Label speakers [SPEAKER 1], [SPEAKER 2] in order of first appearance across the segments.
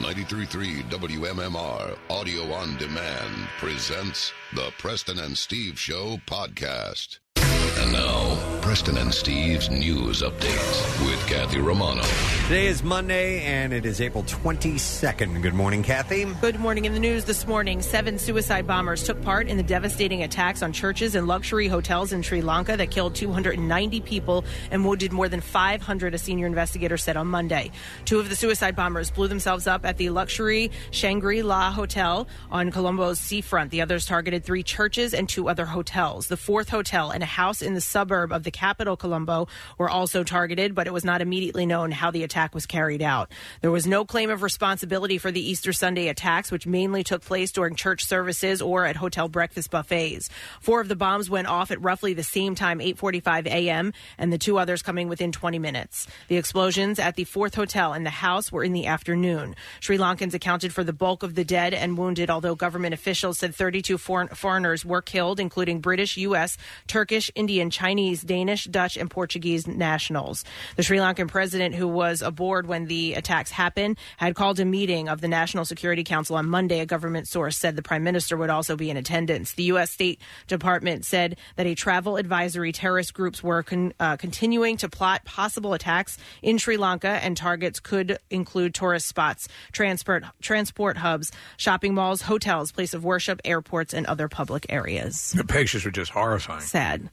[SPEAKER 1] 933 WMMR Audio on Demand presents the Preston and Steve Show podcast. And now, Preston and Steve's news updates with Kathy Romano.
[SPEAKER 2] Today is Monday, and it is April 22nd. Good morning, Kathy.
[SPEAKER 3] Good morning. In the news this morning, seven suicide bombers took part in the devastating attacks on churches and luxury hotels in Sri Lanka that killed 290 people and wounded more than 500, a senior investigator said on Monday. Two of the suicide bombers blew themselves up at the luxury Shangri La Hotel on Colombo's seafront. The others targeted three churches and two other hotels. The fourth hotel and a house in the suburb of the capital, Colombo, were also targeted, but it was not immediately known how the attack was carried out. There was no claim of responsibility for the Easter Sunday attacks, which mainly took place during church services or at hotel breakfast buffets. Four of the bombs went off at roughly the same time, 8:45 a.m., and the two others coming within 20 minutes. The explosions at the fourth hotel and the house were in the afternoon. Sri Lankans accounted for the bulk of the dead and wounded, although government officials said 32 foreign- foreigners were killed, including British, U.S., Turkish, Indian, Chinese, Danish, Dutch, and Portuguese nationals. The Sri Lankan president, who was aboard when the attacks happened, had called a meeting of the National Security Council on Monday. A government source said the prime minister would also be in attendance. The U.S. State Department said that a travel advisory terrorist groups were con- uh, continuing to plot possible attacks in Sri Lanka, and targets could include tourist spots, transport, transport hubs, shopping malls, hotels, place of worship, airports, and other public areas.
[SPEAKER 4] The pictures were just horrifying.
[SPEAKER 3] Sad.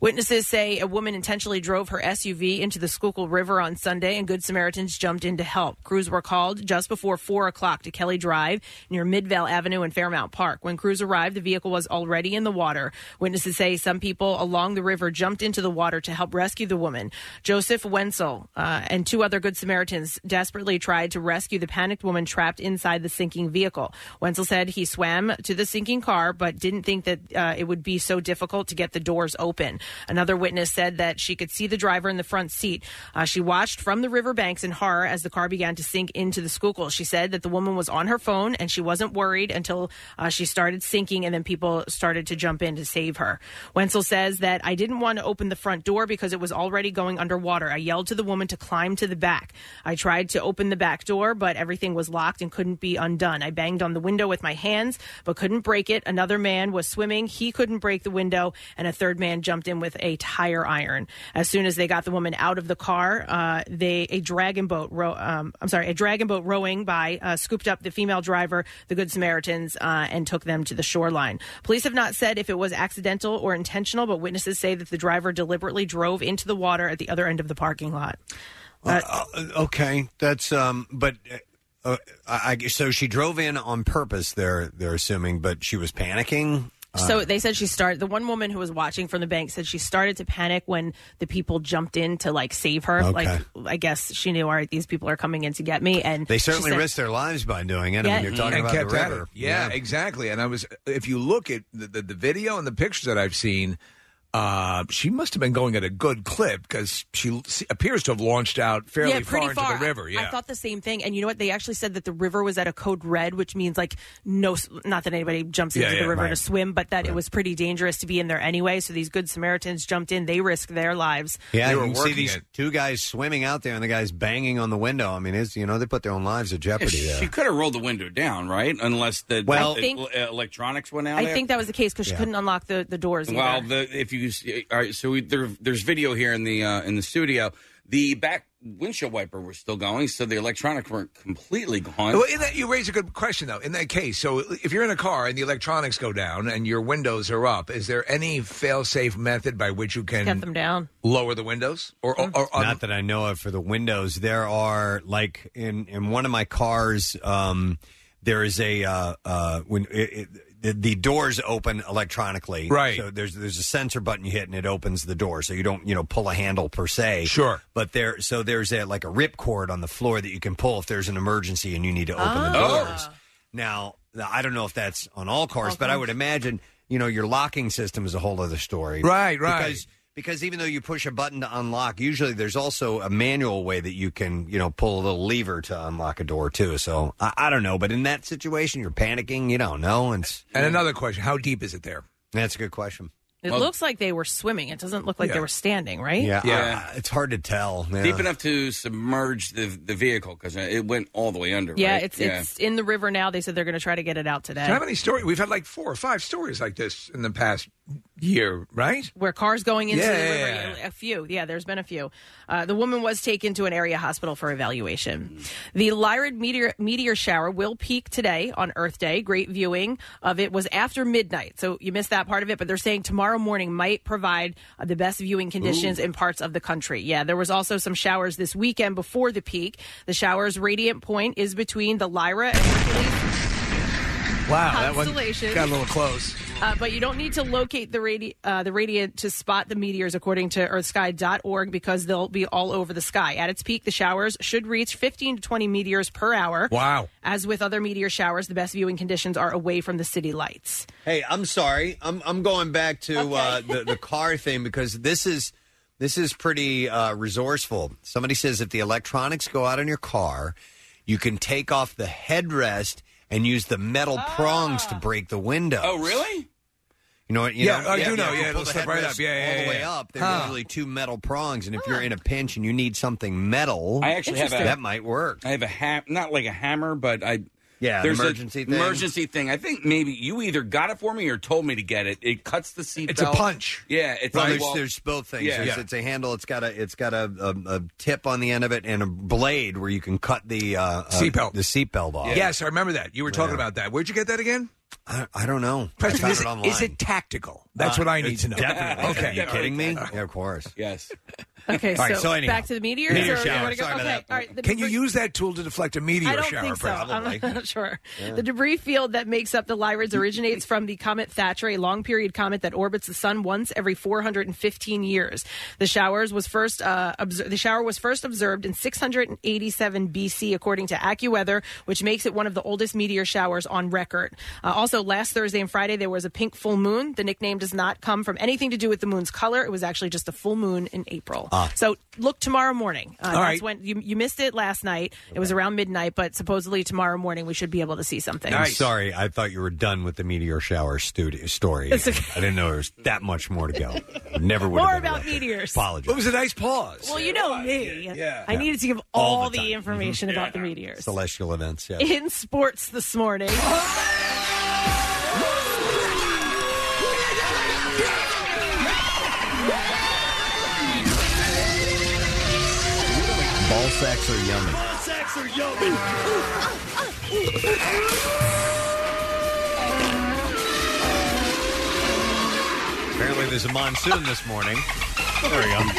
[SPEAKER 3] Witnesses say a woman intentionally drove her SUV into the Schuylkill River on Sunday, and Good Samaritans jumped in to help. Crews were called just before 4 o'clock to Kelly Drive near Midvale Avenue in Fairmount Park. When crews arrived, the vehicle was already in the water. Witnesses say some people along the river jumped into the water to help rescue the woman. Joseph Wenzel uh, and two other Good Samaritans desperately tried to rescue the panicked woman trapped inside the sinking vehicle. Wenzel said he swam to the sinking car, but didn't think that uh, it would be so difficult to get the doors open. Another witness said that she could see the driver in the front seat. Uh, she watched from the riverbanks in horror as the car began to sink into the Schuylkill. She said that the woman was on her phone and she wasn't worried until uh, she started sinking and then people started to jump in to save her. Wenzel says that I didn't want to open the front door because it was already going underwater. I yelled to the woman to climb to the back. I tried to open the back door, but everything was locked and couldn't be undone. I banged on the window with my hands, but couldn't break it. Another man was swimming. He couldn't break the window, and a third man jumped in with a tire iron. As soon as they got the woman out of the car, uh, they a dragon boat. Row, um, I'm sorry, a dragon boat rowing by uh, scooped up the female driver, the Good Samaritans, uh, and took them to the shoreline. Police have not said if it was accidental or intentional, but witnesses say that the driver deliberately drove into the water at the other end of the parking lot.
[SPEAKER 2] Uh, okay, that's um, but uh, I, I- so she drove in on purpose. They're they're assuming, but she was panicking. Uh,
[SPEAKER 3] So they said she started. The one woman who was watching from the bank said she started to panic when the people jumped in to like save her.
[SPEAKER 2] Okay.
[SPEAKER 3] Like I guess she knew, all right, these people are coming in to get me, and
[SPEAKER 2] they
[SPEAKER 3] she
[SPEAKER 2] certainly
[SPEAKER 3] said-
[SPEAKER 2] risked their lives by doing it. I mean, you're talking
[SPEAKER 4] and
[SPEAKER 2] about
[SPEAKER 4] kept
[SPEAKER 2] the
[SPEAKER 4] at
[SPEAKER 2] river.
[SPEAKER 4] it. Yeah, exactly. And I was, if you look at the, the, the video and the pictures that I've seen, uh, she must have been going at a good clip because she l- se- appears to have launched out fairly
[SPEAKER 3] yeah, pretty
[SPEAKER 4] far, into the river. Yeah,
[SPEAKER 3] I thought the same thing. And you know what? They actually said that the river was at a code red, which means like no, not that anybody jumps
[SPEAKER 4] Yeah,
[SPEAKER 3] into
[SPEAKER 4] yeah,
[SPEAKER 3] the river
[SPEAKER 4] right.
[SPEAKER 3] to swim, but that it was pretty dangerous to be in there anyway. So these good Samaritans jumped in. They risked their lives.
[SPEAKER 2] Yeah, you can see these two guys swimming out there, and the guys banging on the window. I mean, it's you know they put their own lives at
[SPEAKER 5] Yeah,
[SPEAKER 2] jeopardy
[SPEAKER 5] she
[SPEAKER 2] there.
[SPEAKER 5] could have rolled the window down, right? Unless the
[SPEAKER 2] uh, Well-
[SPEAKER 5] the
[SPEAKER 2] I think-
[SPEAKER 5] el- electronics went out.
[SPEAKER 3] I think that was the case because she
[SPEAKER 5] Yeah.
[SPEAKER 3] couldn't unlock the, the doors. Either.
[SPEAKER 5] Well, the, if you all right, so we, there, there's video here in the uh, in the studio. The back windshield wiper was still going, so the electronics weren't completely gone.
[SPEAKER 4] Well, in that, you raise a good question, though. In that case, so if you're in a car and the electronics go down and your windows are up, is there any fail-safe method by which you
[SPEAKER 3] Get
[SPEAKER 4] can
[SPEAKER 3] them down.
[SPEAKER 4] lower the windows? Or, or, or
[SPEAKER 2] Not that I know of for the windows. There are like in in one of my cars. Um, there is a uh, uh, when it, it, the, the doors open electronically,
[SPEAKER 4] Right.
[SPEAKER 2] So there's there's a sensor button you hit and it opens the door, so you don't you know pull a handle per se.
[SPEAKER 4] Sure.
[SPEAKER 2] But there so there's a like a rip cord on the floor that you can pull if there's an emergency and you need to open the
[SPEAKER 4] Ah.
[SPEAKER 2] doors. Now I don't know if that's on all cars,
[SPEAKER 4] All
[SPEAKER 2] but I
[SPEAKER 4] cars.
[SPEAKER 2] would imagine you know your locking system is a whole other story,
[SPEAKER 4] Right, right.
[SPEAKER 2] Because because even though you push a button to unlock, usually there's also a manual way that you can, you know, pull a little lever to unlock a door too. So I, I don't know, but in that situation, you're panicking. You don't know, and it's,
[SPEAKER 4] and another question: How deep is it there?
[SPEAKER 2] that's a good question.
[SPEAKER 3] It
[SPEAKER 5] Well-
[SPEAKER 3] looks like they were swimming. It doesn't look like they
[SPEAKER 5] Yeah.
[SPEAKER 3] were standing, right?
[SPEAKER 2] Yeah,
[SPEAKER 5] Yeah.
[SPEAKER 2] I- I- it's hard to tell. yeah.
[SPEAKER 5] Deep enough to submerge the the vehicle because it went all the way under.
[SPEAKER 3] Yeah,
[SPEAKER 5] right?
[SPEAKER 3] it's it's in the river now. They said they're going to try to get it out today.
[SPEAKER 4] Do you have any story? We've had like four or five stories like this in the past year, right?
[SPEAKER 3] Where cars going into the river.
[SPEAKER 4] Yeah.
[SPEAKER 3] yeah, A few. Yeah, there's been a few. Uh, the woman was taken to an area hospital for evaluation. The Lyrid meteor, meteor shower will peak today on Earth Day. Great viewing of it was after midnight. So you missed that part of it, but they're saying tomorrow morning might provide uh, the best viewing conditions
[SPEAKER 6] Ooh.
[SPEAKER 3] in parts of the country. Yeah, there was also some showers this weekend before the peak. The shower's radiant point is between the Lyra and
[SPEAKER 4] Wow, that one
[SPEAKER 3] Constellation.
[SPEAKER 4] got a little close.
[SPEAKER 3] Uh, but you don't need to locate the radi- uh, the radiant to spot the meteors, according to EarthSky.org, because they'll be all over the sky. At its peak, the showers should reach 15 to 20 meteors per hour.
[SPEAKER 2] Wow.
[SPEAKER 3] As with other meteor showers, the best viewing conditions are away from the city lights.
[SPEAKER 2] Hey, I'm sorry. I'm I'm going back to uh, the the car thing because this is this is pretty uh, resourceful. Somebody says if the electronics go out on your car, you can take off the headrest and use the metal
[SPEAKER 4] Ah.
[SPEAKER 2] prongs to break the window.
[SPEAKER 5] Oh, really?
[SPEAKER 2] You know what? You
[SPEAKER 4] Yeah,
[SPEAKER 2] know,
[SPEAKER 4] I do know.
[SPEAKER 2] if you
[SPEAKER 4] Yeah,
[SPEAKER 2] pull
[SPEAKER 4] it'll
[SPEAKER 2] the
[SPEAKER 4] slip right
[SPEAKER 2] headrest
[SPEAKER 4] up. Yeah, yeah,
[SPEAKER 2] all the
[SPEAKER 4] yeah,
[SPEAKER 2] way
[SPEAKER 4] yeah.
[SPEAKER 2] up. They're
[SPEAKER 4] Huh.
[SPEAKER 2] usually two metal prongs, and if you're in a pinch and you need something metal,
[SPEAKER 4] Oh,
[SPEAKER 5] I actually have a,
[SPEAKER 2] that might work.
[SPEAKER 5] I have a ham, not like a hammer, but I
[SPEAKER 2] Yeah, an
[SPEAKER 5] there's a
[SPEAKER 2] emergency thing.
[SPEAKER 5] Emergency thing. I think maybe you either got it for me or told me to get it. It cuts the seatbelt.
[SPEAKER 2] It's a punch.
[SPEAKER 5] Yeah, it's
[SPEAKER 2] well,
[SPEAKER 5] like-
[SPEAKER 2] there's,
[SPEAKER 5] well,
[SPEAKER 2] there's both things.
[SPEAKER 5] Yeah.
[SPEAKER 2] There's- It's a handle. It's got a it's got a, a, a tip on the end of it and a blade where you can cut the uh, uh,
[SPEAKER 4] Seatbelt.
[SPEAKER 2] the seatbelt off.
[SPEAKER 4] Yes, I remember that. You were talking about that. Where'd you get that again?
[SPEAKER 2] I, I don't know. I
[SPEAKER 4] Preston,
[SPEAKER 2] found
[SPEAKER 4] is,
[SPEAKER 2] it
[SPEAKER 4] it-
[SPEAKER 2] online.
[SPEAKER 4] is it tactical? That's
[SPEAKER 2] Uh,
[SPEAKER 4] what I need
[SPEAKER 2] it's
[SPEAKER 4] to know.
[SPEAKER 2] Definitely.
[SPEAKER 4] Okay.
[SPEAKER 2] Are you kidding me? Yeah, of course.
[SPEAKER 5] Yes.
[SPEAKER 3] Okay,
[SPEAKER 4] All right,
[SPEAKER 3] so,
[SPEAKER 4] so anyhow.
[SPEAKER 3] back to the meteors.
[SPEAKER 4] Meteor
[SPEAKER 3] or you
[SPEAKER 4] shower.
[SPEAKER 3] wanna go-
[SPEAKER 4] Sorry
[SPEAKER 3] okay,
[SPEAKER 4] about that.
[SPEAKER 3] all right. The
[SPEAKER 4] Can you use that tool to deflect a meteor
[SPEAKER 3] I don't
[SPEAKER 4] shower?
[SPEAKER 3] think so.
[SPEAKER 4] Probably.
[SPEAKER 3] I'm not sure. The debris field that makes up the Lyrids originates from the comet Thatcher, a long period comet that orbits the sun once every 415 years. The showers was first uh, obser- the shower was first observed in 687 BC, according to AccuWeather, which makes it one of the oldest meteor showers on record. Uh, also, last Thursday and Friday there was a pink full moon. The nickname does not come from anything to do with the moon's color. It was actually just a full moon in April.
[SPEAKER 7] Ah.
[SPEAKER 3] So look tomorrow morning. Uh,
[SPEAKER 7] All
[SPEAKER 3] that's
[SPEAKER 7] right.
[SPEAKER 3] when you, you missed it last night. It was around midnight, but supposedly tomorrow morning we should be able to see something.
[SPEAKER 2] I'm sorry. I thought you were done with the meteor shower studio story.
[SPEAKER 3] It's okay.
[SPEAKER 2] I didn't know there was that much more to go. Never would.
[SPEAKER 3] More
[SPEAKER 2] have been
[SPEAKER 3] about
[SPEAKER 2] enough.
[SPEAKER 3] meteors.
[SPEAKER 2] Apologies. It was
[SPEAKER 4] a nice pause.
[SPEAKER 3] Well, you know me. I
[SPEAKER 2] Yeah.
[SPEAKER 3] needed to give
[SPEAKER 2] All
[SPEAKER 3] all,
[SPEAKER 2] the Mm-hmm.
[SPEAKER 3] the, information about the meteors.
[SPEAKER 2] Celestial events. Yeah.
[SPEAKER 3] In sports this morning.
[SPEAKER 2] Ball sacks are yummy. Apparently, there's a monsoon this morning. There we go.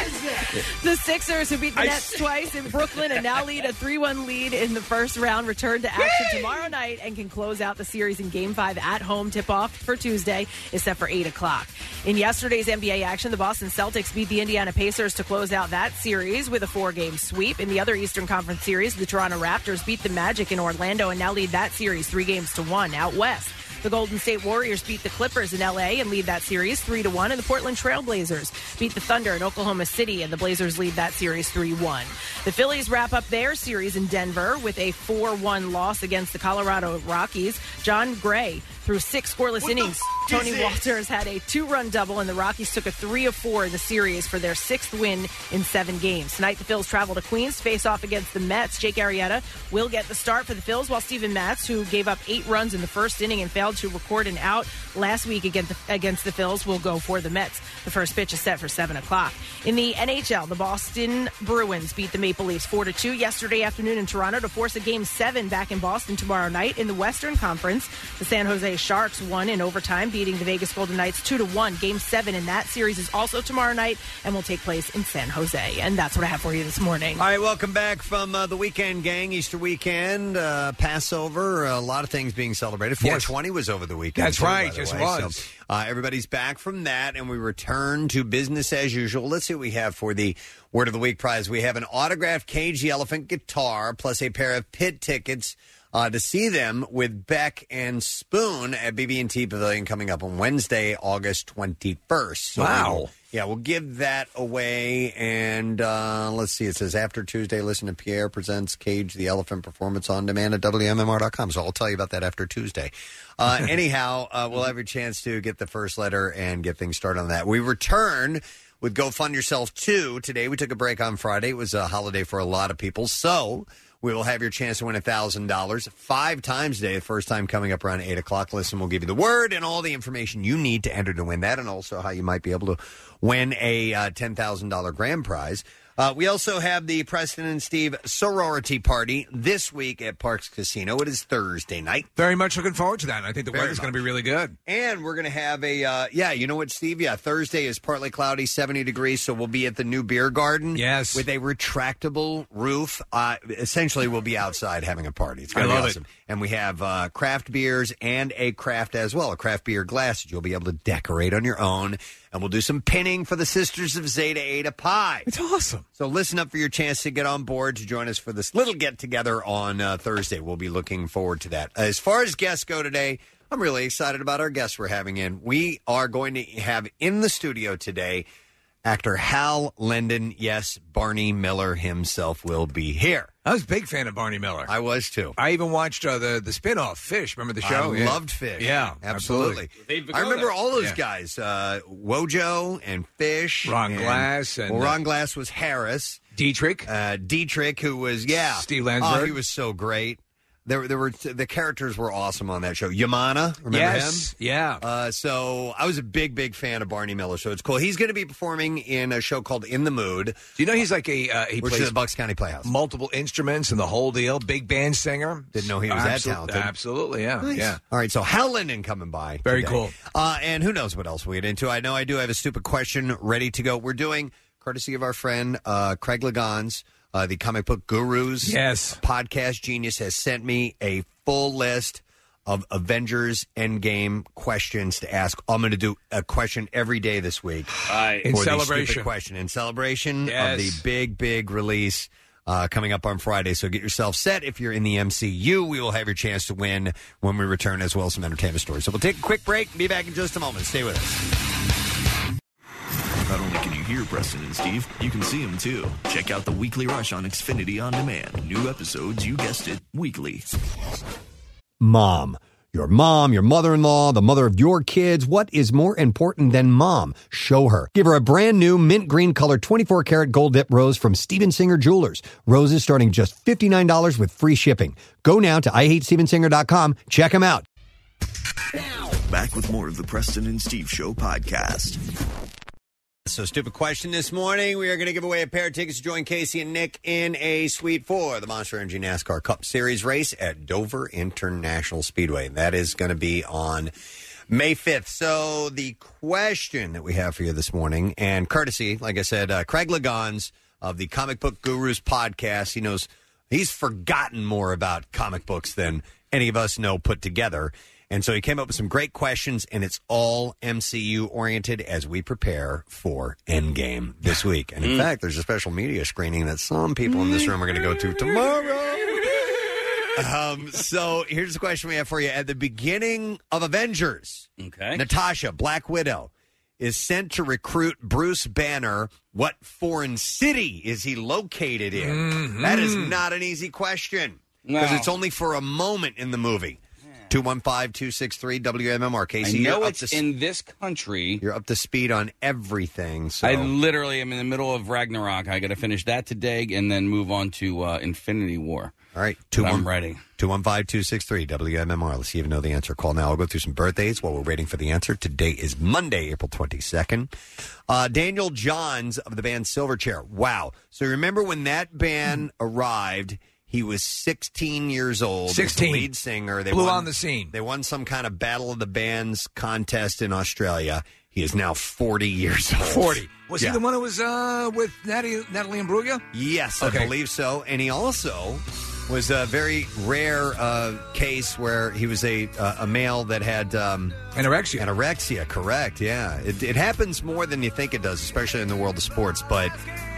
[SPEAKER 3] The Sixers, who beat the
[SPEAKER 2] I
[SPEAKER 3] Nets twice in Brooklyn and now lead a 3 1 lead in the first round, return to action tomorrow night and can close out the series in Game 5 at home. Tip off for Tuesday is set for 8 o'clock. In yesterday's NBA action, the Boston Celtics beat the Indiana Pacers to close out that series with a four game sweep. In the other Eastern Conference series, the Toronto Raptors beat the Magic in Orlando and now lead that series three games to one out west. The Golden State Warriors beat the Clippers in LA and lead that series 3 to 1 and the Portland Trailblazers beat the Thunder in Oklahoma City and the Blazers lead that series 3-1. The Phillies wrap up their series in Denver with a 4-1 loss against the Colorado Rockies. John Gray through 6 scoreless innings. Tony
[SPEAKER 7] is this?
[SPEAKER 3] Walters had a 2-run double and the Rockies took a 3 of 4 in the series for their 6th win in 7 games. Tonight the Phils travel to Queens to face off against the Mets. Jake Arrieta will get the start for the Phils while Steven Matz who gave up 8 runs in the first inning and failed to record an out last week against the, against the Phils will go for the Mets. The first pitch is set for 7 o'clock. In the NHL, the Boston Bruins beat the Maple Leafs 4 to 2 yesterday afternoon in Toronto to force a game 7 back in Boston tomorrow night in the Western Conference. The San Jose Sharks won in overtime beating the Vegas Golden Knights 2 to 1. Game 7 in that series is also tomorrow night and will take place in San Jose. And that's what I have for you this morning.
[SPEAKER 2] All right, welcome back from uh, the weekend, gang. Easter weekend, uh, Passover, a lot of things being celebrated. 420 was over the weekend.
[SPEAKER 4] That's
[SPEAKER 2] too, by
[SPEAKER 4] right,
[SPEAKER 2] the
[SPEAKER 4] yes,
[SPEAKER 2] way.
[SPEAKER 4] it was.
[SPEAKER 2] So, uh, everybody's back from that, and we return to business as usual. Let's see what we have for the Word of the Week prize. We have an autographed Cage the Elephant guitar plus a pair of pit tickets uh, to see them with Beck and Spoon at BB&T Pavilion coming up on Wednesday, August 21st. So
[SPEAKER 4] Wow.
[SPEAKER 2] we will- yeah, we'll give that away. And uh, let's see, it says after Tuesday, listen to Pierre presents Cage the Elephant performance on demand at WMMR.com. So I'll tell you about that after Tuesday. Uh, anyhow, uh, we'll have your chance to get the first letter and get things started on that. We return with Go Fund Yourself 2. Today, we took a break on Friday. It was a holiday for a lot of people. So we will have your chance to win $1,000 five times today. The first time coming up around 8 o'clock. Listen, we'll give you the word and all the information you need to enter to win that, and also how you might be able to win a uh, $10,000 grand prize. Uh, we also have the Preston and Steve sorority party this week at Parks Casino. It is Thursday night.
[SPEAKER 4] Very much looking forward to that. And I think the
[SPEAKER 2] Very
[SPEAKER 4] weather's going to be really good.
[SPEAKER 2] And we're going to have a, uh, yeah, you know what, Steve? Yeah, Thursday is partly cloudy, 70 degrees, so we'll be at the new beer garden. Yes. With a retractable roof. Uh, essentially, we'll be outside having a party. It's going to
[SPEAKER 4] I
[SPEAKER 2] be
[SPEAKER 4] love it.
[SPEAKER 2] awesome. And we have uh, craft beers and a craft as well, a craft beer glass that you'll be able to decorate on your own. And we'll do some pinning for the Sisters of Zeta Eta Pi. It's
[SPEAKER 4] awesome.
[SPEAKER 2] So listen up for your chance to get on board to join us for this little get together on uh, Thursday. We'll be looking forward to that. As far as guests go today, I'm really excited about our guests we're having in. We are going to have in the studio today actor Hal Linden. Yes, Barney Miller himself will be here.
[SPEAKER 4] I was a big fan of Barney Miller.
[SPEAKER 2] I was too.
[SPEAKER 4] I even watched uh, the the spinoff Fish. Remember the show?
[SPEAKER 2] I
[SPEAKER 4] Yeah.
[SPEAKER 2] loved Fish.
[SPEAKER 4] Yeah,
[SPEAKER 2] absolutely. I remember all those guys: uh, Wojo and Fish,
[SPEAKER 4] Ron
[SPEAKER 2] and-
[SPEAKER 4] Glass and- uh,
[SPEAKER 2] well, Ron Glass was Harris.
[SPEAKER 4] Dietrich,
[SPEAKER 2] uh, Dietrich, who was yeah,
[SPEAKER 4] Steve
[SPEAKER 2] Oh,
[SPEAKER 4] Landsberg.
[SPEAKER 2] he was so great. There, there were the characters were awesome on that show. Yamana, remember
[SPEAKER 4] Yes,
[SPEAKER 2] him?
[SPEAKER 4] Yeah.
[SPEAKER 2] Uh, so I was a big, big fan of Barney Miller. So it's cool. He's going to be performing in a show called In the Mood. Do
[SPEAKER 4] you know he's like a uh, he
[SPEAKER 2] which
[SPEAKER 4] plays
[SPEAKER 2] is the Bucks County Playhouse.
[SPEAKER 4] multiple instruments and the whole deal. Big band singer.
[SPEAKER 2] Didn't know he was that talented.
[SPEAKER 4] Absolutely, yeah,
[SPEAKER 2] Nice.
[SPEAKER 4] yeah.
[SPEAKER 2] All right, so Hal Linden coming by.
[SPEAKER 4] Very
[SPEAKER 2] today.
[SPEAKER 4] cool.
[SPEAKER 2] Uh, and who knows what else we get into. I know I do have a stupid question ready to go. We're doing, courtesy of our friend uh, Craig Lagans, uh, the comic book gurus.
[SPEAKER 4] Yes.
[SPEAKER 2] Podcast Genius has sent me a full list of Avengers Endgame questions to ask. I'm going to do a question every day this week. Uh,
[SPEAKER 5] Right.
[SPEAKER 2] for the stupid question in celebration
[SPEAKER 4] Yes.
[SPEAKER 2] of the big, big release uh, coming up on Friday. So get yourself set. If you're in the MCU, we will have your chance to win when we return, as well as some entertainment stories. So we'll take a quick break. Be back in just a moment. Stay with us.
[SPEAKER 6] Not only can you hear Preston and Steve, you can see them too. Check out the Weekly Rush on Xfinity On Demand. New episodes, you guessed it, weekly.
[SPEAKER 2] Mom. Your mom, your mother in law, the mother of your kids. What is more important than mom? Show her. Give her a brand new mint green color 24 karat gold dip rose from Steven Singer Jewelers. Roses starting just $59 with free shipping. Go now to IHateStevenSinger.com. Check them out.
[SPEAKER 6] Back with more of the Preston and Steve Show podcast.
[SPEAKER 2] So, stupid question this morning. We are going to give away a pair of tickets to join Casey and Nick in a Sweet Four, the Monster Energy NASCAR Cup Series race at Dover International Speedway. That is going to be on May 5th. So, the question that we have for you this morning, and courtesy, like I said, uh, Craig Lagons of the Comic Book Gurus podcast, he knows he's forgotten more about comic books than any of us know put together. And so he came up with some great questions, and it's all MCU oriented as we prepare for Endgame this week. And in fact, there's a special media screening that some people in this room are going to go to tomorrow. Um, so here's the question we have for you. At the beginning of Avengers, okay. Natasha, Black Widow, is sent to recruit Bruce Banner. What foreign city is he located in? That is not an easy question because
[SPEAKER 5] Mm-hmm. No.
[SPEAKER 2] it's only for a moment in the movie. 215 263 WMMR. Casey,
[SPEAKER 5] I know
[SPEAKER 2] you're up
[SPEAKER 5] it's
[SPEAKER 2] to s-
[SPEAKER 5] in this country.
[SPEAKER 2] You're up to speed on everything. So
[SPEAKER 5] I literally am in the middle of Ragnarok. I got to finish that today and then move on to uh, Infinity War.
[SPEAKER 2] All right,
[SPEAKER 5] two I'm ready.
[SPEAKER 2] 215 263 WMMR. Let's see if you know the answer. Call now. I'll go through some birthdays while we're waiting for the answer. Today is Monday, April 22nd. Uh, Daniel Johns of the band Silverchair. Wow. So remember when that band
[SPEAKER 4] Hmm.
[SPEAKER 2] arrived, he was 16 years old. He was the
[SPEAKER 4] 16.
[SPEAKER 2] lead singer.
[SPEAKER 4] Blew on the scene.
[SPEAKER 2] They won some kind of Battle of the Bands contest in Australia. He is now 40 years old.
[SPEAKER 4] Forty. Was
[SPEAKER 2] Yeah.
[SPEAKER 4] he the one who was uh, with Natalie, Natalie Imbruglia?
[SPEAKER 2] Yes, I
[SPEAKER 4] Okay.
[SPEAKER 2] believe so. And he also was a very rare uh, case where he was a uh, a male that had um,
[SPEAKER 4] anorexia.
[SPEAKER 2] Anorexia, correct? Yeah, it, it happens more than you think it does, especially in the world of sports. But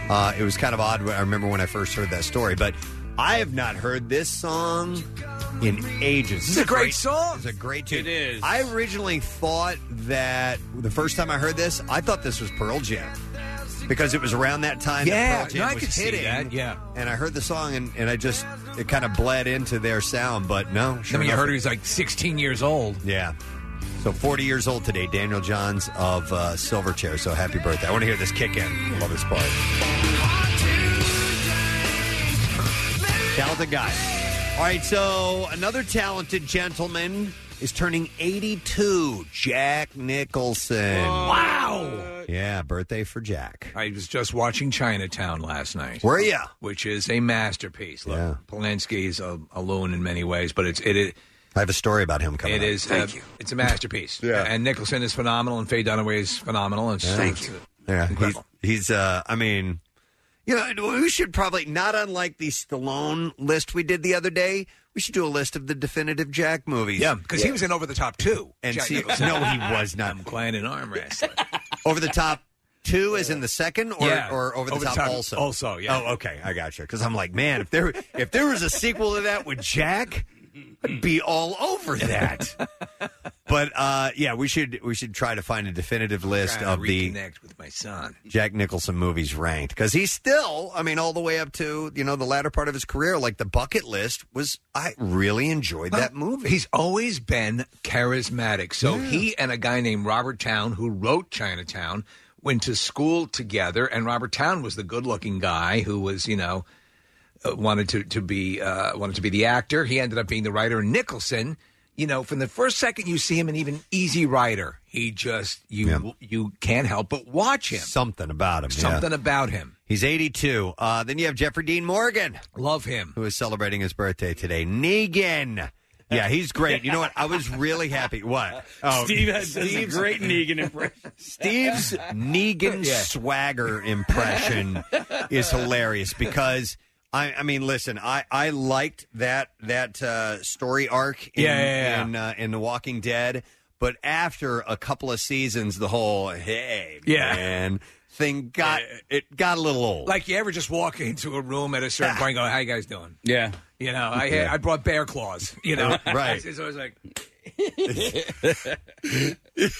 [SPEAKER 2] Uh, it was kind of odd. I remember when I first heard that story, but I have not heard this song in ages.
[SPEAKER 4] It's a great song.
[SPEAKER 2] It's a great tune. It is. I originally thought that the first time I heard this, I thought this was Pearl Jam because it was around that time
[SPEAKER 4] Yeah,
[SPEAKER 2] that Pearl Jam
[SPEAKER 4] no, I
[SPEAKER 2] was
[SPEAKER 4] could see
[SPEAKER 2] hitting.
[SPEAKER 4] that, yeah.
[SPEAKER 2] and I heard the song and, and I just it kind of bled into their sound, but no. Sure
[SPEAKER 4] Then when you
[SPEAKER 2] enough,
[SPEAKER 4] heard he was like 16 years old.
[SPEAKER 2] yeah. So 40 years old today, Daniel Johns of uh, Silverchair. So happy birthday. I want to hear this kick in. I love this part. Talented guy. All right, so another talented gentleman is turning 82, Jack Nicholson.
[SPEAKER 4] Wow.
[SPEAKER 2] Yeah, birthday for Jack.
[SPEAKER 4] I was just watching Chinatown last night.
[SPEAKER 2] Were ya?
[SPEAKER 4] Which is a masterpiece. Look, Polanski is a, a loon uh, in many ways, but it's it is
[SPEAKER 2] I have a story about him coming
[SPEAKER 4] it
[SPEAKER 2] up.
[SPEAKER 4] is uh, it's a masterpiece. yeah. And Nicholson is phenomenal, and Faye Dunaway is phenomenal. And
[SPEAKER 2] Yeah. Thank you. Yeah, he's, he's uh, I mean, you know, we should probably, not unlike the Stallone list we did the other day, we should do a list of the definitive Jack movies.
[SPEAKER 4] Yeah, because he was in Over the Top two.
[SPEAKER 2] And
[SPEAKER 4] Jack
[SPEAKER 2] see-
[SPEAKER 4] Nicholson.
[SPEAKER 2] no, he was not.
[SPEAKER 4] I'm playing an arm wrestler.
[SPEAKER 2] Over the top two is in the second, or,
[SPEAKER 4] Yeah.
[SPEAKER 2] or over the top, also.
[SPEAKER 4] Also, yeah.
[SPEAKER 2] Oh, okay, I got you. Because I'm like, man, if there if there was a sequel to that with Jack, I'd be all over that. but uh, yeah, we should we should try to find a definitive list
[SPEAKER 4] Trying
[SPEAKER 2] of
[SPEAKER 4] to
[SPEAKER 2] the
[SPEAKER 4] reconnect with my son.
[SPEAKER 2] Jack Nicholson movies ranked because he's still, I mean, all the way up to you know the latter part of his career. Like the bucket list was, I really enjoyed that movie.
[SPEAKER 4] He's always been charismatic. So
[SPEAKER 2] Yeah.
[SPEAKER 4] he and a guy named Robert Town, who wrote Chinatown, went to school together. And Robert Town was the good-looking guy who was, you know, uh, wanted to to be uh, wanted to be the actor. He ended up being the writer. And Nicholson, you know, from the first second you see him, an even easy writer. He just you you can't help but watch him.
[SPEAKER 2] Something about him. yeah.
[SPEAKER 4] Something about him.
[SPEAKER 2] He's 82. Uh, then you have Jeffrey Dean Morgan,
[SPEAKER 4] Love him.
[SPEAKER 2] who is celebrating his birthday today. Negan. Yeah, he's great. You know what? I was really happy. What? Oh,
[SPEAKER 5] Steve has does a great Negan impression.
[SPEAKER 2] Steve's Negan swagger impression is hilarious because I, I mean, listen, I, I liked that that uh, story arc in
[SPEAKER 4] Yeah, yeah, yeah.
[SPEAKER 2] in, uh, in The Walking Dead, but after a couple of seasons, the whole hey
[SPEAKER 4] Yeah.
[SPEAKER 2] man thing got it got a little old.
[SPEAKER 4] Like you ever just walk into a room at a certain point, and go, "How you guys doing?"
[SPEAKER 5] Yeah.
[SPEAKER 4] You know, I
[SPEAKER 2] Yeah.
[SPEAKER 4] I brought bear claws. You know,
[SPEAKER 2] Right.
[SPEAKER 4] It's always like it's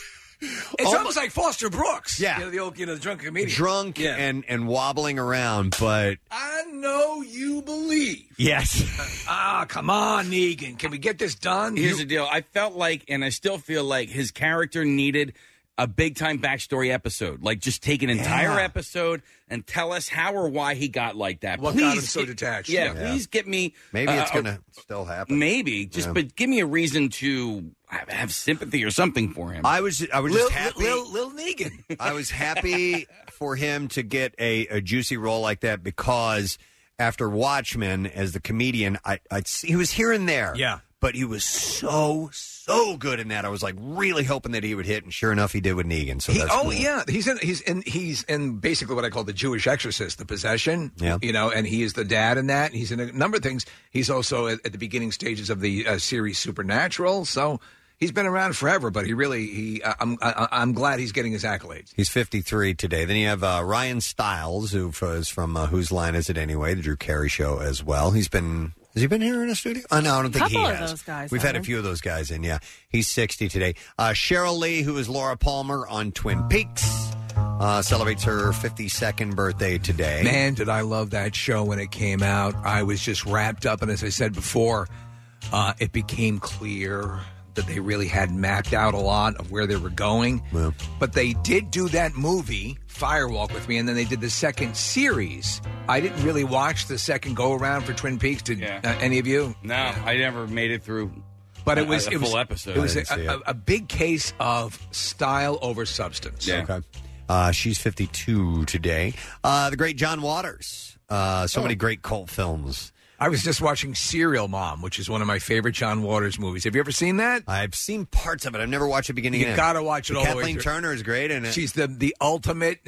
[SPEAKER 4] almost like Foster Brooks.
[SPEAKER 2] Oh, Yeah.
[SPEAKER 4] you know, the old, you know, the drunk comedian.
[SPEAKER 2] drunk
[SPEAKER 4] Yeah.
[SPEAKER 2] and and wobbling around, but
[SPEAKER 4] I know you believe.
[SPEAKER 2] yes,
[SPEAKER 4] Ah, come on, Negan. Can we get this done?
[SPEAKER 5] Here's the
[SPEAKER 4] You-
[SPEAKER 5] deal. I felt like, and I still feel like, his character needed a big time backstory episode. Like, just take an entire
[SPEAKER 2] Yeah.
[SPEAKER 5] episode and tell us how or why he got like that.
[SPEAKER 4] What
[SPEAKER 5] please,
[SPEAKER 4] got him so detached?
[SPEAKER 5] Yeah,
[SPEAKER 4] Yeah.
[SPEAKER 5] please get me.
[SPEAKER 2] maybe
[SPEAKER 5] uh,
[SPEAKER 2] it's
[SPEAKER 5] a-
[SPEAKER 2] gonna still happen.
[SPEAKER 5] Maybe just, but give me a reason to have have sympathy or something for him.
[SPEAKER 2] I was I was
[SPEAKER 4] Lil,
[SPEAKER 2] just happy.
[SPEAKER 4] Lil, Lil Negan.
[SPEAKER 2] I was happy for him to get a, a juicy role like that because after Watchmen, as the comedian, I I'd see, he was here and there.
[SPEAKER 4] Yeah.
[SPEAKER 2] But he was so, so good in that. I was like really hoping that he would hit, and sure enough, he did with Negan. So
[SPEAKER 4] He-
[SPEAKER 2] that's
[SPEAKER 4] oh
[SPEAKER 2] cool.
[SPEAKER 4] yeah, he's in he's in he's in basically what I call the Jewish Exorcist, the possession.
[SPEAKER 2] Yeah.
[SPEAKER 4] you know, and he is the dad in that. He's in a number of things. He's also at, at the beginning stages of the uh, series Supernatural, so he's been around forever. But he really he I I'm I, I'm glad he's getting his accolades.
[SPEAKER 2] He's 53 today. Then you have uh, Ryan Stiles, who is from uh, Whose Line Is It Anyway? The Drew Carey Show as well. He's been. Has he been here in a studio? Oh, no, I don't think
[SPEAKER 3] Couple
[SPEAKER 2] he
[SPEAKER 3] of
[SPEAKER 2] has.
[SPEAKER 3] those guys,
[SPEAKER 2] We've had a
[SPEAKER 3] haven't we?
[SPEAKER 2] few of those guys in, yeah. He's 60 today. Uh, Cheryl Lee, who is Laura Palmer on Twin Peaks, uh, celebrates her 52nd birthday today.
[SPEAKER 4] Man, did I love that show when it came out. I was just wrapped up, and as I said before, uh, it became clear that they really had mapped out a lot of where they were going. But they did do that movie, Firewalk with Me, and then they did the second series. I didn't really watch the second go around for Twin Peaks. Did
[SPEAKER 5] Yeah.
[SPEAKER 4] uh, any of you?
[SPEAKER 5] no, I never made it through.
[SPEAKER 4] But
[SPEAKER 5] a-
[SPEAKER 4] it was
[SPEAKER 5] a
[SPEAKER 4] it was
[SPEAKER 5] full episode.
[SPEAKER 4] It was
[SPEAKER 2] I
[SPEAKER 4] a,
[SPEAKER 2] didn't see
[SPEAKER 4] a-
[SPEAKER 2] it.
[SPEAKER 4] a big case of style over substance.
[SPEAKER 5] Yeah.
[SPEAKER 2] Okay. Uh, she's 52 today. Uh, the great John Waters. Uh, so many great cult films.
[SPEAKER 4] Oh. I was just watching Serial Mom, which is one of my favorite John Waters movies. Have you ever seen that?
[SPEAKER 2] I've seen parts of it. I've never watched the beginning.
[SPEAKER 4] You
[SPEAKER 2] and end.
[SPEAKER 4] gotta watch it all the way
[SPEAKER 2] Kathleen
[SPEAKER 4] through.
[SPEAKER 2] Turner is great in it.
[SPEAKER 4] She's the the ultimate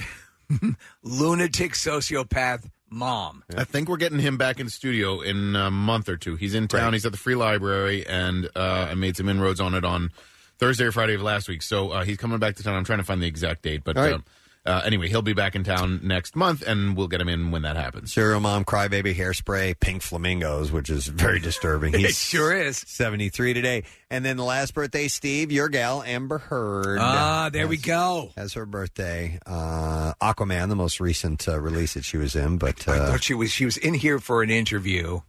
[SPEAKER 4] lunatic sociopath mom.
[SPEAKER 7] I think we're getting him back in the studio in a month or two. He's in town. He's at the Free Library, and uh, I made some inroads on it on Thursday or Friday of last week. So uh, he's coming back to town. I'm trying to find the exact date, but
[SPEAKER 2] All right.
[SPEAKER 7] um, Uh, anyway, he'll be back in town next month, and we'll get him in when that happens.
[SPEAKER 2] Serial mom, crybaby, hairspray, pink flamingos, which is very disturbing.
[SPEAKER 7] It sure
[SPEAKER 4] is.
[SPEAKER 2] 73 today. And then the last birthday, Steve, your gal, Amber Heard.
[SPEAKER 4] Ah, there we
[SPEAKER 2] Has-
[SPEAKER 4] go.
[SPEAKER 2] Has her birthday. Uh, Aquaman, the most recent uh, release that she was in. But
[SPEAKER 4] I
[SPEAKER 2] uh,
[SPEAKER 4] thought she was she was in here for an interview,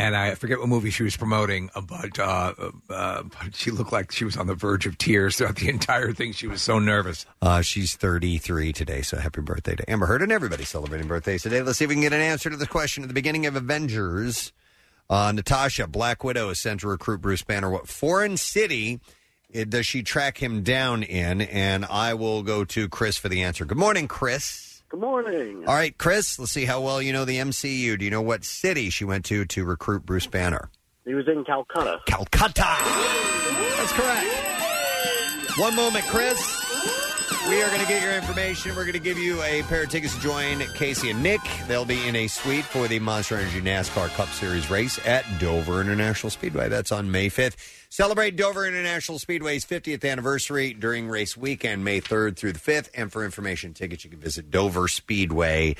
[SPEAKER 4] and I forget what movie she was promoting, uh, but uh, uh, but she looked like she was on the verge of tears throughout the entire thing. She was so nervous.
[SPEAKER 2] uh, she's 33 today. So happy birthday to Amber Heard and everybody celebrating birthdays today. Let's see if we can get an answer to the question at the beginning of Avengers. Uh, Natasha, Black Widow, is sent to recruit Bruce Banner. What foreign city uh, does she track him down in? And I will go to Chris for the answer. Good morning, Chris.
[SPEAKER 8] Good morning.
[SPEAKER 2] All right, Chris, let's see how well you know the MCU. Do you know what city she went to to recruit Bruce Banner?
[SPEAKER 8] He was in Calcutta.
[SPEAKER 2] Calcutta. That's correct. One moment, Chris. We are going to get your information. We're going to give you a pair of tickets to join Casey and Nick. They'll be in a suite for the Monster Energy NASCAR Cup Series race at Dover International Speedway. That's on May 5th. Celebrate Dover International Speedway's 50th anniversary during race weekend, May 3rd through the 5th. And for information and tickets, you can visit doverspeedway.com.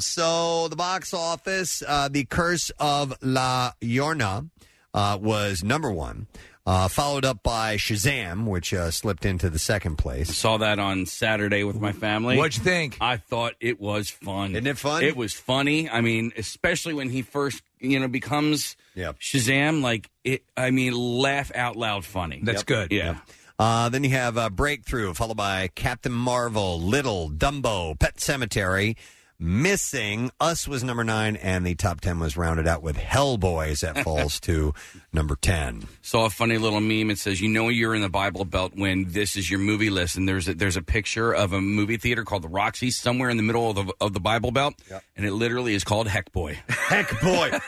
[SPEAKER 2] So the box office, uh, The Curse of La Llorona uh, was number one, uh, followed up by Shazam, which uh, slipped into the second place.
[SPEAKER 5] Saw that on Saturday with my family.
[SPEAKER 2] What'd
[SPEAKER 5] you think? I thought it was fun. Isn't it
[SPEAKER 2] fun?
[SPEAKER 5] It was funny. I mean, especially when he first, you know, becomes
[SPEAKER 2] Yep.
[SPEAKER 5] Shazam. Like it. I mean, laugh out loud funny.
[SPEAKER 2] That's good.
[SPEAKER 5] Yeah.
[SPEAKER 2] Uh, then you have uh, Breakthrough, followed by Captain Marvel, Little, Dumbo, Pet Cemetery, Missing. Us was number nine, and the top 10 was rounded out with Hellboys that falls to number 10.
[SPEAKER 5] Saw a funny little meme. It says, "You know you're in the Bible Belt when this is your movie list." And there's a, there's a picture of a movie theater called the Roxy somewhere in the middle of the of the Bible Belt, and it literally is called Heck Boy.
[SPEAKER 2] Heck Boy.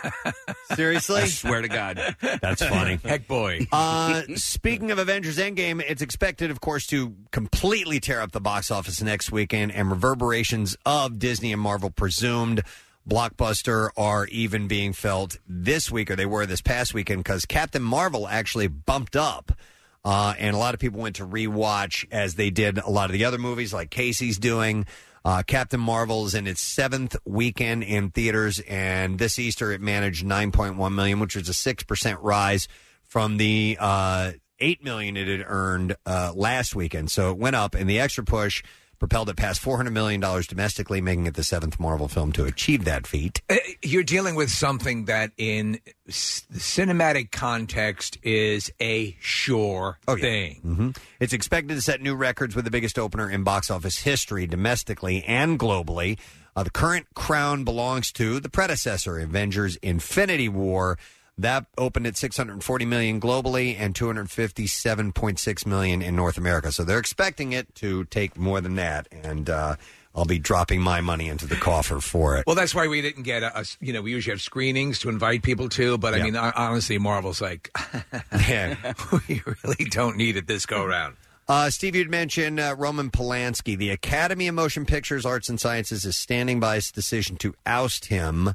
[SPEAKER 2] Seriously?
[SPEAKER 5] I swear to God,
[SPEAKER 2] that's funny.
[SPEAKER 4] Heck Boy.
[SPEAKER 2] Uh, speaking of Avengers Endgame, it's expected, of course, to completely tear up the box office next weekend, and reverberations of Disney and Marvel presumed blockbuster are even being felt this week, or they were this past weekend, because Captain Marvel actually bumped up. Uh, and a lot of people went to rewatch as they did a lot of the other movies, like Casey's doing. Uh, Captain Marvel's in its seventh weekend in theaters, and this Easter it managed 9.1 million, which was a six percent rise from the uh, eight million it had earned uh, last weekend. So it went up, and the extra push propelled it past 400 million dollars domestically, making it the seventh Marvel film to achieve that feat.
[SPEAKER 4] Uh, You're dealing with something that, in c- cinematic context, is a sure thing.
[SPEAKER 2] hmm It's expected to set new records with the biggest opener in box office history, domestically and globally. Uh, the current crown belongs to the predecessor, Avengers: Infinity War. That opened at 640 million globally and 257.6 million in North America. So they're expecting it to take more than that, and uh, I'll be dropping my money into the coffer for it.
[SPEAKER 4] Well, that's why we didn't get a, a s- You know, we usually have screenings to invite people to, but I mean, hon- honestly, Marvel's like, we really don't need it this go round.
[SPEAKER 2] Uh, Steve, you'd mentioned uh, Roman Polanski. The Academy of Motion Pictures, Arts and Sciences is standing by its decision to oust him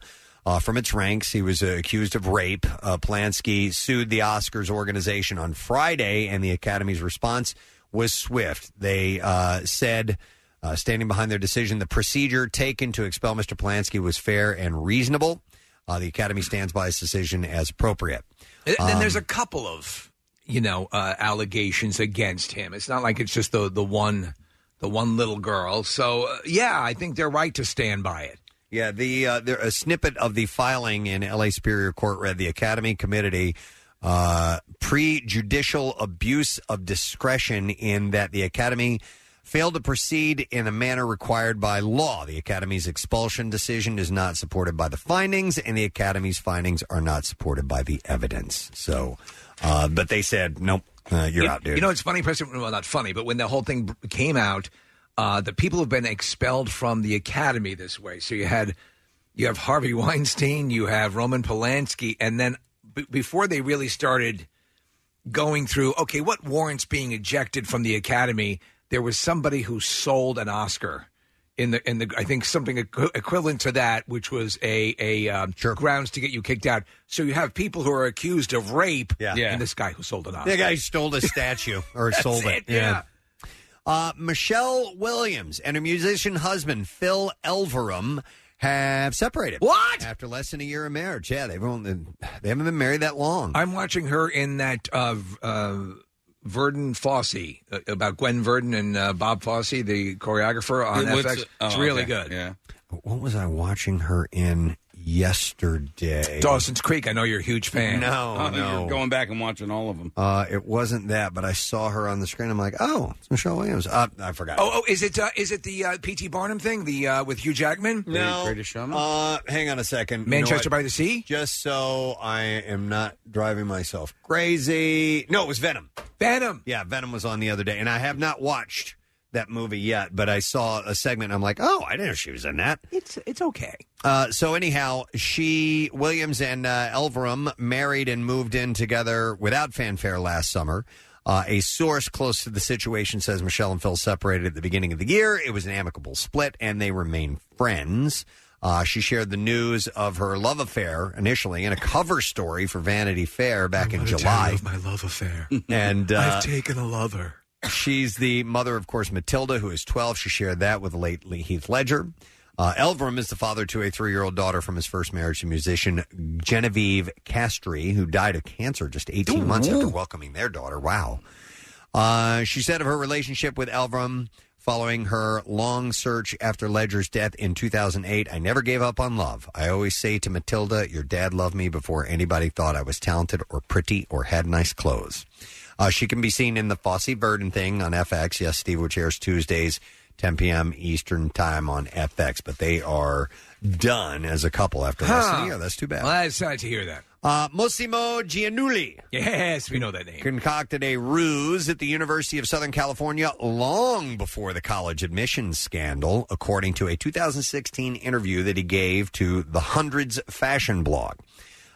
[SPEAKER 2] uh, from its ranks. He was uh, accused of rape. Uh, Polanski sued the Oscars organization on Friday, and the Academy's response was swift. They uh, said. Uh, standing behind their decision, the procedure taken to expel Mr. Polanski was fair and reasonable. Uh, the Academy stands by its decision as appropriate.
[SPEAKER 4] And
[SPEAKER 2] Um,
[SPEAKER 4] Eh, then there's a couple of you know uh, allegations against him. It's not like it's just the the one the one little girl. So uh, yeah, I think they're right to stand by it.
[SPEAKER 2] Yeah, the uh, there, a snippet of the filing in L.A. Superior Court read the Academy committed a uh, prejudicial abuse of discretion in that the Academy failed to proceed in a manner required by law. The Academy's expulsion decision is not supported by the findings, and the Academy's findings are not supported by the evidence. So, uh, but they said, nope, uh, you're
[SPEAKER 4] you,
[SPEAKER 2] out, dude.
[SPEAKER 4] You know, it's funny, President. Well, not funny, but when the whole thing b- came out, uh, the people have been expelled from the academy this way. So you had you have Harvey Weinstein, you have Roman Polanski, and then b- before they really started going through, okay, what warrants being ejected from the academy? There was somebody who sold an Oscar. In the in the I think something equ- equivalent to that, which was a a um, grounds to get you kicked out. So you have people who are accused of rape,
[SPEAKER 2] Yeah.
[SPEAKER 4] and this guy who sold an Oscar.
[SPEAKER 2] That guy stole a statue or
[SPEAKER 4] That's
[SPEAKER 2] sold it.
[SPEAKER 4] it, yeah.
[SPEAKER 2] yeah. Uh, Michelle Williams and her musician husband, Phil Elverum, have separated. What? After less than a year of marriage. Yeah, they've only, they haven't been married that long.
[SPEAKER 4] I'm watching her in that uh, v- uh, Verdon Fossey uh, about Gwen Verdon and uh, Bob Fossey, the choreographer on
[SPEAKER 2] It was-
[SPEAKER 4] FX.
[SPEAKER 2] oh,
[SPEAKER 4] it's really
[SPEAKER 2] okay.
[SPEAKER 4] good.
[SPEAKER 5] uh, Yeah.
[SPEAKER 2] What was I watching her in yesterday?
[SPEAKER 4] Dawson's Creek. I know you're a huge fan.
[SPEAKER 2] No,
[SPEAKER 5] Oh,
[SPEAKER 2] no.
[SPEAKER 5] You're going back and watching all of them.
[SPEAKER 2] Uh, it wasn't that, but I saw her on the screen. I'm like, oh, it's Michelle Williams. Uh, I forgot.
[SPEAKER 4] Oh, oh, is it uh, is it the uh, P.T. Barnum thing? The uh, with Hugh Jackman?
[SPEAKER 2] No. Uh, hang on a second.
[SPEAKER 4] Manchester by the
[SPEAKER 2] Sea? Just so I am not driving myself crazy. No, it was Venom.
[SPEAKER 4] Venom.
[SPEAKER 2] Yeah, Venom was on the other day, and I have not watched that movie yet, but I saw a segment. And I'm like, oh, I didn't know she was in that.
[SPEAKER 4] It's it's okay.
[SPEAKER 2] Uh, so anyhow, she Williams and uh, Elverum married and moved in together without fanfare last summer. Uh, a source close to the situation says Michelle and Phil separated at the beginning of the year. It was an amicable split, and they remain friends. Uh, she shared the news of her love affair initially in a cover story for Vanity Fair back in July.
[SPEAKER 4] my love affair.
[SPEAKER 2] And, uh,
[SPEAKER 4] I've taken a lover.
[SPEAKER 2] She's the mother, of course, Matilda, who is 12. She shared that with late Lee Heath Ledger. Uh, Elverum is the father to a three year old daughter from his first marriage to musician Genevieve Castry, who died of cancer just 18 months after welcoming their daughter. Wow. Uh, she said of her relationship with Elverum following her long search after Ledger's death in 2008 I never gave up on love. I always say to Matilda, Your dad loved me before anybody thought I was talented or pretty or had nice clothes. Uh, she can be seen in the Fossey Verdon thing on FX. Yes, Steve, which airs Tuesdays, 10 p.m. Eastern time on FX. But they are done as a couple after less than a year. That's too bad.
[SPEAKER 4] Well, I decided to hear that.
[SPEAKER 2] Uh, Massimo Giannulli.
[SPEAKER 4] Yes, we know that name.
[SPEAKER 2] Concocted a ruse at the University of Southern California long before the college admissions scandal, according to a 2016 interview that he gave to the Hundreds fashion blog.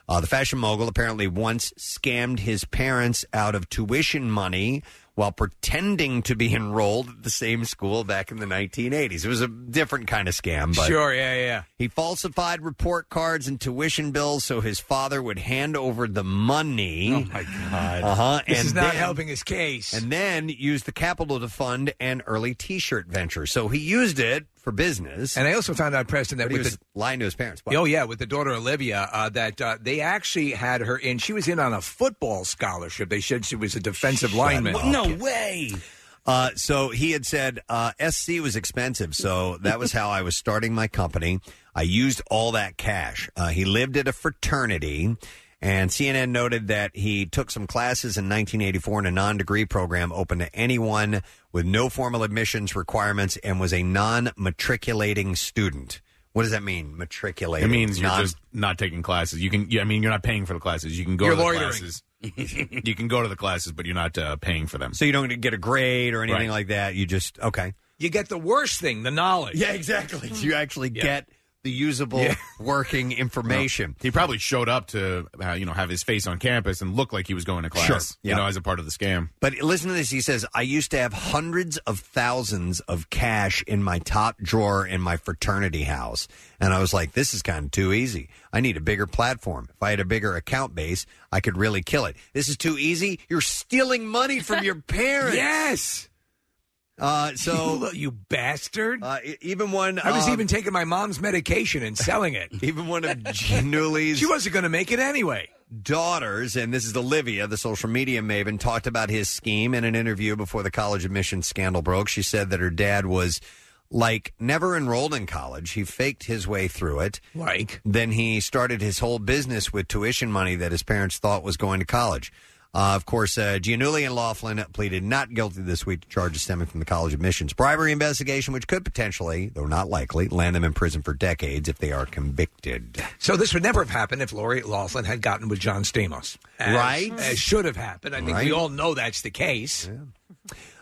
[SPEAKER 2] Uh, the fashion mogul apparently once scammed his parents out of tuition money while pretending to be enrolled at the same school back in the 1980s. It was a different kind of scam, but
[SPEAKER 4] Sure, yeah, yeah.
[SPEAKER 2] he falsified report cards and tuition bills so his father would hand over the money. Oh my god! Uh huh.
[SPEAKER 4] This is not helping his case.
[SPEAKER 2] And then used the capital to fund an early T-shirt venture. So he used it for business.
[SPEAKER 4] And I also found out, Preston, that
[SPEAKER 2] But he
[SPEAKER 4] with
[SPEAKER 2] was
[SPEAKER 4] the
[SPEAKER 2] lying to his parents. What?
[SPEAKER 4] Oh yeah, with the daughter Olivia, uh, that uh, they actually had her in. She was in on a football scholarship. They said she was a defensive lineman.
[SPEAKER 2] up.
[SPEAKER 4] way.
[SPEAKER 2] Uh, so he had said uh, SC was expensive, so that was how I was starting my company. I used all that cash. Uh, he lived at a fraternity, and CNN noted that he took some classes in 1984 in a non degree program open to anyone with no formal admissions requirements and was a non matriculating student. What does that mean, matriculating?
[SPEAKER 7] It means you're
[SPEAKER 2] Non-
[SPEAKER 7] just not taking classes. You can, yeah, I mean, you're not paying for the classes. You can go
[SPEAKER 2] You're
[SPEAKER 7] to the
[SPEAKER 2] loitering.
[SPEAKER 7] classes. you can go to the classes, but you're not uh, paying for them.
[SPEAKER 2] So you don't get a grade or anything like that. You just okay.
[SPEAKER 4] You get the worst thing, the knowledge.
[SPEAKER 2] Yeah, exactly. You actually
[SPEAKER 7] Yeah.
[SPEAKER 2] get the usable
[SPEAKER 7] Yeah.
[SPEAKER 2] working information.
[SPEAKER 7] He probably showed up to uh, you know have his face on campus and look like he was going to class.
[SPEAKER 2] Sure.
[SPEAKER 7] You
[SPEAKER 2] Yeah.
[SPEAKER 7] know, as a part of the scam.
[SPEAKER 2] But listen to this. He says, I used to have hundreds of thousands of cash in my top drawer in my fraternity house. And I was like, this is kind of too easy. I need a bigger platform. If I had a bigger account base, I could really kill it. This is too easy. You're stealing money from your parents.
[SPEAKER 4] Yes.
[SPEAKER 2] Uh, so,
[SPEAKER 4] you bastard.
[SPEAKER 2] Uh, e- even one.
[SPEAKER 4] I was
[SPEAKER 2] um,
[SPEAKER 4] even taking my mom's medication and selling it.
[SPEAKER 2] even one of Giannulli's.
[SPEAKER 4] She wasn't going to make it anyway.
[SPEAKER 2] daughters, and this is Olivia, the social media maven, talked about his scheme in an interview before the college admissions scandal broke. She said that her dad was like never enrolled in college. He faked his way through it.
[SPEAKER 4] Like
[SPEAKER 2] Then he started his whole business with tuition money that his parents thought was going to college. Uh, of course, uh, Giannulli and Laughlin pleaded not guilty this week to charges stemming from the college admissions bribery investigation, which could potentially, though not likely, land them in prison for decades if they are convicted.
[SPEAKER 4] So this would never have happened if Lori Laughlin had gotten with John Stamos, As-
[SPEAKER 2] Right.
[SPEAKER 4] As should have happened. I think
[SPEAKER 2] Right.
[SPEAKER 4] we all know that's the case.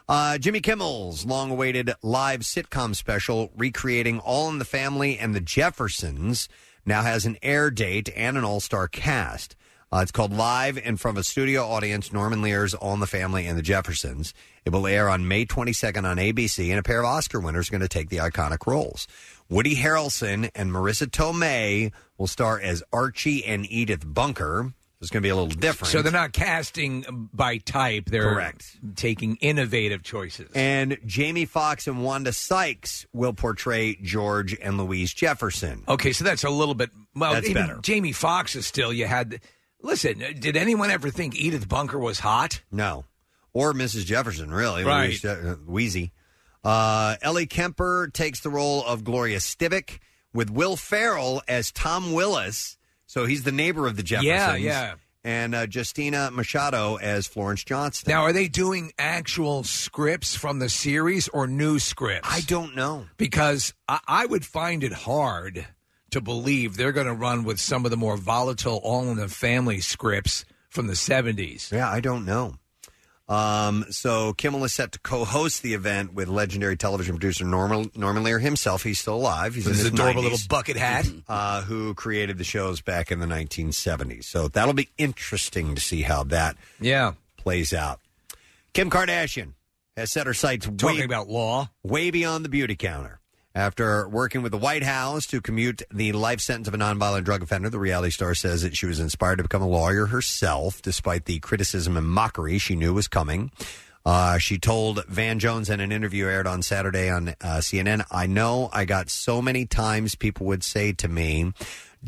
[SPEAKER 2] Uh, Jimmy Kimmel's long awaited live sitcom special, recreating All in the Family and the Jeffersons, now has an air date and an all star cast. Uh, it's called Live in Front of a Studio Audience Norman Lear's All in the Family and the Jeffersons. It will air on May 22nd on ABC, and a pair of Oscar winners are going to take the iconic roles. Woody Harrelson and Marissa Tomei will star as Archie and Edith Bunker. it's going to be a little different.
[SPEAKER 4] So they're not casting by type. They're
[SPEAKER 2] Correct.
[SPEAKER 4] taking innovative choices.
[SPEAKER 2] And Jamie Foxx and Wanda Sykes will portray George and Louise Jefferson.
[SPEAKER 4] Okay, so that's a little bit. Well,
[SPEAKER 2] That's
[SPEAKER 4] even
[SPEAKER 2] better.
[SPEAKER 4] Jamie Foxx is still. You had. Listen, did anyone ever think Edith Bunker was hot?
[SPEAKER 2] No. Or Mrs. Jefferson, really.
[SPEAKER 4] Right.
[SPEAKER 2] Louise Je- uh, Wheezy. Uh, Ellie Kemper takes the role of Gloria Stivick with Will Farrell as Tom Willis. So he's the neighbor of the
[SPEAKER 4] Yeah,
[SPEAKER 2] Jeffersons.
[SPEAKER 4] yeah.
[SPEAKER 2] And uh, Justina Machado as Florence Johnston.
[SPEAKER 4] Now, are they doing actual scripts from the series or new scripts? I
[SPEAKER 2] don't know.
[SPEAKER 4] Because I, I would find it hard to believe they're going to run with some of the more volatile All in the Family scripts from the 70s.
[SPEAKER 2] Yeah, I don't know. Um, so Kimmel is set to co-host the event with legendary television producer Norman Norman Lear himself. He's still alive. He's
[SPEAKER 4] With
[SPEAKER 2] in
[SPEAKER 4] his adorable
[SPEAKER 2] 90s,
[SPEAKER 4] little bucket hat.
[SPEAKER 2] uh, who created the shows back in the 1970s. So that'll be interesting to see how that
[SPEAKER 4] yeah
[SPEAKER 2] plays out. Kim Kardashian has set her sights
[SPEAKER 4] Talking
[SPEAKER 2] way,
[SPEAKER 4] about law
[SPEAKER 2] way beyond the beauty counter. After working with the White House to commute the life sentence of a nonviolent drug offender, the reality star says that she was inspired to become a lawyer herself, despite the criticism and mockery she knew was coming. Uh, she told Van Jones in an interview aired on Saturday on uh, CNN I know I got so many times people would say to me,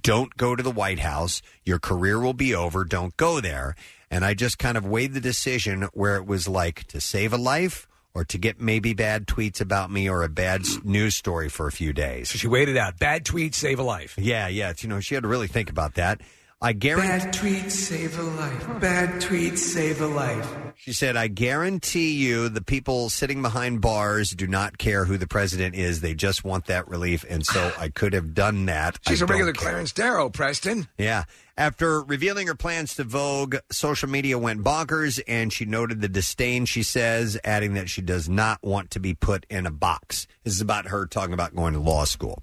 [SPEAKER 2] Don't go to the White House. Your career will be over. Don't go there. And I just kind of weighed the decision where it was like to save a life or to get maybe bad tweets about me or a bad s- news story for a few days.
[SPEAKER 4] She waited out. Bad tweets save a life.
[SPEAKER 2] Yeah, yeah. it's- You know, she had to really think about that. I guarantee.
[SPEAKER 9] Bad tweets save a life. Bad tweets save a life.
[SPEAKER 2] She said, I guarantee you the people sitting behind bars do not care who the president is. They just want that relief. And so I could have done that.
[SPEAKER 4] She's
[SPEAKER 2] a
[SPEAKER 4] a regular Clarence Darrow, Preston.
[SPEAKER 2] Yeah. After revealing her plans to Vogue, social media went bonkers and she noted the disdain she says, adding that she does not want to be put in a box. This is about her talking about going to law school.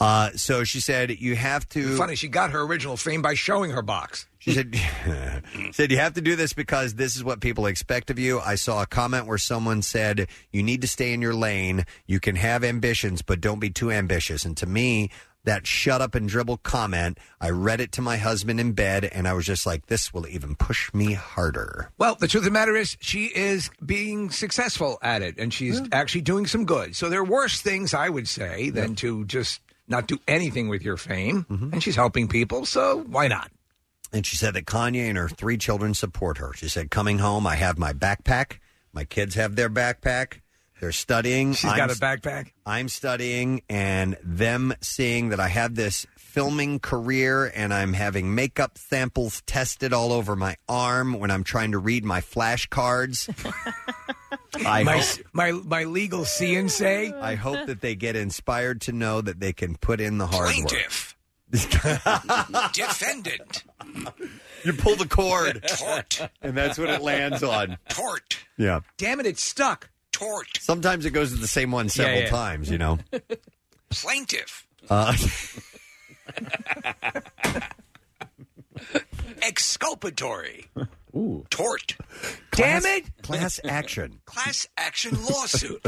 [SPEAKER 2] Uh, so she said, You have to.
[SPEAKER 4] Funny, she got her original fame by showing her box.
[SPEAKER 2] She said, said, You have to do this because this is what people expect of you. I saw a comment where someone said, You need to stay in your lane. You can have ambitions, but don't be too ambitious. And to me, that shut up and dribble comment, I read it to my husband in bed, and I was just like, This will even push me harder.
[SPEAKER 4] Well, the truth of the matter is, she is being successful at it, and she's actually doing some good. So there are worse things, I would say, than to just not do anything with your fame.
[SPEAKER 2] Mm-hmm.
[SPEAKER 4] And she's helping people, so why not?
[SPEAKER 2] And she said that Kanye and her three children support her. She said, Coming home, I have my backpack. My kids have their backpack. They're studying.
[SPEAKER 4] She's got a backpack.
[SPEAKER 2] I'm studying and them seeing that I have this filming career and I'm having makeup samples tested all over my arm when I'm trying to read my flashcards. I
[SPEAKER 4] my,
[SPEAKER 2] hope-
[SPEAKER 4] my my legal say.
[SPEAKER 2] I hope that they get inspired to know that they can put in the hard
[SPEAKER 4] Plaintiff.
[SPEAKER 2] work.
[SPEAKER 4] Defendant.
[SPEAKER 2] you pull the cord.
[SPEAKER 4] Tort.
[SPEAKER 2] And that's what it lands on.
[SPEAKER 4] Tort.
[SPEAKER 2] Yeah.
[SPEAKER 4] Damn it, it's stuck. Tort.
[SPEAKER 2] Sometimes it goes to the same one several
[SPEAKER 4] yeah.
[SPEAKER 2] times, you know.
[SPEAKER 4] Plaintiff.
[SPEAKER 2] Uh,
[SPEAKER 4] Exculpatory.
[SPEAKER 2] Ooh.
[SPEAKER 4] Tort.
[SPEAKER 2] Class-
[SPEAKER 4] Damn it.
[SPEAKER 2] Class action.
[SPEAKER 4] Class action lawsuit.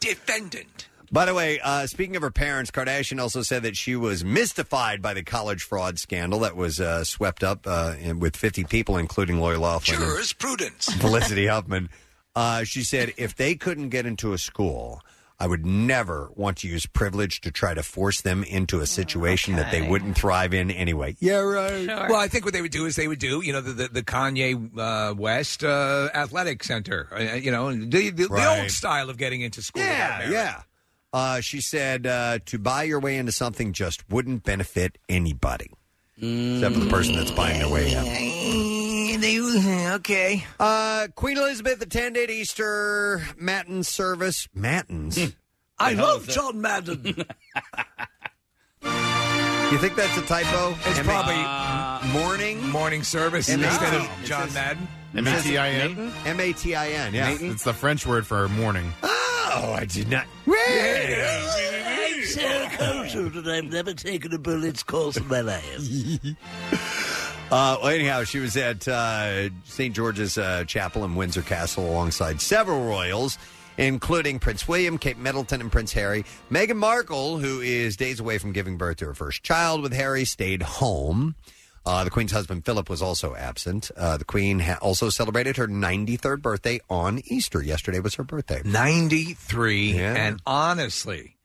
[SPEAKER 4] Defendant.
[SPEAKER 2] By the way, uh, speaking of her parents, Kardashian also said that she was mystified by the college fraud scandal that was uh, swept up uh, in, with 50 people, including Lori Loughlin and
[SPEAKER 4] prudence.
[SPEAKER 2] Felicity Huffman. Uh, she said, if they couldn't get into a school, I would never want to use privilege to try to force them into a situation that they wouldn't thrive in anyway. Yeah, right.
[SPEAKER 4] Well, I think what they would do is they would do, you know, the the, the Kanye uh, West uh, Athletic Center, uh, you know, the, the, the
[SPEAKER 2] Right.
[SPEAKER 4] old style of getting into school. without
[SPEAKER 2] Yeah,
[SPEAKER 4] merit.
[SPEAKER 2] yeah. Uh, she said, uh, to buy your way into something just wouldn't benefit anybody. Except for the person that's buying their way in.
[SPEAKER 4] okay.
[SPEAKER 2] Uh, Queen Elizabeth attended Easter Matin service. Matins?
[SPEAKER 4] I love John Madden.
[SPEAKER 2] You think that's a typo?
[SPEAKER 4] It's
[SPEAKER 2] M-
[SPEAKER 4] probably
[SPEAKER 2] morning.
[SPEAKER 4] morning service
[SPEAKER 2] M-
[SPEAKER 4] instead
[SPEAKER 2] No.
[SPEAKER 4] of John Madden.
[SPEAKER 7] M-A-T-I-N?
[SPEAKER 2] M A T I N, yeah.
[SPEAKER 7] It's the French word for morning.
[SPEAKER 2] Oh, I did not.
[SPEAKER 10] I'm so cold and I've never taken a bullet's course in my life.
[SPEAKER 2] Uh, well, anyhow, she was at uh, St. George's uh, Chapel in Windsor Castle alongside several royals, including Prince William, Kate Middleton, and Prince Harry. Meghan Markle, who is days away from giving birth to her first child with Harry, stayed home. Uh, the Queen's husband Philip was also absent. Uh, the Queen ha- also celebrated her 93rd birthday on Easter. Yesterday was her birthday.
[SPEAKER 4] 93
[SPEAKER 2] Yeah.
[SPEAKER 4] and honestly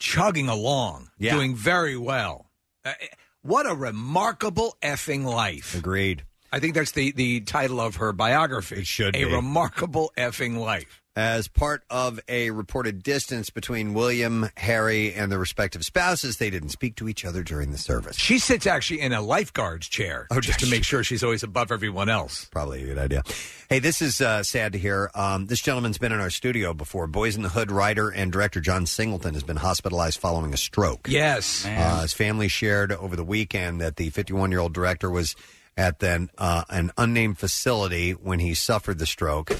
[SPEAKER 4] chugging along,
[SPEAKER 2] Yeah.
[SPEAKER 4] doing very well. Uh, what a remarkable effing life.
[SPEAKER 2] Agreed.
[SPEAKER 4] I think that's the, the title of her biography. It should A
[SPEAKER 2] be.
[SPEAKER 4] remarkable effing life.
[SPEAKER 2] As part of a reported distance between William, Harry, and their respective spouses, they didn't speak to each other during the service.
[SPEAKER 4] She sits actually in a lifeguard's chair just to make sure she's always above everyone else.
[SPEAKER 2] Oh, Probably a good idea. Hey, this is uh, sad to hear. Um, this gentleman's been in our studio before. Boys in the Hood writer and director John Singleton has been hospitalized following a stroke.
[SPEAKER 4] Yes.
[SPEAKER 2] Uh, his family shared over the weekend that the 51 year old director was at then uh, an unnamed facility when he suffered the stroke.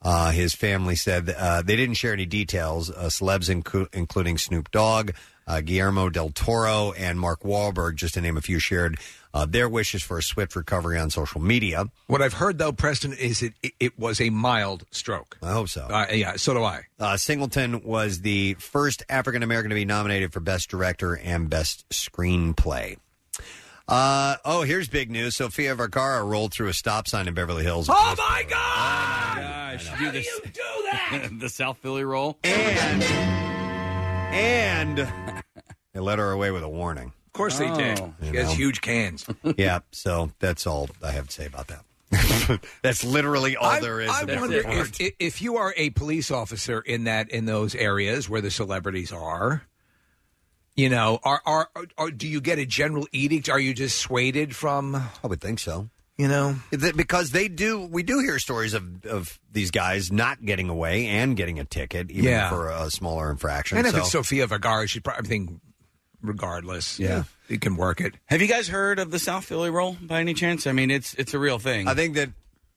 [SPEAKER 2] Uh, his family said uh, they didn't share any details. Uh, celebs incu- including Snoop Dogg, uh, Guillermo del Toro, and Mark Wahlberg, just to name a few, shared uh, their wishes for a swift recovery on social media.
[SPEAKER 4] What I've heard though, Preston, is it it, it was a mild stroke.
[SPEAKER 2] I hope so.
[SPEAKER 4] Uh, yeah, so do I.
[SPEAKER 2] Uh, Singleton was the first African American to be nominated for Best Director and Best Screenplay. Uh, oh, here's big news. Sophia Vergara rolled through a stop sign in Beverly Hills.
[SPEAKER 4] Oh, my God!
[SPEAKER 5] Gosh, How do you do that? the South Philly roll.
[SPEAKER 2] And they let her away with a warning.
[SPEAKER 4] Of course they did.
[SPEAKER 2] Oh.
[SPEAKER 4] She
[SPEAKER 2] You
[SPEAKER 4] has
[SPEAKER 2] know.
[SPEAKER 4] huge cans.
[SPEAKER 2] yeah, so that's all I have to say about that. that's literally all
[SPEAKER 4] I,
[SPEAKER 2] there is.
[SPEAKER 4] I
[SPEAKER 2] at that
[SPEAKER 4] wonder
[SPEAKER 2] point.
[SPEAKER 4] if, if you are a police officer in that in those areas where the celebrities are, you know, are are, are do you get a general edict? Are you dissuaded from? I
[SPEAKER 2] would think so.
[SPEAKER 4] You know,
[SPEAKER 2] because they do. We do hear stories of of these guys not getting away and getting a ticket, even
[SPEAKER 4] Yeah.
[SPEAKER 2] for a smaller infraction.
[SPEAKER 4] And if
[SPEAKER 2] so-
[SPEAKER 4] it's Sophia Vergara, she's probably I think regardless. Yeah, you can work it.
[SPEAKER 5] Have you guys heard of the South Philly roll by any chance? I mean, it's it's a real thing.
[SPEAKER 2] I think that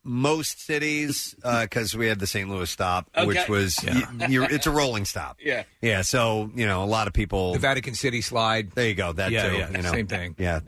[SPEAKER 2] most cities, because we had the St. Louis stop,
[SPEAKER 5] Okay.
[SPEAKER 2] which was
[SPEAKER 5] Yeah.
[SPEAKER 2] y- you're- it's a rolling stop.
[SPEAKER 5] Yeah.
[SPEAKER 2] yeah. So you know, a lot of people.
[SPEAKER 4] The Vatican City slide.
[SPEAKER 2] There you go. That
[SPEAKER 4] Yeah,
[SPEAKER 2] too.
[SPEAKER 4] yeah,
[SPEAKER 2] you know.
[SPEAKER 4] same thing.
[SPEAKER 2] Yeah.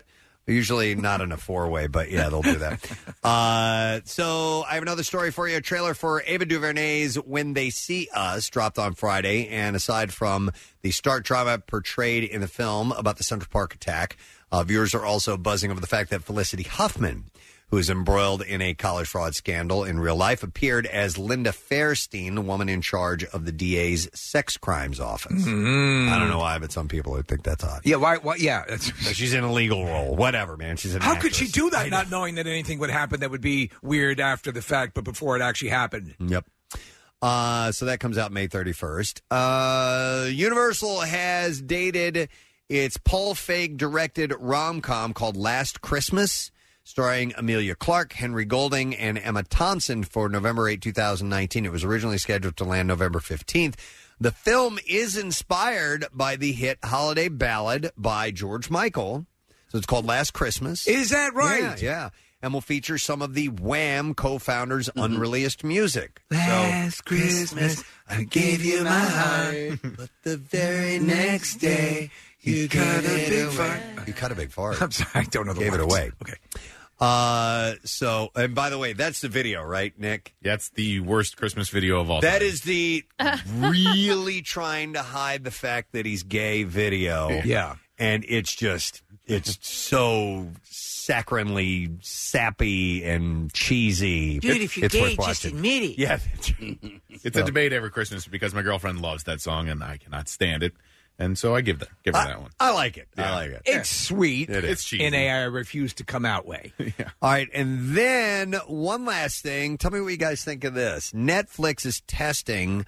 [SPEAKER 2] Usually not in a four way, but yeah, they'll do that. uh, so I have another story for you. A trailer for Ava DuVernay's When They See Us dropped on Friday. And aside from the stark drama portrayed in the film about the Central Park attack, uh, viewers are also buzzing over the fact that Felicity Huffman, who is embroiled in a college fraud scandal in real life, appeared as Linda Fairstein, the woman in charge of the DA's sex crimes office.
[SPEAKER 4] Mm.
[SPEAKER 2] I don't know why, but some people would think that's odd.
[SPEAKER 4] Yeah, why? why yeah, that's,
[SPEAKER 2] But she's in a legal role. Whatever, man. She's an
[SPEAKER 4] how
[SPEAKER 2] actress.
[SPEAKER 4] could she do that? Not knowing that anything would happen that would be weird after the fact, but before it actually happened.
[SPEAKER 2] Yep. Uh, so that comes out May 31st. Uh, Universal has dated its Paul Feig directed rom com called Last Christmas, starring Amelia Clark, Henry Golding, and Emma Thompson for November 8, 2019. It was originally scheduled to land November 15th. The film is inspired by the hit holiday ballad by George Michael. So it's called Last Christmas.
[SPEAKER 4] Is that right?
[SPEAKER 2] Yeah, yeah. And will feature some of the Wham co founders'
[SPEAKER 4] Mm-hmm.
[SPEAKER 2] unreleased music.
[SPEAKER 9] Last Christmas, I gave you my heart, but the very next day, you cut a big fart.
[SPEAKER 2] You cut a big fart.
[SPEAKER 4] I'm sorry, I don't know the
[SPEAKER 2] Gave it
[SPEAKER 4] words.
[SPEAKER 2] away.
[SPEAKER 4] Okay.
[SPEAKER 2] Uh, so, and by the way, that's the video, right, Nick?
[SPEAKER 7] That's the worst Christmas video of all
[SPEAKER 2] That
[SPEAKER 7] time.
[SPEAKER 2] is the really trying to hide the fact that he's gay video.
[SPEAKER 4] Yeah.
[SPEAKER 2] And it's just, it's so saccharinely sappy and cheesy. it's worth watching.
[SPEAKER 7] admit
[SPEAKER 10] it.
[SPEAKER 2] Yeah.
[SPEAKER 7] it's a debate every Christmas because my girlfriend loves that song and I cannot stand it. And so I give that give her that one.
[SPEAKER 2] I like it. I like
[SPEAKER 4] It's sweet.
[SPEAKER 7] It is. It's cheesy.
[SPEAKER 4] In a I refuse to come out way.
[SPEAKER 2] All right, and then one last thing. Tell me what you guys think of this. Netflix is testing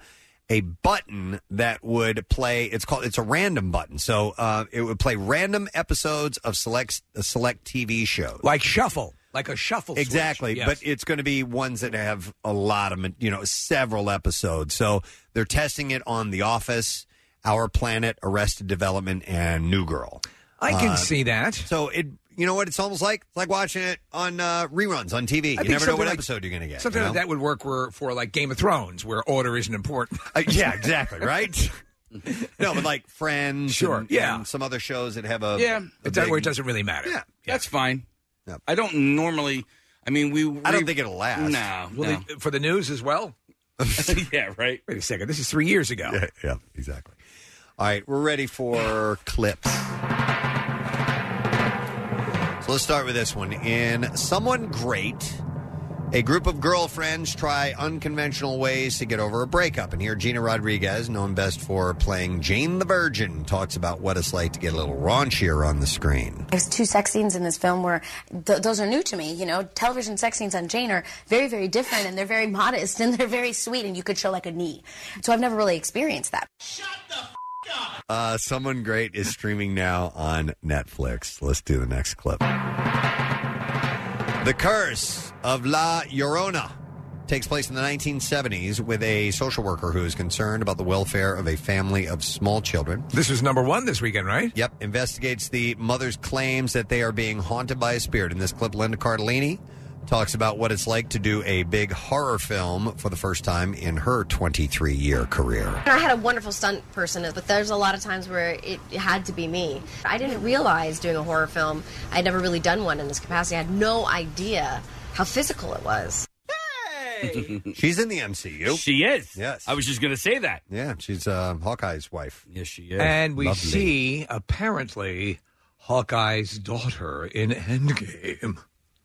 [SPEAKER 2] a button that would play. It's called. It's a random button, so uh, it would play random episodes of select uh, select TV shows,
[SPEAKER 4] like shuffle, like a shuffle. switch.
[SPEAKER 2] Exactly,
[SPEAKER 4] Yes.
[SPEAKER 2] but it's going to be ones that have a lot of you know several episodes. So they're testing it on The Office, Our Planet, Arrested Development, and New Girl.
[SPEAKER 4] I can
[SPEAKER 2] Uh,
[SPEAKER 4] see that.
[SPEAKER 2] So it, you know what? It's almost like it's like watching it on uh, reruns on TV.
[SPEAKER 4] I
[SPEAKER 2] You
[SPEAKER 4] think
[SPEAKER 2] never know
[SPEAKER 4] something
[SPEAKER 2] what
[SPEAKER 4] like-
[SPEAKER 2] episode you're going to get.
[SPEAKER 4] Something
[SPEAKER 2] you know?
[SPEAKER 4] like that would work for, for like Game of Thrones, where order isn't important.
[SPEAKER 2] Uh, yeah, exactly. Right. no, but like Friends,
[SPEAKER 4] Sure,
[SPEAKER 2] and,
[SPEAKER 4] yeah.
[SPEAKER 2] and some other shows that have a a
[SPEAKER 5] Yeah.
[SPEAKER 4] It does-
[SPEAKER 2] big-
[SPEAKER 4] where it doesn't really matter.
[SPEAKER 5] Yeah, that's fine. I don't normally. I mean, we.
[SPEAKER 4] I don't think it'll last.
[SPEAKER 5] No,
[SPEAKER 4] Will
[SPEAKER 5] no.
[SPEAKER 4] they- for the news as well.
[SPEAKER 5] yeah, right.
[SPEAKER 4] Wait a second. This is three years ago.
[SPEAKER 2] Yeah, yeah, exactly. All right, we're ready for clips. So let's start with this one. In Someone Great, a group of girlfriends try unconventional ways to get over a breakup. And here, Gina Rodriguez, known best for playing Jane the Virgin, talks about what it's like to get a little raunchier on the screen.
[SPEAKER 11] There's two sex scenes in this film where th- those are new to me. You know, television sex scenes on Jane are very, very different, and they're very modest and they're very sweet, and you could show like a knee. So I've never really experienced that.
[SPEAKER 2] Uh, Someone Great is streaming now on Netflix. Let's do the next clip. The Curse of La Llorona takes place in the 1970s with a social worker who is concerned about the welfare of a family of small children.
[SPEAKER 4] This was number one this weekend, right?
[SPEAKER 2] Yep. Investigates the mother's claims that they are being haunted by a spirit. In this clip, Linda Cardellini talks about what it's like to do a big horror film for the first time in her 23 year career.
[SPEAKER 12] And I had a wonderful stunt person, but there's a lot of times where it had to be me. I didn't realize doing a horror film, I'd never really done one in this capacity. I had no idea how physical it was.
[SPEAKER 2] She's in the MCU.
[SPEAKER 5] She is.
[SPEAKER 2] Yes.
[SPEAKER 5] I was just going to say that.
[SPEAKER 2] Yeah, she's uh, Hawkeye's wife.
[SPEAKER 5] Yes, she
[SPEAKER 4] And we
[SPEAKER 2] Lovely.
[SPEAKER 4] see, apparently, Hawkeye's daughter in Endgame.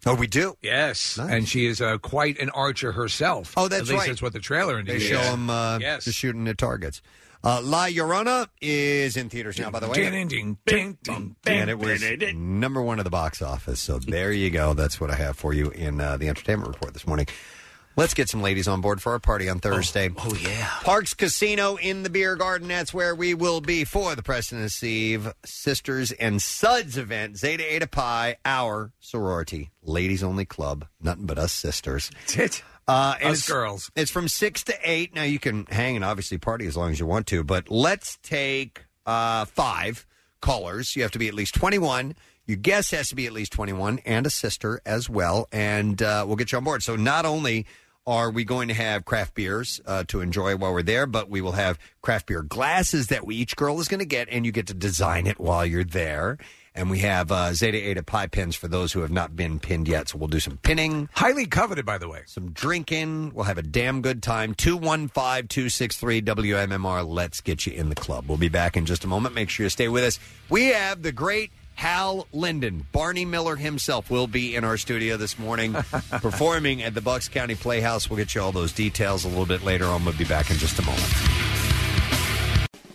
[SPEAKER 2] Oh, we do?
[SPEAKER 4] Yes. And she is uh, quite an archer herself.
[SPEAKER 2] Oh, that's
[SPEAKER 4] At least
[SPEAKER 2] right.
[SPEAKER 4] that's what the trailer
[SPEAKER 2] They
[SPEAKER 4] indicates.
[SPEAKER 2] show him uh, just shooting at targets. Uh, La Llorona is in theaters now, by the way.
[SPEAKER 4] Ding, ding, ding, ding,
[SPEAKER 2] and it was number one at the box office. So there you go. That's what I have for you in uh, the entertainment report this morning. Let's get some ladies on board for our party on Thursday. Oh, yeah. Parks Casino in the Beer Garden. That's where we will be for the President's Eve Sisters and Suds event, Zeta Eta Pi, our sorority, ladies only club, nothing but us sisters. That's
[SPEAKER 4] it.
[SPEAKER 2] Uh, and
[SPEAKER 4] Us
[SPEAKER 2] it's-
[SPEAKER 4] girls.
[SPEAKER 2] It's from 6 to 8. Now, you can hang and obviously party as long as you want to, but let's take uh, five callers. You have to be at least 21. Your guest has to be at least 21 and a sister as well, and uh, we'll get you on board. So, not only are we going to have craft beers uh, to enjoy while we're there, but we will have craft beer glasses that we each girl is going to get, and you get to design it while you're there. And we have uh, Zeta Eta Pi pins for those who have not been pinned yet. So we'll do some pinning.
[SPEAKER 4] Highly coveted, by the way.
[SPEAKER 2] Some drinking. We'll have a damn good time. 215 263 WMMR. Let's get you in the club. We'll be back in just a moment. Make sure you stay with us. We have the great Hal Linden. Barney Miller himself will be in our studio this morning performing at the Bucks County Playhouse. We'll get you all those details a little bit later on. We'll be back in just a moment.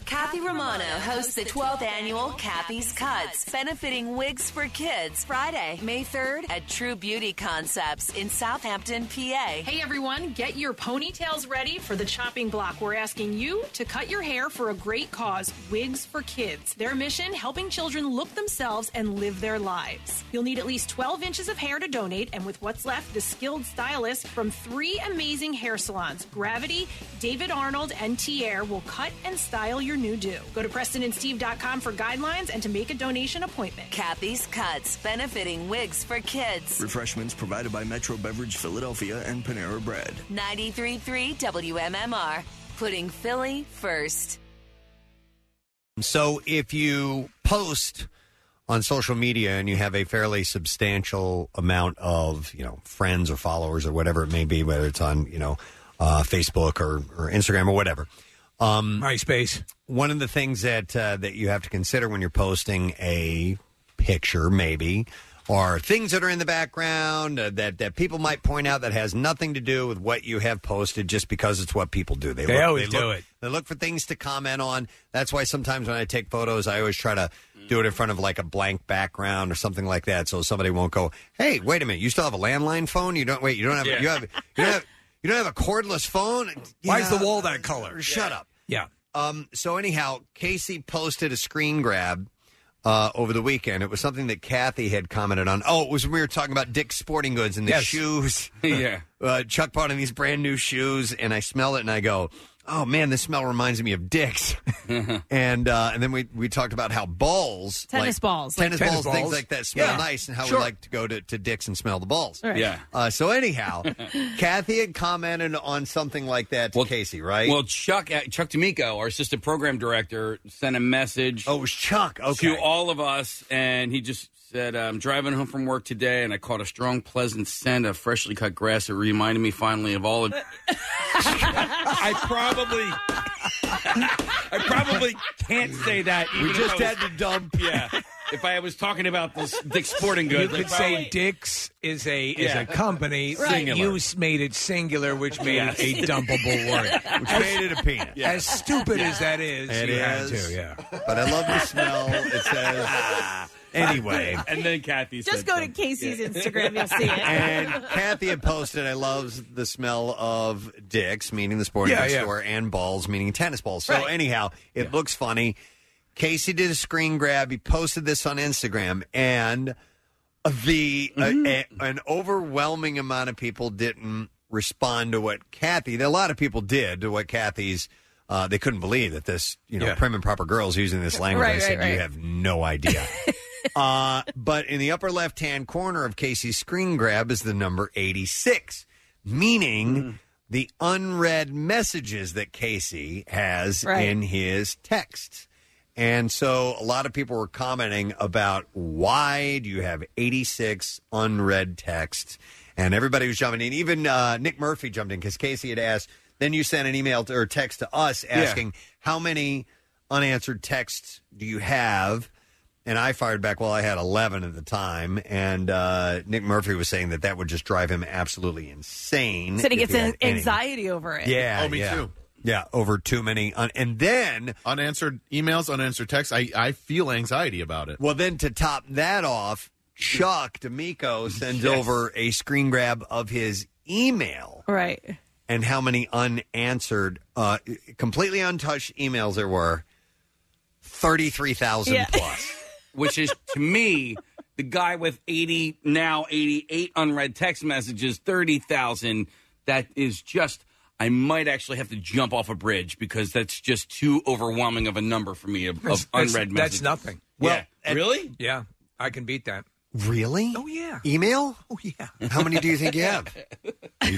[SPEAKER 13] Kathy Romano hosts the 12th annual Kathy's Cuts, benefiting Wigs for Kids, Friday, May 3rd at True Beauty Concepts in Southampton, PA.
[SPEAKER 14] Hey everyone, get your ponytails ready for the chopping block. We're asking you to cut your hair for a great cause, Wigs for Kids. Their mission, helping children look themselves and live their lives. You'll need at least 12 inches of hair to donate, and with what's left, the skilled stylist from three amazing hair salons, Gravity, David Arnold, and Tier will cut and style your new do. Go to PrestonandSteve.com for guidelines and to make a donation appointment.
[SPEAKER 13] Kathy's Cuts, benefiting Wigs for Kids.
[SPEAKER 6] Refreshments provided by Metro Beverage Philadelphia and Panera Bread.
[SPEAKER 13] 93.3 WMMR, putting Philly first.
[SPEAKER 2] So if you post on social media and you have a fairly substantial amount of you know friends or followers or whatever it may be, whether it's on you know uh, Facebook or, or Instagram or whatever, um,
[SPEAKER 4] MySpace.
[SPEAKER 2] One of the things that uh, that you have to consider when you're posting a picture, maybe. Are things that are in the background uh, that that people might point out that has nothing to do with what you have posted, just because it's what people do.
[SPEAKER 4] They always do
[SPEAKER 2] look-
[SPEAKER 4] it.
[SPEAKER 2] They look for things to comment on. That's why sometimes when I take photos, I always try to do it in front of like a blank background or something like that, so somebody won't go, "Hey, wait a minute, you still have a landline phone? You don't wait, you don't have, you have, you don't have, you don't have a cordless phone?
[SPEAKER 4] Why is the wall
[SPEAKER 2] that color? Shut up."
[SPEAKER 4] Yeah.
[SPEAKER 2] Um, so anyhow, Casey posted a screen grab uh, over the weekend. It was something that Kathy had commented on. Oh, it was when we were talking about Dick's Sporting Goods and the
[SPEAKER 9] Yes.
[SPEAKER 2] shoes.
[SPEAKER 9] Yeah.
[SPEAKER 2] uh, Chuck bought him these brand new shoes, and I smell it and I go, "Oh man, this smell reminds me of Dick's." and uh, and then we we talked about how balls,
[SPEAKER 3] Tennis balls, like-
[SPEAKER 2] tennis,
[SPEAKER 3] Tennis
[SPEAKER 2] balls, things
[SPEAKER 3] balls.
[SPEAKER 2] like that smell
[SPEAKER 3] Yeah.
[SPEAKER 2] nice, and how
[SPEAKER 3] Sure.
[SPEAKER 2] we like to go to, to Dick's and smell the balls.
[SPEAKER 3] Right. Yeah.
[SPEAKER 2] Uh, so anyhow, Kathy had commented on something like that to Casey, right?
[SPEAKER 5] Well, Chuck uh, Chuck D'Amico, our assistant program director, sent a message.
[SPEAKER 2] Oh, it was Chuck. Okay.
[SPEAKER 5] To all of us, and he just said, "I'm driving home from work today, and I caught a strong, pleasant scent of freshly cut grass. It reminded me finally of all of." I probably, I probably can't say that.
[SPEAKER 9] We
[SPEAKER 5] even if
[SPEAKER 9] just
[SPEAKER 5] I was-
[SPEAKER 9] had
[SPEAKER 2] to dump.
[SPEAKER 5] Yeah. if I was talking about this Dick's Sporting Goods,
[SPEAKER 4] You could
[SPEAKER 5] I'd
[SPEAKER 4] say
[SPEAKER 5] probably-
[SPEAKER 4] Dick's is a is
[SPEAKER 5] Yeah.
[SPEAKER 4] a company.
[SPEAKER 5] Right.
[SPEAKER 4] You s- made it singular, which made
[SPEAKER 5] Yes.
[SPEAKER 4] it a dumpable word,
[SPEAKER 5] Which made it a penis. Yeah.
[SPEAKER 4] As stupid as that is,
[SPEAKER 2] It
[SPEAKER 4] you had
[SPEAKER 2] is.
[SPEAKER 4] to, yeah.
[SPEAKER 2] But I love the smell. It says anyway.
[SPEAKER 5] and then Kathy
[SPEAKER 3] Just go to Casey's Instagram. You'll see it.
[SPEAKER 2] And Kathy had posted, I love the smell of dicks, meaning the sporting
[SPEAKER 9] Yeah,
[SPEAKER 2] goods
[SPEAKER 9] yeah.
[SPEAKER 2] store, and balls, meaning tennis balls. So,
[SPEAKER 9] Right.
[SPEAKER 2] anyhow, it looks funny. Casey did a screen grab. He posted this on Instagram, and the uh,
[SPEAKER 9] Mm-hmm.
[SPEAKER 2] a- an overwhelming amount of people didn't respond to what Kathy. A lot of people did to what Kathy's. Uh, they couldn't believe that this, you know,
[SPEAKER 9] Yeah.
[SPEAKER 2] prim and proper girls using this language. I
[SPEAKER 9] Right,
[SPEAKER 2] said,
[SPEAKER 9] right,
[SPEAKER 2] you
[SPEAKER 9] right.
[SPEAKER 2] have no idea. uh, but in the upper left hand corner of Casey's screen grab is the number 86, meaning
[SPEAKER 9] Mm.
[SPEAKER 2] the unread messages that Casey has
[SPEAKER 9] Right.
[SPEAKER 2] in his texts. And so a lot of people were commenting about why do you have 86 unread texts? And everybody was jumping in. Even uh, Nick Murphy jumped in because Casey had asked. Then you sent an email to, or text to us
[SPEAKER 9] Yeah.
[SPEAKER 2] asking, How many unanswered texts do you have? And I fired back, Well, I had 11 at the time. And uh, Nick Murphy was saying that that would just drive him absolutely insane.
[SPEAKER 3] Said he
[SPEAKER 2] if
[SPEAKER 3] gets
[SPEAKER 2] had
[SPEAKER 3] an
[SPEAKER 2] any.
[SPEAKER 3] anxiety over it.
[SPEAKER 2] Yeah. yeah. Yeah, over too many. Un- and then
[SPEAKER 7] unanswered emails, unanswered texts. I, I feel anxiety about it.
[SPEAKER 2] Well, then to top that off, Chuck D'Amico sends
[SPEAKER 7] Yes.
[SPEAKER 2] over a screen grab of his email
[SPEAKER 3] Right.
[SPEAKER 2] and how many unanswered, uh, completely untouched emails there were. 33,000
[SPEAKER 5] Yeah.
[SPEAKER 2] plus.
[SPEAKER 5] Which is to me the guy with eighty now eighty eight unread text messages, thirty thousand. That is just. I might actually have to jump off a bridge because that's just too overwhelming of a number for me of,
[SPEAKER 4] That's-
[SPEAKER 5] of
[SPEAKER 4] that's-
[SPEAKER 5] unread
[SPEAKER 4] that's
[SPEAKER 5] messages.
[SPEAKER 4] nothing.
[SPEAKER 5] Well, really?
[SPEAKER 4] Yeah, I can beat that.
[SPEAKER 2] Really?
[SPEAKER 4] Oh yeah.
[SPEAKER 2] Email?
[SPEAKER 4] Oh yeah.
[SPEAKER 2] How many do you think you have?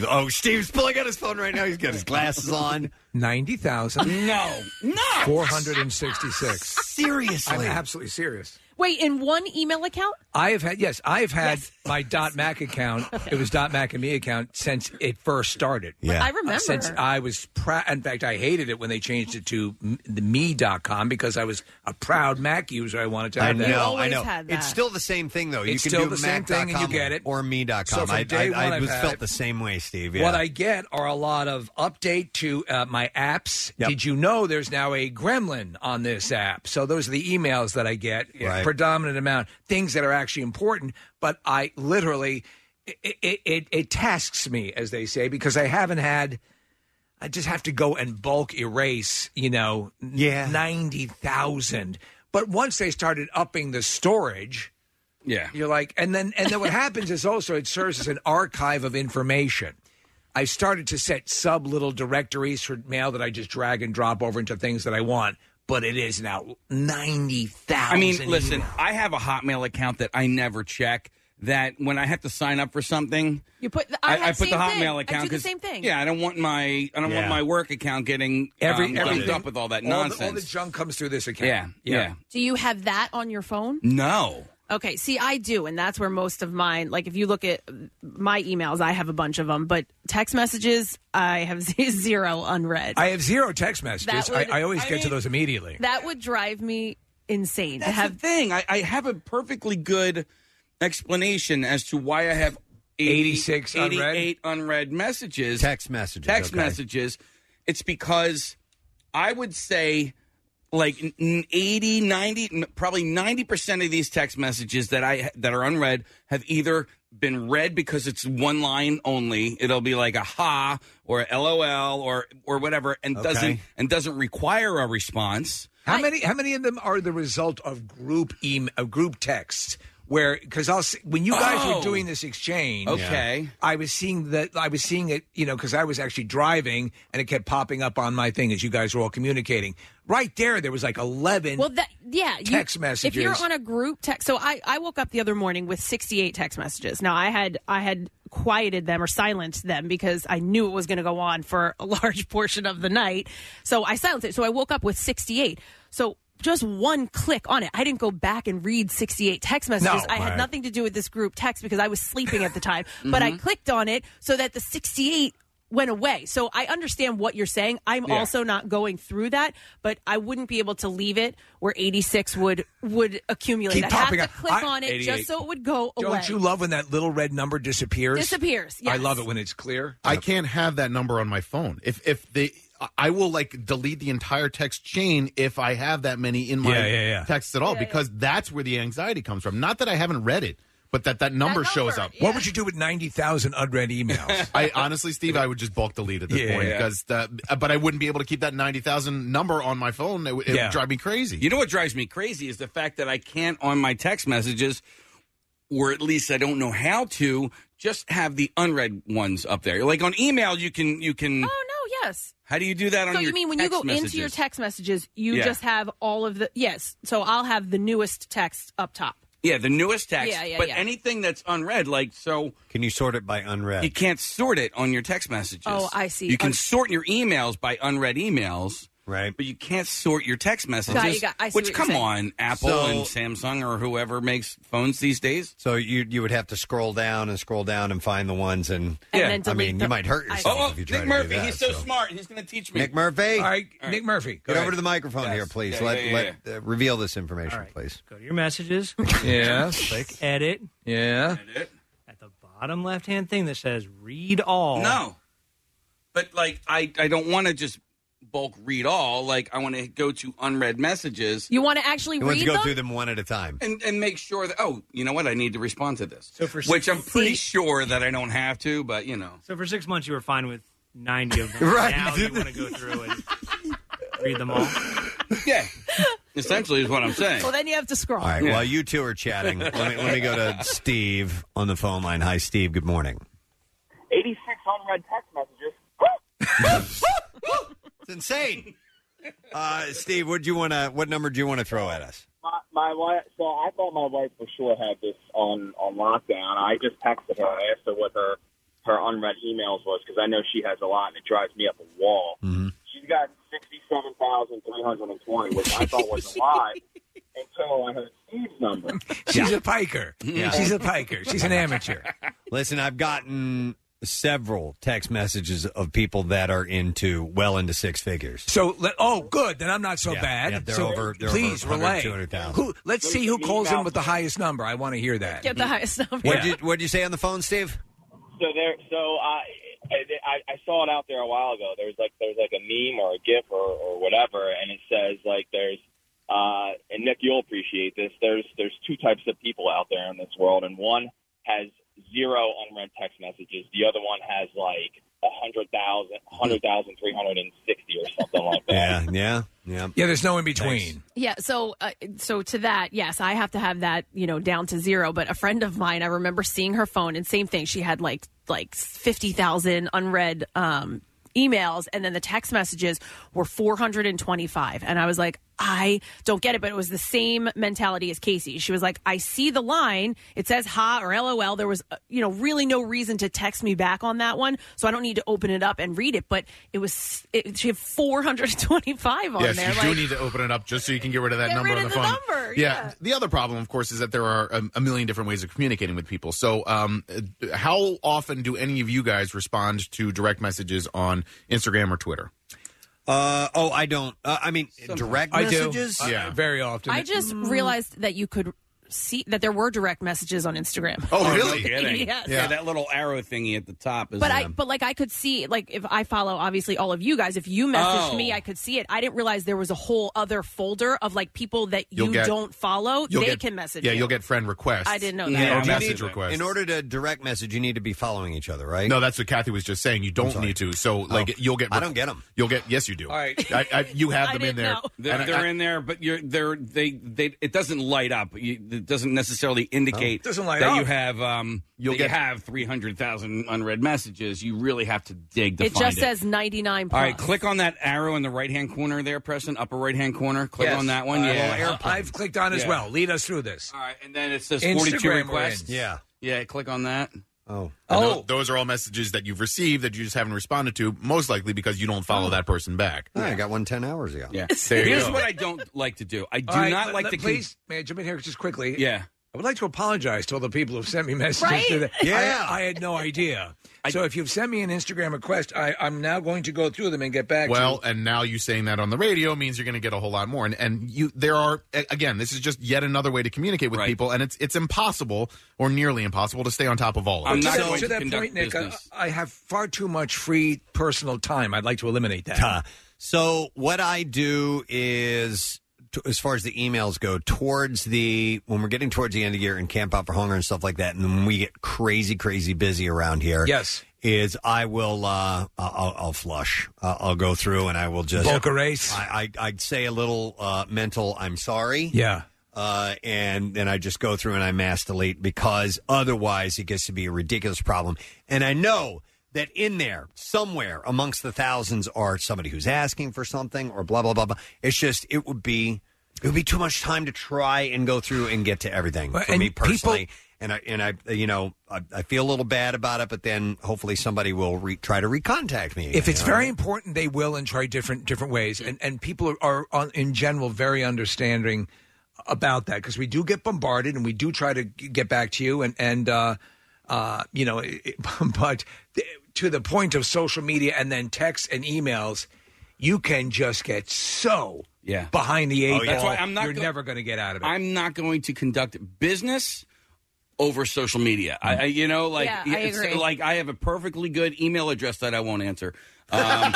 [SPEAKER 2] oh, Steve's pulling out his phone right now. He's got his glasses on.
[SPEAKER 4] Ninety thousand.
[SPEAKER 5] No. No.
[SPEAKER 4] Four hundred and sixty-six.
[SPEAKER 2] Seriously.
[SPEAKER 4] I'm absolutely serious.
[SPEAKER 3] Wait, in one email account?
[SPEAKER 4] I have had yes, I have had my dot Mac account. It was dot Mac and me account since it first started.
[SPEAKER 3] Yeah. I remember.
[SPEAKER 4] since I was proud. In fact, I hated it when they changed it to m- the me.com because I was a proud Mac user. I wanted to
[SPEAKER 2] I
[SPEAKER 4] have that.
[SPEAKER 2] know, I know. It's still the same thing, though. You
[SPEAKER 4] It's
[SPEAKER 2] can
[SPEAKER 4] still
[SPEAKER 2] do
[SPEAKER 4] the same thing, and you
[SPEAKER 2] mac.com
[SPEAKER 4] get it.
[SPEAKER 2] Or me.com.
[SPEAKER 4] So from
[SPEAKER 2] I,
[SPEAKER 4] day
[SPEAKER 2] I,
[SPEAKER 4] one,
[SPEAKER 2] I
[SPEAKER 4] I've
[SPEAKER 2] was
[SPEAKER 4] had
[SPEAKER 2] felt
[SPEAKER 4] it.
[SPEAKER 2] the same way, Steve. Yeah.
[SPEAKER 4] What I get are a lot of update to uh, my apps. Did you know there's now a gremlin on this app? So those are the emails that I get, a
[SPEAKER 9] Right.
[SPEAKER 4] predominant amount, things that are actually important. But I literally, it, it, it, it tasks me, as they say, because I haven't had. I just have to go and bulk erase, you know, yeah. 90,000. But once they started upping the storage,
[SPEAKER 5] yeah.
[SPEAKER 4] You're like, and then and then what happens is also it serves as an archive of information. I started to set sub little directories for mail that I just drag and drop over into things that I want, but it is now ninety thousand.
[SPEAKER 5] I mean, listen, I have a Hotmail account that I never check. That when I have to sign up for something,
[SPEAKER 3] You put the, I,
[SPEAKER 5] I,
[SPEAKER 3] had
[SPEAKER 5] I put
[SPEAKER 3] same
[SPEAKER 5] the
[SPEAKER 3] thing.
[SPEAKER 5] Hotmail
[SPEAKER 3] I
[SPEAKER 5] account.
[SPEAKER 3] do the
[SPEAKER 5] 'cause-
[SPEAKER 3] same thing.
[SPEAKER 5] Yeah, I don't want my I don't
[SPEAKER 4] Yeah.
[SPEAKER 5] want my work account getting
[SPEAKER 4] Every-
[SPEAKER 5] um,
[SPEAKER 4] everything-
[SPEAKER 5] lumped up with all that
[SPEAKER 4] all the- all
[SPEAKER 5] nonsense.
[SPEAKER 4] the junk comes through this account.
[SPEAKER 5] Yeah, yeah.
[SPEAKER 3] Do you have that on your phone?
[SPEAKER 5] No.
[SPEAKER 3] Okay, see, I do, and that's where most of mine. Like, if you look at my emails, I have a bunch of them, but text messages, I have zero unread.
[SPEAKER 4] I have zero text messages.
[SPEAKER 3] That would-
[SPEAKER 4] I, I always
[SPEAKER 3] I
[SPEAKER 4] get to
[SPEAKER 3] mean-
[SPEAKER 4] those immediately.
[SPEAKER 3] that would drive me insane to
[SPEAKER 5] That's
[SPEAKER 3] have
[SPEAKER 5] the thing. I, I have a perfectly good explanation as to why I have 80,
[SPEAKER 4] 86 unread?
[SPEAKER 5] 88 unread messages.
[SPEAKER 2] Text messages.
[SPEAKER 5] Text
[SPEAKER 2] okay.
[SPEAKER 5] messages. It's because I would say like n- n- 80, 90, n- probably 90% of these text messages that I that are unread have either been read because it's one line only. It'll be like a ha or a lol or or whatever and
[SPEAKER 4] Okay.
[SPEAKER 5] doesn't and doesn't require a response.
[SPEAKER 4] How many? How many of them are the result of group email, of group texts? Where because I'll see, when you guys
[SPEAKER 5] Oh.
[SPEAKER 4] were doing this exchange,
[SPEAKER 5] Okay.
[SPEAKER 4] I was seeing that I was seeing it, you know, because I was actually driving and it kept popping up on my thing as you guys were all communicating. Right there, there was like eleven.
[SPEAKER 3] Well, that yeah, you-
[SPEAKER 4] Text
[SPEAKER 3] If you're
[SPEAKER 4] messages.
[SPEAKER 3] on a group text, so I I woke up the other morning with 68 text messages. Now I had I had quieted them or silenced them because I knew it was going to go on for a large portion of the night. So I silenced it. So I woke up with 68. So just one click on it. I didn't go back and read 68 text messages.
[SPEAKER 9] No.
[SPEAKER 3] I had
[SPEAKER 9] Right.
[SPEAKER 3] nothing to do with this group text because I was sleeping at the time, but I clicked on it so that the 68 went away. So I understand what you're saying. I'm
[SPEAKER 15] Yeah.
[SPEAKER 3] also not going through that, but I wouldn't be able to leave it where 86 would would accumulate.
[SPEAKER 4] Keep
[SPEAKER 3] I have
[SPEAKER 4] popping
[SPEAKER 3] to
[SPEAKER 4] up.
[SPEAKER 3] click
[SPEAKER 4] I-
[SPEAKER 3] on it
[SPEAKER 4] 88.
[SPEAKER 3] just so it would go
[SPEAKER 4] Don't
[SPEAKER 3] away. Oh,
[SPEAKER 4] you love when that little red number disappears?
[SPEAKER 3] Disappears,
[SPEAKER 4] I
[SPEAKER 3] yes.
[SPEAKER 4] love it when it's clear.
[SPEAKER 7] I can't have that number on my phone. If if the I will like delete the entire text chain if I have that many in my
[SPEAKER 4] Yeah, yeah, yeah.
[SPEAKER 7] texts at all because that's where the anxiety comes from. Not that I haven't read it, but that that number, shows up.
[SPEAKER 4] What would you do with 90,000 unread emails?
[SPEAKER 7] I honestly, Steve, I would just bulk delete at this
[SPEAKER 4] Yeah,
[SPEAKER 7] point
[SPEAKER 4] yeah.
[SPEAKER 7] because that, but I wouldn't be able to keep that ninety thousand number on my phone. It, would- it
[SPEAKER 5] Yeah.
[SPEAKER 7] would drive me crazy.
[SPEAKER 5] You know what drives me crazy is the fact that I can't on my text messages, or at least I don't know how to, just have the unread ones up there. Like on email, you can you can.
[SPEAKER 3] Oh no, yes.
[SPEAKER 5] How do you do that on
[SPEAKER 3] so
[SPEAKER 5] your
[SPEAKER 3] you mean when you
[SPEAKER 5] text
[SPEAKER 3] go
[SPEAKER 5] messages?
[SPEAKER 3] into your text messages, you
[SPEAKER 5] Yeah.
[SPEAKER 3] just have all of the yes. So I'll have the newest text up top.
[SPEAKER 5] Yeah, the newest text.
[SPEAKER 3] Yeah, yeah,
[SPEAKER 5] but
[SPEAKER 3] yeah.
[SPEAKER 5] anything that's unread, like so.
[SPEAKER 2] Can you sort it by unread?
[SPEAKER 5] You can't sort it on your text messages.
[SPEAKER 3] Oh, I see.
[SPEAKER 5] You can
[SPEAKER 3] Un-
[SPEAKER 5] sort your emails by unread emails.
[SPEAKER 2] Right.
[SPEAKER 5] But you can't sort your text messages.
[SPEAKER 3] Got you, got- I see
[SPEAKER 5] which
[SPEAKER 3] what you're
[SPEAKER 5] come
[SPEAKER 3] saying.
[SPEAKER 5] on, Apple
[SPEAKER 2] So-
[SPEAKER 5] and Samsung or whoever makes phones these days.
[SPEAKER 2] So you you would have to scroll down and scroll down and find the ones and,
[SPEAKER 5] And Yeah. then
[SPEAKER 2] I
[SPEAKER 5] delete
[SPEAKER 2] mean you
[SPEAKER 5] them.
[SPEAKER 2] might hurt
[SPEAKER 5] I-
[SPEAKER 2] yourself
[SPEAKER 5] Oh, oh,
[SPEAKER 2] if you try to
[SPEAKER 5] Nick
[SPEAKER 2] do
[SPEAKER 5] Murphy,
[SPEAKER 2] that,
[SPEAKER 5] he's so,
[SPEAKER 2] so.
[SPEAKER 5] smart. He's going to teach me.
[SPEAKER 2] Nick Murphy.
[SPEAKER 5] All right,
[SPEAKER 4] Nick Murphy.
[SPEAKER 2] Get over to the microphone here, please.
[SPEAKER 5] Yeah,
[SPEAKER 2] let
[SPEAKER 5] yeah,
[SPEAKER 2] let Uh, reveal this information,
[SPEAKER 16] All right.
[SPEAKER 2] please.
[SPEAKER 16] Go to your messages.
[SPEAKER 4] Yes.
[SPEAKER 16] Click edit.
[SPEAKER 4] Yeah.
[SPEAKER 5] Edit.
[SPEAKER 16] At the bottom left hand thing that says read all.
[SPEAKER 5] No. But like I, I don't want to just bulk read all. Like I want to go to unread messages
[SPEAKER 3] You want to actually read them?
[SPEAKER 2] them one at a time.
[SPEAKER 5] And and make sure that oh, you know what, I need to respond to this.
[SPEAKER 16] So for
[SPEAKER 5] Which I'm pretty sure that I don't have to, but you know.
[SPEAKER 16] So for six months you were fine with ninety of them.
[SPEAKER 5] Right.
[SPEAKER 16] Now you want to go through and read them all.
[SPEAKER 5] Yeah. Essentially is what I'm saying.
[SPEAKER 3] Well, then you have to scroll.
[SPEAKER 2] All right. While you two are chatting, let me let me go to Steve on the phone line. Hi, Steve. Good morning.
[SPEAKER 17] 86 unread text messages.
[SPEAKER 2] it's insane. Uh, Steve, what do you want to? What number do you want to throw at us?
[SPEAKER 17] My, my wife, so I thought my wife for sure had this on, on lockdown. I just texted her. I asked her what her, her unread emails was because I know she has a lot and it drives me up a wall.
[SPEAKER 3] Mm-hmm.
[SPEAKER 17] She's got 67,320, which I thought was a lot until I heard Steve's number.
[SPEAKER 4] She's a piker. She's a piker. She's an amateur.
[SPEAKER 2] Listen, I've gotten several text messages of people that are into well into six figures.
[SPEAKER 4] So let, oh good then I'm not so
[SPEAKER 2] Yeah,
[SPEAKER 4] bad.
[SPEAKER 2] yeah, they're
[SPEAKER 4] so
[SPEAKER 2] over- they're
[SPEAKER 4] please
[SPEAKER 2] over 100,
[SPEAKER 4] relay.
[SPEAKER 2] 200,000.
[SPEAKER 4] Who? Let's see who calls in with the highest number. I want to hear that.
[SPEAKER 3] Get the highest number.
[SPEAKER 2] What'd, you, what'd you say on the phone, Steve?
[SPEAKER 17] So there, so I, I, I saw it out there a while ago. There was like there was like a meme or a GIF or, or whatever, and it says like there's, uh, and Nick, you'll appreciate this. There's there's two types of people out there in this world, and one has zero unread text messages. The other one has like a hundred thousand, hundred thousand, three hundred and sixty or something like that.
[SPEAKER 2] Yeah, yeah, yeah.
[SPEAKER 4] Yeah, there's no in between.
[SPEAKER 3] Yeah, so uh, so to that, yes, I have to have that, you know, down to zero. But a friend of mine, I remember seeing her phone, and same thing. She had like like fifty thousand unread um, emails, and then the text messages were four hundred and twenty five. And I was like, I don't get it. But it was the same mentality as Casey. She was like, I see the line. It says ha or lol. There was, uh, you know, really no reason to text me back on that one, so I don't need to open it up and read it. But it was it, she had four hundred twenty five on
[SPEAKER 7] yes,
[SPEAKER 3] there.
[SPEAKER 7] you
[SPEAKER 3] like,
[SPEAKER 7] do need to open it up just so you can get rid of that
[SPEAKER 3] Get
[SPEAKER 7] number
[SPEAKER 3] rid
[SPEAKER 7] on
[SPEAKER 3] of
[SPEAKER 7] the
[SPEAKER 3] the
[SPEAKER 7] phone.
[SPEAKER 3] number, yeah.
[SPEAKER 7] The other problem, of course, is that there are a, a million different ways of communicating with people. So, um, uh, how often do any of you guys respond to direct messages on Instagram or Twitter?
[SPEAKER 2] Uh, oh, I don't. Uh, I mean, direct
[SPEAKER 4] I do.
[SPEAKER 2] messages.
[SPEAKER 4] I- Yeah. very often.
[SPEAKER 3] I just
[SPEAKER 5] Mm.
[SPEAKER 3] realized that you could see that there were direct messages on Instagram.
[SPEAKER 5] No kidding.
[SPEAKER 3] yes.
[SPEAKER 5] Oh, Yeah, that little arrow thingy at the top is.
[SPEAKER 3] But I,
[SPEAKER 5] um,
[SPEAKER 3] but like I could see, like if I follow obviously all of you guys, if you messaged
[SPEAKER 5] Oh.
[SPEAKER 3] me, I could see it. I didn't realize there was a whole other folder of like people that
[SPEAKER 7] You'll
[SPEAKER 3] you
[SPEAKER 7] get-
[SPEAKER 3] don't follow.
[SPEAKER 7] You'll
[SPEAKER 3] They
[SPEAKER 7] get-
[SPEAKER 3] can message.
[SPEAKER 7] Yeah,
[SPEAKER 3] you.
[SPEAKER 7] you'll get friend requests.
[SPEAKER 3] I didn't know that.
[SPEAKER 7] Yeah,
[SPEAKER 3] Yeah,
[SPEAKER 7] or
[SPEAKER 3] you
[SPEAKER 7] message
[SPEAKER 2] do.
[SPEAKER 7] requests.
[SPEAKER 2] In order to direct message, you need to be following each other, right?
[SPEAKER 7] No, that's what Kathy was just saying. You don't
[SPEAKER 2] sorry.
[SPEAKER 7] need to. So, like,
[SPEAKER 2] Oh.
[SPEAKER 7] you'll get.
[SPEAKER 2] I don't get 'em.
[SPEAKER 7] You'll get. Yes, you do.
[SPEAKER 5] All right.
[SPEAKER 7] I, I, you have them in there.
[SPEAKER 5] They're,
[SPEAKER 7] And I-
[SPEAKER 5] they're
[SPEAKER 7] I-
[SPEAKER 5] in there, but you're they're they they it doesn't light up. You, it doesn't necessarily indicate
[SPEAKER 4] Doesn't light
[SPEAKER 5] that
[SPEAKER 4] up.
[SPEAKER 5] you have um
[SPEAKER 4] You'll
[SPEAKER 5] that
[SPEAKER 4] get-
[SPEAKER 5] you have three hundred thousand unread messages. You really have to dig to
[SPEAKER 3] it
[SPEAKER 5] find
[SPEAKER 3] just says ninety nine.
[SPEAKER 5] All right, click on that arrow in the right hand corner there, Preston, upper right hand corner. Click
[SPEAKER 4] Yes.
[SPEAKER 5] on that one.
[SPEAKER 4] Uh,
[SPEAKER 5] yeah,
[SPEAKER 4] I- I've clicked on as
[SPEAKER 5] Yeah.
[SPEAKER 4] well. Lead us through this. All
[SPEAKER 5] right, and then it says 42 requests.
[SPEAKER 2] Yeah.
[SPEAKER 5] Yeah, click on that.
[SPEAKER 2] Oh.
[SPEAKER 7] oh. those are all messages that you've received that you just haven't responded to, most likely because you don't follow that person back.
[SPEAKER 2] Oh. I got one ten hours ago.
[SPEAKER 5] Yeah.
[SPEAKER 7] There you
[SPEAKER 5] Here's
[SPEAKER 7] go.
[SPEAKER 5] what I don't like to do. I do
[SPEAKER 4] All right,
[SPEAKER 5] not
[SPEAKER 4] let-
[SPEAKER 5] like
[SPEAKER 4] let-
[SPEAKER 5] to con-
[SPEAKER 4] please. may I jump in here just quickly?
[SPEAKER 5] Yeah.
[SPEAKER 4] I would like to apologize to all the people who've sent me messages.
[SPEAKER 9] Right?
[SPEAKER 4] today. I-
[SPEAKER 9] Yeah.
[SPEAKER 4] I, had no idea. so if you've sent me an Instagram request, I, I'm now going to go through them and get back.
[SPEAKER 7] Well,
[SPEAKER 4] to
[SPEAKER 7] and now you saying that on the radio means you're going to get a whole lot more. And and you there are a- again, this is just yet another way to communicate with people, and it's it's impossible or nearly impossible to stay on top of all of it.
[SPEAKER 4] So to, that point, Nick. uh, I, I have far too much free personal time. I'd like to eliminate that.
[SPEAKER 2] So what I do is, t- as far as the emails go, towards the when we're getting towards the end of the year and camp out for hunger and stuff like that, and when we get crazy, crazy busy around here,
[SPEAKER 4] Yes.
[SPEAKER 2] is I will uh, I- I'll, I'll flush. Uh, I'll go through and I will just
[SPEAKER 4] Bulk erase.
[SPEAKER 2] I, I I say a little uh, mental. I'm sorry.
[SPEAKER 4] Yeah.
[SPEAKER 2] Uh, and then I just go through and I mass delete because otherwise it gets to be a ridiculous problem. And I know that in there somewhere amongst the thousands are somebody who's asking for something or blah blah blah blah. It's just it would be it would be too much time to try and go through and get to everything for
[SPEAKER 4] and
[SPEAKER 2] me
[SPEAKER 4] people-
[SPEAKER 2] personally and I and I you know I, I feel a little bad about it, but then hopefully somebody will re- try to recontact me.
[SPEAKER 4] If
[SPEAKER 2] again,
[SPEAKER 4] it's
[SPEAKER 2] you know?
[SPEAKER 4] very important, they will and try different different ways. And and people are, are in general very understanding about that because we do get bombarded and we do try to g- get back to you and and uh, uh, you know, it, it- but th- to the point of social media and then texts and emails, you can just get so
[SPEAKER 5] Yeah.
[SPEAKER 4] behind the eight
[SPEAKER 5] Oh, yeah. That's
[SPEAKER 4] ball,
[SPEAKER 5] why I'm not
[SPEAKER 4] you're
[SPEAKER 5] go-
[SPEAKER 4] never going to get out of it.
[SPEAKER 5] I'm not going to conduct business over social media. I, I you know, like
[SPEAKER 4] Yeah, I
[SPEAKER 5] it's-
[SPEAKER 4] agree.
[SPEAKER 5] like I have a perfectly good email address that I won't answer. Um,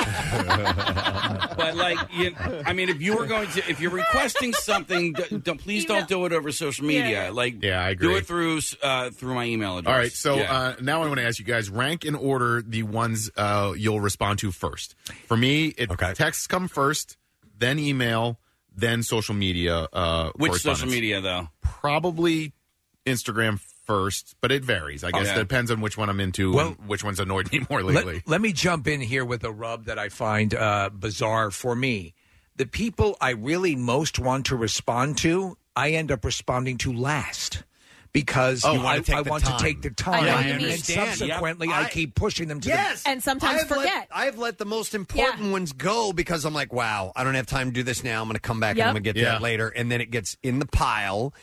[SPEAKER 5] but like, you, I mean, if you were going to, if you're requesting something, d- don't, please don't do it over social media. Like,
[SPEAKER 7] Yeah, I
[SPEAKER 5] Do
[SPEAKER 7] agree.
[SPEAKER 5] it through uh, through my email address.
[SPEAKER 7] All right, so
[SPEAKER 5] Yeah.
[SPEAKER 7] uh, now I want to ask you guys rank and order the ones uh, you'll respond to first. For me, it texts come first, then email, then social media. Uh,
[SPEAKER 5] which social
[SPEAKER 7] correspondence.
[SPEAKER 5] media though?
[SPEAKER 7] Probably Instagram first, but it varies. I guess
[SPEAKER 4] Oh, Yeah.
[SPEAKER 7] it depends on which one I'm into,
[SPEAKER 4] Well-
[SPEAKER 7] and which one's annoyed me more
[SPEAKER 4] Let-
[SPEAKER 7] lately.
[SPEAKER 4] Let, me jump in here with a rub that I find uh, bizarre for me. The people I really most want to respond to, I end up responding to last because
[SPEAKER 9] Oh,
[SPEAKER 4] I,
[SPEAKER 9] you wanna take
[SPEAKER 4] I
[SPEAKER 9] the
[SPEAKER 4] want
[SPEAKER 9] time.
[SPEAKER 4] to take the
[SPEAKER 9] I
[SPEAKER 4] time.
[SPEAKER 9] know what you
[SPEAKER 4] and
[SPEAKER 9] mean.
[SPEAKER 4] subsequently,
[SPEAKER 2] Yep.
[SPEAKER 4] I,
[SPEAKER 2] I-
[SPEAKER 4] keep pushing them to
[SPEAKER 2] Yes,
[SPEAKER 4] the
[SPEAKER 3] And sometimes
[SPEAKER 2] I've let-
[SPEAKER 3] forget.
[SPEAKER 2] I've let the most important ones go because I'm like, wow, I don't have time to do this now. I'm going to come back and I'm
[SPEAKER 9] Yep.
[SPEAKER 2] going to get
[SPEAKER 9] Yeah.
[SPEAKER 2] that later, and then it gets in the pile,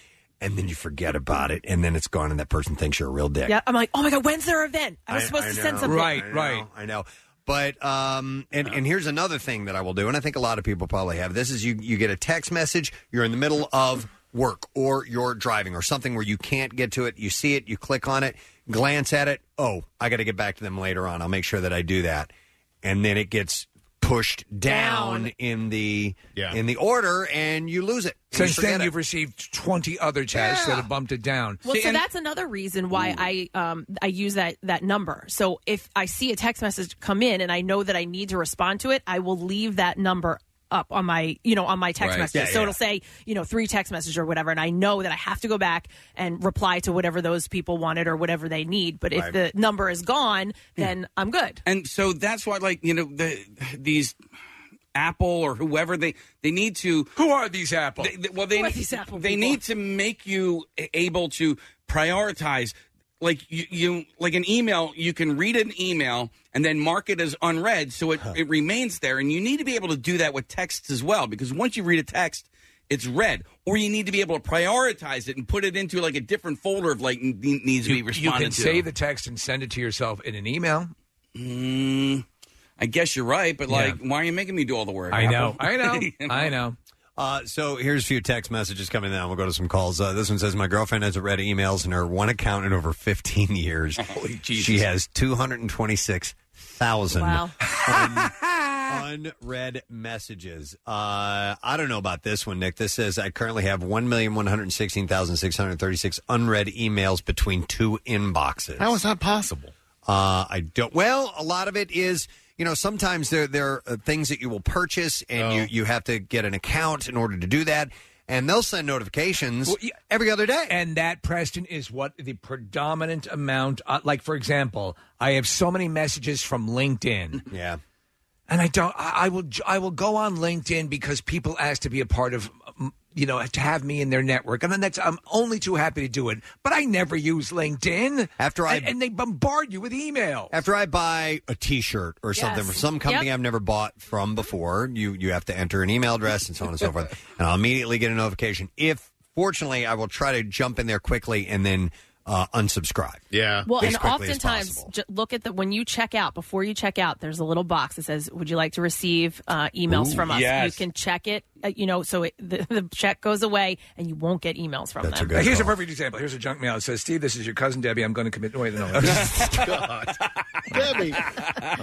[SPEAKER 2] and then you forget about it, and then it's gone, and that person thinks you're a real dick.
[SPEAKER 3] Yeah, I'm like, oh my god, when's their event? I was
[SPEAKER 2] I-
[SPEAKER 3] supposed
[SPEAKER 2] I
[SPEAKER 3] to send
[SPEAKER 2] know.
[SPEAKER 3] something.
[SPEAKER 2] I know, I know. But um, and
[SPEAKER 3] Uh-huh.
[SPEAKER 2] and here's another thing that I will do, and I think a lot of people probably have. This is you you get a text message. You're in the middle of work, or you're driving, or something where you can't get to it. You see it, you click on it, glance at it. Oh, I got to get back to them later on. I'll make sure that I do that, and then it gets pushed down,
[SPEAKER 4] Down.
[SPEAKER 2] in the in the order, and you lose it. And
[SPEAKER 4] Since
[SPEAKER 2] you
[SPEAKER 4] then,
[SPEAKER 2] forget it.
[SPEAKER 4] you've received 20 other texts that have bumped it down.
[SPEAKER 3] Well, so that's another reason why I um, I use that that number. So if I see a text message come in and I know that I need to respond to it, I will leave that number up on my you know on my text
[SPEAKER 13] Right.
[SPEAKER 3] message.
[SPEAKER 13] Yeah,
[SPEAKER 3] so
[SPEAKER 13] yeah.
[SPEAKER 3] it'll say you know three text messages or whatever, and I know that I have to go back and reply to whatever those people wanted or whatever they need. But if
[SPEAKER 5] Right.
[SPEAKER 3] the number is gone,
[SPEAKER 13] Hmm.
[SPEAKER 3] then I'm good.
[SPEAKER 5] And so that's why, like you know, the these Apple or whoever they they need to.
[SPEAKER 4] Who are these Apple?
[SPEAKER 5] They, they- well, they
[SPEAKER 3] Who are these Apple
[SPEAKER 5] they
[SPEAKER 3] people?
[SPEAKER 5] need to make you a- able to prioritize. Like you, you, like an email, you can read an email and then mark it as unread, so it, it remains there. And you need to be able to do that with texts as well, because once you read a text, it's read. Or you need to be able to prioritize it and put it into like a different folder of like n- needs to be
[SPEAKER 4] you
[SPEAKER 5] responded
[SPEAKER 4] can
[SPEAKER 5] to.
[SPEAKER 4] save the text and send it to yourself in an email.
[SPEAKER 5] Mm, I guess you're right, but
[SPEAKER 4] Yeah.
[SPEAKER 5] like, why are you making me do all the work?
[SPEAKER 4] I know.
[SPEAKER 5] Apple?
[SPEAKER 4] I know.
[SPEAKER 5] You
[SPEAKER 4] I know.
[SPEAKER 2] Uh, so here's a few text messages coming in. We'll go to some calls. Uh, this one says, "My girlfriend hasn't read emails in her one account in over 15 years. She has 226,000 un- unread messages. Uh, I don't know about this one, Nick. This says I currently have 1,116,636 unread emails between two inboxes.
[SPEAKER 7] How is that possible?
[SPEAKER 2] Uh, I don't. Well, a lot of it is, you know, sometimes there there are uh, things that you will purchase, and
[SPEAKER 7] Oh.
[SPEAKER 2] you you have to get an account in order to do that, and they'll send notifications every other day.
[SPEAKER 4] And that, Preston, is what the predominant amount. Uh, like, for example, I have so many messages from LinkedIn.
[SPEAKER 2] Yeah.
[SPEAKER 4] And I don't. I, I will. j- I will go on LinkedIn because people ask to be a part of. um, You know, to have me in their network, and then that's. I'm only too happy to do it. But I never use LinkedIn. After I and, and they bombard you with email.
[SPEAKER 2] After I buy a T-shirt or something
[SPEAKER 4] Yes.
[SPEAKER 2] from some company
[SPEAKER 4] Yep.
[SPEAKER 2] I've never bought from before, you you have to enter an email address and so on and so forth, and I'll immediately get a notification if. Fortunately, I will try to jump in there quickly and then uh, unsubscribe.
[SPEAKER 7] Yeah.
[SPEAKER 3] Well, and oftentimes, j- look at the when you check out. Before you check out, there's a little box that says, "Would you like to receive uh, emails
[SPEAKER 2] Ooh,
[SPEAKER 3] from us?"
[SPEAKER 2] yes.
[SPEAKER 3] You can check it. Uh, you know, so it, the, the check goes away, and you won't get emails from them.
[SPEAKER 4] Here's a perfect example. Here's a junk mail. It says, "Steve, this is your cousin Debbie. I'm going to commit." Wait, no. Oh,
[SPEAKER 2] Debbie.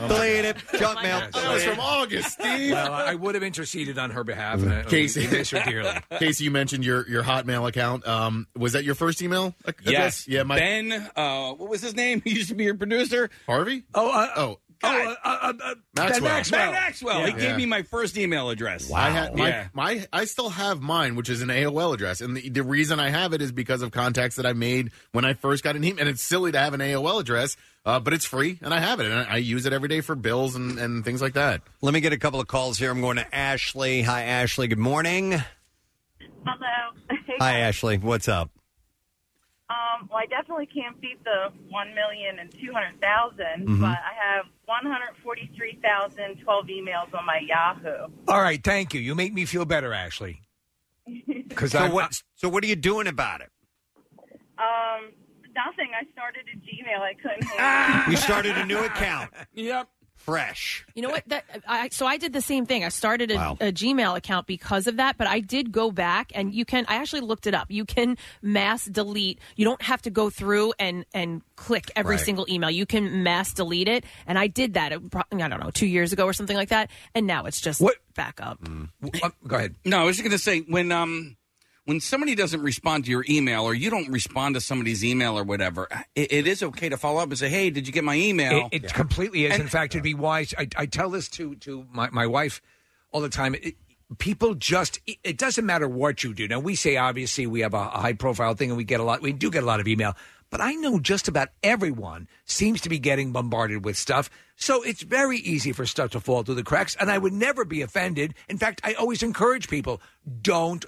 [SPEAKER 2] Delete it. Junk mail.
[SPEAKER 7] That was from August, Steve.
[SPEAKER 4] Well, I would have interceded on her behalf. and I-
[SPEAKER 7] Casey,
[SPEAKER 4] we miss her dearly.
[SPEAKER 7] Casey, you mentioned your your Hotmail account. Um, was that your first email? ac-
[SPEAKER 5] Yes.
[SPEAKER 7] address? Yeah. My
[SPEAKER 5] ben, uh, what was his name? He used to be your producer.
[SPEAKER 7] Harvey.
[SPEAKER 4] Oh. Uh,
[SPEAKER 7] oh.
[SPEAKER 5] God.
[SPEAKER 7] Maxwell.
[SPEAKER 5] Ben Maxwell.
[SPEAKER 7] Ben Maxwell.
[SPEAKER 5] He
[SPEAKER 7] Yeah.
[SPEAKER 5] gave me my first email address.
[SPEAKER 7] I had my,
[SPEAKER 5] Yeah.
[SPEAKER 7] my I still have mine, which is an AOL address, and the, the reason I have it is because of contacts that I made when I first got an email. And it's silly to have an AOL address, uh, but it's free, and I have it, and I, I use it every day for bills and, and things like that.
[SPEAKER 2] Let me get a couple of calls here. I'm going to Ashley. Hi, Ashley. Good morning.
[SPEAKER 15] Hello.
[SPEAKER 2] Hi, Ashley. What's up?
[SPEAKER 15] Um, well, I definitely can't beat the one million and two hundred thousand,
[SPEAKER 2] Mm-hmm.
[SPEAKER 4] Mhm.
[SPEAKER 15] but I have one hundred forty-three thousand twelve emails on my Yahoo.
[SPEAKER 4] All right, thank you. You make me feel better, Ashley. Because
[SPEAKER 2] so
[SPEAKER 4] I'm-
[SPEAKER 2] what? So what are you doing about it?
[SPEAKER 15] Um, nothing. I started a Gmail. I couldn't. handle it.
[SPEAKER 2] You started a new account.
[SPEAKER 5] Yep.
[SPEAKER 2] Fresh.
[SPEAKER 3] You know what? That I, so I did the same thing. I started a,
[SPEAKER 2] Wow.
[SPEAKER 3] a Gmail account because of that, but I did go back and you can. I actually looked it up. You can mass delete. You don't have to go through and and click every
[SPEAKER 18] Right.
[SPEAKER 3] single email. You can mass delete it, and I did that. It, pro- I don't know, two years ago or something like that, and now it's just back up.
[SPEAKER 5] Mm.
[SPEAKER 4] uh, go ahead.
[SPEAKER 5] No, I was just going to say when um when somebody doesn't respond to your email or you don't respond to somebody's email or whatever, it, it is okay to follow up and say, "Hey, did you get my email?"
[SPEAKER 4] It, it completely is. In fact, it'd be wise. I, I tell this to to my, my wife all the time. It, people just it, it doesn't matter what you do. Now we say obviously we have a, high profile thing and we get a lot. We do get a lot of email, but I know just about everyone seems to be getting bombarded with stuff. So it's very easy for stuff to fall through the cracks, and I would never be offended. In fact, I always encourage people: don't.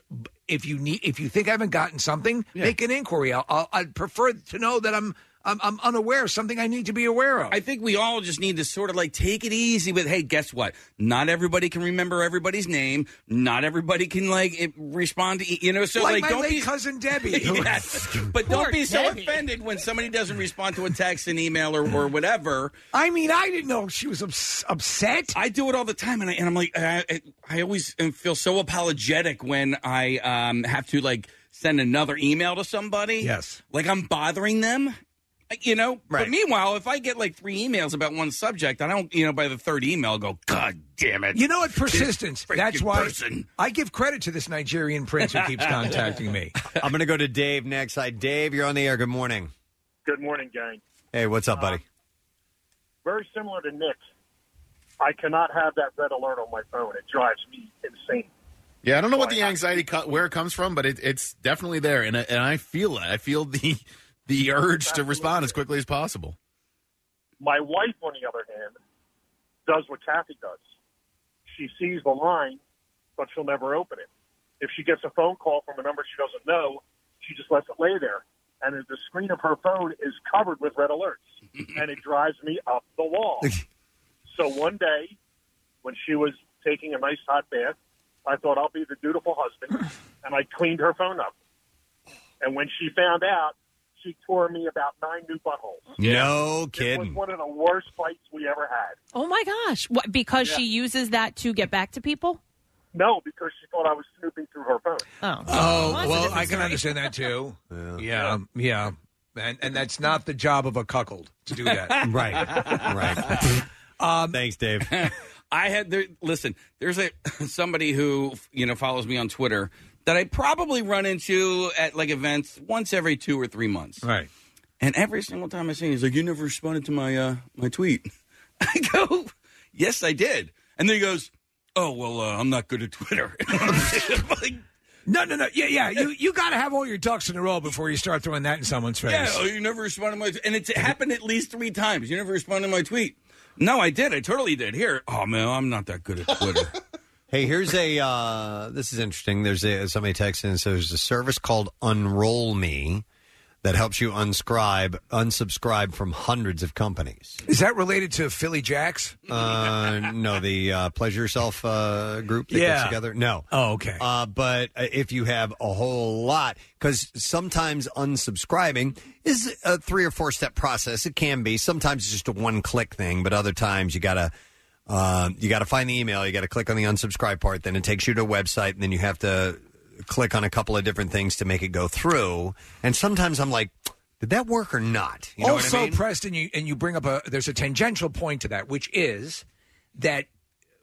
[SPEAKER 4] If you need, if you think I haven't gotten something, make an inquiry. I'll, I'll, I'd prefer to know that I'm, I'm I'm unaware of something I need to be aware of.
[SPEAKER 5] I think we all just need to sort of like take it easy with, hey, guess what? Not everybody can remember everybody's name. Not everybody can like it- respond to, e- you know. So
[SPEAKER 4] like,
[SPEAKER 5] like,
[SPEAKER 4] my
[SPEAKER 5] don't
[SPEAKER 4] late
[SPEAKER 5] be
[SPEAKER 4] cousin Debbie.
[SPEAKER 5] Yes. but don't
[SPEAKER 4] Poor
[SPEAKER 5] be so
[SPEAKER 4] Debbie.
[SPEAKER 5] offended when somebody doesn't respond to a text, an email, or, or whatever.
[SPEAKER 4] I mean, I didn't know she was ups- upset.
[SPEAKER 5] I do it all the time, and, I, and I'm like, I, I- I always am- feel so apologetic when I um, have to like send another email to somebody.
[SPEAKER 4] Yes.
[SPEAKER 5] like I'm bothering them. like, You know,
[SPEAKER 4] Right.
[SPEAKER 5] but meanwhile, if I get like three emails about one subject, I don't, you know, by the third email, I'll go, God damn it.
[SPEAKER 4] You know what?
[SPEAKER 5] This
[SPEAKER 4] Persistence. That's
[SPEAKER 5] freaking
[SPEAKER 4] why
[SPEAKER 5] person."
[SPEAKER 4] I give credit to this Nigerian prince who keeps contacting me.
[SPEAKER 2] I'm going to go to Dave next. Hi, Dave. You're on the air. Good morning.
[SPEAKER 19] Good morning, gang.
[SPEAKER 2] Hey, what's up, buddy?
[SPEAKER 19] Very similar to Nick. I cannot have that red alert on my phone. It drives me insane.
[SPEAKER 7] Yeah, I don't know what the anxiety co- where it comes from, but it, it's definitely there, and I- and I feel it. I feel the the urge to respond as quickly as possible.
[SPEAKER 19] My wife, on the other hand, does what Kathy does. She sees the line, but she'll never open it. If she gets a phone call from a number she doesn't know, she just lets it lay there. And the screen of her phone is covered with red alerts, and it drives me up the wall. so one day, when she was taking a nice hot bath, I thought I'll be the dutiful husband, and I cleaned her phone up. And when she found out, she tore me about nine new buttholes.
[SPEAKER 2] No
[SPEAKER 19] It was
[SPEAKER 2] kidding.
[SPEAKER 19] one of the worst fights we ever had.
[SPEAKER 3] Oh my gosh! What, because
[SPEAKER 19] Yeah.
[SPEAKER 3] she uses that to get back to people.
[SPEAKER 19] No, because she thought I was snooping through her phone.
[SPEAKER 3] Oh,
[SPEAKER 4] Oh, well, I can understand that too. Yeah. Yeah. And, and that's not the job of a cuckold to do that.
[SPEAKER 2] right. Right.
[SPEAKER 5] Um,
[SPEAKER 2] Thanks, Dave.
[SPEAKER 5] I had there. Listen, there's a somebody who you know follows me on Twitter that I probably run into at like events once every two or three months.
[SPEAKER 4] Right.
[SPEAKER 5] And every single time I see, him, he's like, "You never responded to my uh, my tweet." I go, Oh, "Yes, I did." And then he goes, "Oh well, uh, I'm not good at Twitter."
[SPEAKER 4] No, no, no. Yeah, yeah. You you got to have all your ducks in a row before you start throwing that in someone's face.
[SPEAKER 5] Yeah, oh, you never responded to my and it's happened at least three times. You never responded to my tweet. No, I did. I totally did. Here, oh man, I'm not that good at Twitter.
[SPEAKER 2] Hey, here's a. Uh, this is interesting. There's a somebody texted and says there's a service called Unroll Me that helps you unscribe, unsubscribe from hundreds of companies.
[SPEAKER 4] Is that related to Philly Jacks?
[SPEAKER 2] Uh, no, the uh, Pleasure Yourself uh, group that gets
[SPEAKER 4] Yeah.
[SPEAKER 2] together. No.
[SPEAKER 4] Oh, okay.
[SPEAKER 2] Uh, but uh, if you have a whole lot, because sometimes unsubscribing is a three or four step process. It can be. Sometimes it's just a one click thing, but other times you gotta. Uh, you got to find the email. You got to click on the unsubscribe part. Then it takes you to a website, and then you have to click on a couple of different things to make it go through. And sometimes I'm like, did that work or not? You know what I
[SPEAKER 4] also,
[SPEAKER 2] mean?
[SPEAKER 4] Preston, you and you bring up a there's a tangential point to that, which is that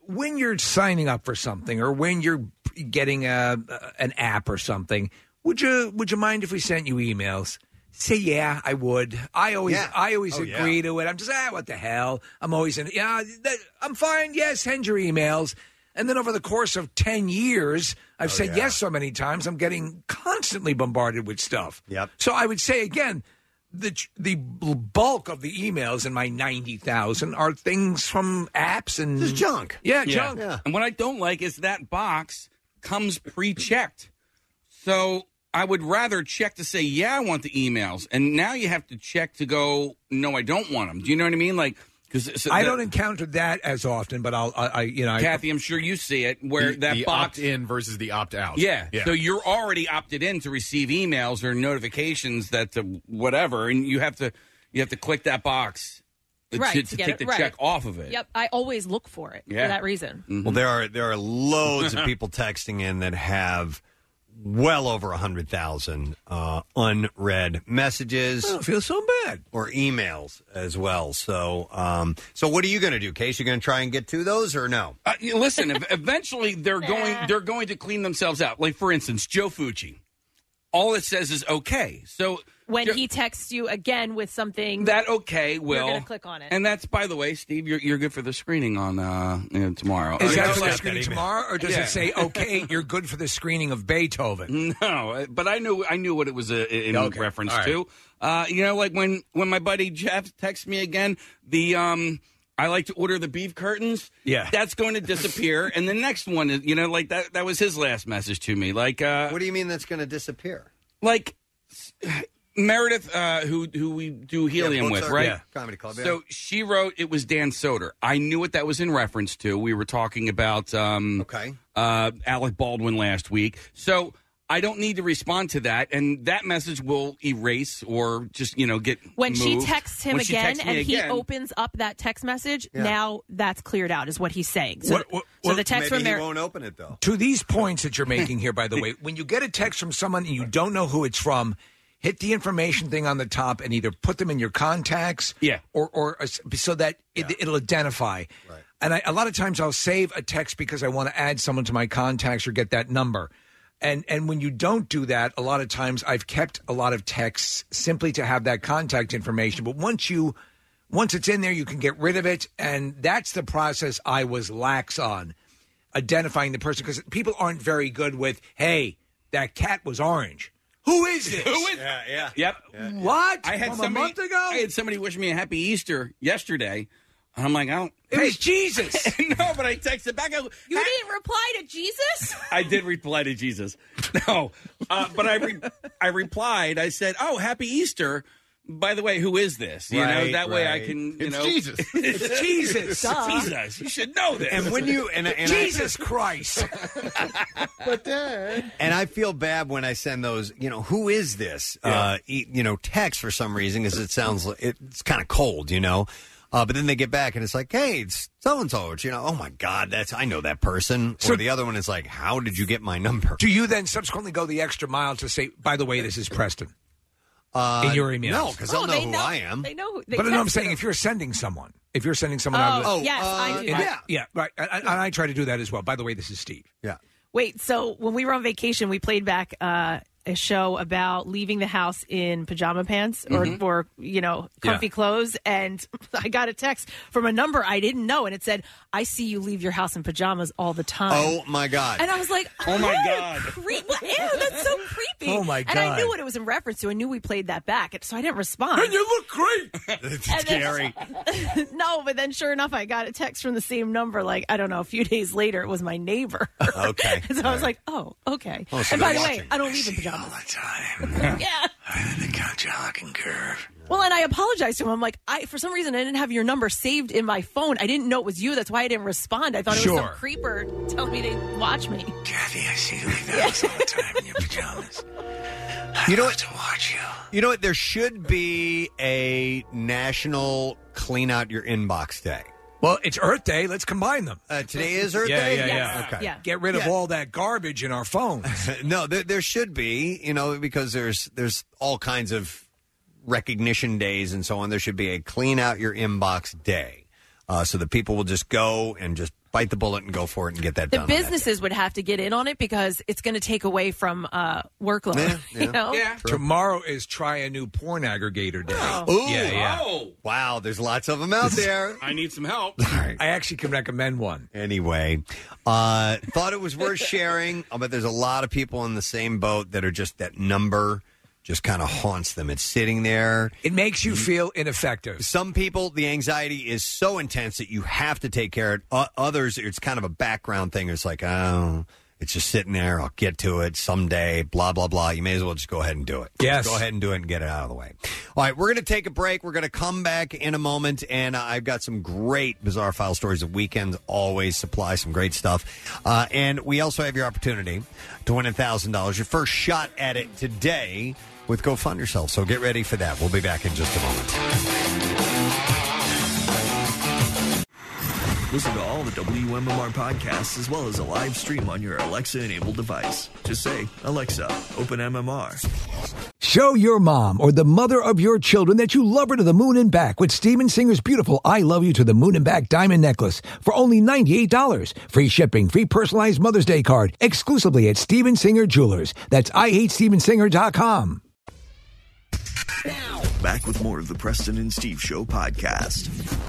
[SPEAKER 4] when you're signing up for something or when you're getting a, an app or something, would you would you mind if we sent you emails? Say yeah, I would. I always
[SPEAKER 9] Yeah.
[SPEAKER 4] I always
[SPEAKER 9] Oh, yeah.
[SPEAKER 4] agree to it. I'm just ah, what the hell? I'm always in. Yeah, that, I'm fine. Yeah, send your emails. And then over the course of ten years, I've said yes so many times. I'm getting constantly bombarded with stuff. Yep. So I would say again, the ch- the bulk of the emails in my ninety thousand are things from apps and
[SPEAKER 5] Just
[SPEAKER 2] junk.
[SPEAKER 4] Yeah, junk.
[SPEAKER 5] And what I don't like is that box comes pre-checked. So I would rather check to say, yeah, I want the emails, and now you have to check to go, no, I don't want them. Do you know what I mean? Like, because
[SPEAKER 4] I don't encounter that as often, but I'll I, I you know I,
[SPEAKER 5] Kathy, I'm sure you see it where
[SPEAKER 4] The-
[SPEAKER 5] that
[SPEAKER 4] the
[SPEAKER 5] box
[SPEAKER 7] in versus the opt out.
[SPEAKER 5] Yeah.
[SPEAKER 4] Yeah.
[SPEAKER 5] So you're already opted in to receive emails or notifications that the whatever, and you have to you have to click that box to,
[SPEAKER 14] Right,
[SPEAKER 5] to
[SPEAKER 14] to get
[SPEAKER 5] take
[SPEAKER 14] it-
[SPEAKER 5] the
[SPEAKER 14] right.
[SPEAKER 5] check off of it.
[SPEAKER 14] Yep, I always look for it
[SPEAKER 2] Yeah.
[SPEAKER 14] for that reason.
[SPEAKER 5] Mm-hmm.
[SPEAKER 2] Well, there are there are loads of people texting in that have well over a hundred thousand uh, unread messages. I
[SPEAKER 5] Oh,
[SPEAKER 2] don't
[SPEAKER 4] feel so bad.
[SPEAKER 2] Or emails as well. So, um, so what are you going to do, Case? You're going to try and get to those or no?
[SPEAKER 5] Uh, you- listen, ev- eventually they're going they're going to clean themselves out. Like for instance, Joe Fucci. All it says is okay. So
[SPEAKER 14] When he texts you again with something
[SPEAKER 5] that okay
[SPEAKER 14] you're
[SPEAKER 5] will
[SPEAKER 14] gonna click on it.
[SPEAKER 5] And that's by the way, Steve, you're you're good for the screening on uh you know, tomorrow.
[SPEAKER 4] Is
[SPEAKER 5] Uh,
[SPEAKER 4] that
[SPEAKER 5] no,
[SPEAKER 4] for the
[SPEAKER 5] like-
[SPEAKER 4] screening tomorrow, or does
[SPEAKER 5] Yeah.
[SPEAKER 4] it say, "Okay, you're good for the screening of Beethoven"?
[SPEAKER 5] No, uh, but I knew I knew what it was uh, in
[SPEAKER 4] Okay.
[SPEAKER 5] reference
[SPEAKER 4] All right.
[SPEAKER 5] to. Uh, you know, like when when my buddy Jeff texts me again, the um, I like to order the beef curtains.
[SPEAKER 4] Yeah.
[SPEAKER 5] that's going to disappear, and the next one is you know like that that was his last message to me. Like uh,
[SPEAKER 2] What do you mean that's going to disappear?
[SPEAKER 5] like Meredith, uh, who who we do helium
[SPEAKER 2] Yeah,
[SPEAKER 5] with,
[SPEAKER 2] Boots
[SPEAKER 5] right?
[SPEAKER 2] Are- Comedy Club.
[SPEAKER 5] So she wrote it was Dan Soder. I knew what that was in reference to. We were talking about um,
[SPEAKER 2] okay
[SPEAKER 5] uh, Alec Baldwin last week. So I don't need to respond to that, and that message will erase or just you know get
[SPEAKER 14] when she
[SPEAKER 5] moved.
[SPEAKER 14] texts him
[SPEAKER 5] When she
[SPEAKER 14] again
[SPEAKER 5] texts me
[SPEAKER 14] and
[SPEAKER 5] again-
[SPEAKER 14] he opens up that text message,
[SPEAKER 5] Yeah.
[SPEAKER 14] now that's cleared out, is what he's saying. So,
[SPEAKER 4] What- what-
[SPEAKER 14] so
[SPEAKER 4] what-
[SPEAKER 14] the text
[SPEAKER 4] Maybe he
[SPEAKER 14] from there.
[SPEAKER 4] won't
[SPEAKER 2] open it though.
[SPEAKER 4] To these points that you're making here, by the way, when you get a text from someone and you don't know who it's from, hit the information thing on the top and either put them in your contacts, yeah, or or uh, so that it, it'll identify. Right. And I, a lot of times I'll save a text because I want to add someone to my contacts or get that number. And and when you don't do that, a lot of times I've kept a lot of texts simply to have that contact information. But once you once it's in there, you can get rid of it, and that's the process I was lax on identifying the person because people aren't very good with hey that cat was orange who is this
[SPEAKER 5] Who is?
[SPEAKER 2] yeah.
[SPEAKER 5] Yep.
[SPEAKER 4] What?
[SPEAKER 5] I had
[SPEAKER 4] From a
[SPEAKER 5] somebody,
[SPEAKER 4] month ago?
[SPEAKER 5] I had somebody wish me a happy Easter yesterday, and I'm like, I don't.
[SPEAKER 4] It was Jesus.
[SPEAKER 5] no, but I texted back. I, go,
[SPEAKER 14] You didn't reply to Jesus?
[SPEAKER 5] I did reply to Jesus. No, uh, but I re- I replied. I said, "Oh, happy Easter." By the way, who is this? You know,
[SPEAKER 2] Right,
[SPEAKER 5] that way I
[SPEAKER 2] right.
[SPEAKER 5] can. You
[SPEAKER 2] It's
[SPEAKER 5] know,
[SPEAKER 2] Jesus.
[SPEAKER 4] It's Jesus. Duh.
[SPEAKER 5] Jesus. You should know this.
[SPEAKER 2] And when you- and I- and I-
[SPEAKER 4] jesus christ
[SPEAKER 7] but then
[SPEAKER 2] And I feel bad when I send those, you know, who is this? Uh, e- you know, text for some reason because it sounds li- it's kind of cold, you know. Uh, but then they get back and it's like, hey, it's so and so. You know, oh my God, that's I know that person.
[SPEAKER 4] So-
[SPEAKER 2] or the other one is like, how did you get my number?
[SPEAKER 4] do you then subsequently go the extra mile to say by the way this is preston
[SPEAKER 2] Uh,
[SPEAKER 4] in your email
[SPEAKER 2] no, 'cause they'll Oh, know they who know- I am. they
[SPEAKER 14] know who- they
[SPEAKER 4] but no, i'm
[SPEAKER 14] text
[SPEAKER 4] saying
[SPEAKER 14] them.
[SPEAKER 4] if you're sending someone if you're sending someone
[SPEAKER 14] Oh,
[SPEAKER 4] out of the-
[SPEAKER 14] yes,
[SPEAKER 2] Uh,
[SPEAKER 14] I do
[SPEAKER 4] in-
[SPEAKER 14] that.
[SPEAKER 4] yeah yeah right and, and i try to do that as well by the way this is steve
[SPEAKER 2] yeah
[SPEAKER 14] Wait, so when we were on vacation, we played back uh, a show about leaving the house in pajama pants or,
[SPEAKER 13] Mhm.
[SPEAKER 14] or you know, comfy
[SPEAKER 13] Yeah.
[SPEAKER 14] clothes. And I got a text from a number I didn't know, and it said, I see you leave your house in pajamas all the time.
[SPEAKER 2] Oh my God.
[SPEAKER 14] And I was like,
[SPEAKER 2] Oh, my
[SPEAKER 14] "What a
[SPEAKER 2] God."
[SPEAKER 14] creep- what- ew, that's so creepy.
[SPEAKER 2] Oh, my
[SPEAKER 14] And I
[SPEAKER 2] God.
[SPEAKER 14] knew what it was in reference to. I knew we played that back, and so I didn't respond.
[SPEAKER 4] And you look great.
[SPEAKER 2] it's
[SPEAKER 14] And then-
[SPEAKER 2] scary.
[SPEAKER 14] no, but then sure enough, I got a text from the same number. Like I don't know, a few days later, it was my neighbor.
[SPEAKER 2] okay.
[SPEAKER 14] so I was like, oh, okay.
[SPEAKER 2] Oh, so
[SPEAKER 14] and by
[SPEAKER 2] they're
[SPEAKER 14] the way,
[SPEAKER 2] watching.
[SPEAKER 14] I don't leave in
[SPEAKER 9] all the time.
[SPEAKER 3] yeah.
[SPEAKER 9] I'm in the couch and curve.
[SPEAKER 3] Well, and I apologized to him. I'm like, I for some reason I didn't have your number saved in my phone. I didn't know it was you. That's why I didn't respond. I thought it was
[SPEAKER 9] Sure.
[SPEAKER 3] some creeper telling me to watch me.
[SPEAKER 9] Kathy, I see you leave the house all the time in your pajamas.
[SPEAKER 2] You know what? To watch you. You know what? There should be a national clean out your inbox day.
[SPEAKER 4] Well, it's Earth Day. Let's combine them.
[SPEAKER 2] Uh, today is Earth
[SPEAKER 4] yeah,
[SPEAKER 2] Day.
[SPEAKER 4] Yeah, yeah,
[SPEAKER 2] Okay.
[SPEAKER 4] Get rid of
[SPEAKER 2] Yeah.
[SPEAKER 4] all that garbage in our phones.
[SPEAKER 2] no, there, there should be, you know, because there's there's all kinds of recognition days and so on. There should be a clean out your inbox day, uh, so that people will just go and just bite the bullet and go for it and get that
[SPEAKER 3] The
[SPEAKER 2] done. on that
[SPEAKER 3] businesses would have to get in on it because it's going to take away from uh, workload. you know?
[SPEAKER 4] Tomorrow is try a new porn aggregator day.
[SPEAKER 2] Ooh.
[SPEAKER 4] yeah, yeah.
[SPEAKER 2] Oh. Wow, there's lots of them out there.
[SPEAKER 5] I need some help.
[SPEAKER 4] I actually can recommend one.
[SPEAKER 2] Anyway, uh, thought it was worth sharing. I bet there's a lot of people in the same boat that are just that number just kind of haunts them. It's sitting there. Mm.
[SPEAKER 4] It makes you feel ineffective.
[SPEAKER 2] Some people, the anxiety is so intense that you have to take care of it. O- others, it's kind of a background thing. It's like, oh, it's just sitting there. I'll get to it someday, blah, blah, blah. You may as well just go ahead and do it.
[SPEAKER 9] Yes.
[SPEAKER 2] Go ahead and do it and get it out of the way. All right, we're going to take a break. We're going to come back in a moment, and I've got some great bizarre file stories of weekends. Always supply some great stuff, uh, and we also have your opportunity to win a thousand dollars. Your first shot at it today with Go Fund Yourself. So get ready for that. We'll be back in just a moment.
[SPEAKER 6] Listen to all the WMMR podcasts as well as a live stream on your Alexa enabled device. Just say, Alexa, open MMR.
[SPEAKER 18] Show your mom or the mother of your children that you love her to the moon and back with Steven Singer's beautiful I Love You to the Moon and Back diamond necklace for only $98. Free shipping, free personalized Mother's Day card, exclusively at Steven Singer Jewelers. That's IHateStevenSinger.com.
[SPEAKER 6] Back with more of the Preston and Steve Show podcast.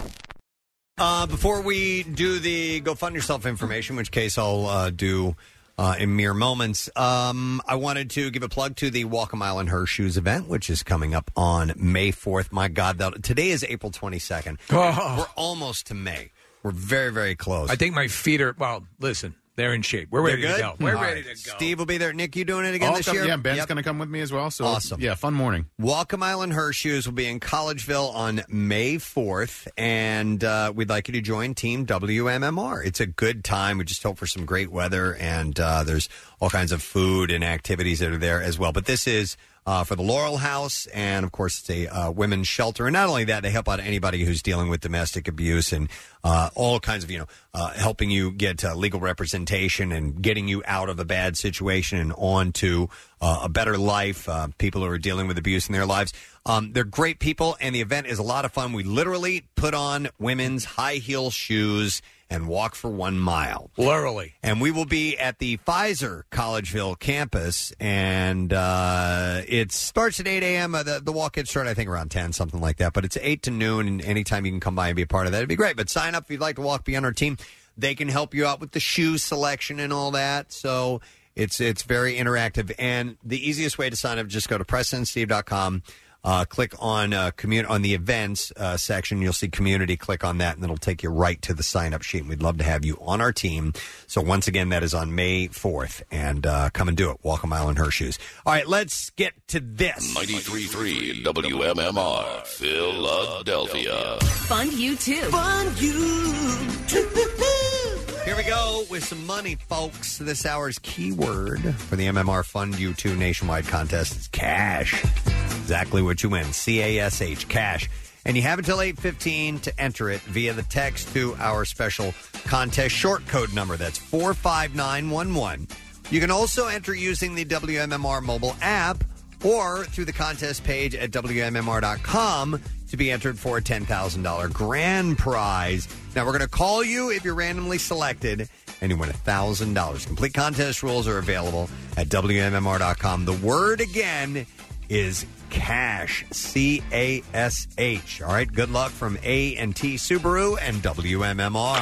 [SPEAKER 2] Uh, before we do the Go Fund Yourself information, which case I'll uh, do uh, in mere moments, um, I wanted to give a plug to the Walk a Mile in Her Shoes event, which is coming up on May 4th. My God, that, today is April 22nd.
[SPEAKER 4] Oh.
[SPEAKER 2] We're almost to May. We're very, very close.
[SPEAKER 4] I think my feet are, well, listen, they're in shape. We're ready
[SPEAKER 2] They're
[SPEAKER 4] to
[SPEAKER 2] good?
[SPEAKER 4] go. We're
[SPEAKER 2] All
[SPEAKER 4] ready
[SPEAKER 2] right.
[SPEAKER 4] to go.
[SPEAKER 2] Steve will be there. Nick, you doing it again
[SPEAKER 7] I'll
[SPEAKER 2] this
[SPEAKER 7] come-
[SPEAKER 2] year?
[SPEAKER 7] Yeah, Ben's
[SPEAKER 2] Yep.
[SPEAKER 7] going to come with me as well. So
[SPEAKER 2] Awesome.
[SPEAKER 7] Yeah, fun morning.
[SPEAKER 2] Walk a Mile in Her Shoes will be in Collegeville on May 4th, and uh, we'd like you to join Team WMMR. It's a good time. We just hope for some great weather, and uh, there's all kinds of food and activities that are there as well. But this is uh, for the Laurel House, and of course, it's a uh, women's shelter. And not only that, they help out anybody who's dealing with domestic abuse and uh, all kinds of, you know, uh, helping you get uh, legal representation and getting you out of a bad situation and on to uh, a better life. Uh, people who are dealing with abuse in their lives. Um, they're great people, and the event is a lot of fun. We literally put on women's high heel shoes and walk for one mile.
[SPEAKER 4] Literally.
[SPEAKER 2] And we will be at the Pfizer Collegeville campus, and uh, it starts at 8 a.m. Uh, The, the walk-ins start, I think, around 10, something like that. But it's 8 to noon, and anytime you can come by and be a part of that, it'd be great. But sign up if you'd like to walk beyond our team. They can help you out with the shoe selection and all that. So it's it's very interactive. And the easiest way to sign up, just go to PrestonSteve.com. Uh, click on uh, commun- on the events uh, section. You'll see community. Click on that, and it'll take you right to the sign up sheet. And we'd love to have you on our team. So once again, that is on May fourth, and uh, come and do it. Walk a mile in her shoes. All right, let's get to this.
[SPEAKER 1] 93.3 WMMR, Philadelphia.
[SPEAKER 13] Fund you too.
[SPEAKER 9] Fund you
[SPEAKER 2] Here we go with some money, folks. This hour's keyword for the MMR Fund U2 nationwide contest is cash. Exactly what you win. C A S H, cash. And you have until 815 to enter it via the text to our special contest short code number. That's 45911. You can also enter using the WMMR mobile app or through the contest page at WMMR.com to be entered for a $10,000 grand prize. Now, we're going to call you if you're randomly selected and you win $1,000. Complete contest rules are available at WMMR.com. The word again is cash, C A S H. All right, good luck from A and T Subaru and WMMR.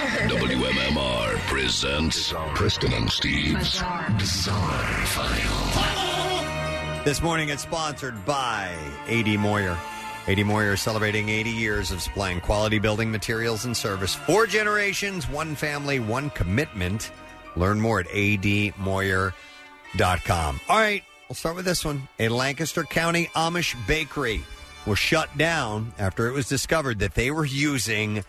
[SPEAKER 1] WMMR presents Preston and Steve's Bizarre, File.
[SPEAKER 2] This morning it's sponsored by AD Moyer. AD Moyer is celebrating 80 years of supplying quality building materials and service. Four generations, one family, one commitment. Learn more at admoyer.com. com. All right, we'll start with this one. A Lancaster County Amish bakery was shut down after it was discovered that they were using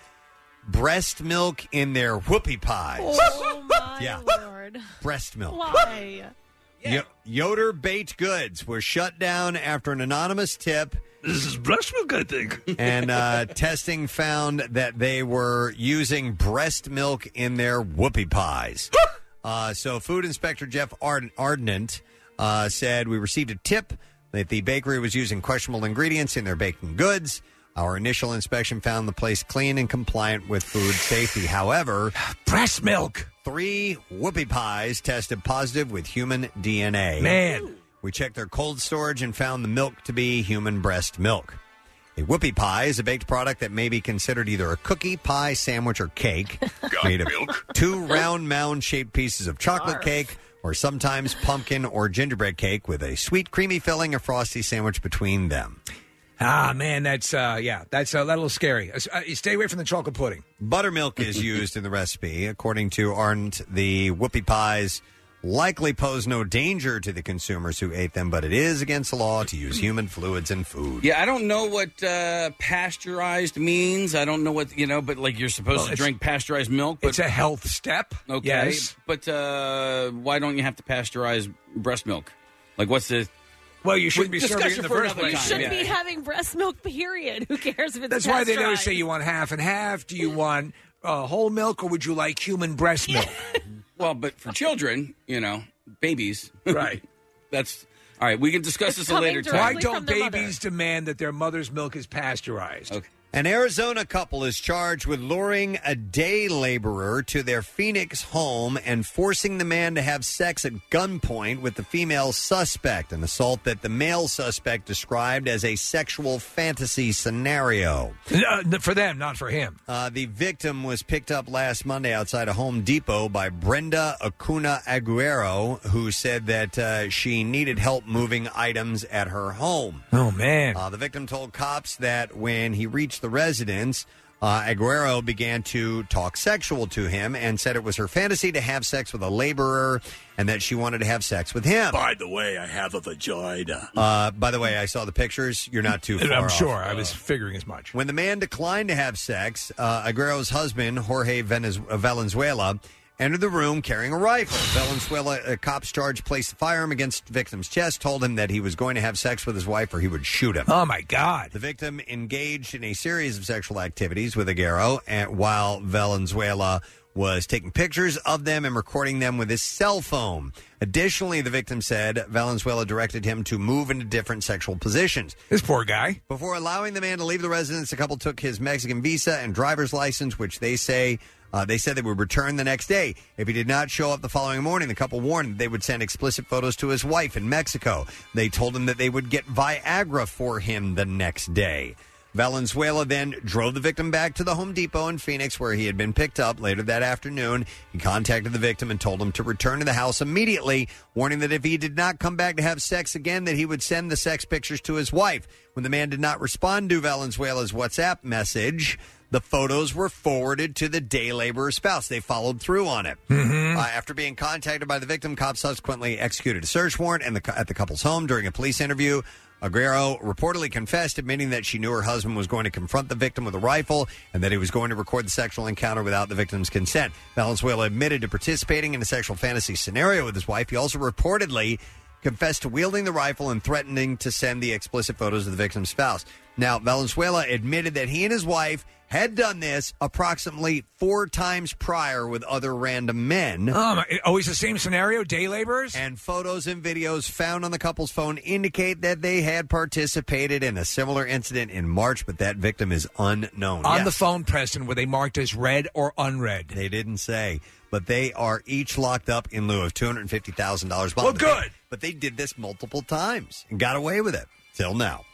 [SPEAKER 2] breast milk in their whoopie pies.
[SPEAKER 9] Oh,
[SPEAKER 2] my yeah.
[SPEAKER 3] Lord.
[SPEAKER 2] Breast milk.
[SPEAKER 3] Why?
[SPEAKER 2] Yo- Yoder Baked Goods was shut down after an anonymous tip. This is breast milk, I think. and uh, testing found that they were using breast milk in their whoopie pies. uh, so, Food Inspector Jeff Ard- Ardent uh, said we received a tip that the bakery was using questionable ingredients in their baking goods. Our initial inspection found the place clean and compliant with food safety. However, breast milk. Three whoopie pies tested positive with human DNA.
[SPEAKER 9] Man.
[SPEAKER 2] We checked their cold storage and found the milk to be human breast milk. A whoopie pie is a baked product that may be considered either a cookie, pie, sandwich, or cake made of two round mound shaped pieces of chocolate
[SPEAKER 9] Barf.
[SPEAKER 2] cake or sometimes pumpkin or gingerbread cake with a sweet, creamy filling or frosty sandwich between them.
[SPEAKER 4] Ah, man, that's uh, yeah, that's uh, that little scary. Uh, s- uh, stay away from the chocolate pudding.
[SPEAKER 2] Buttermilk is used in the recipe. According to Arndt, the whoopie pies likely pose no danger to the consumers who ate them, but it is against the law to use human fluids in food.
[SPEAKER 5] Yeah, I don't know what uh, pasteurized means. I don't know what you know, but like you're supposed
[SPEAKER 4] Well,
[SPEAKER 5] to
[SPEAKER 4] it's-
[SPEAKER 5] drink pasteurized milk. But
[SPEAKER 4] it's a health step.
[SPEAKER 5] Okay,
[SPEAKER 4] yes.
[SPEAKER 5] but uh, why don't you have to pasteurize breast milk? Like, what's the?
[SPEAKER 4] Well, you shouldn't be serving it in the first
[SPEAKER 3] You
[SPEAKER 4] place.
[SPEAKER 3] shouldn't be having breast milk, period. Who cares if it's
[SPEAKER 4] That's why they
[SPEAKER 3] pasteurized?
[SPEAKER 4] always say you want half and half. Do you want uh, whole milk or would you like human breast milk?
[SPEAKER 5] well, but for children, you know, babies,
[SPEAKER 4] right?
[SPEAKER 5] That's all right. We can discuss this a later time.
[SPEAKER 4] Why don't babies demand that their mother's milk is pasteurized?
[SPEAKER 5] Okay.
[SPEAKER 2] An Arizona couple is charged with luring a day laborer to their Phoenix home and forcing the man to have sex at gunpoint with the female suspect, an assault that the male suspect described as a sexual fantasy scenario.
[SPEAKER 4] Uh, for them, not for him.
[SPEAKER 2] Uh, the victim was picked up last Monday outside a Home Depot by Brenda Acuna Aguero, who said that uh, she needed help moving items at her home.
[SPEAKER 4] Oh man!
[SPEAKER 2] Uh, the victim told cops that when he reached the residence, uh, Aguero began to talk sexual to him and said it was her fantasy to have sex with a laborer and that she wanted to have sex with him.
[SPEAKER 9] By the way, I have a vagina.
[SPEAKER 2] Uh, by the way, I saw the pictures. You're not too far
[SPEAKER 4] I'm
[SPEAKER 2] off.
[SPEAKER 4] sure. I was figuring as much.
[SPEAKER 2] When the man declined to have sex, uh, Aguero's husband, Jorge Venez- uh, Valenzuela, entered the room carrying a rifle. Valenzuela, a cop's charge, placed the firearm against the victim's chest, told him that he was going to have sex with his wife or he would shoot him.
[SPEAKER 4] Oh, my God.
[SPEAKER 2] The victim engaged in a series of sexual activities with Aguero and, while Valenzuela was taking pictures of them and recording them with his cell phone. Additionally, the victim said Valenzuela directed him to move into different sexual positions.
[SPEAKER 4] This poor guy.
[SPEAKER 2] Before allowing the man to leave the residence, the couple took his Mexican visa and driver's license, which they say uh, they said they would return the next day. If he did not show up the following morning, the couple warned that they would send explicit photos to his wife in Mexico. They told him that they would get Viagra for him the next day. Valenzuela then drove the victim back to the Home Depot in Phoenix, where he had been picked up later that afternoon. He contacted the victim and told him to return to the house immediately, warning that if he did not come back to have sex again, that he would send the sex pictures to his wife. When the man did not respond to Valenzuela's WhatsApp message, the photos were forwarded to the day laborer's spouse. They followed through on it. Uh, after being contacted by the victim, cops subsequently executed a search warrant and the, cou- at the couple's home during a police interview. Aguero reportedly confessed, admitting that she knew her husband was going to confront the victim with a rifle and that he was going to record the sexual encounter without the victim's consent. Valenzuela admitted to participating in a sexual fantasy scenario with his wife. He also reportedly confessed to wielding the rifle and threatening to send the explicit photos of the victim's spouse. Now, Valenzuela admitted that he and his wife had done this approximately four times prior with other random men.
[SPEAKER 4] Oh, my, always the same scenario: day laborers.
[SPEAKER 2] And photos and videos found on the couple's phone indicate that they had participated in a similar incident in March, but that victim is unknown.
[SPEAKER 4] On
[SPEAKER 2] Yes.
[SPEAKER 4] the phone, Preston, were they marked as red or unread?
[SPEAKER 2] They didn't say, but they are each locked up in lieu of two hundred fifty thousand dollars bond.
[SPEAKER 4] Well, good.
[SPEAKER 2] But they did this multiple times and got away with it till now.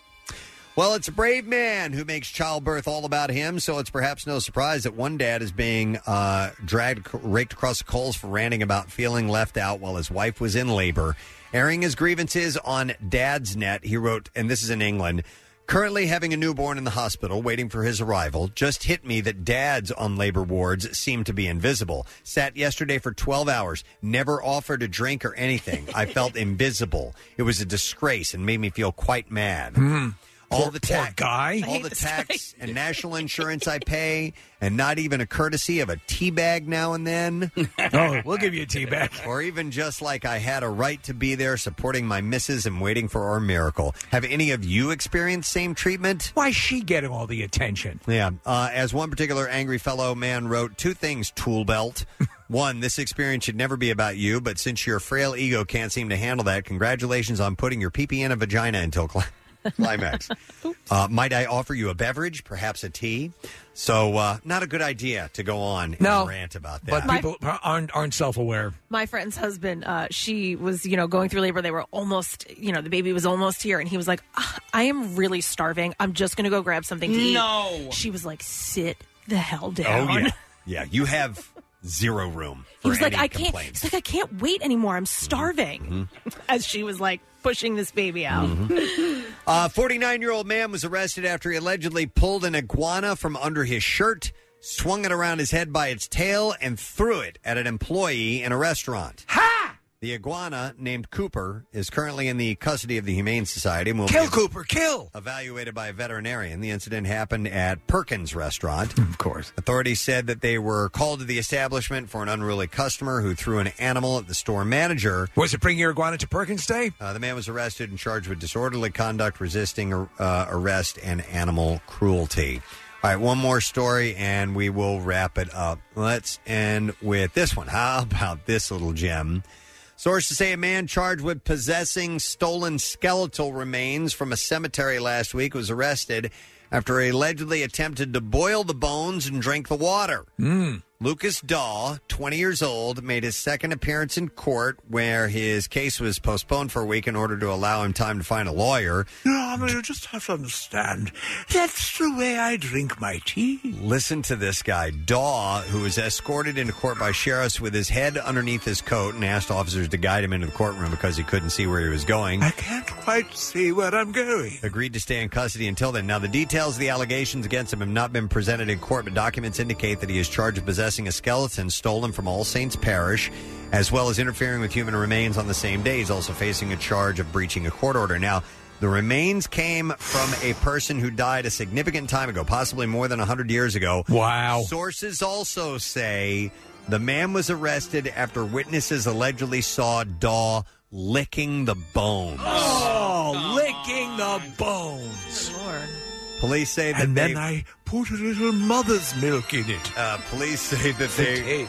[SPEAKER 2] Well, it's a brave man who makes childbirth all about him, so it's perhaps no surprise that one dad is being uh, dragged, raked across the coals for ranting about feeling left out while his wife was in labor. Airing his grievances on Dad's Net, he wrote, and this is in England Currently having a newborn in the hospital waiting for his arrival, just hit me that dads on labor wards seem to be invisible. Sat yesterday for 12 hours, never offered a drink or anything. I felt invisible. It was a disgrace and made me feel quite mad. All the tax,
[SPEAKER 4] guy.
[SPEAKER 2] all the tax and national insurance I pay, and not even a courtesy of a tea bag now and then.
[SPEAKER 4] oh, we'll give you a tea bag,
[SPEAKER 2] or even just like I had a right to be there, supporting my missus and waiting for our miracle. Have any of you experienced same treatment?
[SPEAKER 4] Why is she getting all the attention?
[SPEAKER 2] Yeah. Uh, as one particular angry fellow man wrote, two things, tool belt. One, this experience should never be about you, but since your frail ego can't seem to handle that, congratulations on putting your pee pee in a vagina until cli- climax. uh, might I offer you a beverage, perhaps a tea? So, uh, not a good idea to go on and
[SPEAKER 3] No.
[SPEAKER 2] rant about that.
[SPEAKER 3] But My- people
[SPEAKER 4] aren't aren't self aware.
[SPEAKER 3] my friend's husband uh, she was you know going through labor they were almost you know the baby was almost here and he was like "Ah, i am really starving i'm just gonna go grab something to
[SPEAKER 5] No.
[SPEAKER 3] eat she was like sit the hell down
[SPEAKER 2] Oh yeah, yeah. You have zero room.
[SPEAKER 3] he
[SPEAKER 2] For
[SPEAKER 3] was like
[SPEAKER 2] any
[SPEAKER 3] i can't
[SPEAKER 2] complaint.
[SPEAKER 3] he's like i can't wait anymore i'm starving
[SPEAKER 2] Mhm.
[SPEAKER 4] Mm-hmm.
[SPEAKER 3] as she was like pushing this baby out
[SPEAKER 2] A 49 year old Uh, man was arrested after he allegedly pulled an iguana from under his shirt, swung it around his head by its tail, and threw it at an employee in a restaurant. Ha! The iguana, named Cooper, is currently in the custody of the Humane Society and will
[SPEAKER 4] Kill
[SPEAKER 2] be
[SPEAKER 4] Cooper, kill.
[SPEAKER 2] evaluated by a veterinarian. The incident happened at Perkins Restaurant. Of
[SPEAKER 4] course.
[SPEAKER 2] Authorities said that they were called to the establishment for an unruly customer who threw an animal at the store manager.
[SPEAKER 4] Was it bring your iguana to Perkins Day?
[SPEAKER 2] Uh, the man was arrested and charged with disorderly conduct, resisting uh, arrest, and animal cruelty. All right, one more story, and we will wrap it up. Let's end with this one. How about this little gem? Sources say a man charged with possessing stolen skeletal remains from a cemetery last week was arrested after he allegedly attempted to boil the bones and drink the water. Mm. Lucas Daw, 20 years old, made his second appearance in court where his case was postponed for a week in order to allow him time to find a lawyer.
[SPEAKER 9] No, I mean, you just have to understand. That's the way I drink my tea.
[SPEAKER 2] Listen to this guy, Daw, who was escorted into court by sheriffs with his head underneath his coat and asked officers to guide him into the courtroom because he couldn't see where he was going. I
[SPEAKER 9] can't quite see where I'm going.
[SPEAKER 2] Agreed to stay in custody until then. Now, the details of the allegations against him have not been presented in court, but documents indicate that he is charged with possessing a skeleton stolen from All Saints Parish, as well as interfering with human remains on the same day. He's also facing a charge of breaching a court order. Now, the remains came from a person who died a significant time ago, possibly more than 100 years ago. Wow. Sources also say the man was arrested after witnesses allegedly saw Daw licking the bones.
[SPEAKER 9] Oh, licking the bones.
[SPEAKER 2] Police say that
[SPEAKER 9] And
[SPEAKER 2] they,
[SPEAKER 9] then I put a little mother's milk in it.
[SPEAKER 2] Uh, police say that they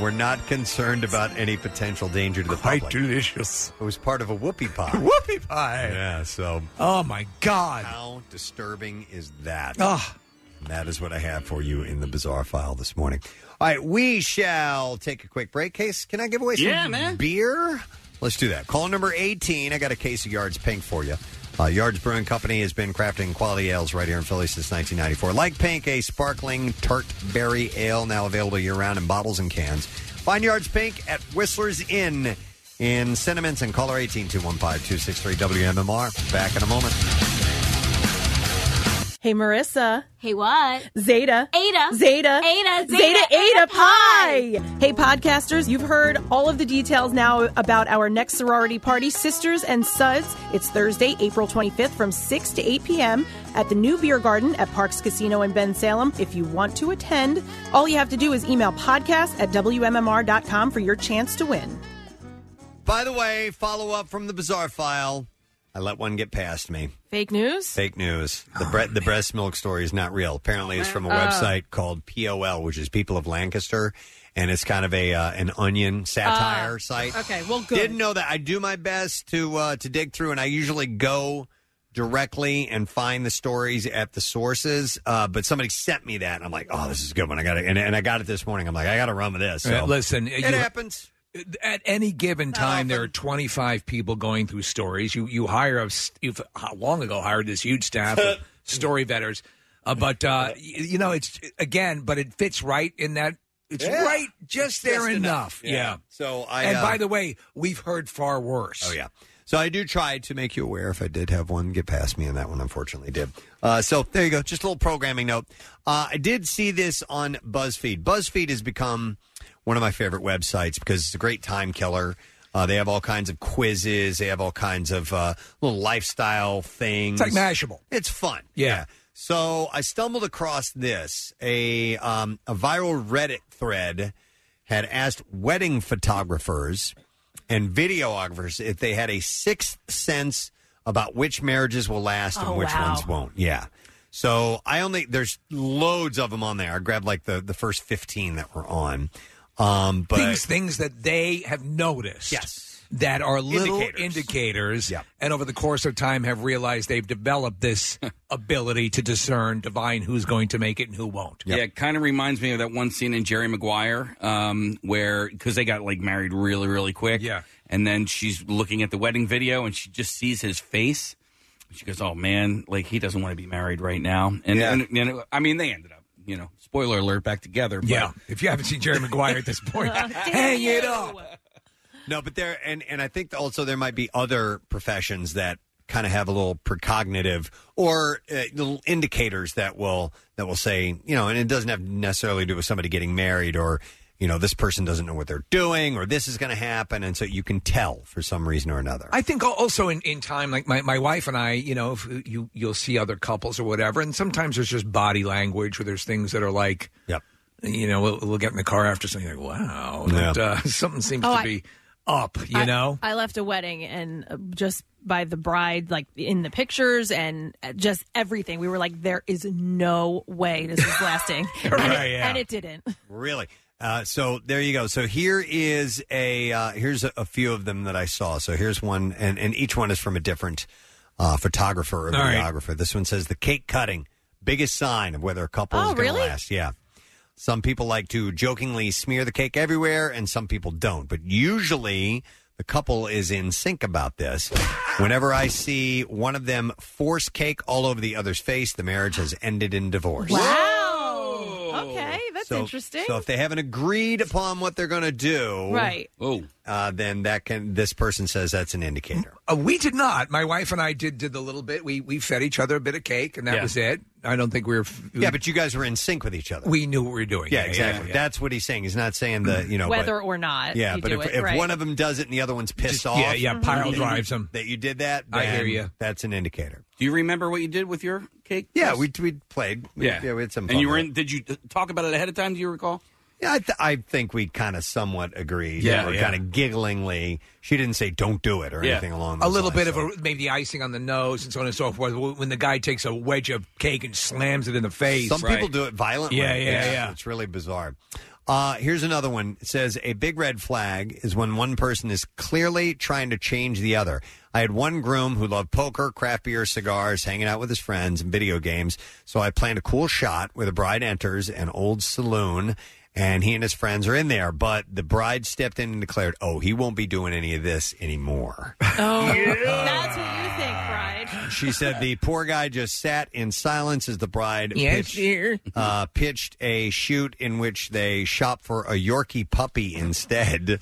[SPEAKER 2] were not concerned about any potential danger to the public. Quite
[SPEAKER 9] delicious.
[SPEAKER 2] It was part of a whoopie pie.
[SPEAKER 9] whoopie pie.
[SPEAKER 2] Yeah. So.
[SPEAKER 9] Oh my God.
[SPEAKER 2] How disturbing is that?
[SPEAKER 9] Ah.
[SPEAKER 2] And that is what I have for you in the bizarre file this morning. All right, we shall take a quick break. Case, can I give away some
[SPEAKER 9] Yeah, man.
[SPEAKER 2] beer? Let's do that. Call number 18. I got a case of Yards Pink for you. Uh, Yards Brewing Company has been crafting quality ales right here in Philly since 1994. Like Pink, a sparkling tart berry ale now available year round in bottles and cans. Find Yards Pink at Whistler's Inn in Sentiments and caller 18 215 263 WMMR. Back in a moment.
[SPEAKER 3] hey marissa
[SPEAKER 20] Hey, what?
[SPEAKER 3] Zeta.
[SPEAKER 20] Ada.
[SPEAKER 3] Zeta.
[SPEAKER 20] Ada.
[SPEAKER 3] Zeta. Ada Pie. Hey, podcasters, you've heard all of the details now about our next sorority party, Sisters and Suds. It's Thursday, April 25th from 6 to 8 p.m. at the new beer garden at Parks Casino in Ben Salem. If you want to attend, all you have to do is email podcast at WMMR.com for your chance to win.
[SPEAKER 2] By the way, follow up from the bizarre file. I let one get past me.
[SPEAKER 3] Fake news?
[SPEAKER 2] Fake news. The, bre- the breast milk story is not real. Apparently, it's from a
[SPEAKER 3] Oh.
[SPEAKER 2] website called POL, which is People of Lancaster, and it's kind of a uh, an onion satire
[SPEAKER 3] Ah,
[SPEAKER 2] site.
[SPEAKER 3] okay, well, good.
[SPEAKER 2] Didn't know that. I do my best to uh, to dig through, and I usually go directly and find the stories at the sources. Uh, but somebody sent me that, and I'm like, oh, this is a good one. I got it, and, and I got it this morning. I'm like, I got to run with this. So.
[SPEAKER 4] Uh, listen,
[SPEAKER 2] it
[SPEAKER 4] you-
[SPEAKER 2] happens.
[SPEAKER 4] At any given time, there are 25 people going through stories. You you hire a s- you've h- long ago hired this huge staff of story vetters, uh, but uh, y- you know it's again, but it fits right in that it's
[SPEAKER 2] Yeah.
[SPEAKER 4] right just
[SPEAKER 2] It's
[SPEAKER 4] there
[SPEAKER 2] just enough.
[SPEAKER 4] enough.
[SPEAKER 2] Yeah.
[SPEAKER 4] Yeah.
[SPEAKER 2] So I,
[SPEAKER 4] and
[SPEAKER 2] uh,
[SPEAKER 4] by the way, we've heard far worse.
[SPEAKER 2] Oh yeah. So I do try to make you aware if I did have one get past me, and that one unfortunately did. Uh, so there you go. Just a little programming note. Uh, I did see this on BuzzFeed. BuzzFeed has become one of my favorite websites because it's a great time killer. Uh, they have all kinds of quizzes. They have all kinds of uh, little lifestyle things.
[SPEAKER 18] It's like Mashable.
[SPEAKER 2] Mm. It's fun. Yeah. So I stumbled across this a um, a viral Reddit thread had asked wedding photographers and videographers if they had a sixth sense about which marriages will last
[SPEAKER 9] Oh,
[SPEAKER 2] and which
[SPEAKER 9] wow.
[SPEAKER 2] ones won't. Yeah. So I only there's loads of them on there. I grabbed like the the first 15 that were on. Um but
[SPEAKER 4] things things that they have noticed.
[SPEAKER 2] Yes.
[SPEAKER 4] That are little
[SPEAKER 2] Indicators.
[SPEAKER 4] indicators, and over the course of time have realized they've developed this ability to discern, divine who's going to make it and who won't.
[SPEAKER 5] Yeah, it kind of reminds me of that one scene in Jerry Maguire um, where, because they got like married really, really quick. Yeah. And then she's looking at the wedding video and she just sees his face. She goes, oh man, like he doesn't want to be married right now. And,
[SPEAKER 4] Yeah.
[SPEAKER 5] and, and, I mean, they ended up, you know, spoiler alert, back together. But,
[SPEAKER 4] Yeah. If you haven't seen Jerry Maguire at this point, hang it up.
[SPEAKER 2] No, but there and and I think also there might be other professions that kind of have a little precognitive or uh, little indicators that will that will say you know, and it doesn't have necessarily to do with somebody getting married or you know this person doesn't know what they're doing or this is going to happen, and so you can tell for some reason or another.
[SPEAKER 4] I think al- also in, in time, like my, my wife and I, you know, if you you'll see other couples or whatever, and sometimes there's just body language where there's things that are like,
[SPEAKER 2] yep,
[SPEAKER 4] you know, we'll, we'll get in the car after something like, wow,
[SPEAKER 9] Yeah.
[SPEAKER 4] that, uh, something seems
[SPEAKER 3] Oh,
[SPEAKER 4] to
[SPEAKER 3] I-
[SPEAKER 4] be up, you
[SPEAKER 3] I-
[SPEAKER 4] know.
[SPEAKER 3] I left a wedding and uh, just by the bride, like in the pictures and uh, just everything, we were like, there is no way this is lasting. and,
[SPEAKER 2] Right,
[SPEAKER 3] it,
[SPEAKER 2] yeah.
[SPEAKER 3] and it didn't.
[SPEAKER 2] Really? Uh, so there you go. So here is a uh, here's a, a few of them that I saw. So here's one, and, and each one is from a different uh, photographer or
[SPEAKER 9] All right.
[SPEAKER 2] videographer. This one says the cake cutting, biggest sign of whether a couple is
[SPEAKER 9] Oh,
[SPEAKER 2] going
[SPEAKER 9] really?
[SPEAKER 2] to last. Yeah. Some people like to jokingly smear the cake everywhere, and some people don't. But usually, the couple is in sync about this. Whenever I see one of them force cake all over the other's face, the marriage has ended in divorce.
[SPEAKER 3] Wow. Okay, that's
[SPEAKER 2] So-
[SPEAKER 3] interesting.
[SPEAKER 2] So if they haven't agreed upon what they're going to do,
[SPEAKER 3] Right.
[SPEAKER 5] Oh,
[SPEAKER 2] uh, then that can. This person says that's an indicator.
[SPEAKER 4] Uh, we did not. My wife and I did did the little bit. We we fed each other a bit of cake, and that
[SPEAKER 2] Yeah.
[SPEAKER 4] was it. I don't think we were. f-
[SPEAKER 2] Yeah, but you guys were in sync with each other.
[SPEAKER 4] We knew what we were doing.
[SPEAKER 2] yeah, exactly. That's what he's saying. He's not saying the you know but-
[SPEAKER 3] Whether or not.
[SPEAKER 2] Yeah,
[SPEAKER 3] you
[SPEAKER 2] but
[SPEAKER 3] do
[SPEAKER 2] if,
[SPEAKER 3] it,
[SPEAKER 2] if
[SPEAKER 3] right. Mm-hmm.
[SPEAKER 2] one of them does it and the other one's pissed
[SPEAKER 4] Just-
[SPEAKER 2] off,
[SPEAKER 4] yeah, yeah, pile drives
[SPEAKER 2] them that you did that.
[SPEAKER 4] I hear
[SPEAKER 2] then
[SPEAKER 4] you.
[SPEAKER 2] That's an indicator.
[SPEAKER 5] Do you remember what you did with your cake?
[SPEAKER 2] Yeah,
[SPEAKER 5] Chris?
[SPEAKER 2] we we played. We-
[SPEAKER 5] yeah.
[SPEAKER 2] we had some.
[SPEAKER 5] And
[SPEAKER 2] fun
[SPEAKER 5] you
[SPEAKER 2] with
[SPEAKER 5] were
[SPEAKER 2] it.
[SPEAKER 5] in, did you uh, talk about it ahead of time? Do you recall?
[SPEAKER 2] Yeah, I, th- I think we kind of somewhat agreed.
[SPEAKER 5] Yeah,
[SPEAKER 2] we
[SPEAKER 5] yeah.
[SPEAKER 2] kind of gigglingly. She didn't say "don't do it" or
[SPEAKER 4] Yeah.
[SPEAKER 2] anything along
[SPEAKER 4] a
[SPEAKER 2] those
[SPEAKER 4] little
[SPEAKER 2] lines.
[SPEAKER 4] bit of a, maybe icing on the nose and so on and so forth. Wh- When the guy takes a wedge of cake and slams it in the face,
[SPEAKER 2] Some people do it violently.
[SPEAKER 4] Yeah, yeah,
[SPEAKER 2] It's-
[SPEAKER 4] yeah.
[SPEAKER 2] It's really bizarre. Uh, here's another one. It says a big red flag is when one person is clearly trying to change the other. I had one groom who loved poker, craft beer, cigars, hanging out with his friends, and video games. So I planned a cool shot where the bride enters an old saloon, and he and his friends are in there. But the bride stepped in and declared, "Oh, he won't be doing any of this anymore."
[SPEAKER 3] Oh, that's what you think, bride.
[SPEAKER 2] She said the poor guy just sat in silence as the bride
[SPEAKER 9] Yes,
[SPEAKER 2] pitched,
[SPEAKER 9] dear.
[SPEAKER 2] uh, pitched a shoot in which they shop for a Yorkie puppy instead.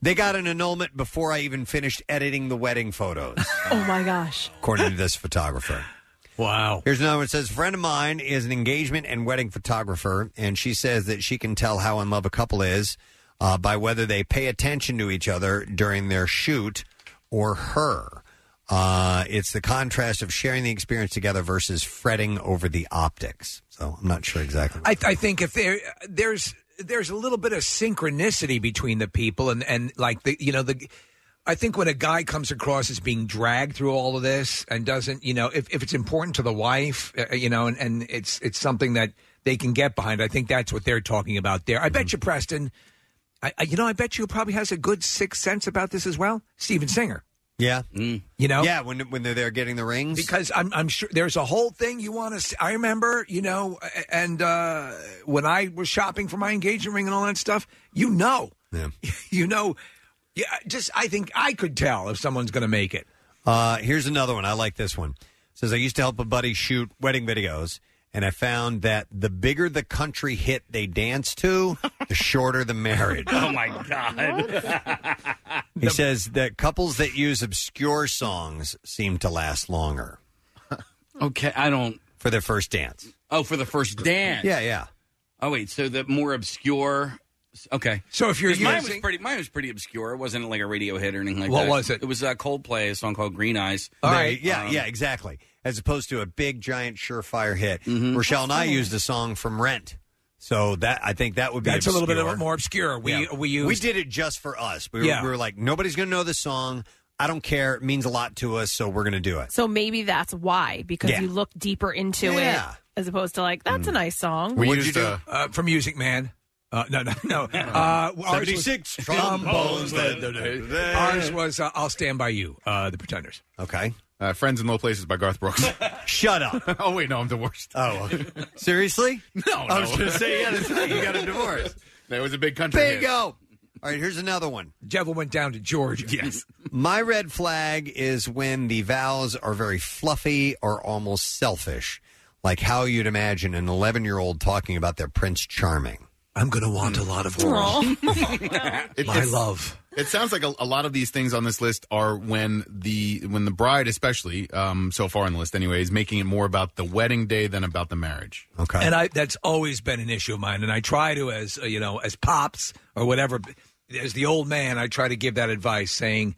[SPEAKER 2] They got an annulment before I even finished editing the wedding photos,
[SPEAKER 3] Oh my gosh.
[SPEAKER 2] according to this photographer.
[SPEAKER 4] Wow.
[SPEAKER 2] Here's another one. It says, a friend of mine is an engagement and wedding photographer, and she says that she can tell how in love a couple is uh, by whether they pay attention to each other during their shoot or her. Uh, it's the contrast of sharing the experience together versus fretting over the optics. So I'm not sure exactly.
[SPEAKER 4] I, I think if there there's there's a little bit of synchronicity between the people and and like the you know the I think when a guy comes across as being dragged through all of this and doesn't you know if, if it's important to the wife uh, you know and, and it's it's something that they can get behind I think that's what they're talking about there I bet you Preston I, I you know I bet you probably has a good sixth sense about this as well Steven Singer
[SPEAKER 2] Yeah.
[SPEAKER 4] You know?
[SPEAKER 2] Yeah, when when they're there getting the rings.
[SPEAKER 4] because I'm, I'm sure there's a whole thing you want to. I remember, you know, a- and uh, when I was shopping for my engagement ring and all that stuff, you know,
[SPEAKER 2] Yeah.
[SPEAKER 4] you know, yeah. Just I think I could tell if someone's going to make it.
[SPEAKER 2] Uh, here's another one. I like this one. It says I used to help a buddy shoot wedding videos, and I found that the bigger the country hit they dance to, The shorter the marriage.
[SPEAKER 5] Oh my god!
[SPEAKER 2] He says that couples that use obscure songs seem to last longer.
[SPEAKER 5] okay, I don't.
[SPEAKER 2] For their first dance.
[SPEAKER 5] oh, for the first dance.
[SPEAKER 2] Yeah, yeah.
[SPEAKER 5] Oh wait, so the more obscure. Okay,
[SPEAKER 4] So if you're
[SPEAKER 5] 'Cause mine was
[SPEAKER 4] using-
[SPEAKER 5] pretty, mine was pretty obscure. It wasn't like a radio hit or anything like
[SPEAKER 4] What
[SPEAKER 5] that.
[SPEAKER 4] was
[SPEAKER 5] it? It was uh, Coldplay, a song called Green Eyes. um,
[SPEAKER 2] All right. Yeah,
[SPEAKER 4] um,
[SPEAKER 2] yeah, exactly. As opposed to a big, giant, surefire hit.
[SPEAKER 4] Mm-hmm.
[SPEAKER 2] Rochelle and I used a song from Rent. So that I think that would be
[SPEAKER 4] That's a little bit
[SPEAKER 2] obscure.
[SPEAKER 4] of- more obsure. We
[SPEAKER 2] Yeah.
[SPEAKER 4] we used,
[SPEAKER 2] we did it just for us. We were,
[SPEAKER 4] Yeah.
[SPEAKER 2] we were like, nobody's going to know this song. I don't care. It means a lot to us, so we're going to do it.
[SPEAKER 3] So maybe that's why, because
[SPEAKER 2] Yeah.
[SPEAKER 3] you look deeper into
[SPEAKER 2] Yeah. Mm.
[SPEAKER 3] it as opposed to like, that's a nice song.
[SPEAKER 4] What'd you do uh, for Music Man? Uh, no, no, no. Uh, ours was-
[SPEAKER 2] 76 trombones.
[SPEAKER 4] Ours was uh, "I'll Stand by You," uh, the Pretenders.
[SPEAKER 2] Okay.
[SPEAKER 7] Uh, Friends in Low Places by Garth Brooks.
[SPEAKER 2] Shut up.
[SPEAKER 7] oh, wait, no, I'm divorced.
[SPEAKER 2] Oh, seriously?
[SPEAKER 7] No,
[SPEAKER 2] I was
[SPEAKER 7] no.
[SPEAKER 2] going to say, yeah, that's right. You got a divorce.
[SPEAKER 7] That was a big country.
[SPEAKER 2] There you
[SPEAKER 7] hit.
[SPEAKER 2] go. All right, here's another one.
[SPEAKER 4] Devil went down to Georgia. Yes.
[SPEAKER 2] My red flag is when the vowels are very fluffy or almost selfish, like how you'd imagine an 11 year old talking about their Prince Charming.
[SPEAKER 4] I'm going to want a lot of orange.
[SPEAKER 7] It-
[SPEAKER 4] My
[SPEAKER 7] it's-
[SPEAKER 4] love.
[SPEAKER 7] It sounds like a, a lot of these things on this list are when the when the bride, especially um, so far on the list anyway, is making it more about the wedding day than about the marriage.
[SPEAKER 2] Okay.
[SPEAKER 4] And I that's always been an issue of mine, and I try to as uh, you know as pops or whatever, as the old man, I try to give that advice, saying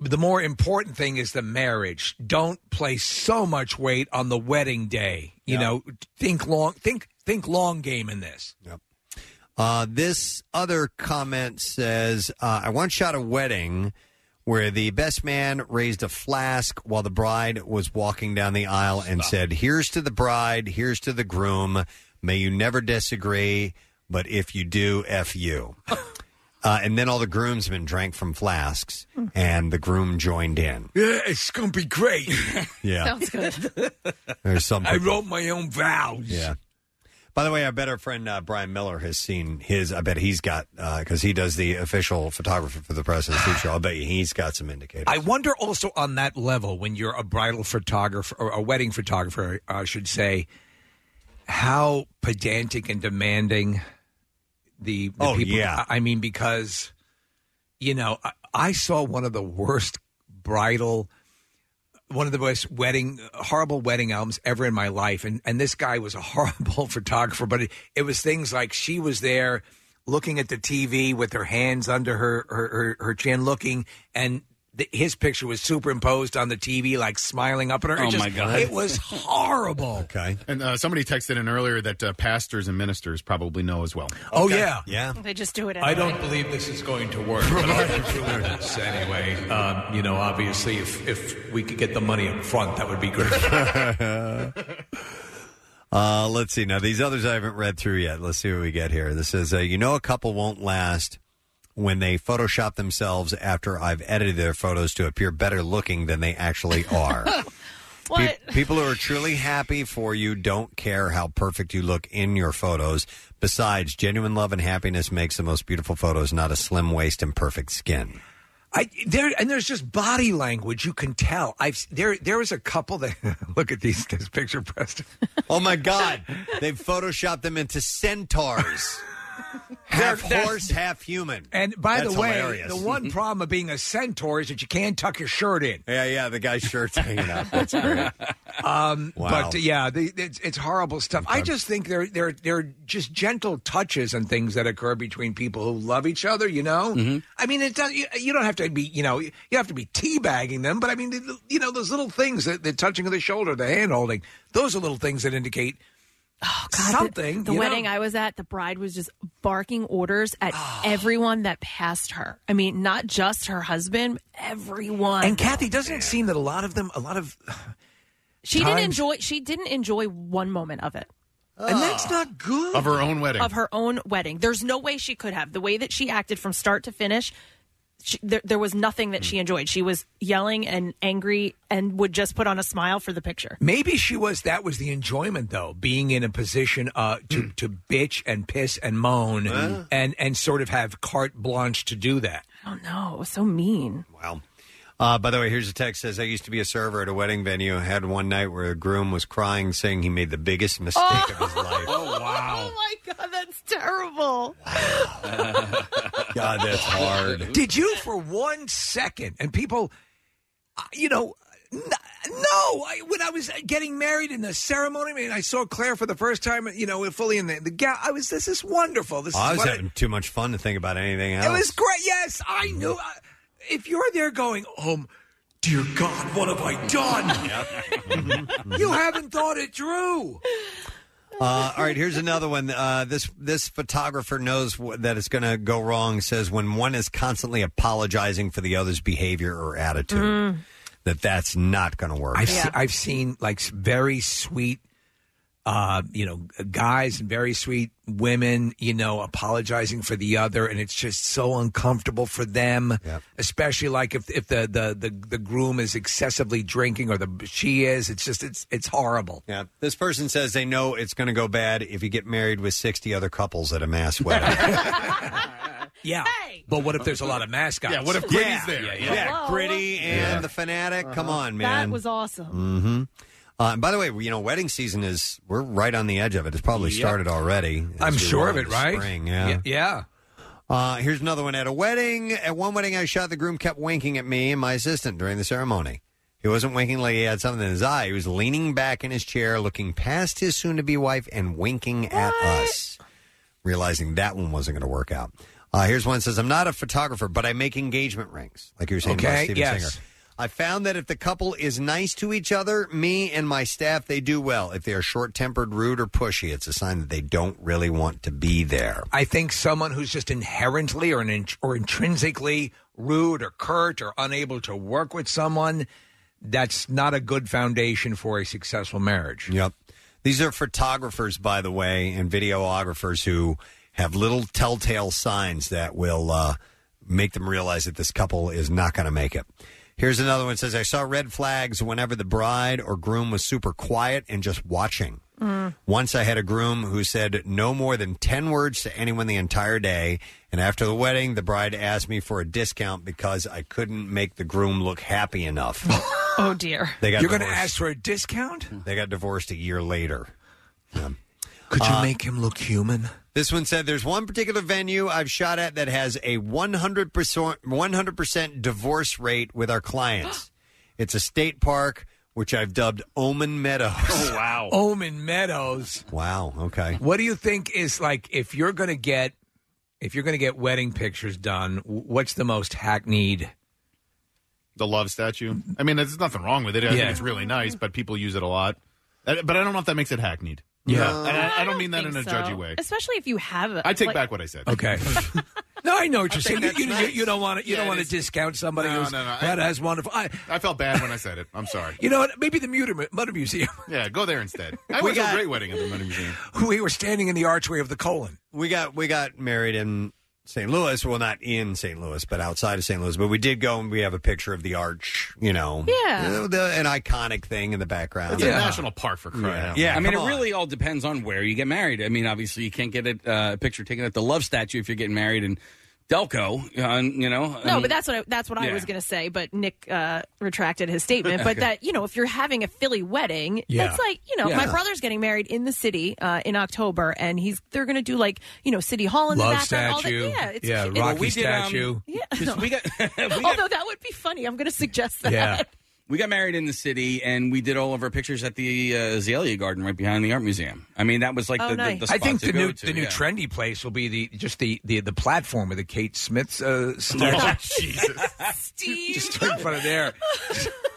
[SPEAKER 4] the more important thing is the marriage. Don't place so much weight on the wedding day. You know, think long, think think long game in this.
[SPEAKER 2] Uh, this other comment says, uh, I once shot a wedding where the best man raised a flask while the bride was walking down the aisle and
[SPEAKER 4] Ah.
[SPEAKER 2] said, Here's to the bride, here's to the groom. May you never disagree, but if you do, F you. uh, and then all the groomsmen drank from flasks,
[SPEAKER 4] Hmm.
[SPEAKER 2] and the groom joined in.
[SPEAKER 4] Yeah, it's gonna be great.
[SPEAKER 2] Yeah.
[SPEAKER 4] sounds good.
[SPEAKER 2] There's some
[SPEAKER 4] I wrote my own vows.
[SPEAKER 2] Yeah. By the way, our better friend uh, Brian Miller has seen his. I bet he's got because he does the official photographer for the President's Steve Show. I bet you he's got some indicators.
[SPEAKER 4] I wonder also on that level when you're a bridal photographer or a wedding photographer, I should say, how pedantic and demanding the, the
[SPEAKER 2] Oh,
[SPEAKER 4] people.
[SPEAKER 2] yeah.
[SPEAKER 4] I I mean, because you know, I, I saw one of the worst bridal, one of the worst wedding, horrible wedding albums ever in my life, and and this guy was a horrible photographer, but it, it was things like she was there. Looking at the TV with her hands under her her, her, her chin, looking, and the, his picture was superimposed on the TV, like smiling up at her. It
[SPEAKER 7] Oh,
[SPEAKER 4] just-
[SPEAKER 7] my God.
[SPEAKER 4] It was horrible.
[SPEAKER 2] Okay.
[SPEAKER 7] And uh, somebody texted in earlier that uh, pastors and ministers probably know as well.
[SPEAKER 4] Oh yeah,
[SPEAKER 2] yeah.
[SPEAKER 3] They just do it
[SPEAKER 4] I
[SPEAKER 3] anyway.
[SPEAKER 4] don't believe this is going to work. But I think we'll do this anyway, um, you know, obviously, if if we could get the money up front, that would be great.
[SPEAKER 2] Uh, let's see. Now, these others I haven't read through yet. Let's see what we get here. This is, uh, you know, a couple won't last when they Photoshop themselves after I've edited their photos to appear better looking than they actually are.
[SPEAKER 3] What?
[SPEAKER 2] Pe- people who are truly happy for you don't care how perfect you look in your photos. Besides, genuine love and happiness makes the most beautiful photos, not a slim waist and perfect skin.
[SPEAKER 4] I there and there's just body language you can tell. I've there there was a couple that look at these this picture, Preston.
[SPEAKER 2] Oh my God, they've photoshopped them into centaurs. half horse, half human.
[SPEAKER 4] And by
[SPEAKER 2] That's
[SPEAKER 4] the way,
[SPEAKER 2] hilarious. Mm-hmm.
[SPEAKER 4] the one problem of being a centaur is that you can't tuck your shirt in.
[SPEAKER 2] Yeah, yeah, the guy's shirt's hanging out. That's great.
[SPEAKER 4] Um,
[SPEAKER 2] Wow.
[SPEAKER 4] But uh, yeah, the, it's, it's horrible stuff. I just think there there there are just gentle touches and things that occur between people who love each other. You know, I mean, it does. You, you don't have to be. You know, you have to be teabagging them. But I mean, the- you know, those little things that the touching of the shoulder, the hand holding, those are little things that indicate something.
[SPEAKER 3] Oh, The
[SPEAKER 4] you know?
[SPEAKER 3] wedding I was at, the bride was just barking orders at
[SPEAKER 4] Ah.
[SPEAKER 3] everyone that passed her. I mean, not just her husband, everyone.
[SPEAKER 4] And Kathy, doesn't it seem that a lot of them, a lot of,
[SPEAKER 3] she
[SPEAKER 4] times-
[SPEAKER 3] didn't enjoy. She didn't enjoy one moment of it. Ah.
[SPEAKER 4] and that's not good.
[SPEAKER 7] Of her own wedding.
[SPEAKER 3] Of her own wedding. There's no way she could have. The way that she acted from start to finish, she, there, there was nothing that
[SPEAKER 7] Hmm.
[SPEAKER 3] she enjoyed. She was yelling and angry and would just put on a smile for the picture.
[SPEAKER 4] Maybe she was. That was the enjoyment, though, being in a position uh, to to bitch and piss and moan and and sort of have carte blanche to do that.
[SPEAKER 3] I don't know. It was so mean.
[SPEAKER 2] Wow. Uh, by the way, here's a text says I used to be a server at a wedding venue. I had one night where a groom was crying, saying he made the biggest mistake of his life.
[SPEAKER 3] Oh, wow. oh my God, that's terrible.
[SPEAKER 2] God, that's hard.
[SPEAKER 4] Did you for one second? And people, uh, you know, n- no. I, when I was getting married in the ceremony, and I saw Claire for the first time, you know, fully in the the gown, I was. This is wonderful. This
[SPEAKER 2] I was
[SPEAKER 4] is what
[SPEAKER 2] having Mm-hmm. too much fun to think about anything else.
[SPEAKER 4] it was great. Yes, I knew. I, if you're there going, um, dear God, what have I done? you haven't thought it through.
[SPEAKER 2] Uh, all right, here's another one. Uh, this this photographer knows wh- that it's going to go wrong. Says when one is constantly apologizing for the other's behavior or attitude,
[SPEAKER 4] Mm.
[SPEAKER 2] that that's not going to work.
[SPEAKER 4] I've, se- I've seen like s- very sweet, uh, you know, guys and very sweet women, you know, apologizing for the other, and it's just so uncomfortable for them. Especially like if if the, the the the groom is excessively drinking or the she is, it's just it's it's horrible.
[SPEAKER 2] Yeah, this person says they know it's going to go bad if you get married with 60 other couples at a mass wedding.
[SPEAKER 4] Yeah. But what if there's a lot of mascots?
[SPEAKER 2] Yeah, what if Gritty's Yeah. there? Yeah, yeah. Yeah, Gritty and the Fanatic. Come on, man.
[SPEAKER 3] That was awesome.
[SPEAKER 2] hmm Uh, and by the way, you know, wedding season is, we're right on the edge of it. It's probably
[SPEAKER 4] Yep.
[SPEAKER 2] started already. as
[SPEAKER 4] I'm
[SPEAKER 2] we
[SPEAKER 4] sure
[SPEAKER 2] roll
[SPEAKER 4] of it,
[SPEAKER 2] into
[SPEAKER 4] right?
[SPEAKER 2] Spring, yeah.
[SPEAKER 4] Y- yeah.
[SPEAKER 2] Uh, here's another one. At a wedding, at one wedding I shot, the groom kept winking at me and my assistant during the ceremony. He wasn't winking like he had something in his eye. He was leaning back in his chair, looking past his soon to be wife and winking at us, realizing that one wasn't going to work out. Uh, here's one that says, I'm not a photographer, but I make engagement rings, like you were saying about
[SPEAKER 9] Okay,
[SPEAKER 2] Steven
[SPEAKER 9] yes.
[SPEAKER 2] Singer. I found that if the couple is nice to each other, me and my staff, they do well. If they are short tempered, rude, or pushy, it's a sign that they don't really want to be there.
[SPEAKER 4] I think someone who's just inherently or an int- or intrinsically rude or curt or unable to work with someone, that's not a good foundation for a successful marriage.
[SPEAKER 2] Yep. These are photographers, by the way, and videographers who have little telltale signs that will uh, make them realize that this couple is not going to make it. Here's another one that says I saw red flags whenever the bride or groom was super quiet and just watching.
[SPEAKER 3] Mm.
[SPEAKER 2] Once I had a groom who said no more than 10 words to anyone the entire day. And after the wedding, the bride asked me for a discount because I couldn't make the groom look happy enough.
[SPEAKER 3] Oh, dear.
[SPEAKER 2] They got
[SPEAKER 4] You're going to
[SPEAKER 2] divorced.
[SPEAKER 4] ask for a discount?
[SPEAKER 2] they got divorced a year later.
[SPEAKER 4] Could you
[SPEAKER 2] Uh,
[SPEAKER 4] make him look human?
[SPEAKER 2] This one said there's one particular venue I've shot at that has a 100%, 100% divorce rate with our clients. it's a state park, which I've dubbed Omen Meadows. Oh,
[SPEAKER 4] wow. Omen Meadows.
[SPEAKER 2] Wow. Okay.
[SPEAKER 4] What do you think is like if you're going to get if you're going to get wedding pictures done, w- what's the most hackneyed?
[SPEAKER 7] The love statue. I mean, there's nothing wrong with it. I think it's really nice, but people use it a lot. Uh, But I don't know if that makes it hackneyed.
[SPEAKER 4] Yeah.
[SPEAKER 7] And I, I don't mean that in a
[SPEAKER 3] think so.
[SPEAKER 7] judgy way.
[SPEAKER 3] Especially if you have a.
[SPEAKER 7] I take
[SPEAKER 3] like-
[SPEAKER 7] back what I said.
[SPEAKER 4] Okay. No, I know what
[SPEAKER 7] I
[SPEAKER 4] you're saying. You,
[SPEAKER 7] think that's
[SPEAKER 4] you- you-
[SPEAKER 7] nice.
[SPEAKER 4] you don't want to you
[SPEAKER 7] Yeah,
[SPEAKER 4] don't
[SPEAKER 7] it
[SPEAKER 4] want to
[SPEAKER 7] is.
[SPEAKER 4] discount somebody
[SPEAKER 7] No,
[SPEAKER 4] who's
[SPEAKER 7] no, no.
[SPEAKER 4] that has wonderful. I,
[SPEAKER 7] I felt bad when I said it. I'm sorry.
[SPEAKER 4] You know what? Maybe the Mutter, Mutter Museum.
[SPEAKER 7] Yeah, go there instead. I
[SPEAKER 4] We
[SPEAKER 7] went to
[SPEAKER 4] got-
[SPEAKER 7] a great wedding at the Money Museum.
[SPEAKER 4] We were standing in the archway of the colon.
[SPEAKER 2] we got we got married in St. Louis. Well, not in St. Louis, but outside of St. Louis. But we did go and we have a picture of the arch. You know,
[SPEAKER 5] Yeah.
[SPEAKER 2] uh, the- an iconic thing in the background.
[SPEAKER 7] It's a national park for crying out
[SPEAKER 2] Yeah,
[SPEAKER 5] I mean,
[SPEAKER 2] come
[SPEAKER 5] it
[SPEAKER 2] on.
[SPEAKER 5] really all depends on where you get married. I mean, obviously, you can't get a uh, picture taken at the love statue if you're getting married in Delco. Uh, you know,
[SPEAKER 3] No,
[SPEAKER 5] um,
[SPEAKER 3] but that's what I, that's what I
[SPEAKER 5] Yeah.
[SPEAKER 3] was going to say. But Nick uh, retracted his statement. But
[SPEAKER 5] Okay.
[SPEAKER 3] that you know, if you're having a Philly wedding,
[SPEAKER 5] Yeah.
[SPEAKER 3] that's like you know, my
[SPEAKER 5] Yeah.
[SPEAKER 3] brother's getting married in the city uh, in October, and he's they're going to do like you know, City Hall in the
[SPEAKER 4] Love
[SPEAKER 3] background. all that-
[SPEAKER 4] statue.
[SPEAKER 3] yeah, it's
[SPEAKER 4] Yeah,
[SPEAKER 3] cute.
[SPEAKER 4] Rocky Well, we did, um, statue.
[SPEAKER 3] yeah, we
[SPEAKER 5] got.
[SPEAKER 3] Although that would be funny, I'm going to suggest that.
[SPEAKER 5] We got married in the city, and we did all of our pictures at the uh, Azalea Garden right behind the art museum. I mean, that was
[SPEAKER 3] Oh,
[SPEAKER 5] like the, the, the
[SPEAKER 4] I
[SPEAKER 5] spot
[SPEAKER 4] think
[SPEAKER 5] to
[SPEAKER 4] the
[SPEAKER 5] go
[SPEAKER 4] new
[SPEAKER 5] to,
[SPEAKER 4] the new
[SPEAKER 5] yeah.
[SPEAKER 4] trendy place will be the just the the, the platform with the Kate Smith's
[SPEAKER 7] Oh,
[SPEAKER 4] uh, statue.
[SPEAKER 3] Steve.
[SPEAKER 4] Just right in front of there.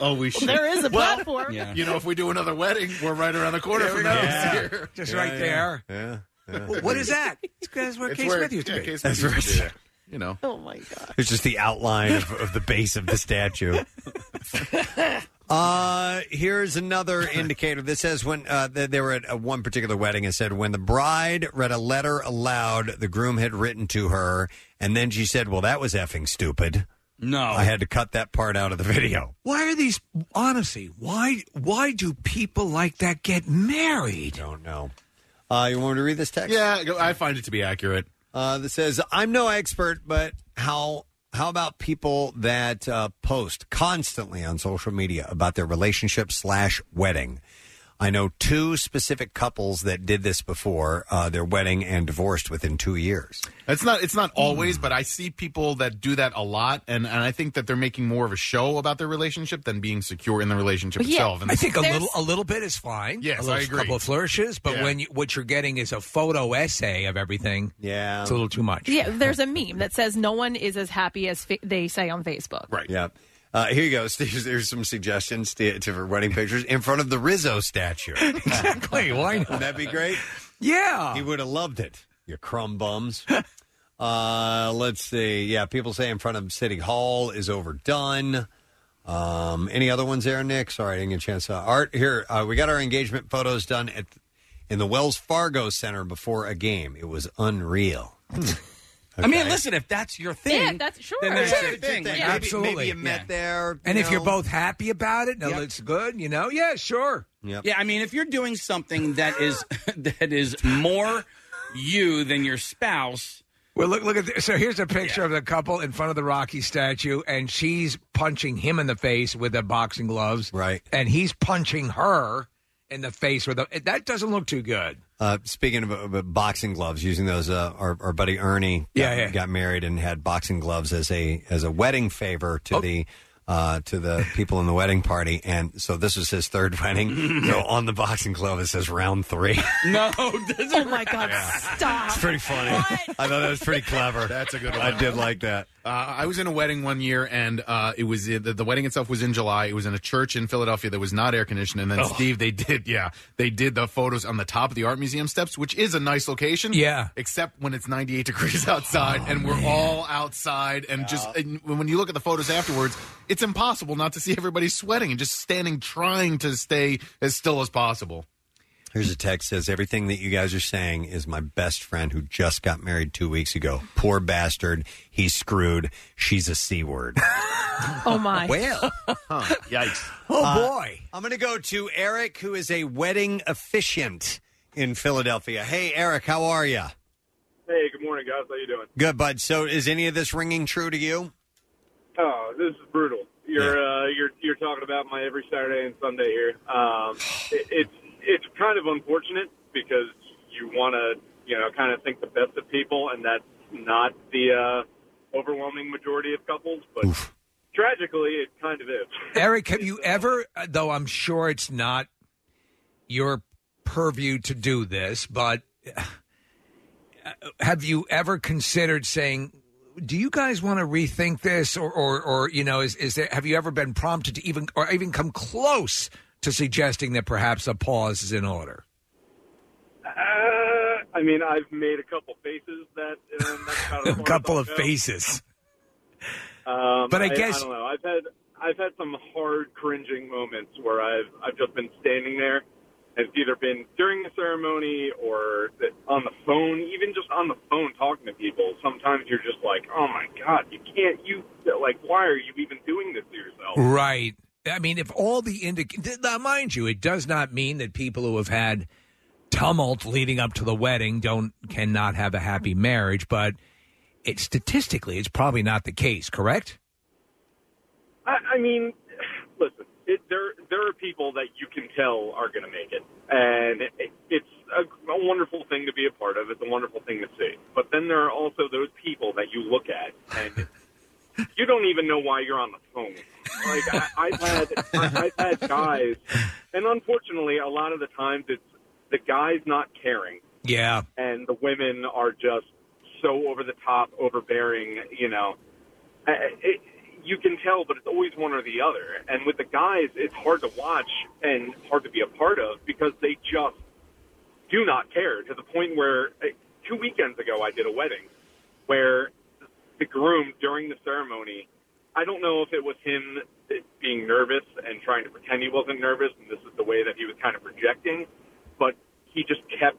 [SPEAKER 7] Oh, we should.
[SPEAKER 4] there is a
[SPEAKER 7] Well,
[SPEAKER 4] platform. Yeah.
[SPEAKER 7] You know, if we do another wedding, we're right around the corner
[SPEAKER 4] There
[SPEAKER 7] from
[SPEAKER 4] we go.
[SPEAKER 7] that.
[SPEAKER 4] Yeah. Just right there.
[SPEAKER 2] Yeah.
[SPEAKER 4] Well, what is that? It's 'cause where
[SPEAKER 7] It's
[SPEAKER 4] Kate
[SPEAKER 7] where-
[SPEAKER 4] Smith used to
[SPEAKER 7] yeah,
[SPEAKER 4] be.
[SPEAKER 7] Kate Smith That's used to right. You know.
[SPEAKER 3] Oh my god.
[SPEAKER 2] It's just the outline of, of the base of the statue. Uh, here's another indicator. This says when uh, th- they were at uh, one particular wedding and said when the bride read a letter aloud the groom had written to her, and then she said, "Well, that was effing stupid."
[SPEAKER 5] No,
[SPEAKER 2] I had to cut that part out of the video.
[SPEAKER 4] Why are these honestly? Why why do people like that get married?
[SPEAKER 2] Don't know. Uh, you want me to read this text?
[SPEAKER 7] Yeah, I find it to be accurate.
[SPEAKER 2] Uh, that says, I'm no expert, but how how about people that uh, post constantly on social media about their relationship slash wedding? I know two specific couples that did this before uh, their wedding and divorced within two years.
[SPEAKER 7] It's not it's not always, but I see people that do that a lot, and, and I think that they're making more of a show about their relationship than being secure in the relationship itself. And
[SPEAKER 4] I think a little a little bit is fine.
[SPEAKER 7] Yes,
[SPEAKER 4] a little,
[SPEAKER 7] I agree.
[SPEAKER 4] couple of flourishes, but
[SPEAKER 7] Yeah.
[SPEAKER 4] when you, what you're getting is a photo essay of everything,
[SPEAKER 2] yeah,
[SPEAKER 4] it's a little too much.
[SPEAKER 3] Yeah, there's a meme that says no one is as happy as fa- they say on Facebook.
[SPEAKER 7] Right.
[SPEAKER 2] Yeah. Uh, here you go, Steve. There's some suggestions to, to for wedding pictures in front of the Rizzo statue.
[SPEAKER 4] exactly. Why not?
[SPEAKER 2] Would that be great?
[SPEAKER 4] Yeah.
[SPEAKER 2] He would have loved it, you crumb bums. uh, let's see. Yeah, people say in front of City Hall is overdone. Um, any other ones there, Nick? Sorry, I didn't get a chance. Uh, Art, here, uh, we got our engagement photos done at in the Wells Fargo Center before a game. It was unreal.
[SPEAKER 5] I mean, listen, if that's your thing,
[SPEAKER 3] Yeah, that's sure.
[SPEAKER 5] Then there's
[SPEAKER 3] Sure,
[SPEAKER 5] your
[SPEAKER 3] it's
[SPEAKER 5] thing.
[SPEAKER 3] your thing.
[SPEAKER 5] Like,
[SPEAKER 4] Absolutely.
[SPEAKER 5] Yeah.
[SPEAKER 2] there,
[SPEAKER 4] and
[SPEAKER 5] you
[SPEAKER 4] if you're
[SPEAKER 5] know.
[SPEAKER 4] both happy about it, no,
[SPEAKER 5] Yep.
[SPEAKER 4] it's good. You know, yeah, sure.
[SPEAKER 5] Yeah, I mean, if you're doing something that is that is more you than your spouse,
[SPEAKER 4] Well, look, look at this. So here's a picture of the couple in front of the Rocky statue, and she's punching him in the face with the boxing gloves,
[SPEAKER 2] right?
[SPEAKER 4] And he's punching her in the face with a. That doesn't look too good.
[SPEAKER 2] Uh, speaking of, of- of boxing gloves, using those, uh, our, our buddy Ernie got,
[SPEAKER 4] Yeah, yeah.
[SPEAKER 2] got married and had boxing gloves as a as a wedding favor
[SPEAKER 4] Oh.
[SPEAKER 2] to the uh, to the people in the wedding party, and so this was his third wedding. so on the boxing glove it says round three.
[SPEAKER 5] no. Oh
[SPEAKER 3] my God! Stop.
[SPEAKER 2] it's pretty funny. I thought that was pretty clever.
[SPEAKER 7] That's a good one.
[SPEAKER 2] I did like that.
[SPEAKER 7] Uh, I was in a wedding one year, and uh, it was the, the wedding itself was in July. It was in a church in Philadelphia that was not air conditioned. And then
[SPEAKER 4] Oh.
[SPEAKER 7] Steve, they did, yeah, they did the photos on the top of the art museum steps, which is a nice location,
[SPEAKER 4] Yeah.
[SPEAKER 7] Except when it's 98 degrees
[SPEAKER 2] Oh,
[SPEAKER 7] outside, and we're all outside, and just and when you look at the photos afterwards, it's impossible not to see everybody sweating and just standing, trying to stay as still as possible.
[SPEAKER 2] Here's a text says everything that you guys are saying is my best friend who just got married two weeks ago. Poor bastard, he's screwed. She's a c word.
[SPEAKER 3] Oh my!
[SPEAKER 2] Well,
[SPEAKER 7] yikes!
[SPEAKER 2] Oh
[SPEAKER 4] boy!
[SPEAKER 2] I'm going to go to Eric, who is a wedding officiant in Philadelphia. Hey, Eric, how are you?
[SPEAKER 20] Hey, good morning, guys. How you doing?
[SPEAKER 2] Good, bud. So, is any of this ringing true to you?
[SPEAKER 20] Oh, this is brutal. You're uh, you're you're talking about my every Saturday and Sunday here. Um, it, it's it's kind of unfortunate because you want to you know kind of think the best of people, and that's not the uh, overwhelming majority of couples. But tragically, it kind of is.
[SPEAKER 4] Eric, have you ever, uh, though I'm sure it's not your purview to do this, but uh, have you ever considered saying, do you guys want to rethink this? Or, or, or you know, is, is there, have you ever been prompted to even, or even come close to suggesting that perhaps a pause is in order?
[SPEAKER 20] Uh, I mean, I've made a couple faces that um, that's about as
[SPEAKER 4] A
[SPEAKER 20] far as
[SPEAKER 4] couple
[SPEAKER 20] I'll
[SPEAKER 4] of
[SPEAKER 20] go.
[SPEAKER 4] faces.
[SPEAKER 20] Um,
[SPEAKER 4] But I
[SPEAKER 20] I
[SPEAKER 4] guess-
[SPEAKER 20] I don't know. I've had I've had some hard cringing moments where I've I've just been standing there. It's either been during the ceremony or that- on the phone, even just on the phone talking to people. Sometimes you're just like, oh my god, you can't. You like, why are you even doing this to yourself?
[SPEAKER 4] Right. I mean, if all the indicators, now mind you, it does not mean that people who have had tumult leading up to the wedding don't cannot have a happy marriage, but it statistically it's probably not the case. Correct?
[SPEAKER 20] I, I mean, listen, it, there there are people that you can tell are going to make it, and it, it's a, a wonderful thing to be a part of. It's a wonderful thing to see. But then there are also those people that you look at and. You don't even know why you're on the phone. Like I, I've had, I, I've had guys, and unfortunately, a lot of the times it's the guys not caring
[SPEAKER 4] Yeah.
[SPEAKER 20] and the women are just so over the top, overbearing. You know, I- I- it, you can tell, but it's always one or the other. And with the guys, it's hard to watch and hard to be a part of because they just do not care to the point where uh, two weekends ago I did a wedding where the groom during the ceremony. I don't know if it was him eh, being nervous and trying to pretend he wasn't nervous, and this is the way that he was kind of projecting, but he just kept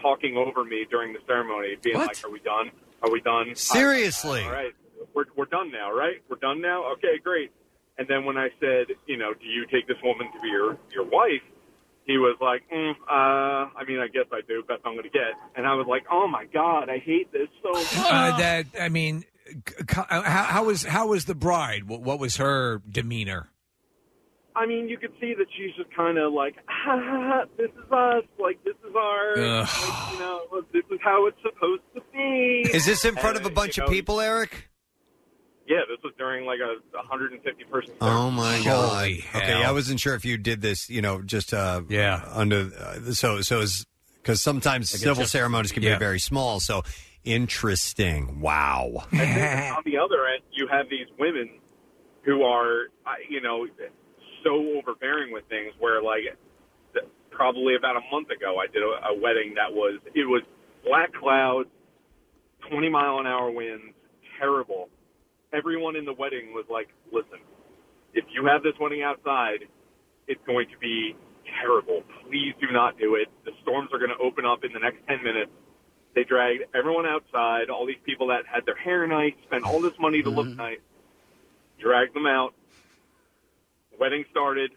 [SPEAKER 20] talking over me during the ceremony, being like, "Are we done? Are we done?
[SPEAKER 2] Seriously?
[SPEAKER 20] All right, we're we're done now, right? We're done now. Okay, great." And then when I said, "You know, do you take this woman to be your your wife?" He was like, mm, uh, "I mean, I guess
[SPEAKER 2] Uh,
[SPEAKER 20] I do. Best I'm going to get." And I was like, "Oh my god, I hate this so much."
[SPEAKER 4] Uh, that I mean, co- how, how was how was the bride? What, what was her demeanor?
[SPEAKER 20] I mean, you could see that she's just kind of like, ha, ha, ha, this is us, like this is our,
[SPEAKER 2] Ugh.
[SPEAKER 20] like, you know, this is how it's supposed to be.
[SPEAKER 2] Is this in front of
[SPEAKER 20] And,
[SPEAKER 2] a bunch
[SPEAKER 20] you
[SPEAKER 2] of
[SPEAKER 20] know,
[SPEAKER 2] people, Eric?
[SPEAKER 20] Yeah, this was during like a 150 person.
[SPEAKER 2] Oh my god!
[SPEAKER 20] Holy
[SPEAKER 2] Okay,
[SPEAKER 20] hell.
[SPEAKER 2] I wasn't sure if you did this. You know, just uh, yeah, under uh, so so is because sometimes
[SPEAKER 20] Like a
[SPEAKER 2] civil
[SPEAKER 20] just-
[SPEAKER 2] ceremonies can
[SPEAKER 20] yeah.
[SPEAKER 2] be very small. So interesting. Wow.
[SPEAKER 20] on the other end, you have these women who are, I- you know, so overbearing with things. Where like, th- probably about a month ago, I did a, a wedding that was it was black clouds, twenty mile an hour winds, terrible. Everyone in the wedding was like, "Listen, if you have this wedding outside, it's going to be terrible. Please do not do it. The storms are going to open up in the next ten minutes." They dragged everyone outside, all these people that had their hair nice, spent all this money to look nice, dragged them out. Wedding started,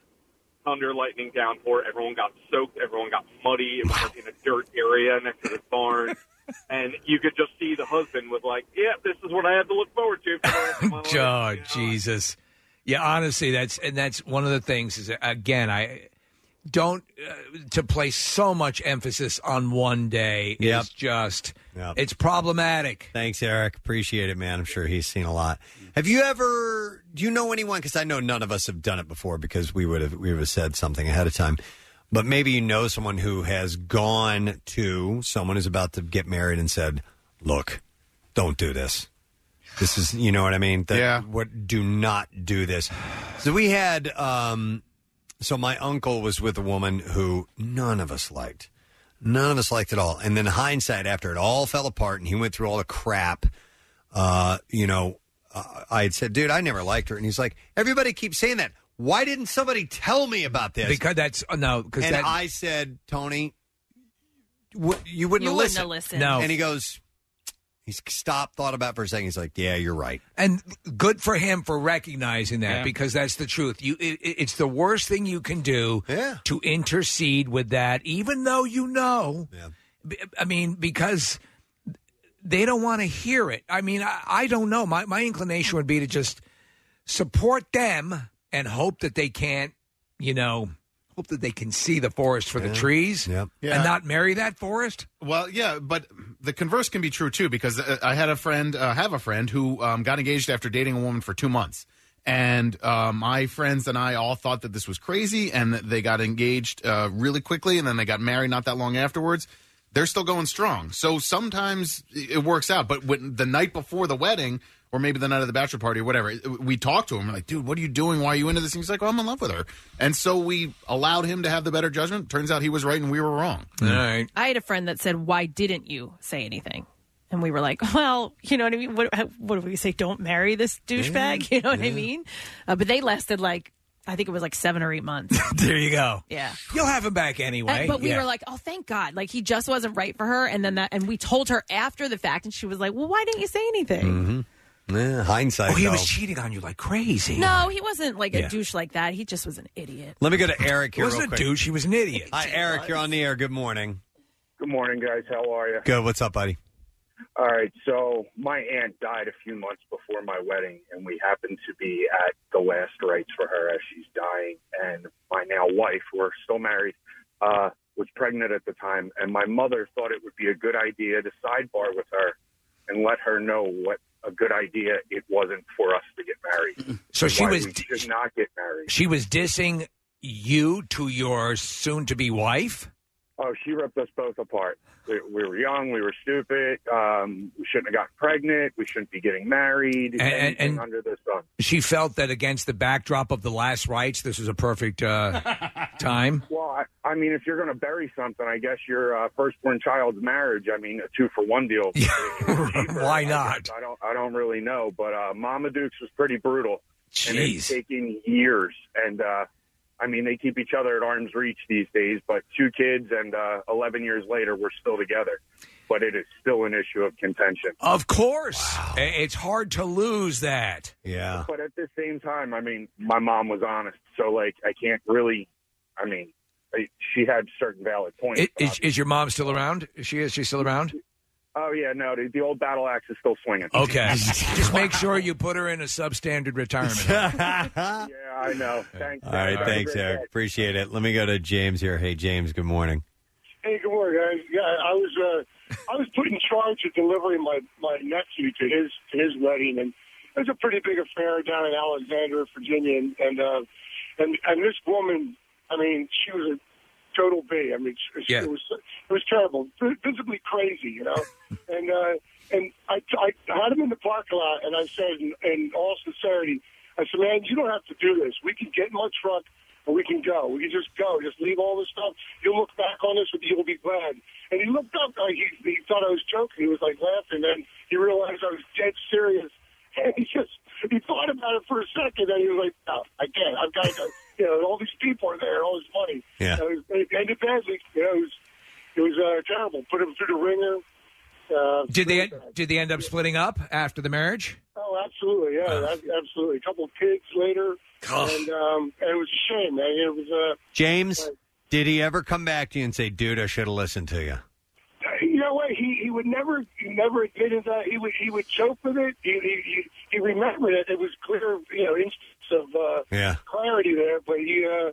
[SPEAKER 20] thunder, lightning, downpour. Everyone got soaked, everyone got muddy. It was like in a dirt area next to the barn. and you could just see the husband was like, yeah, this is what I have to look forward to. For the rest of my life."
[SPEAKER 4] Oh Jesus! Yeah, honestly, that's and that's one of the things is again I don't uh, to place so much emphasis on one day
[SPEAKER 2] Yep.
[SPEAKER 4] is just
[SPEAKER 2] Yep.
[SPEAKER 4] it's problematic.
[SPEAKER 2] Thanks, Eric. Appreciate it, man. I'm sure he's seen a lot. Have you ever? Do you know anyone? Because I know none of us have done it before because we would have we would have said something ahead of time. But maybe you know someone who has gone to someone who's about to get married and said, "Look, don't do this. This is you know what I mean. That-
[SPEAKER 9] Yeah.
[SPEAKER 2] What? Do not do this. So we had. um So my uncle was with a woman who none of us liked. None of us liked it all. And then hindsight, after it all fell apart, and he went through all the crap. Uh, you know, uh, I had said, "Dude, I never liked her," and he's like, "Everybody keeps saying that. Why didn't somebody tell me about this?"
[SPEAKER 4] Because that's uh, no, because
[SPEAKER 2] and
[SPEAKER 4] that,
[SPEAKER 2] I said, Tony, w- you wouldn't,
[SPEAKER 4] You
[SPEAKER 2] have
[SPEAKER 4] wouldn't
[SPEAKER 2] listened.
[SPEAKER 4] have listened. No.
[SPEAKER 2] And he goes, he stopped, thought about it for a second. He's like, yeah, you're right.
[SPEAKER 4] and good for him for recognizing that
[SPEAKER 2] Yeah.
[SPEAKER 4] because that's the truth. You, it, it- it's the worst thing you can do to intercede with that, even though you know. B- I mean, because they don't want to hear it. I mean, I, I don't know. My my inclination would be to just support them and hope that they can't, you know, hope that they can see the forest for the trees and not marry that forest.
[SPEAKER 7] Well, yeah, but the converse can be true too because uh, I had a friend, uh, have a friend who um, got engaged after dating a woman for two months, and uh, my friends and I all thought that this was crazy, and that they got engaged uh, really quickly, and then they got married not that long afterwards. They're still going strong, so sometimes it it works out. But when the night before the wedding. Or maybe the night of the bachelor party or whatever. it- We talked to him. We're like, dude, what are you doing? Why are you into this? And he's like, well, I'm in love with her. And so we allowed him to have the better judgment. Turns out he was right and we were wrong.
[SPEAKER 4] All right.
[SPEAKER 3] I had a friend that said, "Why didn't you say anything?" And we were like, "Well, you know what I mean. What, uh, what do we say? Don't marry this douchebag. You know what I mean?" Uh, but they lasted like I think it was like seven or eight months.
[SPEAKER 4] there you go.
[SPEAKER 3] Yeah.
[SPEAKER 4] You'll have him back anyway.
[SPEAKER 3] And- but we
[SPEAKER 4] Yeah.
[SPEAKER 3] were like, "Oh, thank God!" Like he just wasn't right for her. And then that, and we told her after the fact, and she was like, "Well, why didn't you say anything?"
[SPEAKER 2] Mm-hmm. Yeah, hindsight.
[SPEAKER 4] Oh, he was
[SPEAKER 2] though.
[SPEAKER 4] cheating on you like crazy.
[SPEAKER 3] No, he wasn't like a
[SPEAKER 2] Yeah.
[SPEAKER 3] douche like that. He just was an idiot.
[SPEAKER 2] Let me go to Eric here.
[SPEAKER 4] He wasn't
[SPEAKER 2] real
[SPEAKER 4] a
[SPEAKER 2] quick.
[SPEAKER 4] douche, he was an idiot.
[SPEAKER 2] Hi, Eric. You're on the air. Good morning.
[SPEAKER 19] Good morning, guys. How are you?
[SPEAKER 2] Good. What's up, buddy?
[SPEAKER 19] All right. So my aunt died a few months before my wedding, and we happened to be at the last rites for her as she's dying. And my now wife, we're still married, uh, was pregnant at the time, and my mother thought it would be a good idea to sidebar with her and let her know what a good idea it wasn't for us to get married.
[SPEAKER 4] So
[SPEAKER 19] and
[SPEAKER 4] she
[SPEAKER 19] why
[SPEAKER 4] was-
[SPEAKER 19] we should not get married.
[SPEAKER 4] She was dissing you to your soon-to-be wife.
[SPEAKER 19] Oh, she ripped us both apart. We, we were young. We were stupid. Um, we shouldn't have gotten pregnant. We shouldn't be getting married.
[SPEAKER 4] And- and-
[SPEAKER 19] anything
[SPEAKER 4] and-
[SPEAKER 19] under the sun.
[SPEAKER 4] She felt that against the backdrop of the last rites, this was a perfect uh, time.
[SPEAKER 19] Well, I, I mean, if you're going to bury something, I guess your uh, firstborn child's marriage. I mean, a two for one deal.
[SPEAKER 4] Why not?
[SPEAKER 19] I don't. I don't really know, but uh, Mama Duke's was pretty brutal, and it's
[SPEAKER 4] Jeez.
[SPEAKER 19] taken years. And uh, I mean, they keep each other at arm's reach these days. But two kids, and uh, 11 years later, we're still together. But it is still an issue of contention.
[SPEAKER 4] Of course, I- it's hard to lose that.
[SPEAKER 2] Yeah.
[SPEAKER 19] But at the same time, I mean, my mom was honest, so like I can't really. I mean, I, she had certain valid points.
[SPEAKER 2] uh,
[SPEAKER 4] Is, is your mom still around? Is she is she still around?
[SPEAKER 21] Oh yeah, no, the, the old battle axe is still swinging.
[SPEAKER 4] Okay. Just make sure you put her in a substandard retirement.
[SPEAKER 21] yeah, I know. Thanks.
[SPEAKER 2] All right, thanks, Eric. Appreciate it. Let me go to James here. Hey, James. Good morning.
[SPEAKER 22] Hey, good morning, guys. Yeah, I was uh, I was put in charge of delivering my my nephew to his to his wedding, and it was a pretty big affair down in Alexandria, Virginia, and and uh, and, and this woman, I mean, she was a total bee. I mean, she, she-
[SPEAKER 9] Yeah.
[SPEAKER 22] it was it was terrible, vi- visibly crazy, you know. and uh, and I, I had him in the parking lot, and I said, in, in all sincerity, I said, man, you don't have to do this. We can get in my truck and we can go. We can just go. Just leave all this stuff. You'll look back on this and you'll be glad. And he looked up. Like he, he thought I was joking. He was like laughing. Then he realized I was dead serious. And he just he thought about it for a second. And he was like, no, I can't. I've got to go. You know, all these people are there. All this money.
[SPEAKER 9] Yeah.
[SPEAKER 22] And it, was, it ended badly. You know, it was it was uh, terrible. Put him through the ringer. Uh,
[SPEAKER 4] did they did they end up splitting up after the marriage?
[SPEAKER 22] Oh, absolutely, yeah,
[SPEAKER 4] Uh.
[SPEAKER 22] ab- absolutely. A couple of kids later,
[SPEAKER 4] Ugh.
[SPEAKER 22] and um, and it was a shame. Man. It was uh,
[SPEAKER 2] James, did he ever come back to you and say, "Dude, I should have listened to you"?
[SPEAKER 22] you know what? He he would never he never admitted that. He would he would joke with it. He he, he, he remembered it. It was clear, you know, instance of uh,
[SPEAKER 2] Yeah.
[SPEAKER 22] clarity there. But he, uh,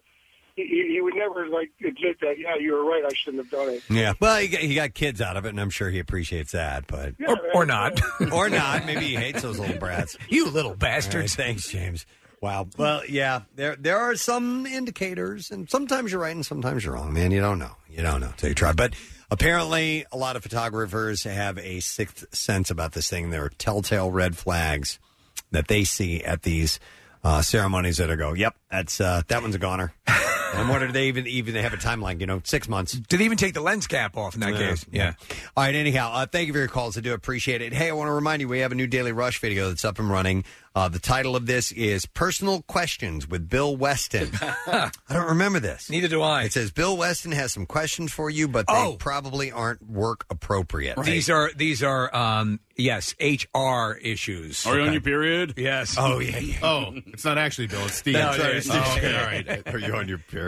[SPEAKER 22] he- he he would never like admit that. Yeah, you were right. I shouldn't have done it.
[SPEAKER 2] Yeah. Well, he got, he got kids out of it, and I'm sure he appreciates that. But
[SPEAKER 22] Or-
[SPEAKER 4] or not,
[SPEAKER 2] or not. Maybe he hates those little brats.
[SPEAKER 4] you little
[SPEAKER 2] bastards. thanks, James. Wow. Well, yeah. There there are some indicators, and sometimes you're right, and sometimes you're wrong, man. You don't know. You don't know till you try. But apparently, a lot of photographers have a sixth sense about this thing. There are telltale red flags that they see at these uh, ceremonies that are go. Yep, that's uh, that one's a goner. and what do they even even they have a timeline? You know, six months.
[SPEAKER 4] Did they even take the lens cap off in that
[SPEAKER 2] Yeah.
[SPEAKER 4] case? Yeah.
[SPEAKER 2] All right. Anyhow, uh, thank you for your calls. I do appreciate it. Hey, I want to remind you we have a new Daily Rush video that's up and running. Uh, the title of this is "Personal Questions with Bill Weston." I don't remember this.
[SPEAKER 4] Neither do I.
[SPEAKER 2] It says Bill Weston has some questions for you, but they
[SPEAKER 4] Oh.
[SPEAKER 2] probably aren't work appropriate.
[SPEAKER 4] These are these are um yes HR issues.
[SPEAKER 2] Are you on your
[SPEAKER 4] period? Yes.
[SPEAKER 2] Oh, yeah, yeah.
[SPEAKER 7] Oh, it's not actually Bill. It's Steve.
[SPEAKER 2] That's right,
[SPEAKER 7] Oh,
[SPEAKER 2] Steve.
[SPEAKER 7] okay, all right.
[SPEAKER 2] Are you on your period?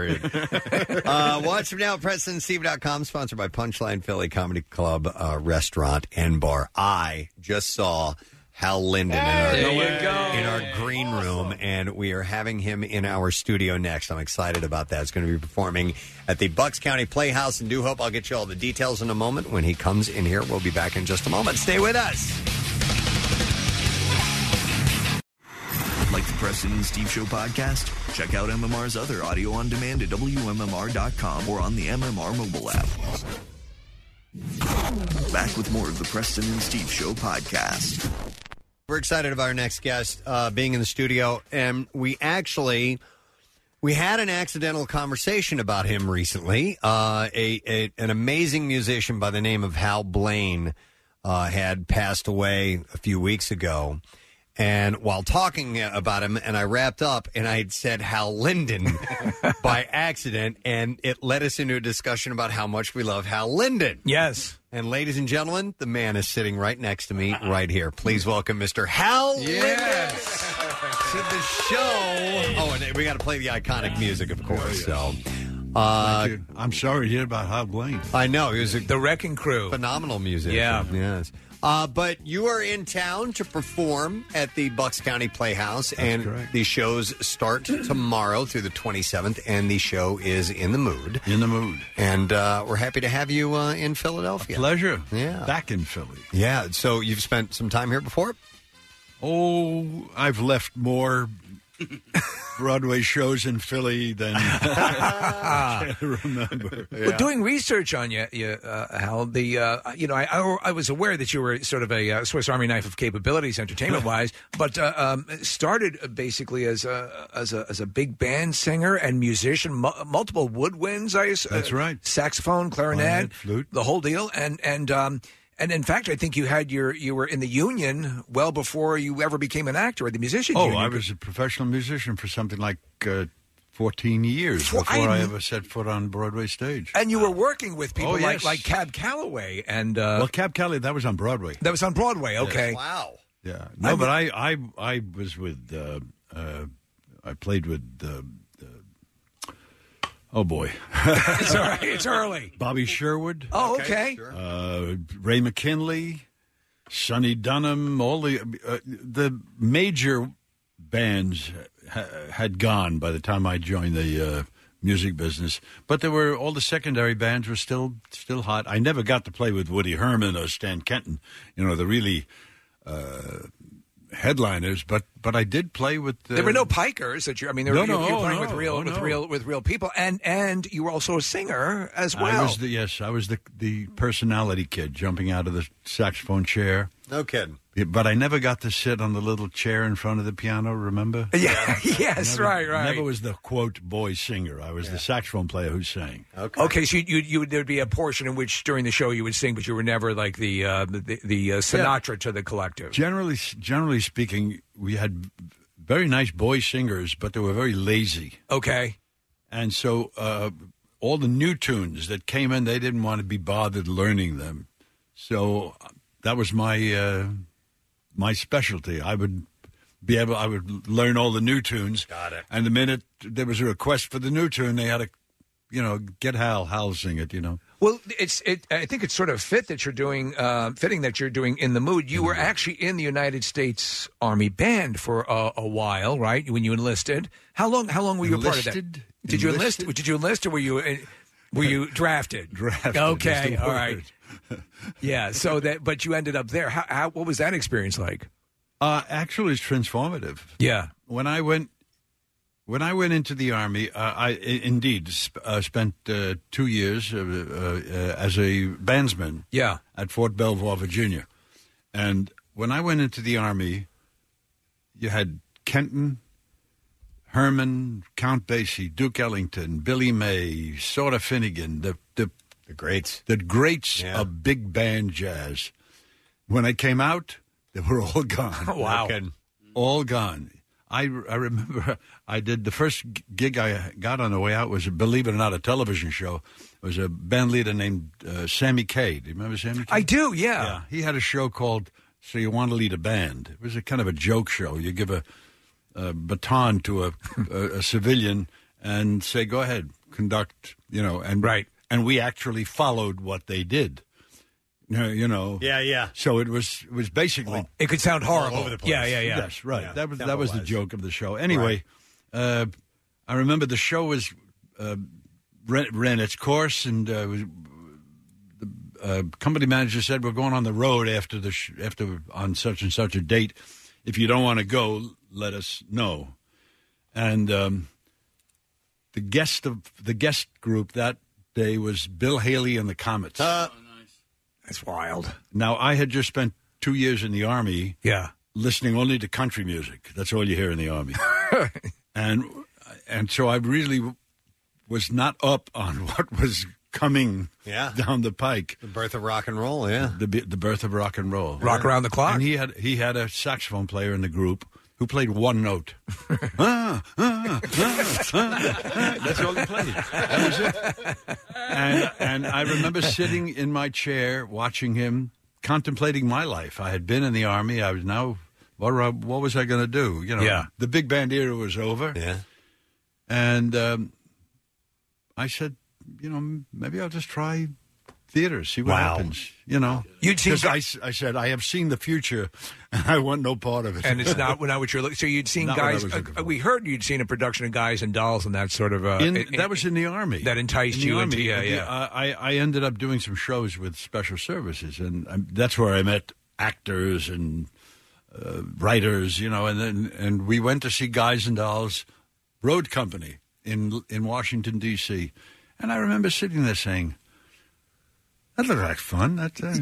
[SPEAKER 2] uh, watch them now at PrestonSteve.com, sponsored by Punchline Philly Comedy Club, uh, Restaurant and Bar. I just saw Hal Linden
[SPEAKER 9] Hey,
[SPEAKER 2] in, our,
[SPEAKER 9] there you go.
[SPEAKER 2] in our green room, and we are having him in our studio next. I'm excited about that. It's going to be performing at the Bucks County Playhouse in New Hope. I'll get you all the details in a moment when he comes in here. We'll be back in just a moment. Stay with us.
[SPEAKER 6] Like the Preston and Steve Show podcast? Check out MMR's other audio on demand at WMMR.com or on the MMR mobile app. Back with more of the Preston and Steve Show podcast.
[SPEAKER 2] We're excited about our next guest uh, being in the studio, and we actually we had an accidental conversation about him recently. Uh, a, a an amazing musician by the name of Hal Blaine uh, had passed away a few weeks ago. And while talking about him, and I wrapped up, and I had said Hal Linden by accident, and it led us into a discussion about how much we love Hal Linden.
[SPEAKER 4] Yes.
[SPEAKER 2] And ladies and gentlemen, the man is sitting right next to me, right here. Please welcome Mr. Hal Yes. to the show. Oh, and we got to play the iconic music, of course. So,
[SPEAKER 23] Oh,
[SPEAKER 2] uh, I'm sorry to hear about Hal Blaine. I know he was a,
[SPEAKER 4] the Wrecking Crew,
[SPEAKER 2] phenomenal musician.
[SPEAKER 4] Yeah.
[SPEAKER 2] yes. Uh, but you are in town to perform at the Bucks County Playhouse, and the shows start tomorrow through the 27th. And the show is in the mood. In the mood, and uh, we're happy to have you uh, in Philadelphia.
[SPEAKER 23] Pleasure.
[SPEAKER 2] Yeah.
[SPEAKER 23] Back in Philly.
[SPEAKER 2] Yeah. So you've spent some time here before?
[SPEAKER 23] Oh, I've left more Broadway shows in Philly than I can remember.
[SPEAKER 4] Well, doing research on you, you uh, Hal, the uh, you know, I, I I was aware that you were sort of a uh, Swiss Army knife of capabilities, entertainment wise, but uh, um, started uh, basically as a as a as a big band singer and musician, mu- multiple woodwinds. I ass-
[SPEAKER 23] That's
[SPEAKER 4] uh,
[SPEAKER 23] right.
[SPEAKER 4] saxophone, clarinet,
[SPEAKER 23] Clarinet, flute.
[SPEAKER 4] the whole deal, and and. Um, and in fact, I think you had your you were in the union well before you ever became an actor or the musician.
[SPEAKER 23] Oh,
[SPEAKER 4] union.
[SPEAKER 23] I was a professional musician for something like uh, 14 years
[SPEAKER 4] For- I
[SPEAKER 23] before I,
[SPEAKER 4] kn-
[SPEAKER 23] ever set foot on Broadway stage.
[SPEAKER 4] and you were working with people
[SPEAKER 23] Oh,
[SPEAKER 4] like
[SPEAKER 23] yes.
[SPEAKER 4] like Cab Calloway and uh,
[SPEAKER 23] well, Cab Calloway, that was on Broadway.
[SPEAKER 4] that was on Broadway. Okay,
[SPEAKER 2] wow.
[SPEAKER 23] Yeah. No, but I, I, I was with, uh, uh, I played with uh, uh, Oh boy,
[SPEAKER 4] It's all right. It's early.
[SPEAKER 23] Bobby Sherwood.
[SPEAKER 4] Oh, okay.
[SPEAKER 23] Uh, Ray McKinley, Sonny Dunham, all the uh, the major bands ha- had gone by the time I joined the uh, music business. But there were all the secondary bands were still still hot. I never got to play with Woody Herman or Stan Kenton, you know, the really uh, headliners. But but I did play with. Uh,
[SPEAKER 4] there were no pikers that you. I mean, there
[SPEAKER 23] No,
[SPEAKER 4] were, you-
[SPEAKER 23] no,
[SPEAKER 4] you were playing
[SPEAKER 23] no,
[SPEAKER 4] with real,
[SPEAKER 23] oh,
[SPEAKER 4] with
[SPEAKER 23] no.
[SPEAKER 4] real, with real people, and and you were also a singer as well.
[SPEAKER 23] I was the yes, I was the the personality kid jumping out of the saxophone chair.
[SPEAKER 2] No kidding.
[SPEAKER 23] Yeah, But I never got to sit on the little chair in front of the piano. Remember?
[SPEAKER 4] Yeah. yes.
[SPEAKER 23] Never-
[SPEAKER 4] right. Right.
[SPEAKER 23] Never was the quote boy singer. I was the saxophone player who sang.
[SPEAKER 4] Okay. so you, you, you would- there'd be a portion in which during the show you would sing, but you were never like the uh, the, the uh, Sinatra to the collective.
[SPEAKER 23] Generally, generally speaking, we had very nice boy singers, but they were very lazy.
[SPEAKER 4] Okay.
[SPEAKER 23] And so uh, all the new tunes that came in, they didn't want to be bothered learning them. So uh, that was my uh, my specialty. I would be able, I would learn all the new tunes. Got it. And the minute there was a request for the new tune, they had to, you know, get Hal, Hal sing it. You know.
[SPEAKER 4] Well, it's it. I think it's sort of fit that you're doing, uh, fitting that you're doing in the mood. You were actually in the United States Army Band for a, a while, right? When you enlisted, how long? How long were you a part of
[SPEAKER 23] Enlisted?
[SPEAKER 4] that? Did you enlist?
[SPEAKER 23] Enlisted?
[SPEAKER 4] Did you enlist, or were you uh, were you drafted?
[SPEAKER 23] Drafted is
[SPEAKER 4] Okay,
[SPEAKER 23] the
[SPEAKER 4] all right.
[SPEAKER 23] word.
[SPEAKER 4] Yeah. So that, but you ended up there. How, how? What was that experience like?
[SPEAKER 23] Uh, actually, it's transformative.
[SPEAKER 4] Yeah.
[SPEAKER 23] When I went, when I went into the army, uh, I i- indeed sp- uh, spent uh, two years uh, uh, uh, as a bandsman.
[SPEAKER 4] Yeah.
[SPEAKER 23] At Fort Belvoir, Virginia, and when I went into the army, you had Kenton, Herman, Count Basie, Duke Ellington, Billy May, Sorda Finnegan, the the the
[SPEAKER 2] greats,
[SPEAKER 23] the greats of big band jazz. When I came out, they were all gone.
[SPEAKER 4] Oh, wow.
[SPEAKER 23] No kidding. all gone. I, I remember I did the first g- gig I got on the way out was believe it or not a television show. It was a band leader named uh, Sammy Kaye. Do you remember Sammy? Kaye?
[SPEAKER 4] I do. Yeah.
[SPEAKER 23] Yeah, he had a show called "So You Want to Lead a Band." It was a kind of a joke show. You give a, a baton to a, a, a civilian and say, "Go ahead, conduct," you know, and right. And we actually followed what they did. You know, you know.
[SPEAKER 2] Yeah, yeah.
[SPEAKER 23] So it was it was basically
[SPEAKER 4] Oh, It could sound horrible. Yeah, yeah, yeah.
[SPEAKER 23] Yes, right.
[SPEAKER 4] Yeah,
[SPEAKER 23] that was that
[SPEAKER 4] never
[SPEAKER 23] was the
[SPEAKER 4] was.
[SPEAKER 23] joke of the show. Anyway, uh, I remember the show was uh, ran, ran its course, and uh, was, uh, company manager said, "We're going on the road after the sh- after on such and such a date. If you don't want to go, let us know." And um, the guest of the guest group that day was Bill Haley and the Comets.
[SPEAKER 4] That's wild.
[SPEAKER 23] Now I had just spent two years in the army.
[SPEAKER 4] Yeah,
[SPEAKER 23] listening only to country music. That's all you hear in the army. and and so I really was not up on what was coming
[SPEAKER 2] Yeah.
[SPEAKER 23] down the pike. The
[SPEAKER 2] birth of rock and roll, yeah.
[SPEAKER 23] The bi- the birth of rock and roll.
[SPEAKER 4] Rock around the clock.
[SPEAKER 23] And he had he had a saxophone player in the group who played one note. Ah, ah, ah, ah. That's all he played. That was it. And and I remember sitting in my chair watching him contemplating my life. I had been in the army. I was now what what was I going to do? You know,
[SPEAKER 4] Yeah.
[SPEAKER 23] the big band era was over.
[SPEAKER 2] Yeah.
[SPEAKER 23] And um, I said, you know, maybe I'll just try theater, see what
[SPEAKER 4] Wow.
[SPEAKER 23] happens. You know,
[SPEAKER 4] You'd seen-
[SPEAKER 23] 'Cause I, s- I said I have seen the future, and I want no part of it.
[SPEAKER 4] and it's not not what you're looking. So you'd seen
[SPEAKER 23] Not what I
[SPEAKER 4] guys.
[SPEAKER 23] was looking
[SPEAKER 4] Uh, we heard you'd seen a production of Guys and Dolls and that sort of. Uh,
[SPEAKER 23] In-
[SPEAKER 4] it-
[SPEAKER 23] that was in the army.
[SPEAKER 4] That enticed
[SPEAKER 23] In the
[SPEAKER 4] you
[SPEAKER 23] Army,
[SPEAKER 4] into yeah,
[SPEAKER 23] the- uh,
[SPEAKER 4] yeah.
[SPEAKER 23] I, I ended up doing some shows with special services, and um, that's where I met actors and uh, writers, you know. And then and we went to see Guys and Dolls Road Company in in Washington D.C. And I remember sitting there saying, "That looked like fun." That uh,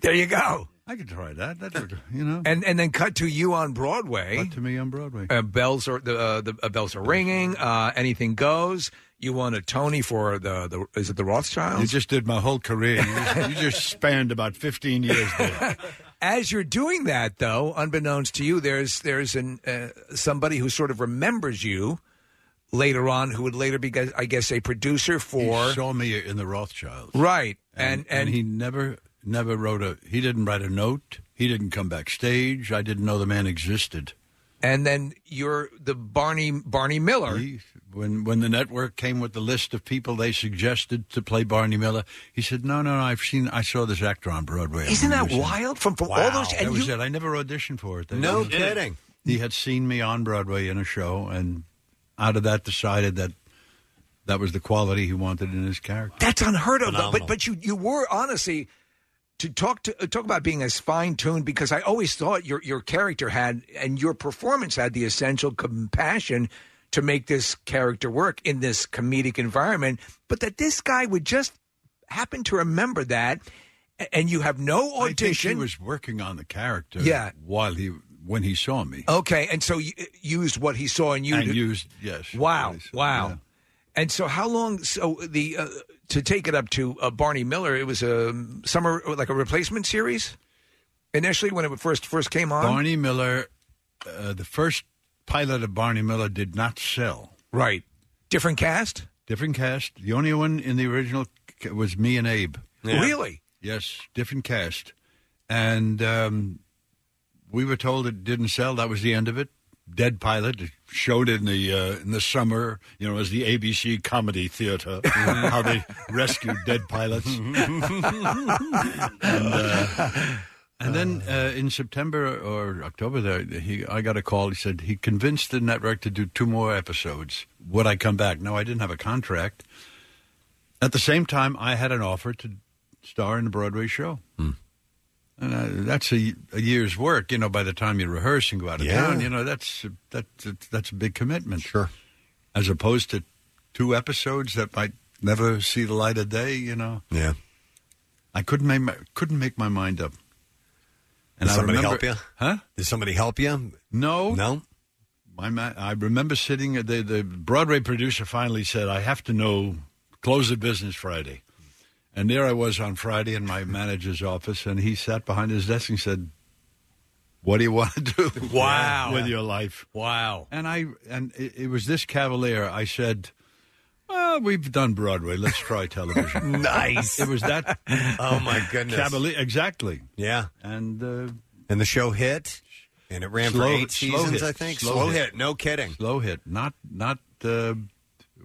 [SPEAKER 4] there you go.
[SPEAKER 23] I could try that. That looked, you know.
[SPEAKER 4] And and then cut to you on Broadway.
[SPEAKER 23] Cut to me on Broadway.
[SPEAKER 4] Uh, bells are the uh, the uh, bells are ringing. Uh, anything goes. You won a Tony for the the is it the Rothschilds?
[SPEAKER 23] You just did my whole career. You just, you just spanned about fifteen years. There.
[SPEAKER 4] As you're doing that, though, unbeknownst to you, there's there's an uh, somebody who sort of remembers you later on, who would later be, I guess, a producer for
[SPEAKER 23] he saw me in the Rothschilds.
[SPEAKER 4] right,
[SPEAKER 23] and and, he never never wrote a he didn't write a note. He didn't come backstage. I didn't know the man existed.
[SPEAKER 4] and then you're the Barney Barney Miller.
[SPEAKER 23] when when the network came with the list of people they suggested to play Barney Miller, he said, "No, no, no I've seen, I saw this actor on Broadway." I've
[SPEAKER 4] Isn't that
[SPEAKER 23] never seen him."
[SPEAKER 4] wild? From from all
[SPEAKER 23] Wow.
[SPEAKER 4] those,
[SPEAKER 23] that
[SPEAKER 4] and
[SPEAKER 23] was
[SPEAKER 4] you,
[SPEAKER 23] it. I never auditioned for it. That
[SPEAKER 4] No
[SPEAKER 23] was it.
[SPEAKER 4] kidding.
[SPEAKER 23] He had seen me on Broadway in a show, and out of that decided that that was the quality he wanted in his character.
[SPEAKER 4] that's unheard of. though.
[SPEAKER 23] Phenomenal.
[SPEAKER 4] But but you you were honestly to talk to uh, talk about being as fine tuned because I always thought your your character had and your performance had the essential compassion to make this character work in this comedic environment. But that this guy would just happen to remember that, a- and you have no
[SPEAKER 23] I think he
[SPEAKER 4] audition.
[SPEAKER 23] was working on the character.
[SPEAKER 4] Yeah.
[SPEAKER 23] while he when he saw me.
[SPEAKER 4] Okay, and so you uh, used what he saw in you.
[SPEAKER 23] And
[SPEAKER 4] to-
[SPEAKER 23] used- yes,
[SPEAKER 4] Wow,
[SPEAKER 23] what he saw,
[SPEAKER 4] wow.
[SPEAKER 23] yeah.
[SPEAKER 4] And so, how long? So the uh, to take it up to uh, Barney Miller, it was a um, summer like a replacement series initially when it first first came on.
[SPEAKER 23] Barney Miller, uh, the first pilot of Barney Miller did not sell.
[SPEAKER 4] Right. Different cast?
[SPEAKER 23] Different cast. The only one in the original c- was me and Abe.
[SPEAKER 4] Yeah. Really?
[SPEAKER 23] Yes, different cast. And um, we were told it didn't sell. That was the end of it. Dead pilot It showed in the uh, in the summer, you know, as the ABC comedy theater, how they rescued dead pilots. and uh, and then uh, in September or October, there, he I got a call. He said he convinced the network to do two more episodes. Would I come back? No, I didn't have a contract. At the same time, I had an offer to star in a Broadway show, and uh, that's a, a year's work. You know, by the time you rehearse and go out of
[SPEAKER 9] Yeah.
[SPEAKER 23] town, you know that's that, that that's a big commitment. Sure, as opposed to two episodes that might never see the light of day. You know,
[SPEAKER 2] Yeah.
[SPEAKER 23] I couldn't make my, couldn't make my mind up.
[SPEAKER 2] Did somebody
[SPEAKER 23] remember-
[SPEAKER 2] help you?
[SPEAKER 23] Huh?
[SPEAKER 2] Did somebody help you?
[SPEAKER 23] No,
[SPEAKER 2] no.
[SPEAKER 23] My ma- I remember sitting. uh, The the Broadway producer finally said, "I have to know close the business Friday," and there I was on Friday in my manager's office, and he sat behind his desk and said, "What do you want to do?
[SPEAKER 9] Wow.
[SPEAKER 23] with your life?
[SPEAKER 4] Wow!"
[SPEAKER 23] And I and it, it was this cavalier. I said. Well, we've done Broadway. Let's try television.
[SPEAKER 2] Nice.
[SPEAKER 23] It was that.
[SPEAKER 2] Oh, my goodness.
[SPEAKER 23] Cavalier, exactly.
[SPEAKER 2] Yeah.
[SPEAKER 23] And uh,
[SPEAKER 2] and the show hit, and it ran
[SPEAKER 23] Slow-
[SPEAKER 2] for eight
[SPEAKER 23] slow
[SPEAKER 2] seasons,
[SPEAKER 23] hit.
[SPEAKER 2] I think.
[SPEAKER 23] Slow
[SPEAKER 2] Slow,
[SPEAKER 23] hit.
[SPEAKER 2] hit. No kidding.
[SPEAKER 23] Slow hit. Not not uh,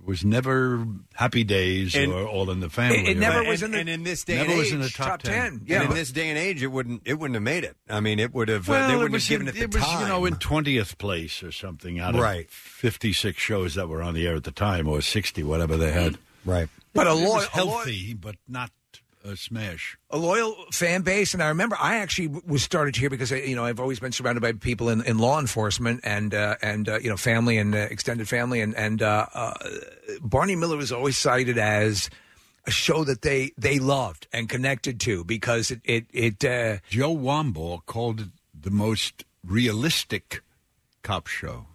[SPEAKER 23] was never Happy Days
[SPEAKER 2] And-
[SPEAKER 23] or All in the Family. or-
[SPEAKER 2] But- and, and in this day
[SPEAKER 23] never
[SPEAKER 2] and
[SPEAKER 23] was in the
[SPEAKER 2] age-
[SPEAKER 23] top,
[SPEAKER 2] And in this day and age, it wouldn't it wouldn't have made it. I mean, it would have. uh,
[SPEAKER 23] well,
[SPEAKER 2] they
[SPEAKER 23] it
[SPEAKER 2] wouldn't
[SPEAKER 23] was
[SPEAKER 2] have given
[SPEAKER 23] in,
[SPEAKER 2] it the
[SPEAKER 23] it was,
[SPEAKER 2] time.
[SPEAKER 23] you know in twentieth place or something out of
[SPEAKER 2] Right.
[SPEAKER 23] fifty six shows that were on the air at the time or sixty whatever they had.
[SPEAKER 2] Right,
[SPEAKER 4] But a
[SPEAKER 23] It
[SPEAKER 4] loyal-
[SPEAKER 23] was
[SPEAKER 4] a loyal-
[SPEAKER 23] healthy, but not a smash.
[SPEAKER 4] a loyal fan base, and I remember I actually w- was started here because I, you know I've always been surrounded by people in, in law enforcement and uh, and uh, you know family and uh, extended family, and and uh, uh, Barney Miller was always cited as a show that they they loved and connected to because it it, it uh,
[SPEAKER 23] Joe Wambaugh called it the most realistic cop show.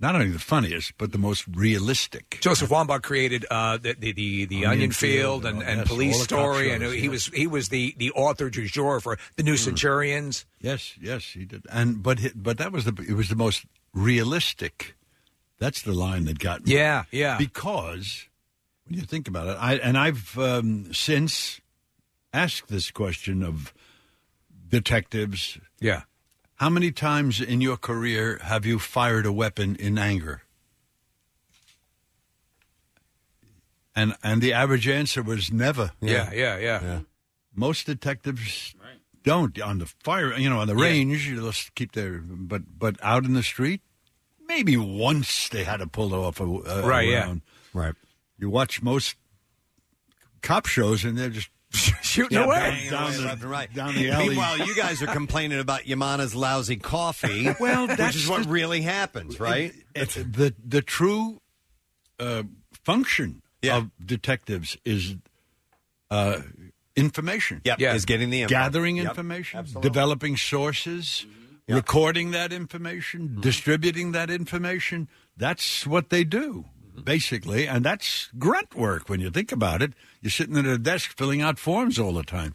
[SPEAKER 23] Not only the funniest, but the most realistic.
[SPEAKER 4] Joseph Wambaugh created uh, the the the, the
[SPEAKER 23] Onion
[SPEAKER 4] Onion,
[SPEAKER 23] Field
[SPEAKER 4] Field,
[SPEAKER 23] and
[SPEAKER 4] and,
[SPEAKER 23] all-
[SPEAKER 4] and
[SPEAKER 23] yes,
[SPEAKER 4] Police
[SPEAKER 23] all the cop
[SPEAKER 4] Story, and
[SPEAKER 23] shows,
[SPEAKER 4] he
[SPEAKER 23] yeah. Mm.
[SPEAKER 4] was he was the the author du jour for the New Centurions.
[SPEAKER 23] Yes, yes, he did. And but hi- but that was the it was the most realistic. That's the line that got me.
[SPEAKER 4] Yeah, yeah.
[SPEAKER 23] Because when you think about it, I and I've um, since asked this question of detectives.
[SPEAKER 4] Yeah.
[SPEAKER 23] How many times in your career have you fired a weapon in anger? And and the average answer was never.
[SPEAKER 4] Yeah, yeah, yeah.
[SPEAKER 23] Most detectives don't on the fire, you know, on the range. They'll s- keep their but but out in the street, maybe once they had to pull off a, a
[SPEAKER 4] Right,
[SPEAKER 23] a
[SPEAKER 4] yeah.
[SPEAKER 23] round.
[SPEAKER 2] right.
[SPEAKER 23] You watch most cop shows, and they're just
[SPEAKER 4] shooting
[SPEAKER 23] yeah,
[SPEAKER 2] away.
[SPEAKER 23] bang, down,
[SPEAKER 2] Away
[SPEAKER 23] the,
[SPEAKER 2] left and right.
[SPEAKER 23] down the alley.
[SPEAKER 2] Meanwhile, you guys are complaining about Yamana's lousy coffee.
[SPEAKER 23] Well,
[SPEAKER 2] which
[SPEAKER 23] that's
[SPEAKER 2] is what
[SPEAKER 23] the-
[SPEAKER 2] really happens, right?
[SPEAKER 23] It- it- the the true uh, function of detectives is uh, information.
[SPEAKER 2] Yep, Yeah. is getting the info.
[SPEAKER 23] gathering
[SPEAKER 2] Yep,
[SPEAKER 23] information,
[SPEAKER 2] absolutely.
[SPEAKER 23] developing sources, recording that information, distributing that information. That's what they do. Basically, and that's grunt work when you think about it. You're sitting at a desk filling out forms all the time.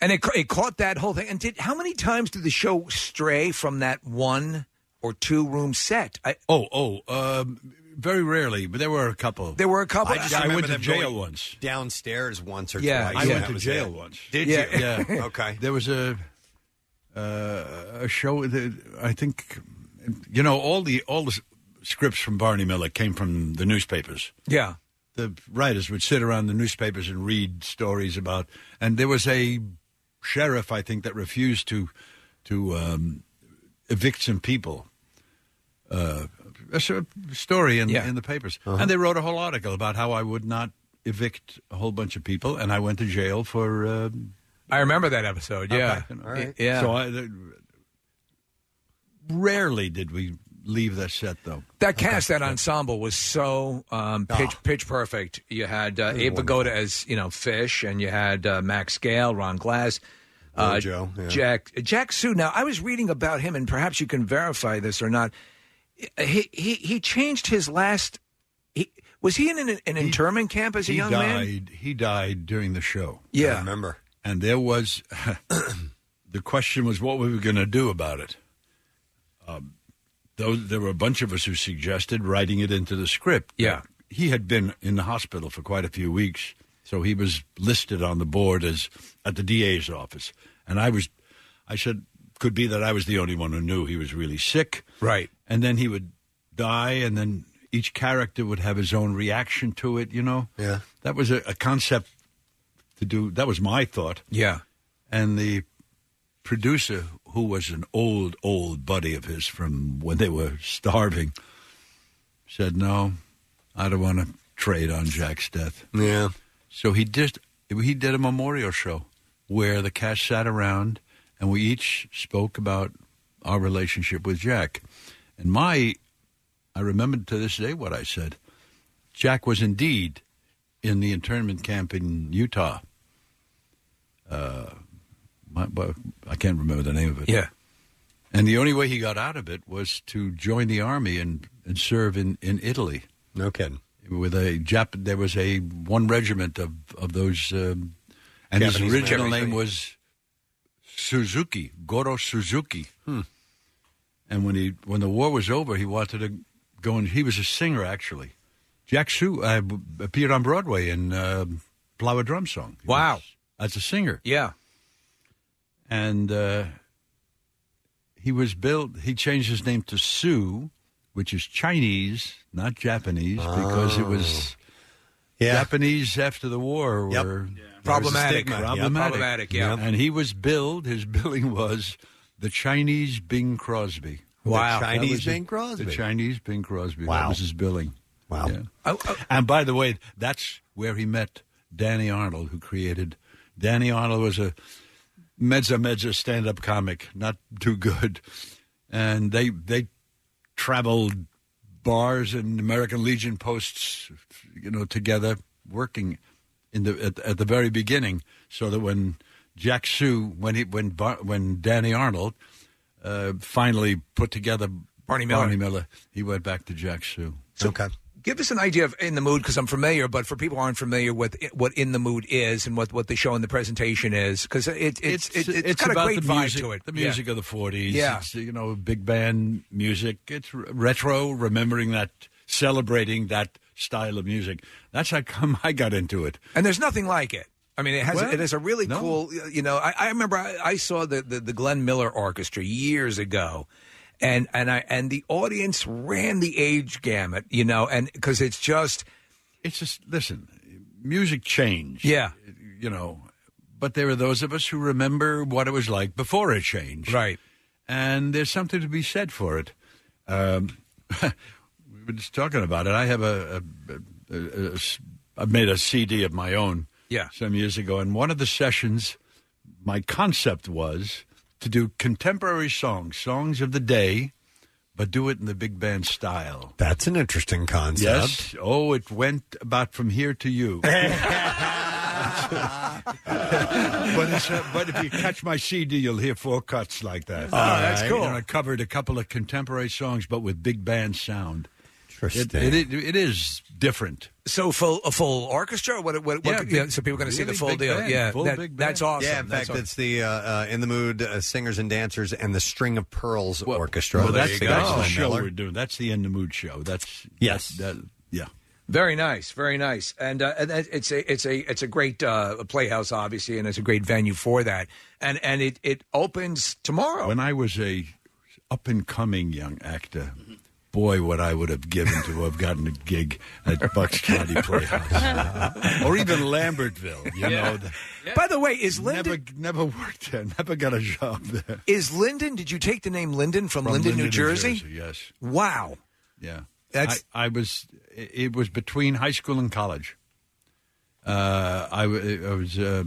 [SPEAKER 4] And it, ca- it caught that whole thing. And did how many times did the show stray from that one or two room set? I,
[SPEAKER 23] oh, oh, um, very rarely, but there were a couple.
[SPEAKER 4] There were a couple.
[SPEAKER 2] I just
[SPEAKER 23] I
[SPEAKER 2] remember
[SPEAKER 23] went to
[SPEAKER 2] them
[SPEAKER 23] jail
[SPEAKER 2] going
[SPEAKER 23] once.
[SPEAKER 2] Downstairs once or
[SPEAKER 23] Yeah,
[SPEAKER 2] twice.
[SPEAKER 23] I
[SPEAKER 2] and
[SPEAKER 23] went
[SPEAKER 2] that
[SPEAKER 23] to
[SPEAKER 2] was
[SPEAKER 23] jail
[SPEAKER 2] it.
[SPEAKER 23] once.
[SPEAKER 2] Did
[SPEAKER 23] Yeah.
[SPEAKER 2] you?
[SPEAKER 23] Yeah.
[SPEAKER 2] okay.
[SPEAKER 23] There was a uh, a show that I think it you know, all the all the s- scripts from Barney Miller came from the newspapers.
[SPEAKER 4] Yeah.
[SPEAKER 23] The writers would sit around the newspapers and read stories about, and there was a sheriff, I think, that refused to to um, evict some people. Uh, a s- story in in the papers,
[SPEAKER 4] Uh-huh.
[SPEAKER 23] and they wrote a whole article about how I would not evict a whole bunch of people, and I went to jail for. Um,
[SPEAKER 4] I remember that episode. Yeah. All right. Yeah.
[SPEAKER 23] So I, th- rarely did we leave the set, though.
[SPEAKER 4] That cast, that ensemble was so um, pitch pitch perfect. You had uh,
[SPEAKER 23] Ah. It was
[SPEAKER 4] Abe
[SPEAKER 23] wonderful.
[SPEAKER 4] Vigoda as you know Fish, and you had uh, Max Gale, Ron Glass, uh,
[SPEAKER 2] Joe, yeah.
[SPEAKER 4] Jack Jack Sue. Now I was reading about him, and perhaps you can verify this or not. He he, he changed his last. He, was he in an, an internment camp as a
[SPEAKER 23] he
[SPEAKER 4] young
[SPEAKER 23] died.
[SPEAKER 4] man?
[SPEAKER 23] He died during the show.
[SPEAKER 4] Yeah. I
[SPEAKER 23] remember. And there was the question was what we were going to do about it. Um, those, there were a bunch of us who suggested writing it into the script.
[SPEAKER 4] Yeah.
[SPEAKER 23] he had been in the hospital for quite a few weeks, so he was listed on the board as at the DA's office. And I was, I said, could be that I was the only one who knew he was really sick.
[SPEAKER 4] Right.
[SPEAKER 23] And then he would die, and then each character would have his own reaction to it. You know. Yeah. That was a, a concept to do. That was my thought.
[SPEAKER 4] Yeah.
[SPEAKER 23] And the producer, who was an old, old buddy of his from when they were starving, said, "No, I don't want to trade on Jack's death."
[SPEAKER 2] Yeah.
[SPEAKER 23] So he just he did a memorial show where the cast sat around and we each spoke about our relationship with Jack. And my, I remember to this day what I said. Jack was indeed in the internment camp in Utah. Uh, my, well, I can't remember the name of it.
[SPEAKER 4] Yeah.
[SPEAKER 23] And the only way he got out of it was to join the army and, and serve in, in Italy.
[SPEAKER 2] No kidding.
[SPEAKER 23] With a Jap, there was a one regiment of of those, um, and his
[SPEAKER 4] Japanese
[SPEAKER 23] original
[SPEAKER 4] men.
[SPEAKER 23] name was Suzuki Goro Suzuki. And when he when the war was over, he wanted to go and he was a singer actually. Jack Sue uh, b- appeared on Broadway in uh, "Plow a Drum Song." wow, as a singer.
[SPEAKER 4] Yeah,
[SPEAKER 23] and uh, he was billed. He changed his name to Sue, which is Chinese, not Japanese, because it was
[SPEAKER 4] Oh.
[SPEAKER 23] Japanese after the war were there was a
[SPEAKER 4] Problematic.
[SPEAKER 23] stigma.
[SPEAKER 4] Yeah,
[SPEAKER 23] problematic,
[SPEAKER 4] problematic, yeah.
[SPEAKER 23] And he was billed. His billing was the Chinese Bing Crosby.
[SPEAKER 2] Wow.
[SPEAKER 23] That
[SPEAKER 2] Chinese
[SPEAKER 23] was
[SPEAKER 2] Bing Crosby.
[SPEAKER 23] The Chinese Bing Crosby.
[SPEAKER 2] Wow.
[SPEAKER 23] That was his billing.
[SPEAKER 2] Wow.
[SPEAKER 23] and by the way, that's where he met Danny Arnold, who created. Danny Arnold was a mezza mezza stand up comic, not too good, and they they traveled bars and American Legion posts, you know, together working in the at, at the very beginning, so that when Jack Sue when he when Bar, when Danny Arnold uh, finally put together Barney
[SPEAKER 4] Miller.
[SPEAKER 23] he went back to Jack Sue.
[SPEAKER 2] okay.
[SPEAKER 4] Give us an idea of In the Mood because I'm familiar, but for people who aren't familiar with it, what In the Mood is and what, what the show and the presentation is, because it, it's, it's, it's, got
[SPEAKER 23] about
[SPEAKER 4] a great
[SPEAKER 23] the music,
[SPEAKER 4] vibe to it.
[SPEAKER 23] The
[SPEAKER 4] Yeah.
[SPEAKER 23] music of the forties.
[SPEAKER 4] Yeah.
[SPEAKER 23] It's, you know, big band music. It's re- retro, remembering that, celebrating that style of music. That's how come I got into it.
[SPEAKER 4] And there's nothing like it. I mean, it has
[SPEAKER 23] Well,
[SPEAKER 4] it has a really
[SPEAKER 23] no.
[SPEAKER 4] cool. You know, I, I remember I, I saw the, the the Glenn Miller Orchestra years ago, and and I and the audience ran the age gamut. You know, and because it's just,
[SPEAKER 23] it's just listen, music changed.
[SPEAKER 4] Yeah,
[SPEAKER 23] you know, but there are those of us who remember what it was like before it changed.
[SPEAKER 4] Right.
[SPEAKER 23] And there's something to be said for it. Um, we were just talking about it. I have a, a, a, a- a s- I've made a CD of my own.
[SPEAKER 4] Yeah.
[SPEAKER 23] Some years ago, and one of the sessions, my concept was to do contemporary songs, songs of the day, but do it in the big band style.
[SPEAKER 2] That's an interesting concept.
[SPEAKER 23] Yes. Oh, it went about from here to you. but, it's, uh, but if you catch my CD, you'll hear four cuts like that.
[SPEAKER 2] Oh, that's cool.
[SPEAKER 23] And I covered a couple of contemporary songs, but with big band sound. It,
[SPEAKER 4] Interesting.
[SPEAKER 23] it, it, it is different.
[SPEAKER 4] so full a full orchestra. What what, what could- yeah, so people are going to see the full deal. yeah, that- that's awesome.
[SPEAKER 2] Yeah, in
[SPEAKER 4] That's
[SPEAKER 2] fact,
[SPEAKER 4] awesome.
[SPEAKER 2] it's the uh, uh, In the Mood uh, Singers and Dancers and the String of Pearls Orchestra.
[SPEAKER 23] well, that's, that's the
[SPEAKER 2] Glenn
[SPEAKER 23] Oh, show
[SPEAKER 2] Oh, Miller.
[SPEAKER 23] we're doing. That's the In the Mood show. That's
[SPEAKER 2] Yes.
[SPEAKER 23] that- that- yeah.
[SPEAKER 4] Very nice, very nice, and, uh, and that- it's a it's a it's a great uh, playhouse, obviously, and it's a great venue for that. And and it it opens tomorrow.
[SPEAKER 23] When I was a up and coming young actor. Boy, what I would have given to have gotten a gig at Bucks County Playhouse, or even Lambertville.
[SPEAKER 4] Yeah.
[SPEAKER 23] You know, the-
[SPEAKER 4] By the way, is Lyndon
[SPEAKER 23] never never worked there, never got a job there.
[SPEAKER 4] is Lyndon? Did you take the name Lyndon from,
[SPEAKER 23] From
[SPEAKER 4] Linden,
[SPEAKER 23] Linden,
[SPEAKER 4] New Jersey?
[SPEAKER 23] yes.
[SPEAKER 4] Wow.
[SPEAKER 23] Yeah,
[SPEAKER 4] That's-
[SPEAKER 23] I, I was. It it was between high school and college. Uh, I, w- I was. Uh,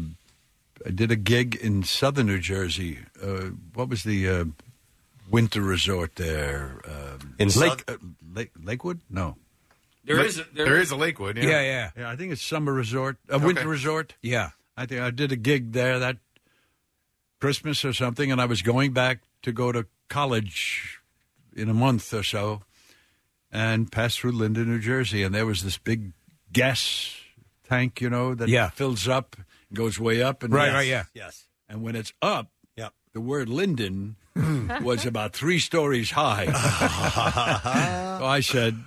[SPEAKER 23] I did a gig in southern New Jersey. Uh, what was the uh, winter resort there? Um
[SPEAKER 2] In
[SPEAKER 23] Lake, uh, Lake Lakewood? No.
[SPEAKER 7] There
[SPEAKER 23] Lake-
[SPEAKER 7] is a- there There is is. a Lakewood, yeah. Yeah, yeah.
[SPEAKER 23] I think it's summer resort, a
[SPEAKER 7] Okay.
[SPEAKER 23] winter resort.
[SPEAKER 4] Yeah,
[SPEAKER 23] I think I did a gig there that Christmas or something, and I was going back to go to college in a month or so, and passed through Linden, New Jersey, and there was this big gas tank, you know, that
[SPEAKER 4] Yeah.
[SPEAKER 23] fills up, goes way up, and
[SPEAKER 4] Right, Yes. right, yeah.
[SPEAKER 2] yes.
[SPEAKER 23] And when it's up,
[SPEAKER 2] yep.
[SPEAKER 23] the word Linden was about three stories high. so I said.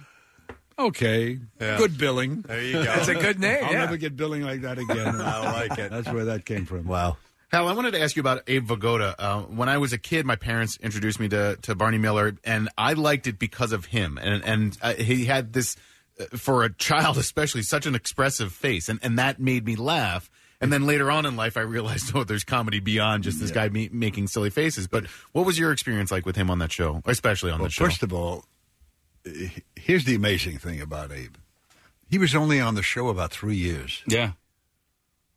[SPEAKER 23] Okay,
[SPEAKER 4] Yeah.
[SPEAKER 23] good billing.
[SPEAKER 4] There you go. That's a good name,
[SPEAKER 23] I'll
[SPEAKER 4] yeah.
[SPEAKER 23] never get billing like that again.
[SPEAKER 7] I like it.
[SPEAKER 23] That's where that came from.
[SPEAKER 2] Wow.
[SPEAKER 7] Hal, I wanted to ask you about Abe Vigoda. Uh, when I was a kid, my parents introduced me to, to Barney Miller, and I liked it because of him. And and uh, he had this, uh, for a child especially, such an expressive face, and, and that made me laugh. And then later on in life, I realized, oh, there's comedy beyond just this guy me- making silly faces. But what was your experience like with him on that show, especially on
[SPEAKER 23] Well,
[SPEAKER 7] that show?
[SPEAKER 23] first of all, here's the amazing thing about Abe. He was only on the show about three years.
[SPEAKER 5] Yeah.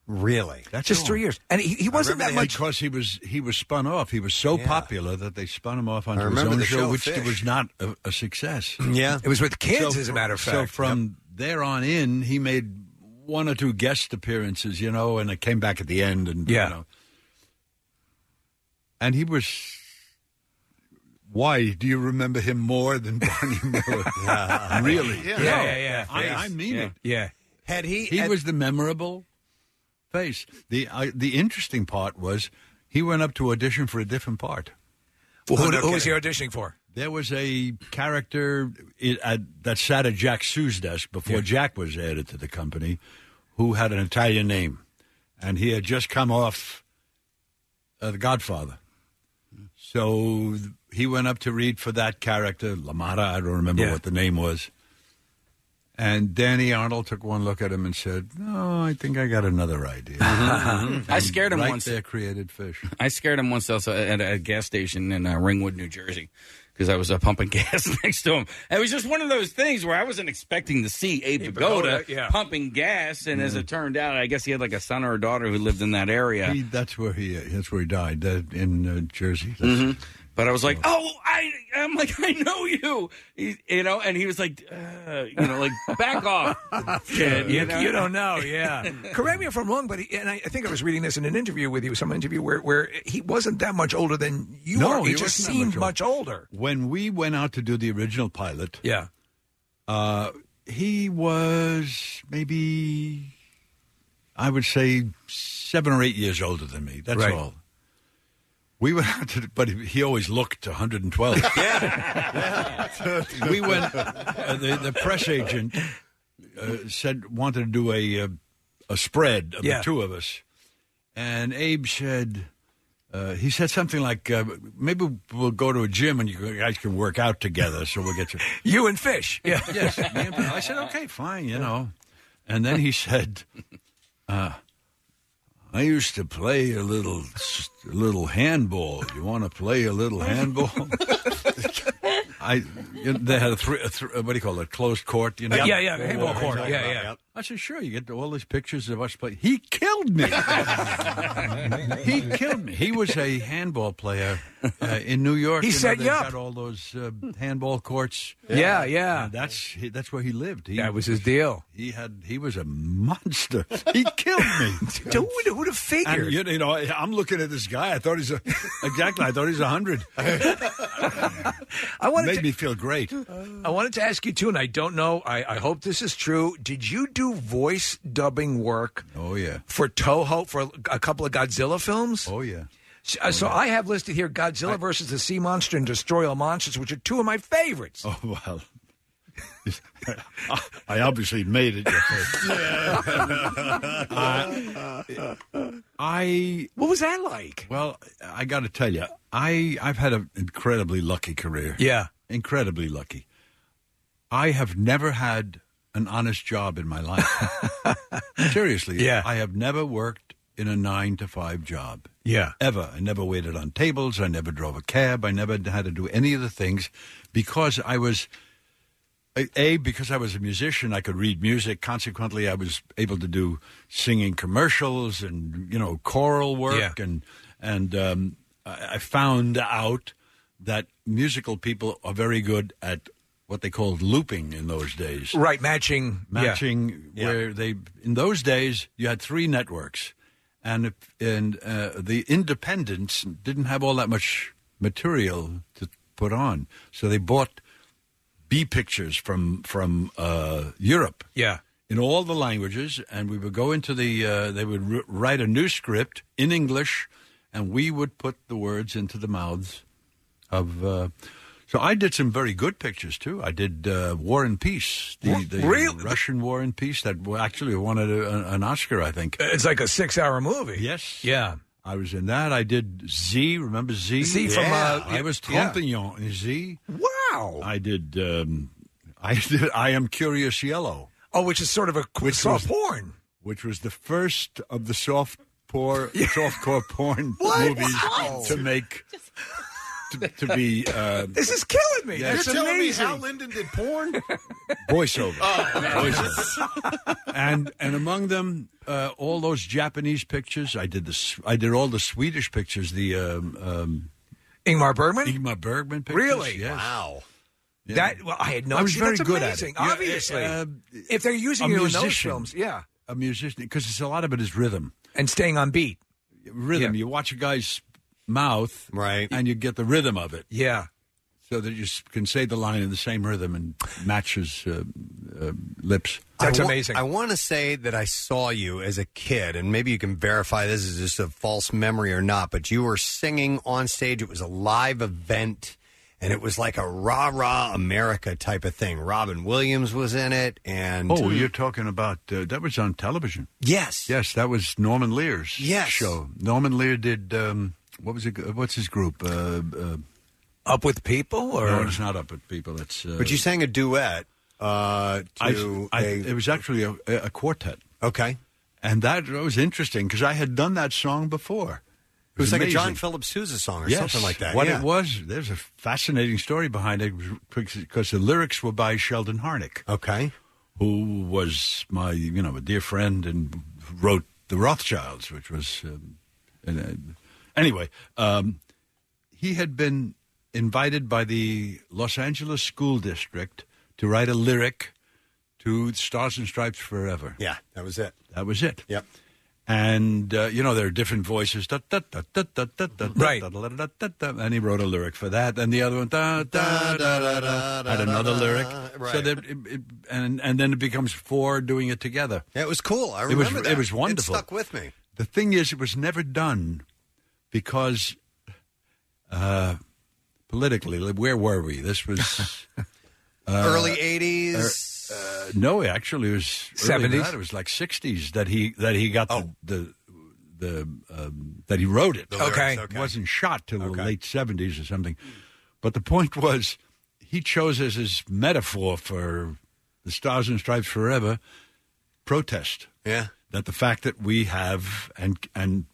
[SPEAKER 23] Really? Oh. That's
[SPEAKER 4] Just three years. And he- he wasn't that much-
[SPEAKER 23] because he was he was spun off. He was so popular that they spun him off onto his
[SPEAKER 4] remember
[SPEAKER 23] own
[SPEAKER 4] the
[SPEAKER 23] show,
[SPEAKER 4] show
[SPEAKER 23] which
[SPEAKER 4] Fish.
[SPEAKER 23] was not a, a success.
[SPEAKER 4] Yeah. It was with kids,
[SPEAKER 23] So
[SPEAKER 4] as a matter of
[SPEAKER 23] So
[SPEAKER 4] fact.
[SPEAKER 23] from there on in, he made one or two guest appearances, you know, and it came back at the end, and
[SPEAKER 4] Yeah.
[SPEAKER 23] you know, and he was. Why do you remember him more than Barney Miller? really?
[SPEAKER 4] Yeah.
[SPEAKER 23] No.
[SPEAKER 4] Yeah, yeah, yeah.
[SPEAKER 23] I, I
[SPEAKER 4] Face.
[SPEAKER 23] mean
[SPEAKER 4] Yeah.
[SPEAKER 23] it.
[SPEAKER 4] Yeah.
[SPEAKER 2] Had he?
[SPEAKER 23] He was the memorable face. The uh, the interesting part was he went up to audition for a different part.
[SPEAKER 4] Well, who, who was he auditioning for?
[SPEAKER 23] There was a character i- at, that sat at Jack Sue's desk before Jack was added to the company, who had an Italian name, and he had just come off uh, The Godfather. So th- he went up to read for that character, Lamada. I don't remember what the name was. And Danny Arnold took one look at him and said, "No, I think I got another idea."
[SPEAKER 5] Mm-hmm. I scared him
[SPEAKER 23] right
[SPEAKER 5] once.
[SPEAKER 23] There created fish.
[SPEAKER 5] I scared him once also at a gas station in uh, Ringwood, New Jersey, because I was uh, pumping gas next to him. It was just one of those things where I wasn't expecting to see Abe
[SPEAKER 4] Abe
[SPEAKER 5] Pagoda
[SPEAKER 4] Vigoda, yeah.
[SPEAKER 5] pumping gas, and as it turned out, I guess he had like a son or a daughter who lived in that area.
[SPEAKER 23] He, that's where he. That's where he died. That in uh, Jersey.
[SPEAKER 5] Mhm. But I was like, oh, I, I'm like, I know you, He- you know. And he was like, uh, you know, like back off, kid.
[SPEAKER 4] you,
[SPEAKER 5] You know?
[SPEAKER 4] you don't know, yeah. Correct me if I'm wrong, but he, and I, I think I was reading this in an interview with you, some interview where, where he wasn't that much older than you
[SPEAKER 23] no,
[SPEAKER 4] are. He, just
[SPEAKER 23] wasn't that
[SPEAKER 4] seemed much older.
[SPEAKER 23] When we went out to do the original pilot,
[SPEAKER 4] yeah,
[SPEAKER 23] uh, he was maybe I would say seven or eight years older than me. That's
[SPEAKER 9] Right.
[SPEAKER 23] all. We went out to, but he he always looked 112.
[SPEAKER 9] uh,
[SPEAKER 23] we went. Uh, the, the press agent uh, said wanted to do a uh, a spread of
[SPEAKER 9] Yeah.
[SPEAKER 23] the two of us, and Abe said. Uh, he said something like, uh, "Maybe we'll go to a gym and you guys can work out together, so we'll get you."
[SPEAKER 4] you and Fish. Yeah,
[SPEAKER 23] yes. me and Fish. I said, "Okay, fine," you know. And then he said, uh, "I used to play a little, a little handball. You want to play a little handball?" I you know, they had a, three, a three, what do you call it? Closed court, you know?
[SPEAKER 4] Yeah, yeah, handball court. Yeah, yeah.
[SPEAKER 23] I said, sure. You get all these pictures of us play. He killed me. he killed me. He was a handball player uh, in New York.
[SPEAKER 4] He
[SPEAKER 23] You know,
[SPEAKER 4] set you
[SPEAKER 23] they've
[SPEAKER 4] up.
[SPEAKER 23] Got all those uh, handball courts.
[SPEAKER 4] Yeah, yeah.
[SPEAKER 23] And that's he, that's where he lived. He,
[SPEAKER 4] That was his deal.
[SPEAKER 23] He had he was a monster. He killed me.
[SPEAKER 4] Who would, who'd have figured?
[SPEAKER 23] And, you, you know, I- I'm looking at this guy. I thought he's a, exactly. I thought he's a hundred.
[SPEAKER 4] I wanted
[SPEAKER 23] made
[SPEAKER 4] to-
[SPEAKER 23] me feel great.
[SPEAKER 4] I wanted to ask you too, and I don't know. I, I hope this is true. Did you do voice dubbing work?
[SPEAKER 23] Oh yeah,
[SPEAKER 4] for Toho for a couple of Godzilla films.
[SPEAKER 23] Oh yeah.
[SPEAKER 4] So, uh, so I have listed here Godzilla versus the Sea Monster and Destroy All Monsters, which are two of my favorites.
[SPEAKER 23] Oh well, I obviously made it. Uh, I
[SPEAKER 4] what was that like?
[SPEAKER 23] Well, I got to tell you, I I've had an incredibly lucky career.
[SPEAKER 4] Yeah.
[SPEAKER 23] incredibly lucky. I have never had an honest job in my life. Seriously, yeah. I have never worked in a nine to five job.
[SPEAKER 4] Yeah.
[SPEAKER 23] Ever. I never waited on tables. I never drove a cab. I never had to do any of the things because I was, A, because I was a musician, I could read music. Consequently, I was able to do singing commercials and, you know, choral work. And, and um, I I found out that musical people are very good at what they called looping in those days
[SPEAKER 4] Right, matching, yeah.
[SPEAKER 23] matching where they in those days you had three networks and if- and uh, the independents didn't have all that much material to put on so they bought b pictures from from uh, Europe
[SPEAKER 4] Yeah.
[SPEAKER 23] in all the languages, and we would go into the. Uh, they would r- write a new script in English, and we would put the words into the mouths of. Uh, so I did some very good pictures too. I did uh, War and Peace, the, the
[SPEAKER 4] Really?
[SPEAKER 23] Russian War and Peace that w- actually won a, a- an Oscar, I think.
[SPEAKER 4] It's like a six-hour movie.
[SPEAKER 23] Yes.
[SPEAKER 4] Yeah.
[SPEAKER 23] I was in that. I did Z. Remember Z?
[SPEAKER 4] Z from, uh,
[SPEAKER 23] I was
[SPEAKER 4] yeah.
[SPEAKER 23] Trompignon in Z.
[SPEAKER 4] Wow.
[SPEAKER 23] I did. Um, I did. I am Curious Yellow.
[SPEAKER 4] Oh, which is sort of a
[SPEAKER 23] which
[SPEAKER 4] soft
[SPEAKER 23] was-
[SPEAKER 4] porn.
[SPEAKER 23] which was the first of the soft porn, softcore porn
[SPEAKER 4] What?
[SPEAKER 23] movies
[SPEAKER 4] Wow.
[SPEAKER 23] to make to, to be uh,
[SPEAKER 4] This is killing me.
[SPEAKER 23] Yeah.
[SPEAKER 7] You're
[SPEAKER 23] That's
[SPEAKER 7] telling
[SPEAKER 23] amazing.
[SPEAKER 7] me Oh, Hal Linden did porn?
[SPEAKER 23] voiceover. Oh, Voiceover. and and among them, uh, all those Japanese pictures. I did the s- I did all the Swedish pictures. The um, um,
[SPEAKER 4] Ingmar Bergman.
[SPEAKER 23] Ingmar Bergman. Pictures,
[SPEAKER 4] Really?
[SPEAKER 23] Yes.
[SPEAKER 4] Wow.
[SPEAKER 23] Yeah.
[SPEAKER 4] That well, I had no.
[SPEAKER 23] I was
[SPEAKER 4] idea.
[SPEAKER 23] very
[SPEAKER 4] That's
[SPEAKER 23] good at
[SPEAKER 4] amazing,
[SPEAKER 23] it. Yeah,
[SPEAKER 4] Obviously,
[SPEAKER 23] uh,
[SPEAKER 4] if they're using
[SPEAKER 23] a
[SPEAKER 4] you in those
[SPEAKER 23] musician.
[SPEAKER 4] films, yeah,
[SPEAKER 23] a musician because it's a lot of it is rhythm
[SPEAKER 4] and staying on beat.
[SPEAKER 23] Rhythm. You watch a guy's mouth, right, and you get the rhythm of it.
[SPEAKER 4] Yeah.
[SPEAKER 23] so that you s- can say the line in the same rhythm and matches uh, uh, lips.
[SPEAKER 2] I wa- I want to say that I saw you as a kid, and maybe you can verify this is just a false memory or not, but you were singing on stage. It was a live event, and it was like a rah rah America type of thing. Robin Williams was in it, and.
[SPEAKER 23] Oh, you're talking about uh, that was on television.
[SPEAKER 2] Yes,
[SPEAKER 23] yes, that was Norman Lear's
[SPEAKER 2] Yes.
[SPEAKER 23] show. Norman Lear did um, what was it? What's his group? Uh, uh,
[SPEAKER 4] up with people, or
[SPEAKER 23] no, it's not up with people. It's uh,
[SPEAKER 2] But you sang a duet uh, to.
[SPEAKER 23] I, I,
[SPEAKER 2] a-
[SPEAKER 23] it was actually a, a quartet.
[SPEAKER 2] Okay,
[SPEAKER 23] and that was interesting because I had done that song before.
[SPEAKER 2] it was like a John
[SPEAKER 23] amazing.
[SPEAKER 2] Philip Sousa song or
[SPEAKER 23] Yes.
[SPEAKER 2] something like that.
[SPEAKER 23] What
[SPEAKER 2] yeah.
[SPEAKER 23] it was, there's a fascinating story behind it because the lyrics were by Sheldon Harnick.
[SPEAKER 2] Okay.
[SPEAKER 23] Who was my, you know, a dear friend and wrote The Rothschilds, which was. Um, and, uh, anyway, um, he had been invited by the Los Angeles School District to write a lyric to Stars and Stripes Forever.
[SPEAKER 2] Yeah, that was it.
[SPEAKER 23] That was it.
[SPEAKER 2] Yep.
[SPEAKER 23] And uh, you know there are different voices. Da, da, da, da, da, da, da, right. Da, da, da, da, da, da. And he wrote a lyric for that, and the other one da, da, da, da, da, had another lyric. So that it, it, and and then it becomes four doing it together.
[SPEAKER 2] Yeah, it was cool. I
[SPEAKER 23] It was-
[SPEAKER 2] remember that.
[SPEAKER 23] It was wonderful.
[SPEAKER 2] It stuck with me.
[SPEAKER 23] The thing is, it was never done because uh, politically, like, where were we? This was uh,
[SPEAKER 2] Early 80s.
[SPEAKER 23] Uh, no, actually, it was earlier than
[SPEAKER 4] 70s?
[SPEAKER 23] that. It was like '60s that he that he got the the, the um, that he wrote it.
[SPEAKER 4] Oh. The lyrics, Okay. okay.
[SPEAKER 23] It wasn't shot till the late '70s or something. But the point was, he chose as his metaphor for the Stars and Stripes Forever protest
[SPEAKER 2] Yeah.
[SPEAKER 23] that the fact that we have and and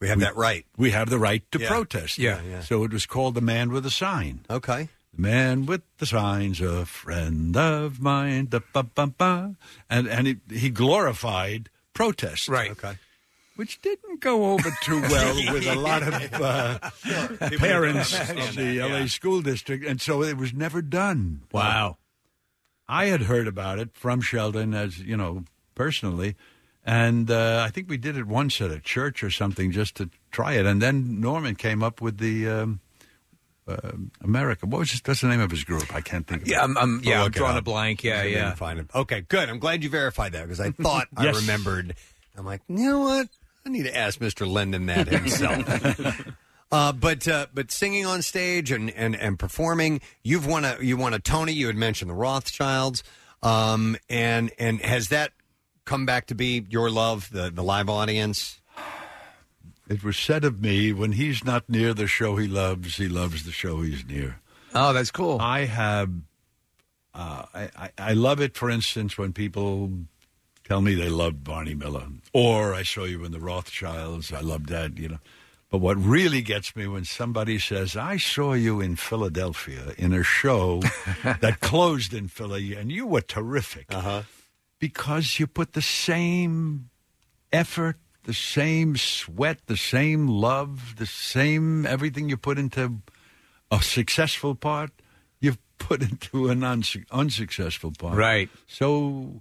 [SPEAKER 2] We have that right.
[SPEAKER 23] We have the right to
[SPEAKER 2] Yeah.
[SPEAKER 23] protest.
[SPEAKER 2] Yeah. Yeah, yeah.
[SPEAKER 23] So it was called the man with a sign.
[SPEAKER 2] Okay.
[SPEAKER 23] The man with the signs, a friend of mine. Da, ba, ba, ba. And and he, he glorified protest. Right.
[SPEAKER 2] Okay.
[SPEAKER 23] Which didn't go over too well with a lot of uh, parents of the LA school district, and so it was never done. Wow. I had heard about it from Sheldon, as you know, personally, and uh, I think we did it once at a church or something just to try it. And then Norman came up with the um, uh, America. What was his, that's the name of his group? I can't think. Of
[SPEAKER 4] Yeah,
[SPEAKER 23] it.
[SPEAKER 4] I'm, I'm yeah,
[SPEAKER 23] I'll
[SPEAKER 4] I'm
[SPEAKER 23] look it
[SPEAKER 4] drawing a
[SPEAKER 23] up.
[SPEAKER 4] blank. Yeah,
[SPEAKER 23] I didn't
[SPEAKER 4] yeah.
[SPEAKER 2] Find him. Okay, good. I'm glad you verified that because I thought
[SPEAKER 23] Yes.
[SPEAKER 2] I remembered. I'm like, you know what? I need to ask Mr. Linden that himself. Uh, but uh, but singing on stage and, and, and performing, you've won a you won a Tony. You had mentioned the Rothschilds, um, and and has that come back to be your love, the the live audience?
[SPEAKER 23] It was said of me when he's not near the show he loves, he loves the show he's near.
[SPEAKER 4] Oh, that's cool.
[SPEAKER 23] I have, uh, I, I, I love it, for instance, when people tell me they loved Barney Miller, or I saw you in the Rothschilds, I loved that, you know. But what really gets me when somebody says, I saw you in Philadelphia in a show that closed in Philly, and you were terrific. Uh-huh. Because you put the same effort, the same sweat, the same love, the same everything you put into a successful part, you've put into an unsu- unsuccessful part.
[SPEAKER 4] Right.
[SPEAKER 23] So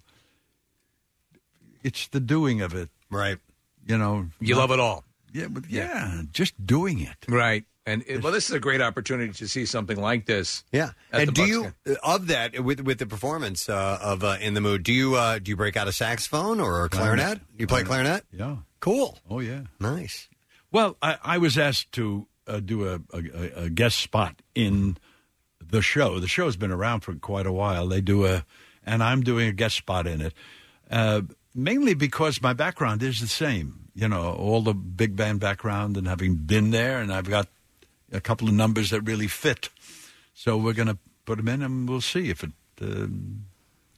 [SPEAKER 23] it's the doing of it.
[SPEAKER 2] Right.
[SPEAKER 23] You know,
[SPEAKER 4] You love it all.
[SPEAKER 23] Yeah, but yeah, just doing it.
[SPEAKER 4] Right. And it, well, this is a great opportunity to see something like this.
[SPEAKER 2] Yeah.
[SPEAKER 4] at the
[SPEAKER 2] and do
[SPEAKER 4] Bucks
[SPEAKER 2] you uh,
[SPEAKER 4] game.
[SPEAKER 2] of that with with the performance uh, of uh, in the mood? Do you uh, do you break out a saxophone or a clarinet? You play clarinet?
[SPEAKER 23] Yeah.
[SPEAKER 2] Cool.
[SPEAKER 23] Oh yeah.
[SPEAKER 2] Nice.
[SPEAKER 23] Well, I, I was asked to uh, do a, a, a guest spot in the show. The show's been around for quite a while. They do a, and I'm doing a guest spot in it, uh, mainly because my background is the same. You know, all the big band background and having been there, and I've got a couple of numbers that really fit. So we're going to put them in, and we'll see if it. Uh,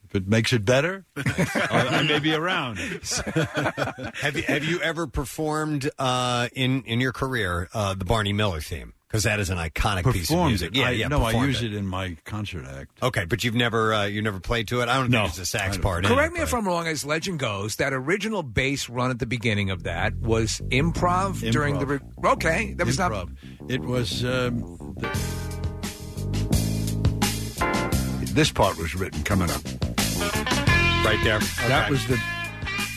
[SPEAKER 23] if it makes it better, I I may be around.
[SPEAKER 2] have you have you ever performed uh, in in your career uh, the Barney Miller theme? Because that is an iconic piece of
[SPEAKER 23] Performed
[SPEAKER 2] music.
[SPEAKER 23] it. I- no, I
[SPEAKER 2] performed
[SPEAKER 23] use it in my concert act.
[SPEAKER 2] Okay, but you've never uh, you never played to it. I don't
[SPEAKER 23] No,
[SPEAKER 2] think it's a sax
[SPEAKER 23] I don't-
[SPEAKER 2] part. in it,
[SPEAKER 4] Correct me
[SPEAKER 2] but-
[SPEAKER 4] if I'm wrong, as legend goes, that original bass run at the beginning of that was improv, during the. Re- okay, that was not.
[SPEAKER 23] It was.
[SPEAKER 2] uh,
[SPEAKER 23] Um, This part was written coming up.
[SPEAKER 2] Right there.
[SPEAKER 23] That was the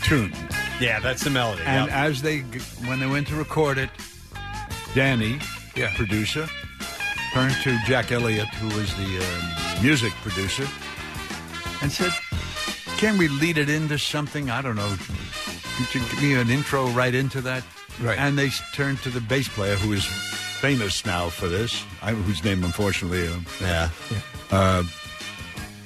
[SPEAKER 23] tune.
[SPEAKER 2] Yeah, that's the melody.
[SPEAKER 23] And
[SPEAKER 2] yep.
[SPEAKER 23] as they, when they went to record it, Danny,
[SPEAKER 4] Yeah.
[SPEAKER 23] producer, turned to Jack Elliott, who was the um, music producer, and said, "Can we lead it into something? I don't know. Could you give me an intro right into that?"
[SPEAKER 4] Right.
[SPEAKER 23] And they s- turned to the bass player, who is famous now for this, I, whose name unfortunately, um,
[SPEAKER 2] yeah,
[SPEAKER 23] uh,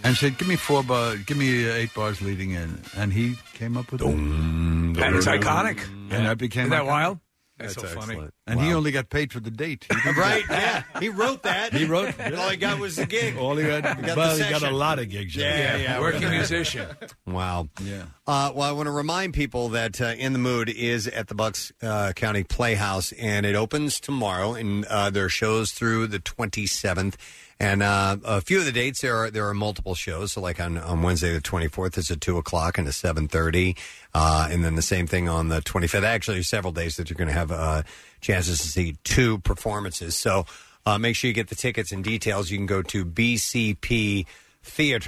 [SPEAKER 23] and said, "Give me four bars, give me uh, eight bars leading in," and he came up with it.
[SPEAKER 4] That is iconic.
[SPEAKER 23] And that became
[SPEAKER 4] Isn't that
[SPEAKER 23] iconic.
[SPEAKER 4] wild? That's, so funny.
[SPEAKER 23] And he only got paid for the date.
[SPEAKER 2] right. Yeah, he wrote that.
[SPEAKER 23] He wrote.
[SPEAKER 2] All he got was the gig.
[SPEAKER 23] All he got.
[SPEAKER 2] He got the
[SPEAKER 23] well, he got a
[SPEAKER 2] session.
[SPEAKER 23] lot of gigs.
[SPEAKER 2] Yeah, yeah. yeah.
[SPEAKER 4] Working musician.
[SPEAKER 2] Wow.
[SPEAKER 23] Yeah.
[SPEAKER 2] Uh, well, I want to remind people that uh, In the Mood is at the Bucks uh, County Playhouse, and it opens tomorrow, and uh, there are shows through the 27th. And uh, a few of the dates there are there are multiple shows. So, like on, on Wednesday the 24th, it's at two o'clock and a 7:30, uh, and then the same thing on the 25th. Actually, there's several days that you're going to have uh, chances to see two performances. So. Uh, make sure you get the tickets and details. You can go to BCP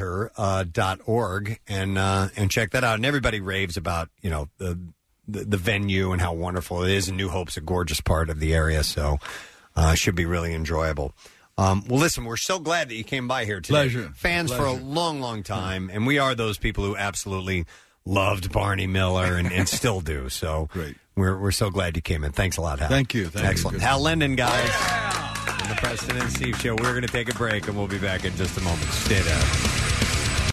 [SPEAKER 2] theater.org uh, and uh, and check that out. And everybody raves about you know the, the the venue and how wonderful it is. And New Hope's a gorgeous part of the area, so uh, should be really enjoyable. Um, well, listen, we're so glad that you came by here today.
[SPEAKER 23] Pleasure.
[SPEAKER 2] fans for
[SPEAKER 23] Pleasure.
[SPEAKER 2] a long, long time, and we are those people who absolutely loved Barney Miller and, and still do. So
[SPEAKER 23] Great.
[SPEAKER 2] We're we're so glad you came in. Thanks a lot, Hal.
[SPEAKER 23] Thank you. Thank you.
[SPEAKER 2] Excellent,
[SPEAKER 23] Good.
[SPEAKER 2] Hal Linden, guys. On the Preston and Steve Show. We're going to take a break, and we'll be back in just a moment. Stay there.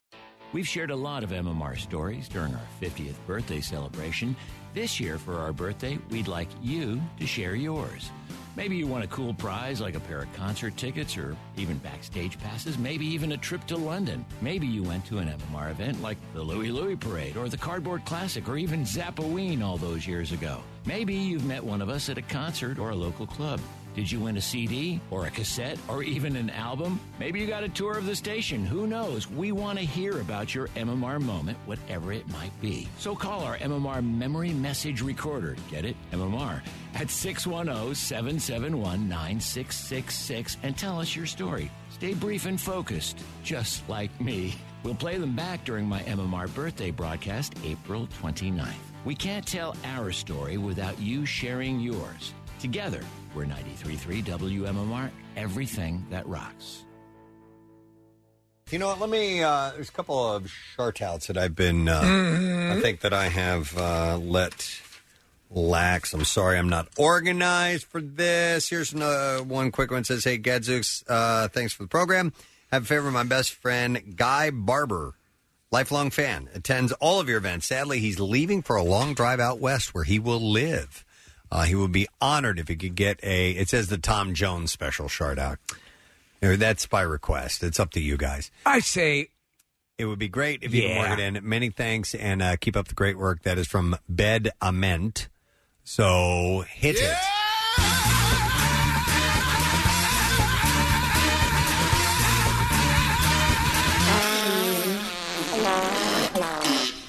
[SPEAKER 14] We've shared a lot of MMR stories during our 50th birthday celebration. This year, for our birthday, we'd like you to share yours. Maybe you want a cool prize like a pair of concert tickets or even backstage passes, maybe even a trip to London. Maybe you went to an MMR event like the Louie Louie Parade or the Cardboard Classic or even Zappoween all those years ago. Maybe you've met one of us at a concert or a local club. Did you win a CD or a cassette or even an album? Maybe you got a tour of the station. Who knows? We want to hear about your MMR moment, whatever it might be. So call our MMR memory message recorder. Get it? MMR. At oh, 610 771 9666 and tell us your story. Stay brief and focused, just like me. We'll play them back during my MMR birthday broadcast, April 29th. We can't tell our story without you sharing yours. Together, we're 93.3 WMMR, everything that rocks.
[SPEAKER 2] You know what? Let me. Uh, there's a couple of chart outs that I've been. Uh, I think that I have uh, let lax. I'm sorry, I'm not organized for this. Here's another one quick one. It says, "Hey Gadzooks, uh, thanks for the program. Have a favor, of my best friend Guy Barber, lifelong fan, attends all of your events. Sadly, he's leaving for a long drive out west where he will live. Uh, he would be honored if he could get a. It says the Tom Jones special shard out. Or That's by request. It's up to you guys.
[SPEAKER 4] I say
[SPEAKER 2] it would be great if you can
[SPEAKER 4] Yeah.
[SPEAKER 2] work it in. Many thanks and uh, keep up the great work. That is from Bed Ament. So hit it.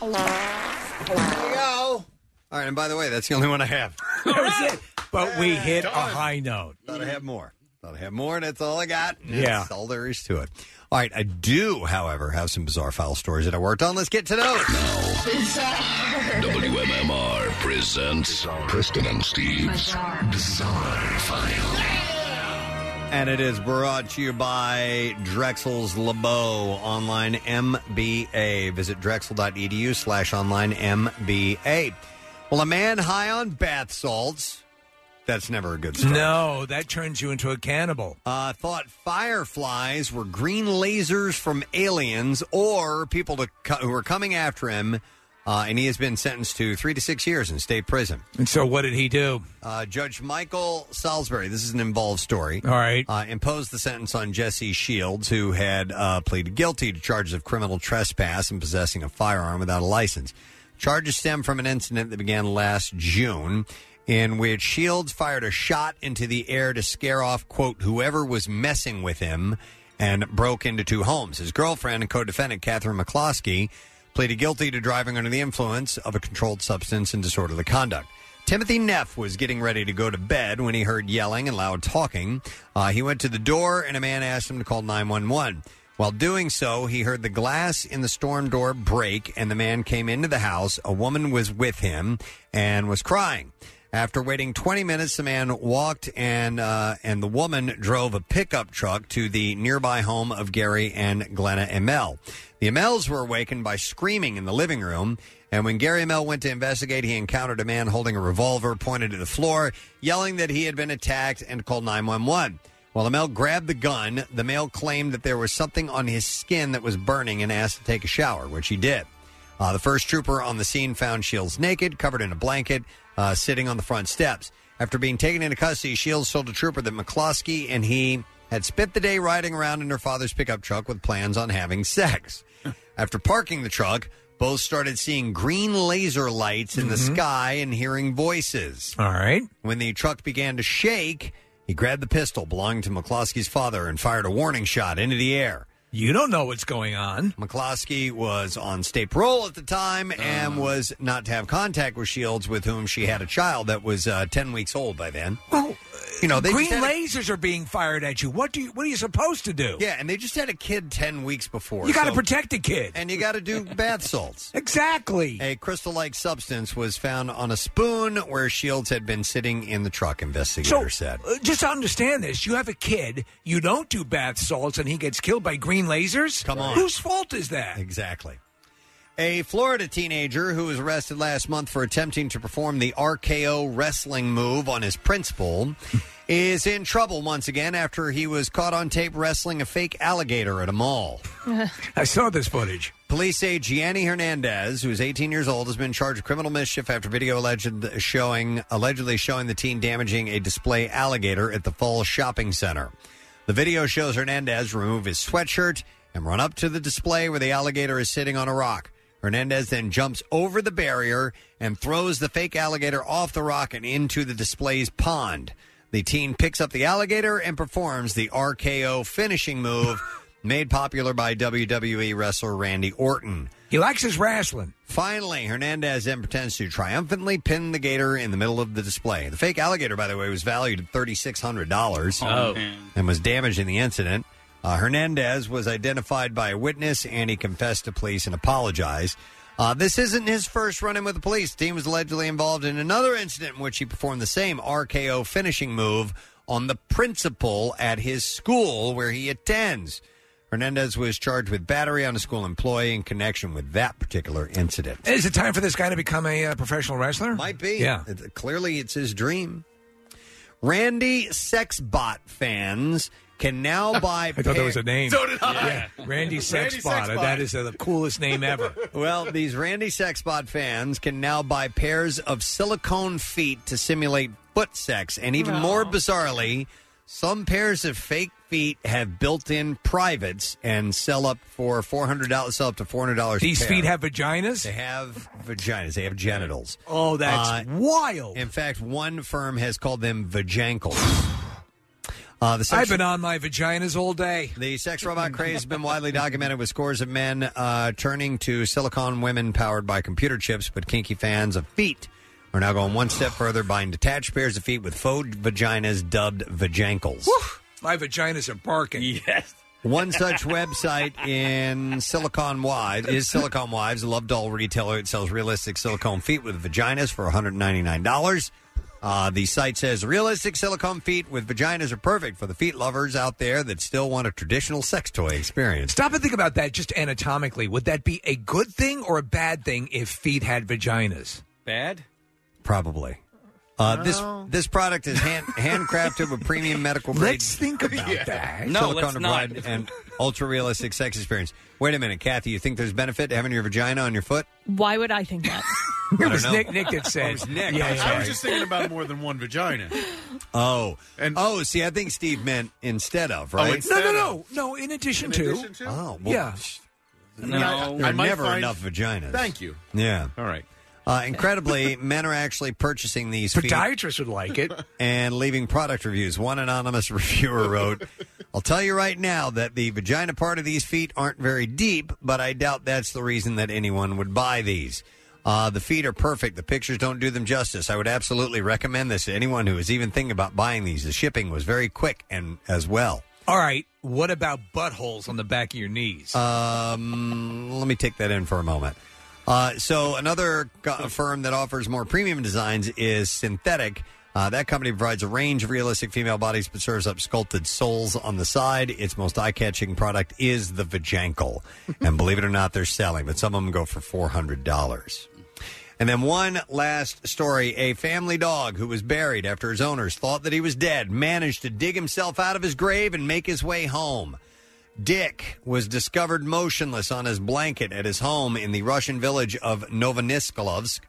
[SPEAKER 2] There you go. All right, and by the way, that's the only one I have.
[SPEAKER 4] that was it. But we hit a high note.
[SPEAKER 2] Thought I had more. Thought I had more, and that's all I got. And
[SPEAKER 4] Yeah.
[SPEAKER 2] That's all there is to it. All right, I do, however, have some bizarre file stories that I worked on. Let's get to those.
[SPEAKER 1] WMMR presents Preston and Steve's Bizarre File.
[SPEAKER 2] And it is brought to you by Drexel's LeBeau Online MBA. Visit drexel.edu slash online MBA. Well, a man high on bath salts, that's never a good start.
[SPEAKER 4] No, that turns you into a cannibal.
[SPEAKER 2] Uh, thought fireflies were green lasers from aliens or people to co- who are coming after him, uh, and he has been sentenced to three to six years in state prison.
[SPEAKER 4] And so, what did he do?
[SPEAKER 2] Uh, Judge Michael Salisbury, this is an involved story.
[SPEAKER 4] All right.
[SPEAKER 2] Uh, imposed the sentence on Jesse Shields, who had uh, pleaded guilty to charges of criminal trespass and possessing a firearm without a license. Charges stem from an incident that began last June in which Shields fired a shot into the air to scare off, quote, whoever was messing with him and broke into two homes. His girlfriend and co defendant, Catherine McCloskey, pleaded guilty to driving under the influence of a controlled substance and disorderly conduct. Timothy Neff was getting ready to go to bed when he heard yelling and loud talking. Uh, he went to the door, and a man asked him to call 911. While doing so, he heard the glass in the storm door break, and the man came into the house. A woman was with him and was crying. After waiting 20 minutes, the man walked and uh, and the woman drove a pickup truck to the nearby home of Gary and Glenna Emel. The Emels were awakened by screaming in the living room, and when Gary Emel went to investigate, he encountered a man holding a revolver pointed to the floor, yelling that he had been attacked and called 911. While the male grabbed the gun, the male claimed that there was something on his skin that was burning and asked to take a shower, which he did. Uh, the first trooper on the scene found Shields naked, covered in a blanket, uh, sitting on the front steps. After being taken into custody, Shields told a trooper that McCloskey and he had spent the day riding around in her father's pickup truck with plans on having sex. After parking the truck, both started seeing green laser lights in the sky and hearing voices.
[SPEAKER 4] Mm-hmm. All right.
[SPEAKER 2] When the truck began to shake, he grabbed the pistol belonging to McCloskey's father and fired a warning shot into the air.
[SPEAKER 4] You don't know what's going on.
[SPEAKER 2] McCloskey was on state parole at the time and
[SPEAKER 4] Oh.
[SPEAKER 2] was not to have contact with Shields, with whom she had a child that was uh, 10 weeks old by then. Well, you know, they
[SPEAKER 4] green
[SPEAKER 2] just had a-
[SPEAKER 4] lasers are being fired at you. What do you? What are you supposed to do?
[SPEAKER 2] yeah, and they just had a kid 10 weeks before.
[SPEAKER 4] you got to
[SPEAKER 2] so-
[SPEAKER 4] protect the kid.
[SPEAKER 2] And you got to do bath salts.
[SPEAKER 4] Exactly.
[SPEAKER 2] A crystal like substance was found on a spoon where Shields had been sitting in the truck, investigator said.
[SPEAKER 4] Uh, Just understand this: you have a kid, you don't do bath salts, and he gets killed by green lasers. Come
[SPEAKER 2] on.
[SPEAKER 4] whose fault is that?
[SPEAKER 2] Exactly. A Florida teenager who was arrested last month for attempting to perform the RKO wrestling move on his principal is in trouble once again after he was caught on tape wrestling a fake alligator at a mall.
[SPEAKER 4] I saw this footage.
[SPEAKER 2] Police say Gianni Hernandez, who is 18 years old, has been charged with criminal mischief after video alleged showing allegedly showing the teen damaging a display alligator at the Falls Shopping Center. The video shows Hernandez remove his sweatshirt and run up to the display where the alligator is sitting on a rock. Hernandez then jumps over the barrier and throws the fake alligator off the rock and into the display's pond. The teen picks up the alligator and performs the RKO finishing move made popular by WWE wrestler Randy Orton.
[SPEAKER 4] He likes his wrestling.
[SPEAKER 2] Finally, Hernandez then pretends to triumphantly pin the gator in the middle of the display. The fake alligator, by the way, was valued at $3,600
[SPEAKER 9] Oh, man.
[SPEAKER 2] and was damaged in the incident. Uh, Hernandez was identified by a witness and he confessed to police and apologized. Uh, this isn't his first run in with the police. The team was allegedly involved in another incident in which he performed the same RKO finishing move on the principal at his school where he attends. Hernandez was charged with battery on a school employee in connection with that particular incident.
[SPEAKER 4] Is it time for this guy to become a uh, professional wrestler?
[SPEAKER 2] Might be.
[SPEAKER 4] Yeah.
[SPEAKER 2] It- clearly, it's his dream. Randy Sexbot fans can now buy.
[SPEAKER 4] I thought that
[SPEAKER 2] pair-
[SPEAKER 4] was a name. Yeah. Randy Sexbot. That is uh, the coolest name ever.
[SPEAKER 2] Well, these Randy Sexbot fans can now buy pairs of silicone feet to simulate foot sex. And even
[SPEAKER 9] No.
[SPEAKER 2] more bizarrely, some pairs of fake feet have built in privates and sell up for $400, sell up to $400.
[SPEAKER 4] These
[SPEAKER 2] a pair.
[SPEAKER 4] feet have vaginas? They
[SPEAKER 2] have vaginas. They have genitals. Uh,
[SPEAKER 4] Oh, that's wild.
[SPEAKER 2] In fact, one firm has called them vajankles. Uh, the
[SPEAKER 4] I've
[SPEAKER 2] sexual-
[SPEAKER 4] been on my vaginas all day.
[SPEAKER 2] The sex robot craze has been widely documented with scores of men uh, turning to silicone women powered by computer chips, but kinky fans of feet are now going one step further, buying detached pairs of feet with faux vaginas dubbed vajankles.
[SPEAKER 4] My vaginas are barking.
[SPEAKER 5] Yes.
[SPEAKER 2] One such website in Silicon Wives is Silicon Wives, a love doll retailer that sells realistic silicone feet with vaginas for $199. Uh, the site says realistic silicone feet with vaginas are perfect for the feet lovers out there that still want a traditional sex toy experience.
[SPEAKER 4] Stop and think about that just anatomically. Would that be a good thing or a bad thing if feet had vaginas?
[SPEAKER 5] Bad?
[SPEAKER 2] Probably. Uh, This
[SPEAKER 4] Well.
[SPEAKER 2] this product is hand, handcrafted with premium medical grade.
[SPEAKER 4] Let's think about Yeah. that. No,
[SPEAKER 2] Silicone
[SPEAKER 4] let's not.
[SPEAKER 2] applied and ultra realistic sex experience. Wait a minute, Kathy. You think there's benefit to having your vagina on your foot?
[SPEAKER 3] Why would I think that?
[SPEAKER 2] I
[SPEAKER 4] It
[SPEAKER 2] don't
[SPEAKER 4] was
[SPEAKER 2] know.
[SPEAKER 4] Nick. Nick that said.
[SPEAKER 2] Oh, it was Nick.
[SPEAKER 4] Yeah,
[SPEAKER 2] I'm
[SPEAKER 4] yeah,
[SPEAKER 2] sorry.
[SPEAKER 4] yeah.
[SPEAKER 7] about more than one vagina.
[SPEAKER 2] Oh, and oh, see, I think Steve meant instead of
[SPEAKER 4] Oh,
[SPEAKER 2] right.
[SPEAKER 4] no, no, no, no. In addition,
[SPEAKER 7] In
[SPEAKER 4] to,
[SPEAKER 7] addition to?
[SPEAKER 2] Oh, well,
[SPEAKER 4] yeah.
[SPEAKER 2] No. There are never enough vaginas.
[SPEAKER 7] Thank you.
[SPEAKER 2] Yeah.
[SPEAKER 7] All right.
[SPEAKER 2] Uh, incredibly, men are actually purchasing these feet
[SPEAKER 4] Podiatrists would like it.
[SPEAKER 2] and leaving product reviews. One anonymous reviewer wrote, I'll tell you right now that the vagina part of these feet aren't very deep, but I doubt that's the reason that anyone would buy these. Uh, the feet are perfect. The pictures don't do them justice. I would absolutely recommend this to anyone who is even thinking about buying these. The shipping was very quick and as well.
[SPEAKER 4] All right. What about buttholes on the back of your knees?
[SPEAKER 2] Um, let me take that in for a moment. Uh, so another co- firm that offers more premium designs is Synthetic. Uh, that company provides a range of realistic female bodies, but serves up sculpted soles on the side. Its most eye-catching product is the vajankle, and believe it or not, they're selling. But some of them go for four hundred dollars. And then one last story. A family dog who was buried after his owners thought that he was dead managed to dig himself out of his grave and make his way home. Dick was discovered motionless on his blanket at his home in the Russian village of Novoniskolovsk.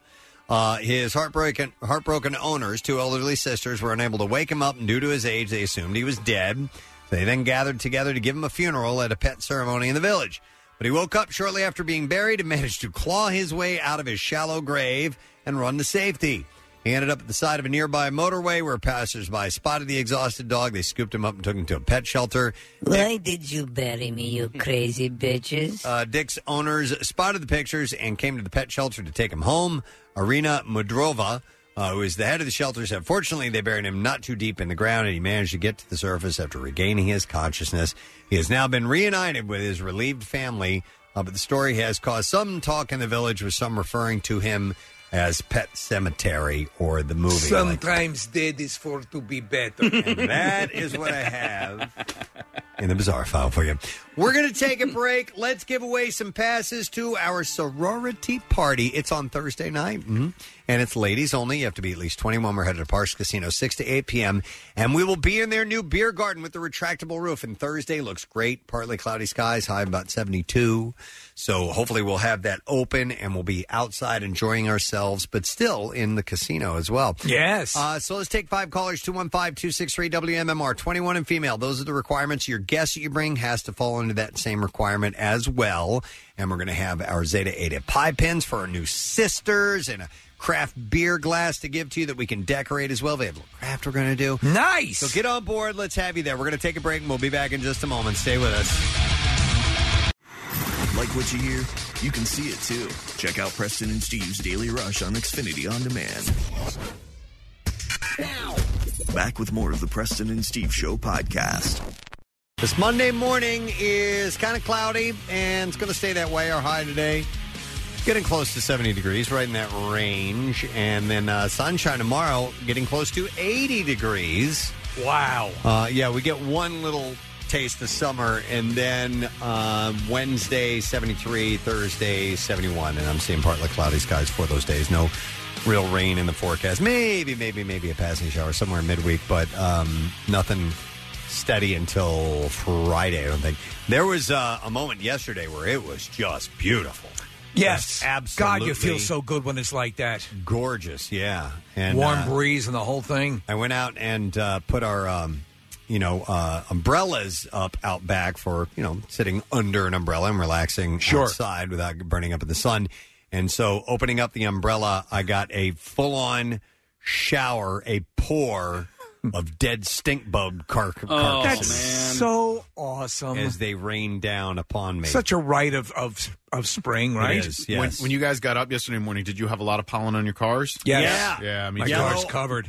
[SPEAKER 2] Uh, his heartbroken, heartbroken owners, two elderly sisters, were unable to wake him up, and due to his age, they assumed he was dead. They then gathered together to give him a funeral at a pet ceremony in the village. But he woke up shortly after being buried and managed to claw his way out of his shallow grave and run to safety. He ended up at the side of a nearby motorway where passersby spotted the exhausted dog. They scooped him up and took him to a pet shelter.
[SPEAKER 10] Why did you bury me, you crazy bitches?
[SPEAKER 2] Uh, Dick's owners spotted the pictures and came to the pet shelter to take him home. Arena Mudrova, uh, who is the head of the shelter, said, Fortunately, they buried him not too deep in the ground, and he managed to get to the surface after regaining his consciousness. He has now been reunited with his relieved family, uh, but the story has caused some talk in the village, with some referring to him as Pet Cemetery or the movie. like
[SPEAKER 4] Sometimes dead is for to be better.
[SPEAKER 2] And that is what I have. in the bizarre file for you. We're going to take a break. Let's give away some passes to our sorority party. It's on Thursday night, mhm. and it's ladies only. You have to be at least 21. We're headed to Parks Casino, 6 to 8 p.m., and we will be in their new beer garden with the retractable roof. And Thursday looks great. Partly cloudy skies, high about 72. So hopefully we'll have that open, and we'll be outside enjoying ourselves, but still in the casino as well.
[SPEAKER 4] Yes.
[SPEAKER 2] Uh, so let's take five callers 215 263 WMMR, 21 and female. Those are the requirements. Your guest that you bring has to fall into that same requirement as well. And we're going to have our Zeta Eta pie pins for our new sisters and a craft beer glass to give to you that we can decorate as well. They have a little craft we're going to do.
[SPEAKER 4] Nice.
[SPEAKER 2] So get on board. Let's have you there. We're going to take a break and we'll be back in just a moment. Stay with us.
[SPEAKER 6] Like what you hear? You can see it too. Check out Preston and Steve's Daily Rush on Xfinity On Demand. Back with more of the Preston and Steve Show podcast.
[SPEAKER 2] This Monday morning is kind of cloudy and it's going to stay that way. Our high today, getting close to 70 degrees, right in that range. And then uh, sunshine tomorrow, getting close to 80 degrees.
[SPEAKER 4] Wow.
[SPEAKER 2] Uh, yeah, we get one little taste of summer, and then um, Wednesday 73, Thursday 71, and I'm seeing partly cloudy skies for those days. No real rain in the forecast. Maybe, maybe, maybe a passing shower somewhere midweek, but um, nothing steady until Friday. I don't think there was uh, a moment yesterday where it was just beautiful.
[SPEAKER 4] Yes,
[SPEAKER 2] Just absolutely.
[SPEAKER 4] God, you feel so good when it's like that.
[SPEAKER 2] Gorgeous, yeah.
[SPEAKER 4] Warm
[SPEAKER 2] uh,
[SPEAKER 4] breeze and the whole thing.
[SPEAKER 2] I went out and uh, put our, um, you know, uh, umbrellas up out back for you know sitting under an umbrella and relaxing outside without burning up in the sun. And so, opening up the umbrella, I got a full-on shower, a pour of dead stink bug car-
[SPEAKER 4] Oh,
[SPEAKER 2] carcasses
[SPEAKER 4] That's so awesome.
[SPEAKER 2] as they rained down upon me.
[SPEAKER 4] Such a rite of of, of spring, right?
[SPEAKER 7] When, when you guys got up yesterday morning, did you have a lot of pollen on your cars?
[SPEAKER 5] Yes.
[SPEAKER 7] Yeah. I mean,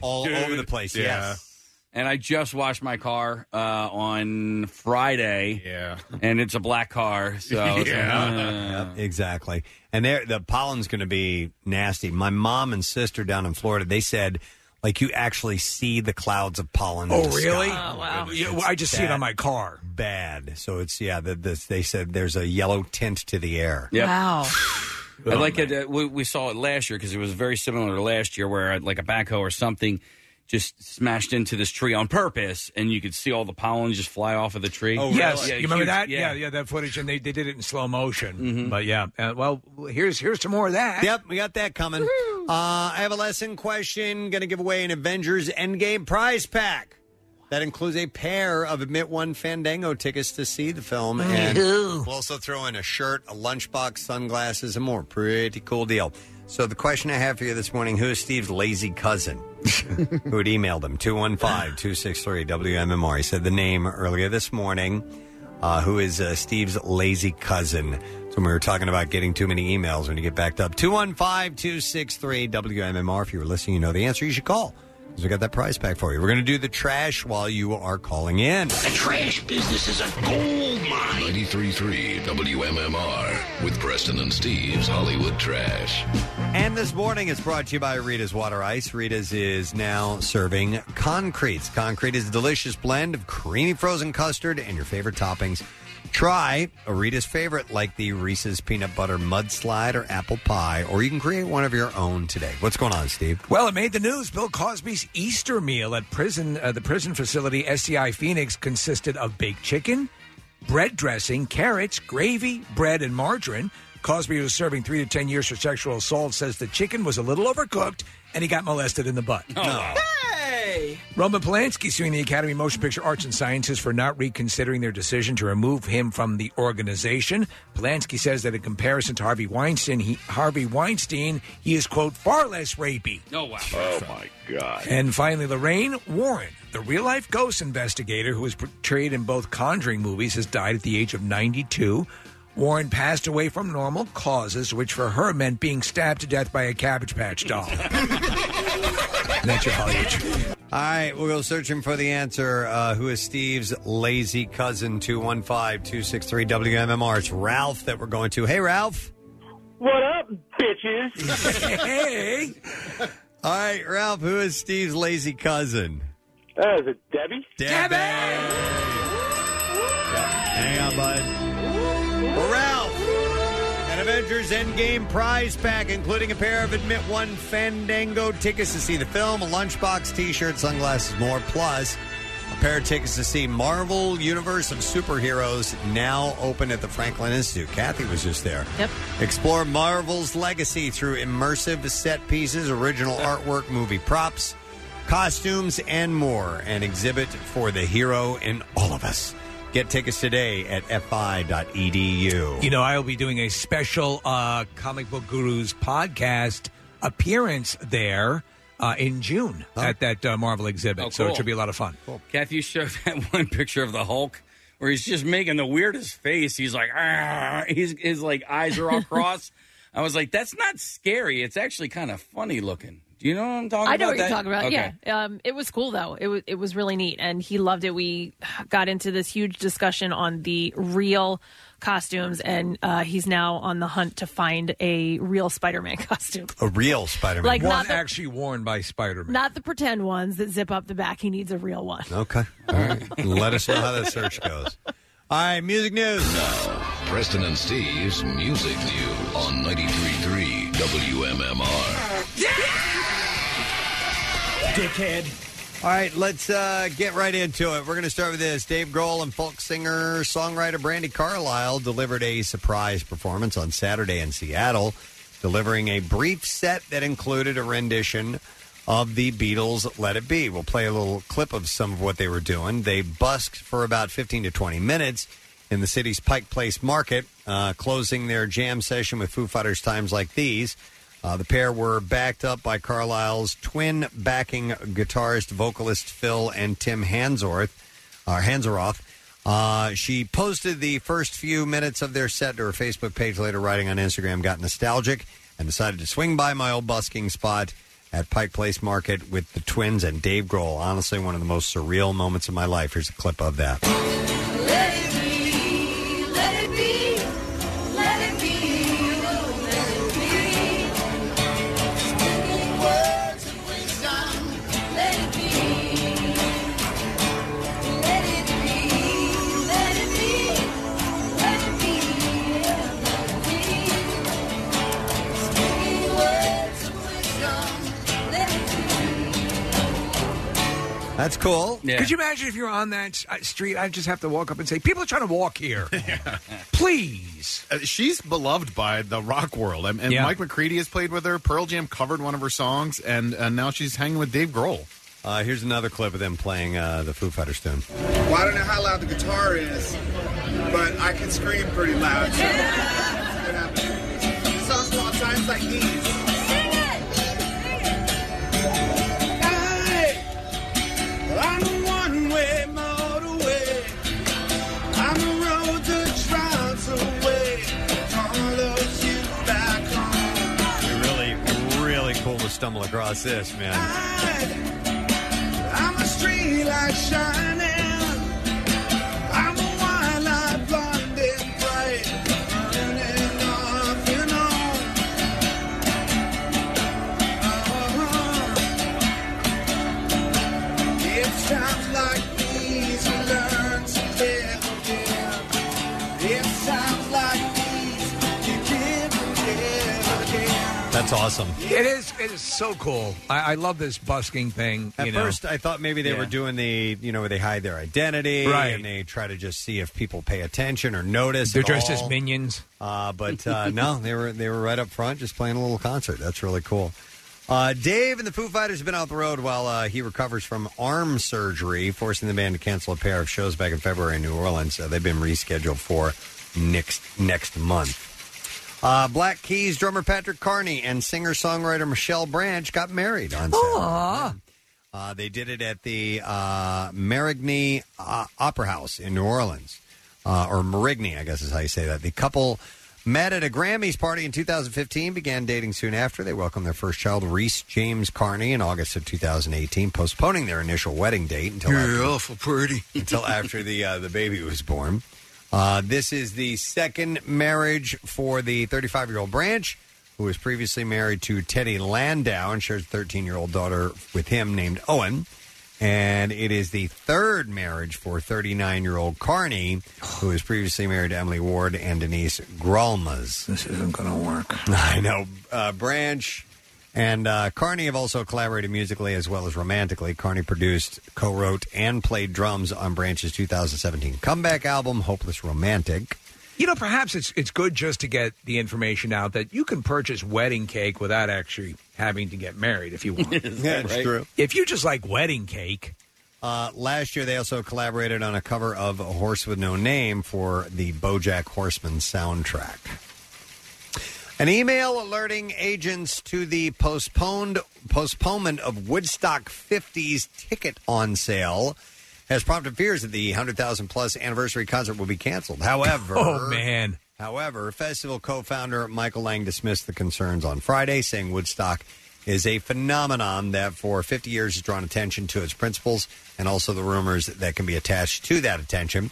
[SPEAKER 2] all over the place.
[SPEAKER 7] Yeah.
[SPEAKER 2] Yes.
[SPEAKER 5] And I just washed my car uh, on Friday.
[SPEAKER 7] Yeah.
[SPEAKER 5] And it's a black car. So it's- uh,
[SPEAKER 2] Yep, exactly. And there, the pollen's going to be nasty. My mom and sister down in Florida, they said, like you actually see the clouds of pollen.
[SPEAKER 4] Oh,
[SPEAKER 2] in the
[SPEAKER 4] really?
[SPEAKER 2] sky.
[SPEAKER 4] Oh, wow. Yeah, well, I just see it on my car.
[SPEAKER 2] Bad. So it's yeah. The, the, they said there's a yellow tint to the air.
[SPEAKER 5] Yep.
[SPEAKER 2] Oh,
[SPEAKER 5] I like it. Uh, we, we saw it last year because it was very similar to last year, where uh, like a backhoe or something just smashed into this tree on purpose, and you could see all the pollen just fly off of the tree.
[SPEAKER 2] Oh,
[SPEAKER 4] yes,
[SPEAKER 5] Oh, Yeah,
[SPEAKER 4] you remember
[SPEAKER 5] huge-
[SPEAKER 4] that?
[SPEAKER 5] Yeah. Mm-hmm.
[SPEAKER 4] yeah, that footage, and they, they did it in slow motion. But yeah, uh, well, here's here's some more of that.
[SPEAKER 2] Yep, we got that coming. Uh, I have a lesson question. Going to give away an Avengers Endgame prize pack. That includes a pair of Admit One Fandango tickets to see the film. And
[SPEAKER 9] Ew.
[SPEAKER 2] we'll also throw in a shirt, a lunchbox, sunglasses, and more. Pretty cool deal. So, the question I have for you this morning who is Steve's lazy cousin? who had emailed him 215 263 WMMR. He said the name earlier this morning, uh, who is uh, Steve's lazy cousin. So when we were talking about getting too many emails when you get backed up. 215 263 WMMR. If you were listening, you know the answer. You should call because we got that prize pack for you. We're going to do the trash while you are calling in.
[SPEAKER 1] trash business is a gold mine. 93.3 WMMR with Preston and Steve's Hollywood Trash.
[SPEAKER 2] And this morning it's brought to you by Rita's Water Ice. Rita's is now serving concretes. Concrete is a delicious blend of creamy frozen custard and your favorite toppings. Try a Rita's favorite like the Reese's peanut butter mudslide or apple pie, or you can create one of your own today. What's going on, Steve?
[SPEAKER 4] Well, it made the news. Bill Cosby's Easter meal at prison, uh, the prison facility SCI Phoenix, consisted of baked chicken, bread dressing, carrots, gravy, bread, and margarine. Cosby was serving three to ten years for sexual assault. Says the chicken was a little overcooked, and he got molested in the butt.
[SPEAKER 5] Oh,
[SPEAKER 9] Hey!
[SPEAKER 4] Roman Polanski suing the Academy of Motion Picture Arts and Sciences for not reconsidering their decision to remove him from the organization. Polanski says that in comparison to Harvey Weinstein, he, Harvey Weinstein, he is quote far less rapey.
[SPEAKER 5] Oh wow!
[SPEAKER 9] Oh my God!
[SPEAKER 4] And finally, Lorraine Warren, the real life ghost investigator who was portrayed in both Conjuring movies, has died at the age of 92. Warren passed away from normal causes, which for her meant being stabbed to death by a Cabbage Patch doll. That's your Hollywood
[SPEAKER 2] All right, we'll go searching for the answer. Uh, who is Steve's lazy cousin? 215 263 WMMR. It's Ralph that we're going to. Hey, Ralph.
[SPEAKER 9] What up, bitches?
[SPEAKER 4] hey!
[SPEAKER 2] All right, Ralph, who is Steve's lazy cousin?
[SPEAKER 9] Uh, is it Debbie?
[SPEAKER 2] Debbie! Hang on, bud. Well, Ralph, an Avengers Endgame prize pack, including a pair of Admit One Fandango tickets to see the film, a lunchbox, t shirt, sunglasses, more, plus a pair of tickets to see Marvel Universe of Superheroes, now open at the Franklin Institute. Kathy was just there. Yep. Explore Marvel's legacy through immersive set pieces, original artwork, movie props, costumes, and more. An exhibit for the hero in all of us. Get tickets today at E fi.edu.
[SPEAKER 4] You know, I will be doing a special uh, Comic Book Gurus podcast appearance there uh, in June at that uh, Marvel exhibit.
[SPEAKER 5] Oh,
[SPEAKER 4] So
[SPEAKER 5] cool.
[SPEAKER 4] it should be a lot of fun.
[SPEAKER 5] Kathy, you showed that one picture of the Hulk where he's just making the weirdest face. He's like, "Arr," he's, his like eyes are all crossed. I was like, that's not scary. It's actually kind of funny looking. Do you know what I'm talking about?
[SPEAKER 3] I know what you're
[SPEAKER 5] that?
[SPEAKER 3] talking about.
[SPEAKER 5] Okay.
[SPEAKER 3] Yeah, um, it was cool though. It was it was really neat, and he loved it. We got into this huge discussion on the real costumes, and uh, he's now on the hunt to find a real Spider-Man costume.
[SPEAKER 2] A real Spider-Man.
[SPEAKER 3] Like,
[SPEAKER 4] one
[SPEAKER 3] not the-
[SPEAKER 4] actually worn by Spider Man.
[SPEAKER 3] Not the pretend ones that zip up the back. He needs a real one.
[SPEAKER 2] Okay. All right. Let us know how that search goes. All right, music news.
[SPEAKER 1] Now, Preston and Steve's Music News on 93.3 WMMR.
[SPEAKER 2] Dickhead. All right, let's uh, get right into it. We're going to start with this. Dave Grohl and folk singer songwriter Brandy Carlisle delivered a surprise performance on Saturday in Seattle, delivering a brief set that included a rendition of the Beatles' Let It Be. We'll play a little clip of some of what they were doing. They busked for about 15 to 20 minutes in the city's Pike Place Market, uh, closing their jam session with Foo Fighters' Times Like These. Uh, the pair were backed up by Carlisle's twin backing guitarist, vocalist Phil and Tim Hansorth, or Hanseroth. Uh, she posted the first few minutes of their set to her Facebook page later, writing on Instagram, got nostalgic and decided to swing by my old busking spot at Pike Place Market with the twins and Dave Grohl. Honestly, one of the most surreal moments of my life. Here's a clip of that.
[SPEAKER 9] Let it be, let it be, let it be, oh, let it be. Speaking words of wisdom, let it be. Let it be, let it be, let it be, yeah, let it be. Speaking words of wisdom, let it be.
[SPEAKER 2] That's cool.
[SPEAKER 4] Could you imagine if you're on that s- uh, street? I just have to walk up and say, "People are trying to walk here." Please.
[SPEAKER 7] Uh, she's beloved by the rock world. And, and
[SPEAKER 4] Yeah.
[SPEAKER 7] Mike McCready has played with her. Pearl Jam covered one of her songs, and uh, now she's hanging with Dave Grohl.
[SPEAKER 2] Uh, here's another clip of them playing uh, the Foo Fighters tune.
[SPEAKER 11] Well, I don't know how loud the guitar is, but I can scream pretty loud. So that's what happened. This song's called Times Like These.
[SPEAKER 9] Hey, well, I'm a one-way motorway. I'm a road that drives away follows you back home.
[SPEAKER 2] Really, really cool to stumble across this, man.
[SPEAKER 9] I'm a street light shining. I'm a wine light blonde and bright, burning off and on. Uh-huh. It's times like these you learn to live again. It's times like these you give and give again.
[SPEAKER 2] That's awesome.
[SPEAKER 4] It is. It is so cool. I, I love this busking thing.
[SPEAKER 2] At
[SPEAKER 4] you know.
[SPEAKER 2] first, I thought maybe they
[SPEAKER 4] Yeah.
[SPEAKER 2] were doing the, you know, where they hide their identity
[SPEAKER 4] Right.
[SPEAKER 2] and they try to just see if people pay attention or notice.
[SPEAKER 4] They're
[SPEAKER 2] at
[SPEAKER 4] dressed
[SPEAKER 2] all.
[SPEAKER 4] as minions.
[SPEAKER 2] Uh, but uh, no, they were they were right up front, just playing a little concert. That's really cool. Uh, Dave and the Foo Fighters have been out the road while uh, he recovers from arm surgery, forcing the band to cancel a pair of shows back in February in New Orleans. Uh, they've been rescheduled for next next month. Uh, Black Keys drummer Patrick Carney and singer songwriter Michelle Branch got married on Saturday. Uh, they did it at the uh, Marigny uh, Opera House in New Orleans, uh, or Marigny, I guess is how you say that. The couple met at a Grammys party in 2015, began dating soon after. They welcomed their first child, Reese James Carney, in August of 2018, postponing their initial wedding date until after
[SPEAKER 23] awful pretty.
[SPEAKER 2] until after the uh, the baby was born. Uh, this is the second marriage for the 35 year old Branch, who was previously married to Teddy Landau and shares a 13 year old daughter with him named Owen. And it is the third marriage for 39 year old Carney, who was previously married to Emily Ward and Denise Gralmas. This isn't going to work. I know. Uh, Branch and uh, Carney have also collaborated musically as well as romantically. Carney produced, co wrote, and played drums on Branch's 2017 comeback album, Hopeless Romantic.
[SPEAKER 4] You know, perhaps it's it's good just to get the information out that you can purchase wedding cake without actually having to get married if you want.
[SPEAKER 2] Is that That's right? true.
[SPEAKER 4] If you just like wedding cake,
[SPEAKER 2] Uh, last year, they also collaborated on a cover of A Horse with No Name for the Bojack Horseman soundtrack. An email alerting agents to the postponed postponement of Woodstock 50's ticket on sale has prompted fears that the 100,000 plus anniversary concert will be canceled. However,
[SPEAKER 4] oh man,
[SPEAKER 2] However, festival co founder Michael Lang dismissed the concerns on Friday, saying Woodstock is a phenomenon that for 50 years has drawn attention to its principles and also the rumors that can be attached to that attention.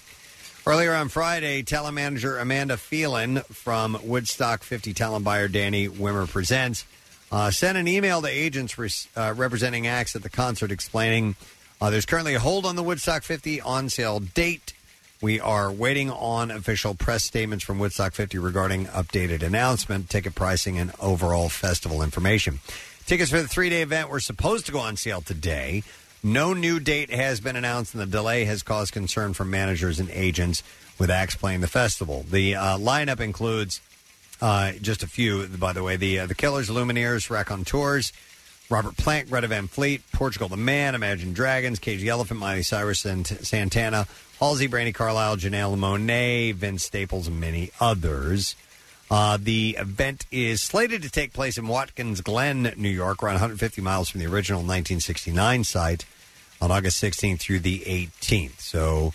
[SPEAKER 2] Earlier on Friday, telemanager Amanda Phelan from Woodstock 50 talent buyer Danny Wimmer Presents uh, sent an email to agents res- uh, representing acts at the concert explaining uh, there's currently a hold on the Woodstock 50 on sale date. We are waiting on official press statements from Woodstock 50 regarding updated announcement, ticket pricing, and overall festival information. Tickets for the three day event were supposed to go on sale today. No new date has been announced, and the delay has caused concern from managers and agents with acts playing the festival. The uh, lineup includes uh, just a few, by the way the uh, the Killers, Lumineers, Raconteurs, Robert Plant, Greta Van Fleet, Portugal the Man, Imagine Dragons, Cage the Elephant, Miley Cyrus, and Santana, Halsey, Brandy Carlisle, Janelle Monet, Vince Staples, and many others. Uh, the event is slated to take place in Watkins Glen, New York, around 150 miles from the original 1969 site on August 16th through the 18th. So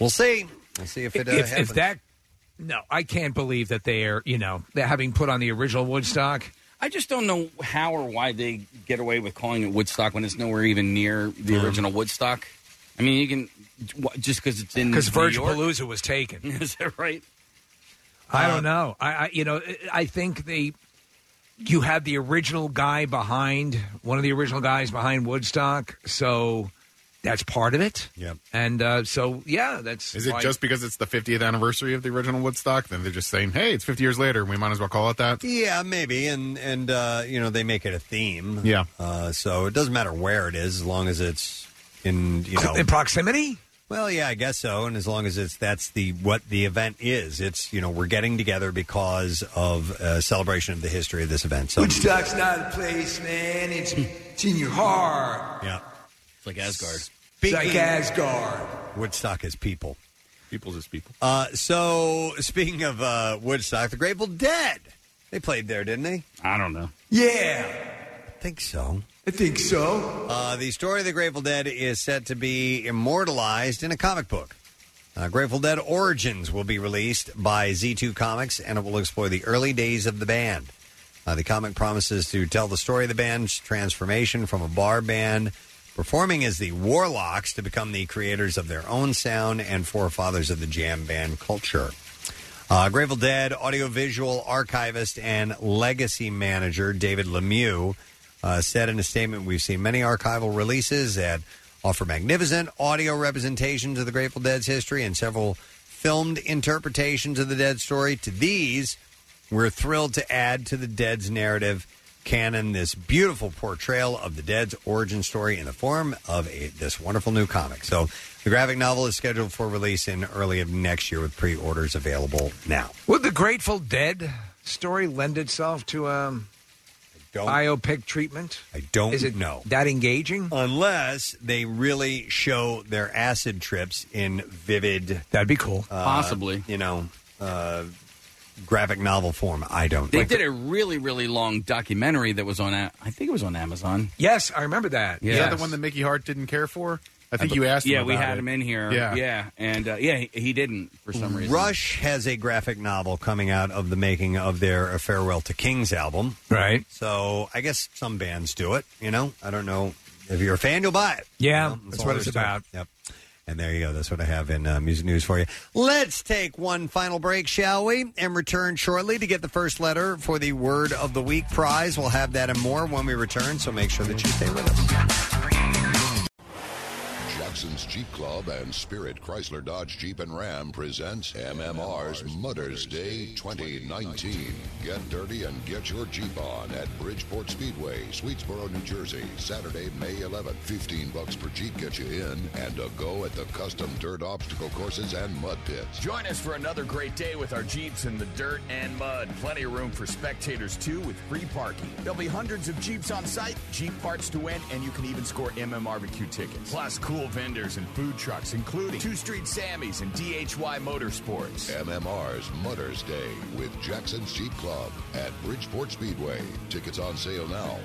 [SPEAKER 2] we'll see. We'll see if it uh,
[SPEAKER 4] if,
[SPEAKER 2] happens.
[SPEAKER 4] if that no, I can't believe that they're you know they're having put on the original Woodstock.
[SPEAKER 5] I just don't know how or why they get away with calling it Woodstock when it's nowhere even near the
[SPEAKER 7] Mm-hmm.
[SPEAKER 4] Um.
[SPEAKER 5] original Woodstock. I mean, you can wha- just because it's in
[SPEAKER 4] because
[SPEAKER 5] New
[SPEAKER 4] Virgil
[SPEAKER 5] York?
[SPEAKER 4] Palooza was taken.
[SPEAKER 5] Is that right? Uh,
[SPEAKER 4] I don't know. I, I you know I- I think they you have the original guy behind one of the original guys behind Woodstock, so that's part of it.
[SPEAKER 2] Yep.
[SPEAKER 4] And uh, so yeah, that's
[SPEAKER 7] Is it
[SPEAKER 4] why-
[SPEAKER 7] just because it's the 50th anniversary of the original Woodstock? Then they're just saying, hey, it's 50 years later. We might as well call it that.
[SPEAKER 2] Yeah, maybe, and and uh, you know they make it a theme.
[SPEAKER 7] Yeah.
[SPEAKER 2] Uh, so it doesn't matter where it is, as long as it's in you know
[SPEAKER 4] in proximity.
[SPEAKER 2] Well, yeah, I guess so, and as long as it's that's the what the event is. It's you know we're getting together because of uh, celebration of the history of this event. So
[SPEAKER 12] Woodstock's not a place, man. It's, it's in your heart.
[SPEAKER 2] yeah,
[SPEAKER 5] it's like Asgard.
[SPEAKER 12] It's like Asgard.
[SPEAKER 2] Woodstock is people.
[SPEAKER 7] People's is people.
[SPEAKER 2] Uh, so speaking of uh, Woodstock, the Grateful Dead they played there, didn't they?
[SPEAKER 5] I don't know.
[SPEAKER 12] Yeah.
[SPEAKER 2] I think so.
[SPEAKER 12] I think so.
[SPEAKER 2] Uh, the story of the Grateful Dead is set to be immortalized in a comic book. Uh, Grateful Dead Origins will be released by Z2 Comics, and it will explore the early days of the band. Uh, the comic promises to tell the story of the band's transformation from a bar band performing as the Warlocks to become the creators of their own sound and forefathers of the jam band culture. Uh, Grateful Dead audiovisual archivist and legacy manager David Lemieux uh, said in a statement, "We've seen many archival releases that offer magnificent audio representations of the Grateful Dead's history and several filmed interpretations of the Dead story. To these, we're thrilled to add to the Dead's narrative." Canon, this beautiful portrayal of the Dead's origin story in the form of a, this wonderful new comic. So, the graphic novel is scheduled for release in early of next year with pre orders available now.
[SPEAKER 4] Would the Grateful Dead story lend itself to um,
[SPEAKER 2] don't-
[SPEAKER 4] biopic treatment?
[SPEAKER 2] I don't
[SPEAKER 4] Is it
[SPEAKER 2] know.
[SPEAKER 4] that engaging?
[SPEAKER 2] Unless they really show their acid trips in vivid. uh,
[SPEAKER 4] That'd be cool.
[SPEAKER 5] Possibly.
[SPEAKER 2] You know, uh, graphic novel form. I don't
[SPEAKER 5] They
[SPEAKER 2] know.
[SPEAKER 5] did a really, really long documentary that was on. A- I think it was on Amazon.
[SPEAKER 4] Yes, I remember that.
[SPEAKER 7] Is that the one that Mickey Hart didn't care for? I think you asked
[SPEAKER 5] Yeah,
[SPEAKER 7] him
[SPEAKER 5] we
[SPEAKER 7] about
[SPEAKER 5] had
[SPEAKER 7] it.
[SPEAKER 5] him in here.
[SPEAKER 7] Yeah.
[SPEAKER 5] yeah, and uh, yeah, he, he didn't for some reason.
[SPEAKER 2] Rush has a graphic novel coming out of the making of their Farewell to Kings album.
[SPEAKER 4] Right.
[SPEAKER 2] So I guess some bands do it, you know? I don't know. If you're a fan, you'll buy it.
[SPEAKER 4] Yeah,
[SPEAKER 2] You know,
[SPEAKER 4] that's
[SPEAKER 2] all
[SPEAKER 4] what
[SPEAKER 2] there
[SPEAKER 4] it's
[SPEAKER 2] is to it.
[SPEAKER 4] about.
[SPEAKER 2] Yep. And there you go. That's what I have in uh, music news for you. Let's take one final break, shall we? And return shortly to get the first letter for the Word of the Week prize. We'll have that and more when we return, so make sure that you stay with us.
[SPEAKER 1] Jackson's Jeep Club and Spirit Chrysler Dodge Jeep and Ram presents MMR's Mother's Day 2019. Get dirty and get your Jeep on at Bridgeport Speedway, Swedesboro, New Jersey, Saturday, May 11th. 15 bucks per Jeep gets you in and a go at the custom dirt obstacle courses and mud pits.
[SPEAKER 16] Join us for another great day with our Jeeps in the dirt and mud. Plenty of room for spectators, too, with free parking. There'll be hundreds of Jeeps on site, Jeep parts to win, and you can even score MMRBQ tickets. Plus, cool vendors and food trucks, including Two Street Sammy's and DHY Motorsports.
[SPEAKER 1] MMR's Mother's Day with Jackson's Jeep Club at Bridgeport Speedway. Tickets on sale now.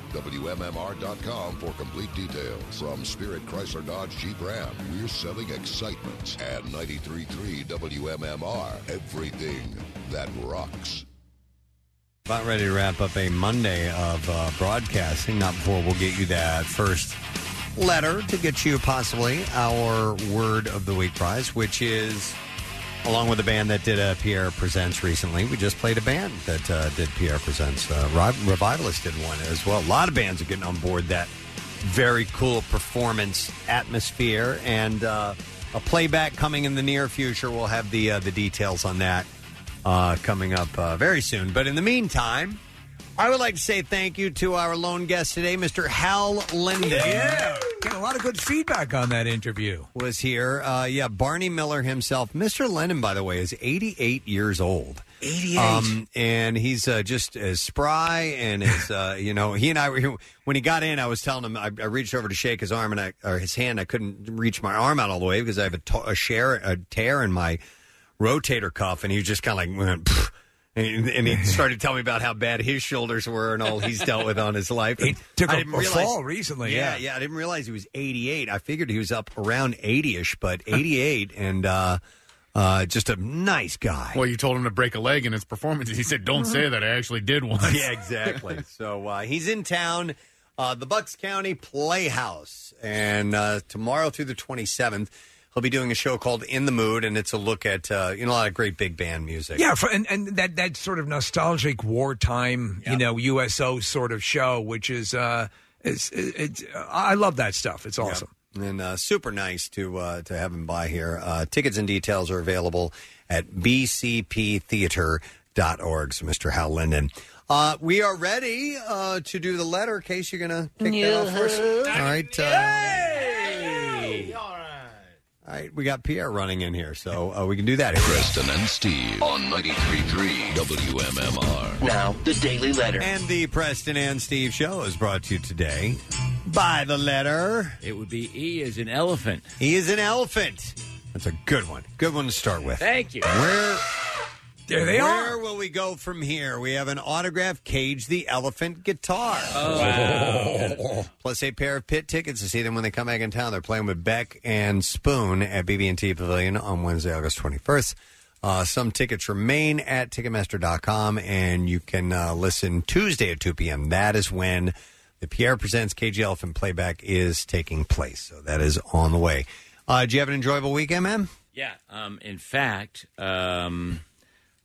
[SPEAKER 1] WMMR.com for complete details. From Spirit Chrysler Dodge Jeep Ram, we're selling excitements at 93.3 WMMR. Everything that rocks.
[SPEAKER 2] About ready to wrap up a Monday of uh, broadcasting. Not before we'll get you that first letter to get you possibly our word of the week prize, which is along with a band that did uh, Pierre Presents recently. We just played a band that uh, did Pierre Presents. Uh, Rev- Revivalist did one as well. A lot of bands are getting on board that very cool performance atmosphere and uh, a playback coming in the near future. We'll have the uh, the details on that uh, coming up uh, very soon. But in the meantime. I would like to say thank you to our lone guest today, Mr. Hal Linden.
[SPEAKER 4] Yeah. Got a lot of good feedback on that interview.
[SPEAKER 2] was here. Uh, yeah, Barney Miller himself. Mr. Lennon, by the way, is 88 years old. 88. Um, and he's uh, just as spry and as, uh, you know, he and I, were when he got in, I was telling him, I, I reached over to shake his arm and I, or his hand. I couldn't reach my arm out all the way because I have a, to- a, share, a tear in my rotator cuff. And he was just kind of like, went, "Pfft." and, and he started telling me about how bad his shoulders were and all he's dealt with on his life. He
[SPEAKER 4] took a- a fall recently,
[SPEAKER 2] Yeah,
[SPEAKER 4] yeah.
[SPEAKER 2] yeah. I didn't realize he was 88. I figured he was up around 80ish, but 88 and uh, uh, just a nice guy.
[SPEAKER 7] Well, you told him to break a leg in his performance. He said, "Don't say that. I actually did one."
[SPEAKER 2] Yeah, exactly. so uh, he's in town, uh, the Bucks County Playhouse, and uh, tomorrow through the 27th, he'll be doing a show called In the Mood, and it's a look at uh, you know a lot of great big band music.
[SPEAKER 4] Yeah, for, and and that that sort of nostalgic wartime, you know, USO sort of show, which is uh, it's it's I love that stuff. It's awesome.
[SPEAKER 2] and uh, super nice to uh, to have him by here. Uh, tickets and details are available at bcptheater.org. So, Mr. Hal Linden. Uh, we are ready uh, to do the letter. Case you're gonna kick that off first. All right. Uh, all right, we got Pierre running in here, so uh, we can do that.
[SPEAKER 1] Preston and Steve on 93.3 WMMR.
[SPEAKER 2] Now,
[SPEAKER 1] the Daily Letter.
[SPEAKER 2] And the Preston and Steve show is brought to you today by the letter.
[SPEAKER 8] It would be E as an elephant.
[SPEAKER 2] E is an elephant. That's a good one. Good one to start with.
[SPEAKER 8] Thank you.
[SPEAKER 2] Where
[SPEAKER 8] There they
[SPEAKER 2] where
[SPEAKER 8] are.
[SPEAKER 2] will we go from here? We have an autographed Cage the Elephant guitar. Plus a pair of pit tickets to see them when they come back in town. They're playing with Beck and Spoon at BB&T Pavilion on Wednesday, August 21st. Uh, some tickets remain at Ticketmaster.com, and you can uh, listen Tuesday at 2 p.m. That is when the Pierre Presents Cage the Elephant playback is taking place. So that is on the way. Uh, do you have an enjoyable weekend, man?
[SPEAKER 8] Yeah. Um, in fact, um,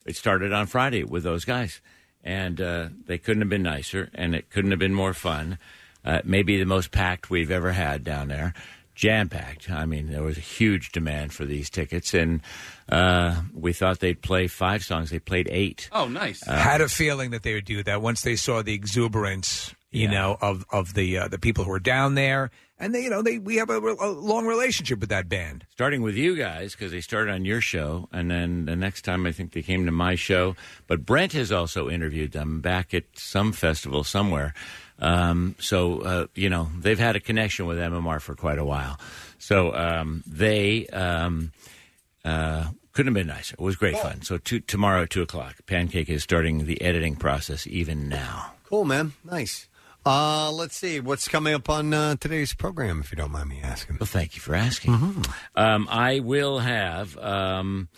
[SPEAKER 8] it started on Friday with those guys, and uh, they couldn't have been nicer, and it couldn't have been more fun. Uh, maybe the most packed we've ever had down there, jam packed. I mean, there was a huge demand for these tickets, and uh, we thought they'd play five songs. They played eight.
[SPEAKER 5] Oh, nice.
[SPEAKER 8] Uh,
[SPEAKER 4] Had a feeling that they would do that once they saw the exuberance, you know, of of the uh, the people who are down there, and they, you know, they we have a, re- a long relationship with that band.
[SPEAKER 8] starting with you guys because they started on your show and then the next time i think they came to my show but brent has also interviewed them back at some festival somewhere um, so uh, you know they've had a connection with mmr for quite a while so um, they um, uh, couldn't have been nicer it was great fun so two, tomorrow at 2 o'clock pancake is starting the editing process even now
[SPEAKER 2] Cool, man. Nice. Uh, let's see what's coming up on uh, today's program, if you don't mind me asking. Mm-hmm.
[SPEAKER 8] Well, thank you for asking. Um, I will have um,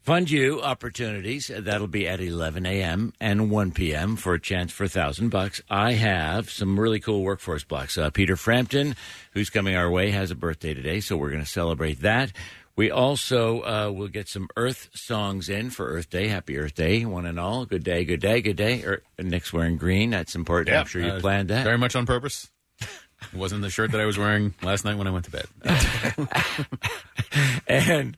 [SPEAKER 8] fund you opportunities. That'll be at 11 a.m. and 1 p.m. for a chance for a thousand bucks. I have some really cool workforce blocks. Uh, Peter Frampton, who's coming our way, has a birthday today, so we're going to celebrate that. We also uh, will get some Earth songs in for Earth Day. Happy Earth Day, one and all. Good day, good day, good day. Er, Nick's wearing green. That's important. I'm sure you
[SPEAKER 7] Uh,
[SPEAKER 8] planned that.
[SPEAKER 7] very much on purpose. It wasn't the shirt that I was wearing last night when I went to bed.
[SPEAKER 8] and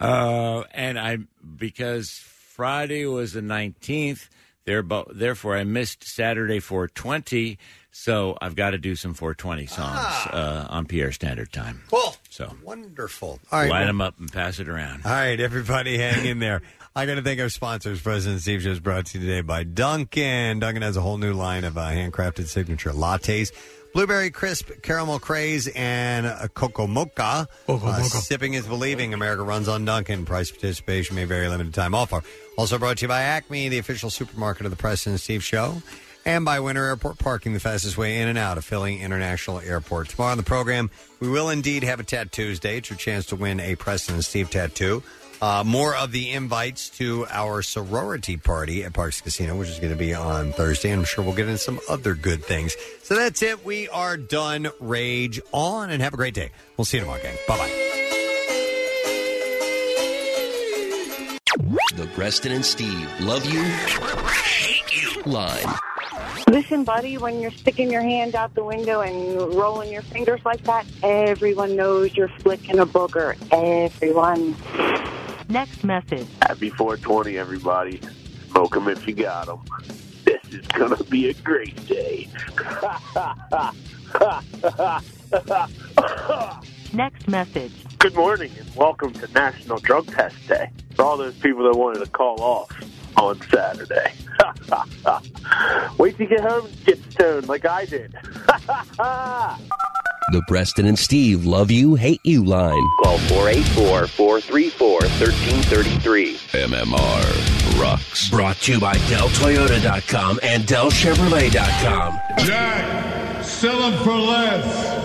[SPEAKER 8] uh, and I because Friday was the nineteenth. Thereby, therefore, I missed Saturday 420, so I've got to do some 420 songs uh, on Pierre Standard Time.
[SPEAKER 2] Ah. Cool.
[SPEAKER 8] So
[SPEAKER 2] Wonderful. All
[SPEAKER 8] All
[SPEAKER 2] right.
[SPEAKER 8] right, light
[SPEAKER 2] well-
[SPEAKER 8] them up and pass it around.
[SPEAKER 2] All right, everybody, hang in there. I got to thank our sponsors. President Steve Show is brought to you today by Duncan. Duncan has a whole new line of uh, handcrafted signature lattes, blueberry crisp, caramel craze, and a cocoa mocha. Uh, sipping is believing. America runs on Duncan. Price participation may vary. Limited time offer. Also brought to you by Acme, the official supermarket of the President Steve Show. And by Winter Airport Parking, the fastest way in and out of Philly International Airport. Tomorrow on the program, we will indeed have a Tattoos Day. It's your chance to win a Preston and Steve tattoo. Uh, more of the invites to our sorority party at Parks Casino, which is going to be on Thursday. And I'm sure we'll get into some other good things. So that's it. We are done. Rage on and have a great day. We'll see you tomorrow, gang. Bye bye.
[SPEAKER 14] Preston and Steve love you, hate you line.
[SPEAKER 15] Listen, buddy, when you're sticking your hand out the window and rolling your fingers like that, everyone knows you're flicking a booger. Everyone. Next message.
[SPEAKER 17] Happy 420, everybody. Smoke 'em if you got 'em. This is going to be a great day.
[SPEAKER 15] Next message.
[SPEAKER 21] Good morning and welcome to National Drug Test Day. For all those people that wanted to call off on Saturday. Wait till you get home and get stoned like I did.
[SPEAKER 14] The Preston and Steve love you, hate you line.
[SPEAKER 24] Call 484 434 1333.
[SPEAKER 14] MMR rocks. Brought to you by DellToyota.com and DellChevrolet.com.
[SPEAKER 25] Jack, sell them for less.